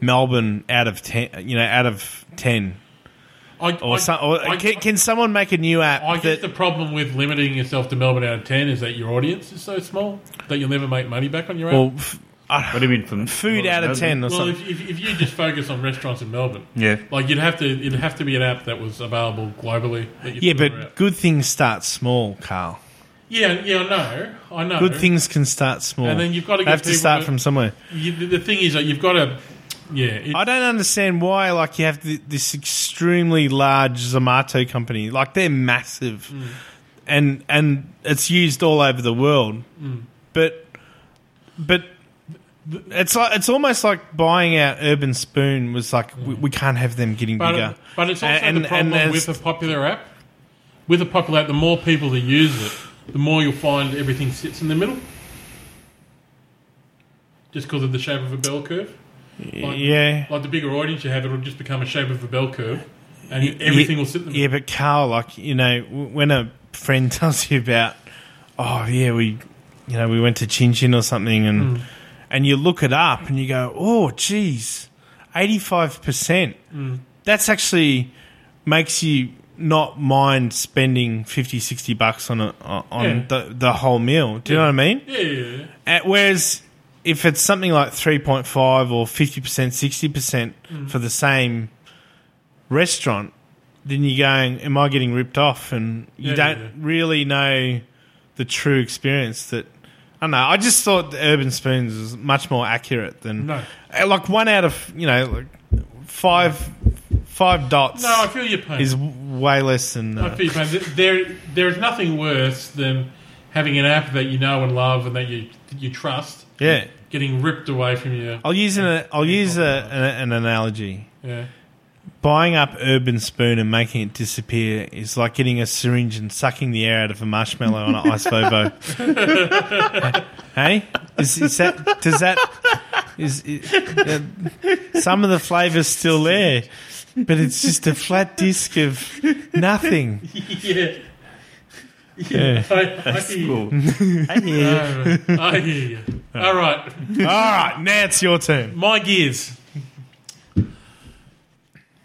[SPEAKER 1] Melbourne out of ten, you know out of ten
[SPEAKER 2] I, I-
[SPEAKER 1] or, some, or
[SPEAKER 2] I-
[SPEAKER 1] can, can someone make a new app
[SPEAKER 2] I guess
[SPEAKER 1] that
[SPEAKER 2] the problem with limiting yourself to Melbourne out of 10 is that your audience is so small that you'll never make money back on your
[SPEAKER 1] well,
[SPEAKER 2] own.
[SPEAKER 1] f- I
[SPEAKER 3] What do you mean from
[SPEAKER 1] food
[SPEAKER 3] well,
[SPEAKER 1] out of
[SPEAKER 3] that's-
[SPEAKER 1] ten or
[SPEAKER 2] Well,
[SPEAKER 1] something?
[SPEAKER 2] if, if, if you just focus on restaurants in Melbourne,
[SPEAKER 3] Yeah.
[SPEAKER 2] like you'd have to, it'd have to be an app that was available globally. That you
[SPEAKER 1] Yeah,
[SPEAKER 2] could
[SPEAKER 1] but
[SPEAKER 2] order out.
[SPEAKER 1] good things start small, Carl.
[SPEAKER 2] yeah, yeah, I know, I know.
[SPEAKER 1] Good things can start small.
[SPEAKER 2] And then you've got to
[SPEAKER 1] They have
[SPEAKER 2] get
[SPEAKER 1] to
[SPEAKER 2] people
[SPEAKER 1] start
[SPEAKER 2] to-
[SPEAKER 1] from somewhere.
[SPEAKER 2] You, the- the thing is that you've got to, yeah, it,
[SPEAKER 1] I don't understand why, like, you have th- this extremely large Zomato company. Like, they're massive,
[SPEAKER 2] Mm.
[SPEAKER 1] and and it's used all over the world.
[SPEAKER 2] Mm.
[SPEAKER 1] But but it's like it's almost like buying out Urban Spoon was like we, we can't have them getting
[SPEAKER 2] but,
[SPEAKER 1] bigger.
[SPEAKER 2] but it's also
[SPEAKER 1] uh, And-
[SPEAKER 2] the
[SPEAKER 1] and- and
[SPEAKER 2] problem
[SPEAKER 1] there's-
[SPEAKER 2] with a popular app. With a popular app, the more people that use it, the more you'll find everything sits in the middle. Just because of the shape of a bell curve. Like,
[SPEAKER 1] yeah.
[SPEAKER 2] Like the bigger audience you have, it'll just become a shape of a bell curve, and everything
[SPEAKER 1] yeah,
[SPEAKER 2] will sit in the
[SPEAKER 1] Yeah,
[SPEAKER 2] middle.
[SPEAKER 1] but Carl, like you know, w- when a friend tells you about, oh yeah, we, you know, we went to Chin Chin or something,
[SPEAKER 2] Hmm.
[SPEAKER 1] and and you look it up and you go, oh geez, eighty five percent.
[SPEAKER 2] Hmm.
[SPEAKER 1] That's actually makes you not mind spending 50 60 bucks on a, on
[SPEAKER 2] Yeah.
[SPEAKER 1] the, the whole meal do you know what i mean
[SPEAKER 2] Yeah, yeah, yeah.
[SPEAKER 1] Uh, whereas if it's something like 3.5 or 50%, 60%
[SPEAKER 2] Mm.
[SPEAKER 1] for the same restaurant, then you're going, am I getting ripped off? And you
[SPEAKER 2] Yeah,
[SPEAKER 1] don't
[SPEAKER 2] yeah, yeah.
[SPEAKER 1] really know the true experience that. I don't know. I just thought the Urban Spoons was much more accurate than
[SPEAKER 2] No.
[SPEAKER 1] Uh, like one out of you know like five five dots
[SPEAKER 2] No, I feel your pain.
[SPEAKER 1] is w- way less than
[SPEAKER 2] I
[SPEAKER 1] uh,
[SPEAKER 2] feel your pain. There, there is nothing worse than having an app that you know and love and that you you trust
[SPEAKER 1] yeah.
[SPEAKER 2] getting ripped away from you.
[SPEAKER 1] I'll use an I'll use a, an, an analogy.
[SPEAKER 2] Yeah.
[SPEAKER 1] Buying up Urban Spoon and making it disappear is like getting a syringe and sucking the air out of a marshmallow on an ice bobo. hey, is, is that does that is, is uh, some of the flavors still there, but it's just a flat disc of nothing.
[SPEAKER 2] yeah.
[SPEAKER 1] Yeah.
[SPEAKER 2] I, I hear you.
[SPEAKER 3] Cool. I hear you.
[SPEAKER 2] I I hear you. All right.
[SPEAKER 1] All right, now it's your turn.
[SPEAKER 2] My gears.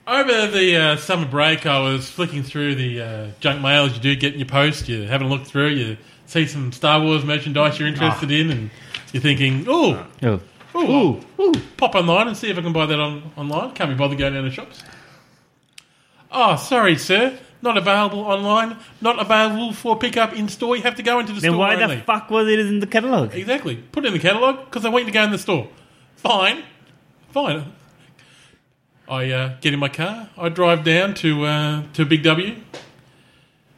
[SPEAKER 2] Over the uh, summer break, I was flicking through the uh, junk mail as you do get in your post. You're having a look through, you see some Star Wars merchandise you're interested in, and you're thinking, oh,
[SPEAKER 3] Oh.
[SPEAKER 2] Ooh, ooh. Pop online and see if I can buy that on, online. Can't be bothered going down to shops. Oh, sorry, sir. Not available online. Not available for pickup in store. You have to go into the
[SPEAKER 3] Then
[SPEAKER 2] store
[SPEAKER 3] why
[SPEAKER 2] only.
[SPEAKER 3] the fuck was it in the catalog?
[SPEAKER 2] exactly. Put it in the catalogue because I want you to go in the store. Fine. Fine. I uh, get in my car. I drive down to uh, to Big W.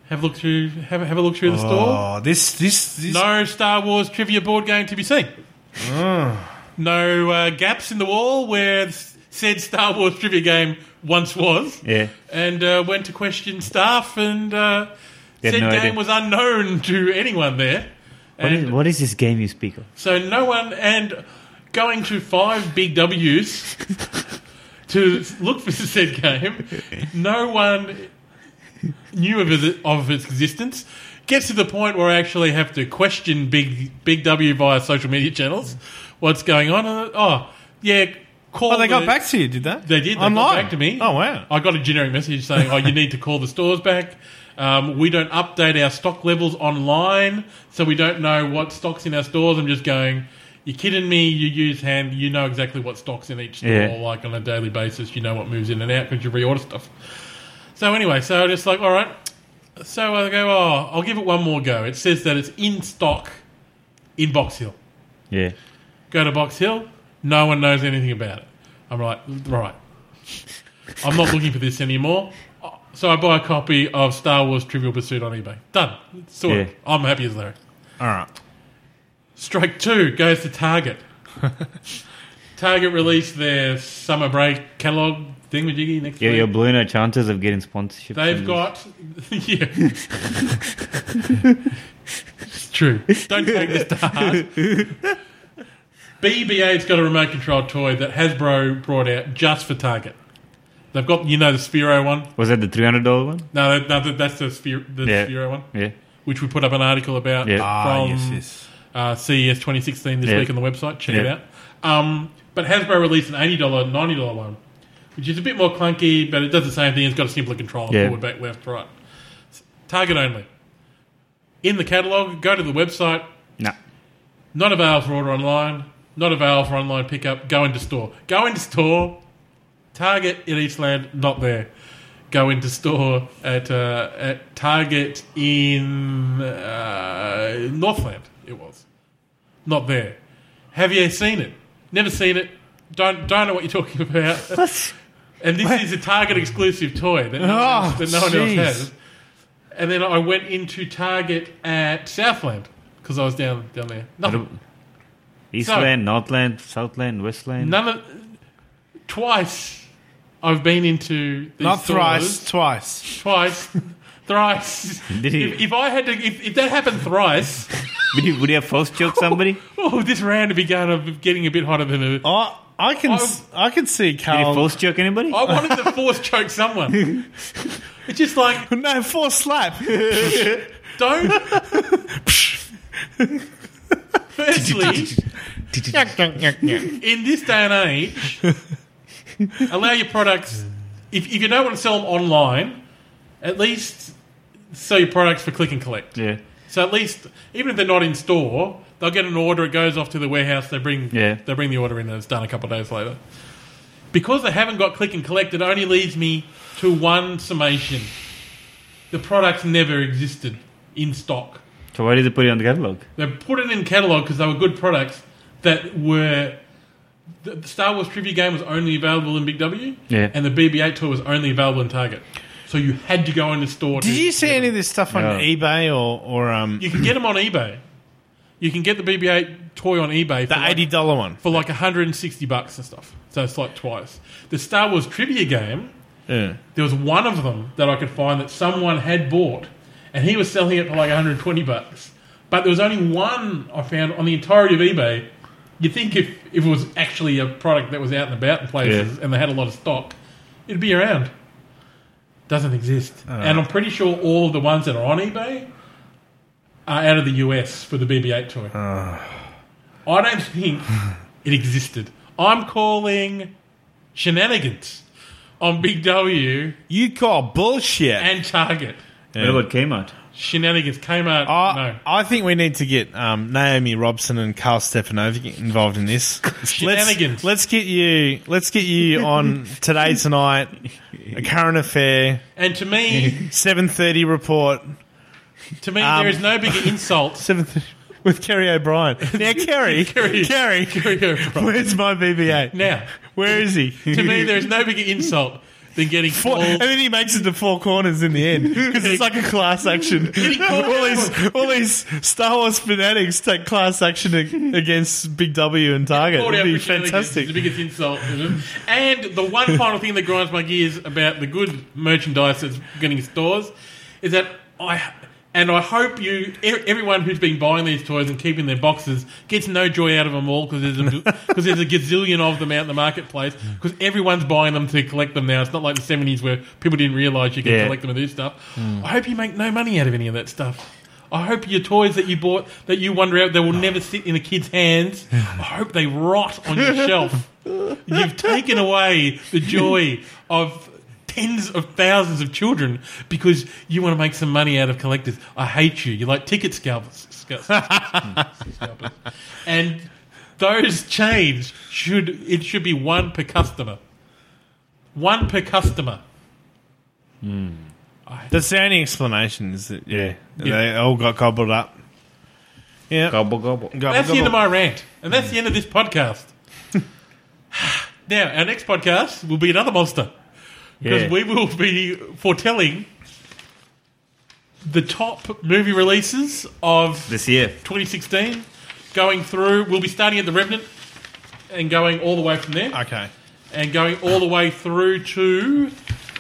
[SPEAKER 2] Have a look through. Have, a- have a look through the store.
[SPEAKER 1] Oh, this this this.
[SPEAKER 2] No Star Wars trivia board game to be seen.
[SPEAKER 3] Ah.
[SPEAKER 2] no uh, gaps in the wall where s- said Star Wars trivia game once was.
[SPEAKER 3] Yeah.
[SPEAKER 2] And uh, went to question staff, and uh,
[SPEAKER 3] They had
[SPEAKER 2] said
[SPEAKER 3] no
[SPEAKER 2] game
[SPEAKER 3] idea.
[SPEAKER 2] was unknown to anyone there.
[SPEAKER 3] What
[SPEAKER 2] And
[SPEAKER 3] is, what is this game you speak of?
[SPEAKER 2] so no one, and going to five big W's to look for said game, no one knew of, it, of its existence. Gets to the point where I actually have to question Big Big W via social media channels. What's going on? Uh, Oh, yeah. Call
[SPEAKER 1] Oh, they got
[SPEAKER 2] the-
[SPEAKER 1] back to you, did they?
[SPEAKER 2] They did. They got
[SPEAKER 1] Online
[SPEAKER 2] back to me.
[SPEAKER 1] Oh wow.
[SPEAKER 2] I got a generic message saying, "Oh, you need to call the stores back. Um, we don't update our stock levels online, so we don't know what stocks in our stores." I'm just going, "You're kidding me? You use hand. You know exactly what stocks in each store,
[SPEAKER 3] Yeah.
[SPEAKER 2] like on a daily basis. You know what moves in and out because you reorder stuff." So anyway, so I'm just like, all right. So I go, oh, I'll give it one more go. It says that it's in stock in Box Hill
[SPEAKER 3] Yeah.
[SPEAKER 2] go to Box Hill. No one knows anything about it. I'm like, right. I'm not looking for this anymore. So I buy a copy of Star Wars Trivial Pursuit on eBay. Done. Sorted.
[SPEAKER 3] Yeah.
[SPEAKER 2] I'm happy as Larry.
[SPEAKER 1] All right.
[SPEAKER 2] Strike two goes to Target. Target released their summer break catalog thingamajiggy next
[SPEAKER 3] You're,
[SPEAKER 2] week.
[SPEAKER 3] you're blowing our chances of getting sponsorships.
[SPEAKER 2] They've
[SPEAKER 3] from
[SPEAKER 2] got. yeah. it's true. Don't take this to heart. BB-8's got a remote control toy that Hasbro brought out just for Target. They've got, you know, the Sphero one.
[SPEAKER 3] this. Was that the three hundred dollar one?
[SPEAKER 2] No, that- no, that- that's the, Sphere, the
[SPEAKER 3] Yeah.
[SPEAKER 2] Sphero one,
[SPEAKER 3] Yeah.
[SPEAKER 2] which we put up an article about
[SPEAKER 3] Yeah.
[SPEAKER 1] Ah,
[SPEAKER 2] from
[SPEAKER 1] yes, yes.
[SPEAKER 2] uh, CES 2016 this
[SPEAKER 3] Yeah.
[SPEAKER 2] week on the website. Check it
[SPEAKER 3] Yeah.
[SPEAKER 2] out. Um, but Hasbro released an $80, $90 one, which is a bit more clunky, but it does the same thing. It's got a simpler control
[SPEAKER 3] Yeah.
[SPEAKER 2] forward, back, left, right. S- Target only. In the catalogue, go to the website.
[SPEAKER 3] No.
[SPEAKER 2] Not available for order online. Not available for online pickup. Go into store. Go into store. Target in Eastland, not there. Go into store at uh, at Target in uh, Northland. It was not there. Have you seen it? Never seen it. Don't don't know what you're talking about. And this is a Target exclusive toy that no, one else- that no one else
[SPEAKER 1] Oh, jeez.
[SPEAKER 2] has. And then I went into Target at Southland because I was down down there. Nothing.
[SPEAKER 3] Eastland, Northland, Southland, Westland.
[SPEAKER 2] None of twice I've been into these
[SPEAKER 1] Not thrice,
[SPEAKER 2] stores.
[SPEAKER 1] twice.
[SPEAKER 2] twice, thrice.
[SPEAKER 3] Did he-
[SPEAKER 2] If, if I had to, if, if that happened thrice,
[SPEAKER 3] Would you would you have force choke somebody?
[SPEAKER 2] oh, this round would be going of getting a bit hotter than it.
[SPEAKER 1] I, I can, s- I can see
[SPEAKER 3] Did you
[SPEAKER 1] Carl.
[SPEAKER 3] force choke anybody?
[SPEAKER 2] I wanted to force choke someone. It's just like
[SPEAKER 1] no, four slap.
[SPEAKER 2] don't. Firstly, in this day and age, allow your products. If, if you don't want to sell them online, at least sell your products for click and collect.
[SPEAKER 3] Yeah.
[SPEAKER 2] So at least, even if they're not in store, they'll get an order. It goes off to the warehouse. They bring
[SPEAKER 3] Yeah.
[SPEAKER 2] they bring the order in, and it's done a couple of days later. Because they haven't got click and collect, it only leads me to one summation: the products never existed in stock.
[SPEAKER 3] So why did they put it on the catalog?
[SPEAKER 2] They put it in catalog because they were good products that were. The the Star Wars trivia game was only available in Big W,
[SPEAKER 3] Yeah.
[SPEAKER 2] and the BB-8 tour was only available in Target. So you had to go in the store.
[SPEAKER 1] Did
[SPEAKER 2] to-
[SPEAKER 1] you see any of this stuff on
[SPEAKER 3] No.
[SPEAKER 1] eBay or, or um,
[SPEAKER 2] You can get them on eBay. You can get the BB-8 toy on eBay for
[SPEAKER 1] the
[SPEAKER 2] like,
[SPEAKER 1] eighty dollar one?
[SPEAKER 2] for like 160 bucks and stuff. So it's like twice. The Star Wars trivia game,
[SPEAKER 1] Yeah.
[SPEAKER 2] there was one of them that I could find that someone had bought, and he was selling it for like 120 bucks. But there was only one I found on the entirety of eBay. You think if, if it was actually a product that was out and about in places and they had a lot of stock, it'd be around. Doesn't exist. And I'm pretty sure all of the ones that are on eBay are out of the US for the BB-8 toy. I don't think it existed. I'm calling shenanigans on Big W
[SPEAKER 1] You call bullshit.
[SPEAKER 2] and Target.
[SPEAKER 1] Yeah.
[SPEAKER 3] What about Kmart?
[SPEAKER 2] Shenanigans came out.
[SPEAKER 1] I,
[SPEAKER 2] no.
[SPEAKER 1] I think we need to get um, Naomi Robson and Carl Stefanovic involved in this. Let's,
[SPEAKER 2] Shenanigans.
[SPEAKER 1] let's get you. Let's get you on today tonight. A current affair,
[SPEAKER 2] And to me,
[SPEAKER 1] seven thirty report,
[SPEAKER 2] to me,
[SPEAKER 1] Um,
[SPEAKER 2] there is no bigger insult.
[SPEAKER 1] seven thirty with Kerry O'Brien. Now, Kerry,
[SPEAKER 2] Kerry.
[SPEAKER 1] Kerry,
[SPEAKER 2] Here we go, bro.
[SPEAKER 1] where's my BB-8?
[SPEAKER 2] now,
[SPEAKER 1] Where is he?
[SPEAKER 2] to me, there is no bigger insult than getting
[SPEAKER 1] Four,
[SPEAKER 2] called.
[SPEAKER 1] and then he makes it to four corners in the end because it's like a class action. all these, all these Star Wars fanatics take class action ag- against Big W and Target.
[SPEAKER 2] called out
[SPEAKER 1] It'd be
[SPEAKER 2] for shenanigans is
[SPEAKER 1] fantastic.
[SPEAKER 2] The biggest insult. you know. And the one final thing that grinds my gears about the good merchandise that's getting stores is that I. And I hope you, e- everyone who's been buying these toys and keeping their boxes, gets no joy out of them all because there's a because there's a gazillion of them out in the marketplace because everyone's buying them to collect them now. It's not like the '70s where people didn't realise you could
[SPEAKER 3] Yeah.
[SPEAKER 2] collect them and do stuff. I hope you make no money out of any of that stuff. I hope your toys that you bought that you wonder out they will never sit in a kid's hands. I hope they rot on your shelf. You've taken away the joy of tens of thousands of children because you want to make some money out of collectors. I hate you. You're like ticket scalpers. scal- scalpers. And those chains should it should be one per customer. One per customer.
[SPEAKER 1] That's the only explanation is that yeah, they all got gobbled up. Yeah,
[SPEAKER 3] Gobble gobble.
[SPEAKER 1] gobble,
[SPEAKER 2] That's the end of
[SPEAKER 1] gobble.
[SPEAKER 2] my rant, and that's the end of this podcast. now, our next podcast will be another monster because
[SPEAKER 3] Yeah.
[SPEAKER 2] we will be foretelling the top movie releases of
[SPEAKER 3] This year.
[SPEAKER 2] 2016. Going through, we'll be starting at The Revenant and going all the way from there
[SPEAKER 1] Okay.
[SPEAKER 2] and going all the way through to,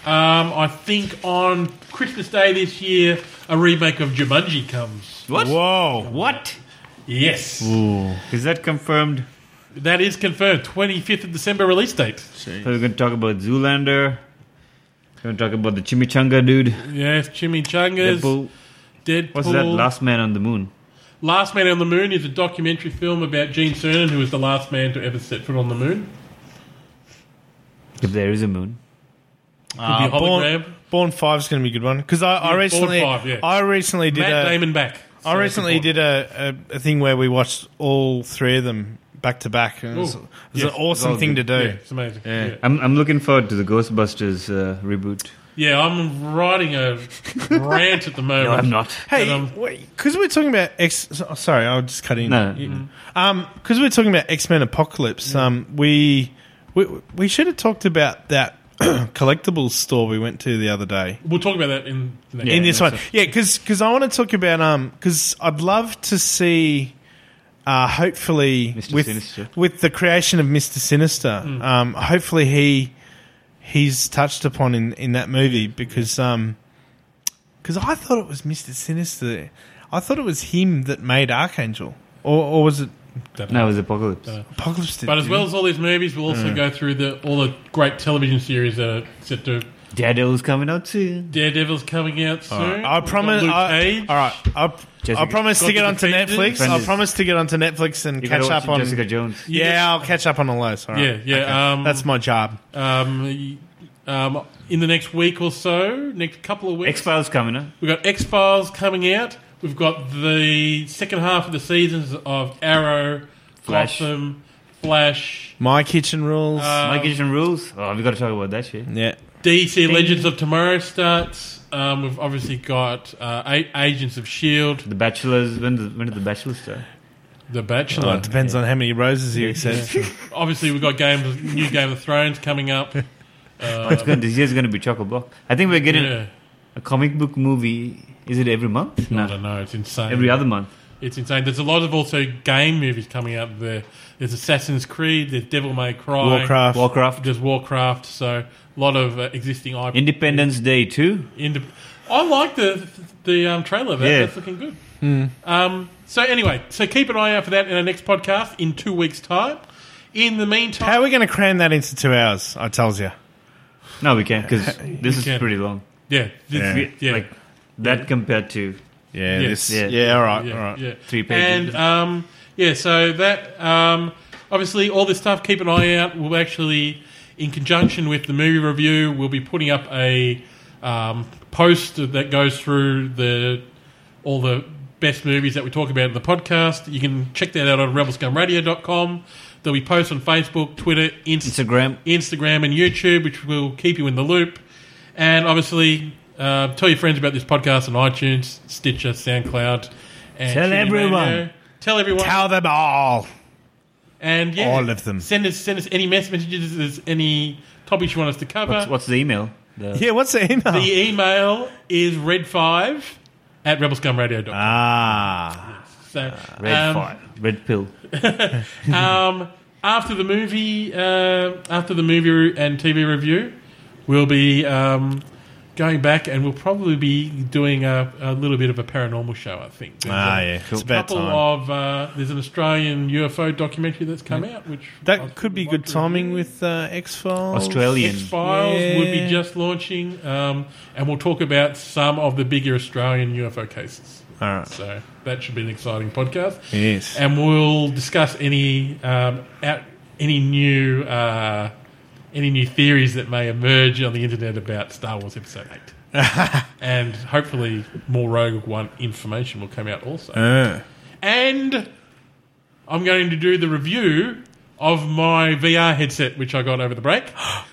[SPEAKER 2] um, I think on Christmas Day this year, a remake of Jumanji comes.
[SPEAKER 3] What?
[SPEAKER 1] Whoa.
[SPEAKER 3] What?
[SPEAKER 2] Yes,
[SPEAKER 3] Is that confirmed?
[SPEAKER 2] that is confirmed. Twenty fifth of December release date.
[SPEAKER 3] So we're going to talk about Zoolander. We're going to talk about the Chimichanga dude.
[SPEAKER 2] Yes, Chimichangas, Deadpool.
[SPEAKER 3] Deadpool. What's that? Last Man on the Moon.
[SPEAKER 2] Last Man on the Moon is a documentary film about Gene Cernan, who was the last man to ever set foot on the moon.
[SPEAKER 3] If there is a moon.
[SPEAKER 1] Uh, Born,
[SPEAKER 2] hologram.
[SPEAKER 1] Born Five's going to be a good one because I, I
[SPEAKER 2] Born
[SPEAKER 1] recently,
[SPEAKER 2] 5, yeah.
[SPEAKER 1] I recently did
[SPEAKER 2] Matt
[SPEAKER 1] a,
[SPEAKER 2] Damon back.
[SPEAKER 1] I recently did a, a, a thing where we watched all three of them back to back, and it was,
[SPEAKER 2] Ooh.
[SPEAKER 1] it was
[SPEAKER 2] Yes.
[SPEAKER 1] an awesome
[SPEAKER 3] Well,
[SPEAKER 1] thing to
[SPEAKER 3] good.
[SPEAKER 1] do.
[SPEAKER 2] Yeah, it's amazing. Yeah, yeah.
[SPEAKER 3] I'm, I'm looking forward to the Ghostbusters uh, reboot.
[SPEAKER 2] I'm writing a rant at the moment.
[SPEAKER 3] I'm not.
[SPEAKER 1] Hey,
[SPEAKER 2] And, um,
[SPEAKER 1] because we're talking about X. so- Sorry, I'll just cut in.
[SPEAKER 3] No.
[SPEAKER 1] because we're talking about X Men Apocalypse. Um, we we we should have talked about that collectibles store we went to the other day.
[SPEAKER 2] We'll talk about that in the next.
[SPEAKER 3] Yeah.
[SPEAKER 2] Yeah.
[SPEAKER 1] in this
[SPEAKER 3] that's
[SPEAKER 1] one. Yeah, because I want to talk about um because I'd love to see. Uh, hopefully,
[SPEAKER 3] Mr.
[SPEAKER 1] with
[SPEAKER 3] Sinister.
[SPEAKER 1] with the creation of Mister Sinister,
[SPEAKER 2] Hmm.
[SPEAKER 1] um, hopefully he he's touched upon in, in that movie because um, cause I thought it was Mister Sinister, I thought it was him that made Archangel, or, or was it
[SPEAKER 3] No, it was Apocalypse.
[SPEAKER 1] Uh, Apocalypse? that
[SPEAKER 2] But as
[SPEAKER 1] did
[SPEAKER 2] well
[SPEAKER 1] it?
[SPEAKER 2] as all these movies, we'll
[SPEAKER 1] Mm.
[SPEAKER 2] also go through the all the great television series that are set to.
[SPEAKER 3] Daredevil's coming out soon.
[SPEAKER 2] Daredevil's coming out soon.
[SPEAKER 1] I
[SPEAKER 2] We've got
[SPEAKER 1] promise.
[SPEAKER 2] Luke
[SPEAKER 1] I,
[SPEAKER 2] Cage.
[SPEAKER 1] all right, I, I
[SPEAKER 3] Jessica-
[SPEAKER 1] promise
[SPEAKER 2] Got
[SPEAKER 1] to get
[SPEAKER 2] the
[SPEAKER 1] onto
[SPEAKER 2] Defenders.
[SPEAKER 1] Netflix. I
[SPEAKER 3] Defenders.
[SPEAKER 1] promise to get onto Netflix and
[SPEAKER 3] You gotta
[SPEAKER 1] catch
[SPEAKER 3] watch
[SPEAKER 1] up on
[SPEAKER 3] Jessica Jones.
[SPEAKER 1] Yeah, I'll catch up on all those. All right.
[SPEAKER 2] Yeah, yeah,
[SPEAKER 1] Okay.
[SPEAKER 2] um,
[SPEAKER 1] That's my job.
[SPEAKER 2] Um, um, in the next week or so, next couple of weeks,
[SPEAKER 3] X Files coming up.
[SPEAKER 2] we've got X Files coming out. We've got the second half of the seasons of Arrow,
[SPEAKER 3] Flash.
[SPEAKER 2] Gotham, Flash,
[SPEAKER 1] My kitchen rules.
[SPEAKER 2] Uh,
[SPEAKER 3] My Kitchen Rules. Oh, we got to talk about that shit.
[SPEAKER 1] yeah.
[SPEAKER 2] DC Legends of Tomorrow starts. Um, we've obviously got uh, A- Agents of Shield,
[SPEAKER 3] The Bachelors. When did, when did The Bachelor start?
[SPEAKER 2] The
[SPEAKER 1] Well,
[SPEAKER 2] Bachelor.
[SPEAKER 1] it depends on how many roses you accept.
[SPEAKER 2] obviously, we've got Game of, new Game of Thrones coming up.
[SPEAKER 3] It's gonna, this year's going to be chock a block. I think we're getting
[SPEAKER 2] Yeah,
[SPEAKER 3] a comic book movie. Is it every month?
[SPEAKER 2] I don't know. It's insane.
[SPEAKER 3] Every other month.
[SPEAKER 2] It's insane. There's a lot of also game movies coming out there. There's Assassin's Creed. There's Devil May Cry.
[SPEAKER 1] Warcraft.
[SPEAKER 3] Warcraft.
[SPEAKER 2] There's Warcraft. So a lot of uh, existing IP.
[SPEAKER 3] Independence Day too.
[SPEAKER 2] Inde- I like the the um, trailer. That,
[SPEAKER 3] Yeah.
[SPEAKER 2] That's looking good. Um, so anyway, so keep an eye out for that in our next podcast in two weeks' time. In the meantime,
[SPEAKER 1] How are we going to cram that into two hours? I tells you.
[SPEAKER 3] No, we can't because this is
[SPEAKER 2] can't.
[SPEAKER 3] pretty long.
[SPEAKER 2] yeah,
[SPEAKER 1] Yeah.
[SPEAKER 2] this, yeah,
[SPEAKER 3] Like that compared to
[SPEAKER 1] Yeah.
[SPEAKER 2] Yes.
[SPEAKER 1] This, yeah.
[SPEAKER 3] Yeah.
[SPEAKER 1] All right.
[SPEAKER 2] yeah,
[SPEAKER 1] all right.
[SPEAKER 2] yeah.
[SPEAKER 3] Three pages.
[SPEAKER 2] And um, yeah, so that um, obviously all this stuff. Keep an eye out. We'll actually, in conjunction with the movie review, we'll be putting up a um, post that goes through the all the best movies that we talk about in the podcast. You can check that out on rebelscumradio.com. There'll be posts on Facebook, Twitter, Instagram.
[SPEAKER 3] Instagram.
[SPEAKER 2] Instagram and YouTube, which will keep you in the loop. And obviously, uh, tell your friends about this podcast on iTunes, Stitcher, SoundCloud. And
[SPEAKER 3] Tell
[SPEAKER 2] TuneIn
[SPEAKER 3] everyone.
[SPEAKER 2] Radio. Tell everyone.
[SPEAKER 1] Tell them all.
[SPEAKER 2] and yeah,
[SPEAKER 1] all of them.
[SPEAKER 2] Send us, send us any mess messages, there's any topics you want us to cover.
[SPEAKER 3] What's, what's the email?
[SPEAKER 2] um,
[SPEAKER 3] The,
[SPEAKER 1] Yeah. What's the email?
[SPEAKER 2] the e- email is red5 at rebelscumradio.com.
[SPEAKER 1] ah.
[SPEAKER 2] so,
[SPEAKER 3] Red
[SPEAKER 2] um,
[SPEAKER 3] fire. Red pill.
[SPEAKER 2] um, after the movie, uh, after the movie re- and TV review, we'll be um, going back, and we'll probably be doing a, a little bit of a paranormal show. I think. There's
[SPEAKER 1] Ah.
[SPEAKER 2] a
[SPEAKER 1] Yeah. It's about
[SPEAKER 2] Couple
[SPEAKER 1] time.
[SPEAKER 2] of uh, there's an Australian UFO documentary that's come out, which I
[SPEAKER 1] that could be
[SPEAKER 2] would
[SPEAKER 1] good
[SPEAKER 2] like to
[SPEAKER 1] timing
[SPEAKER 2] review.
[SPEAKER 1] with uh, X Files.
[SPEAKER 3] Australian.
[SPEAKER 2] X Files would be
[SPEAKER 1] Yeah.
[SPEAKER 2] just launching, um, and we'll talk about some of the bigger Australian UFO cases.
[SPEAKER 1] All right.
[SPEAKER 2] So that should be an exciting podcast
[SPEAKER 1] Yes.
[SPEAKER 2] and we'll discuss any um, out, any new uh, any new theories that may emerge on the internet about Star Wars Episode Eight, and hopefully more Rogue One information will come out also.
[SPEAKER 1] Uh,
[SPEAKER 2] And I'm going to do the review of my VR headset, which I got over the break,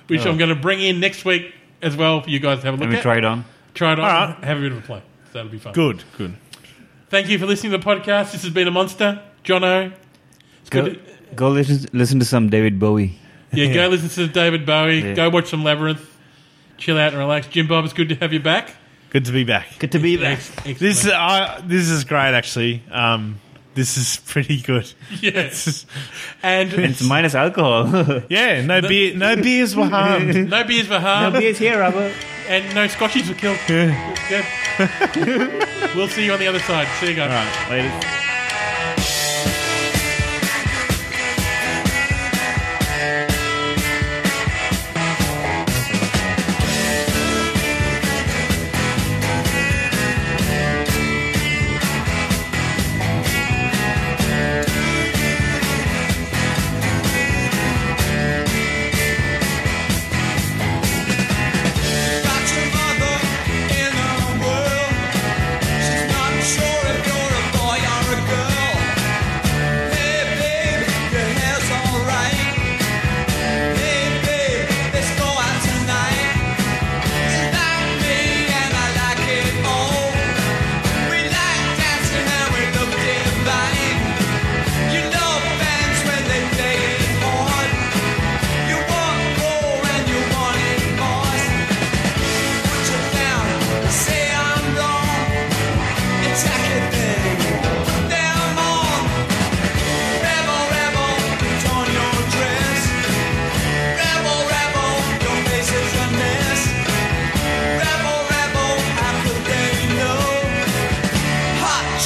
[SPEAKER 2] which
[SPEAKER 1] Oh.
[SPEAKER 2] I'm going to bring in next week as well for you guys to have a look
[SPEAKER 3] Let me
[SPEAKER 2] at.
[SPEAKER 3] try it on.
[SPEAKER 2] Try it on,
[SPEAKER 1] All right.
[SPEAKER 2] have a bit of a play. So that'll be fun.
[SPEAKER 1] good. Good.
[SPEAKER 2] Thank you for listening to the podcast. This has been a monster, Jono. It's
[SPEAKER 3] Go,
[SPEAKER 2] good. To,
[SPEAKER 3] go listen, listen to some David Bowie.
[SPEAKER 2] Yeah, go listen to David Bowie.
[SPEAKER 3] Yeah.
[SPEAKER 2] Go watch some Labyrinth. Chill out and relax. Jim Bob, it's good to have you back.
[SPEAKER 1] Good to be back.
[SPEAKER 3] Good to be back.
[SPEAKER 2] Ex- excellent.
[SPEAKER 1] This uh, this is great actually. Um, this is pretty good.
[SPEAKER 2] Yes. And
[SPEAKER 3] It's minus
[SPEAKER 2] Um,
[SPEAKER 3] alcohol.
[SPEAKER 1] Yeah, no beer, no beers were harmed.
[SPEAKER 2] no beers were harmed
[SPEAKER 3] Beer's here, Robert.
[SPEAKER 2] and no scotchies were killed. Yeah. we'll see you on the other side. See you guys.
[SPEAKER 3] Later.
[SPEAKER 5] Got your mother in the world. She's not sure if you're a boy or a girl. Hey babe, your hair's alright. Hey babe, let's go out tonight. You like me and I like it all. We like dancing and we look divine. You love bands when they play it hard. You want more and you want it more.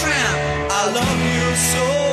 [SPEAKER 5] I love you so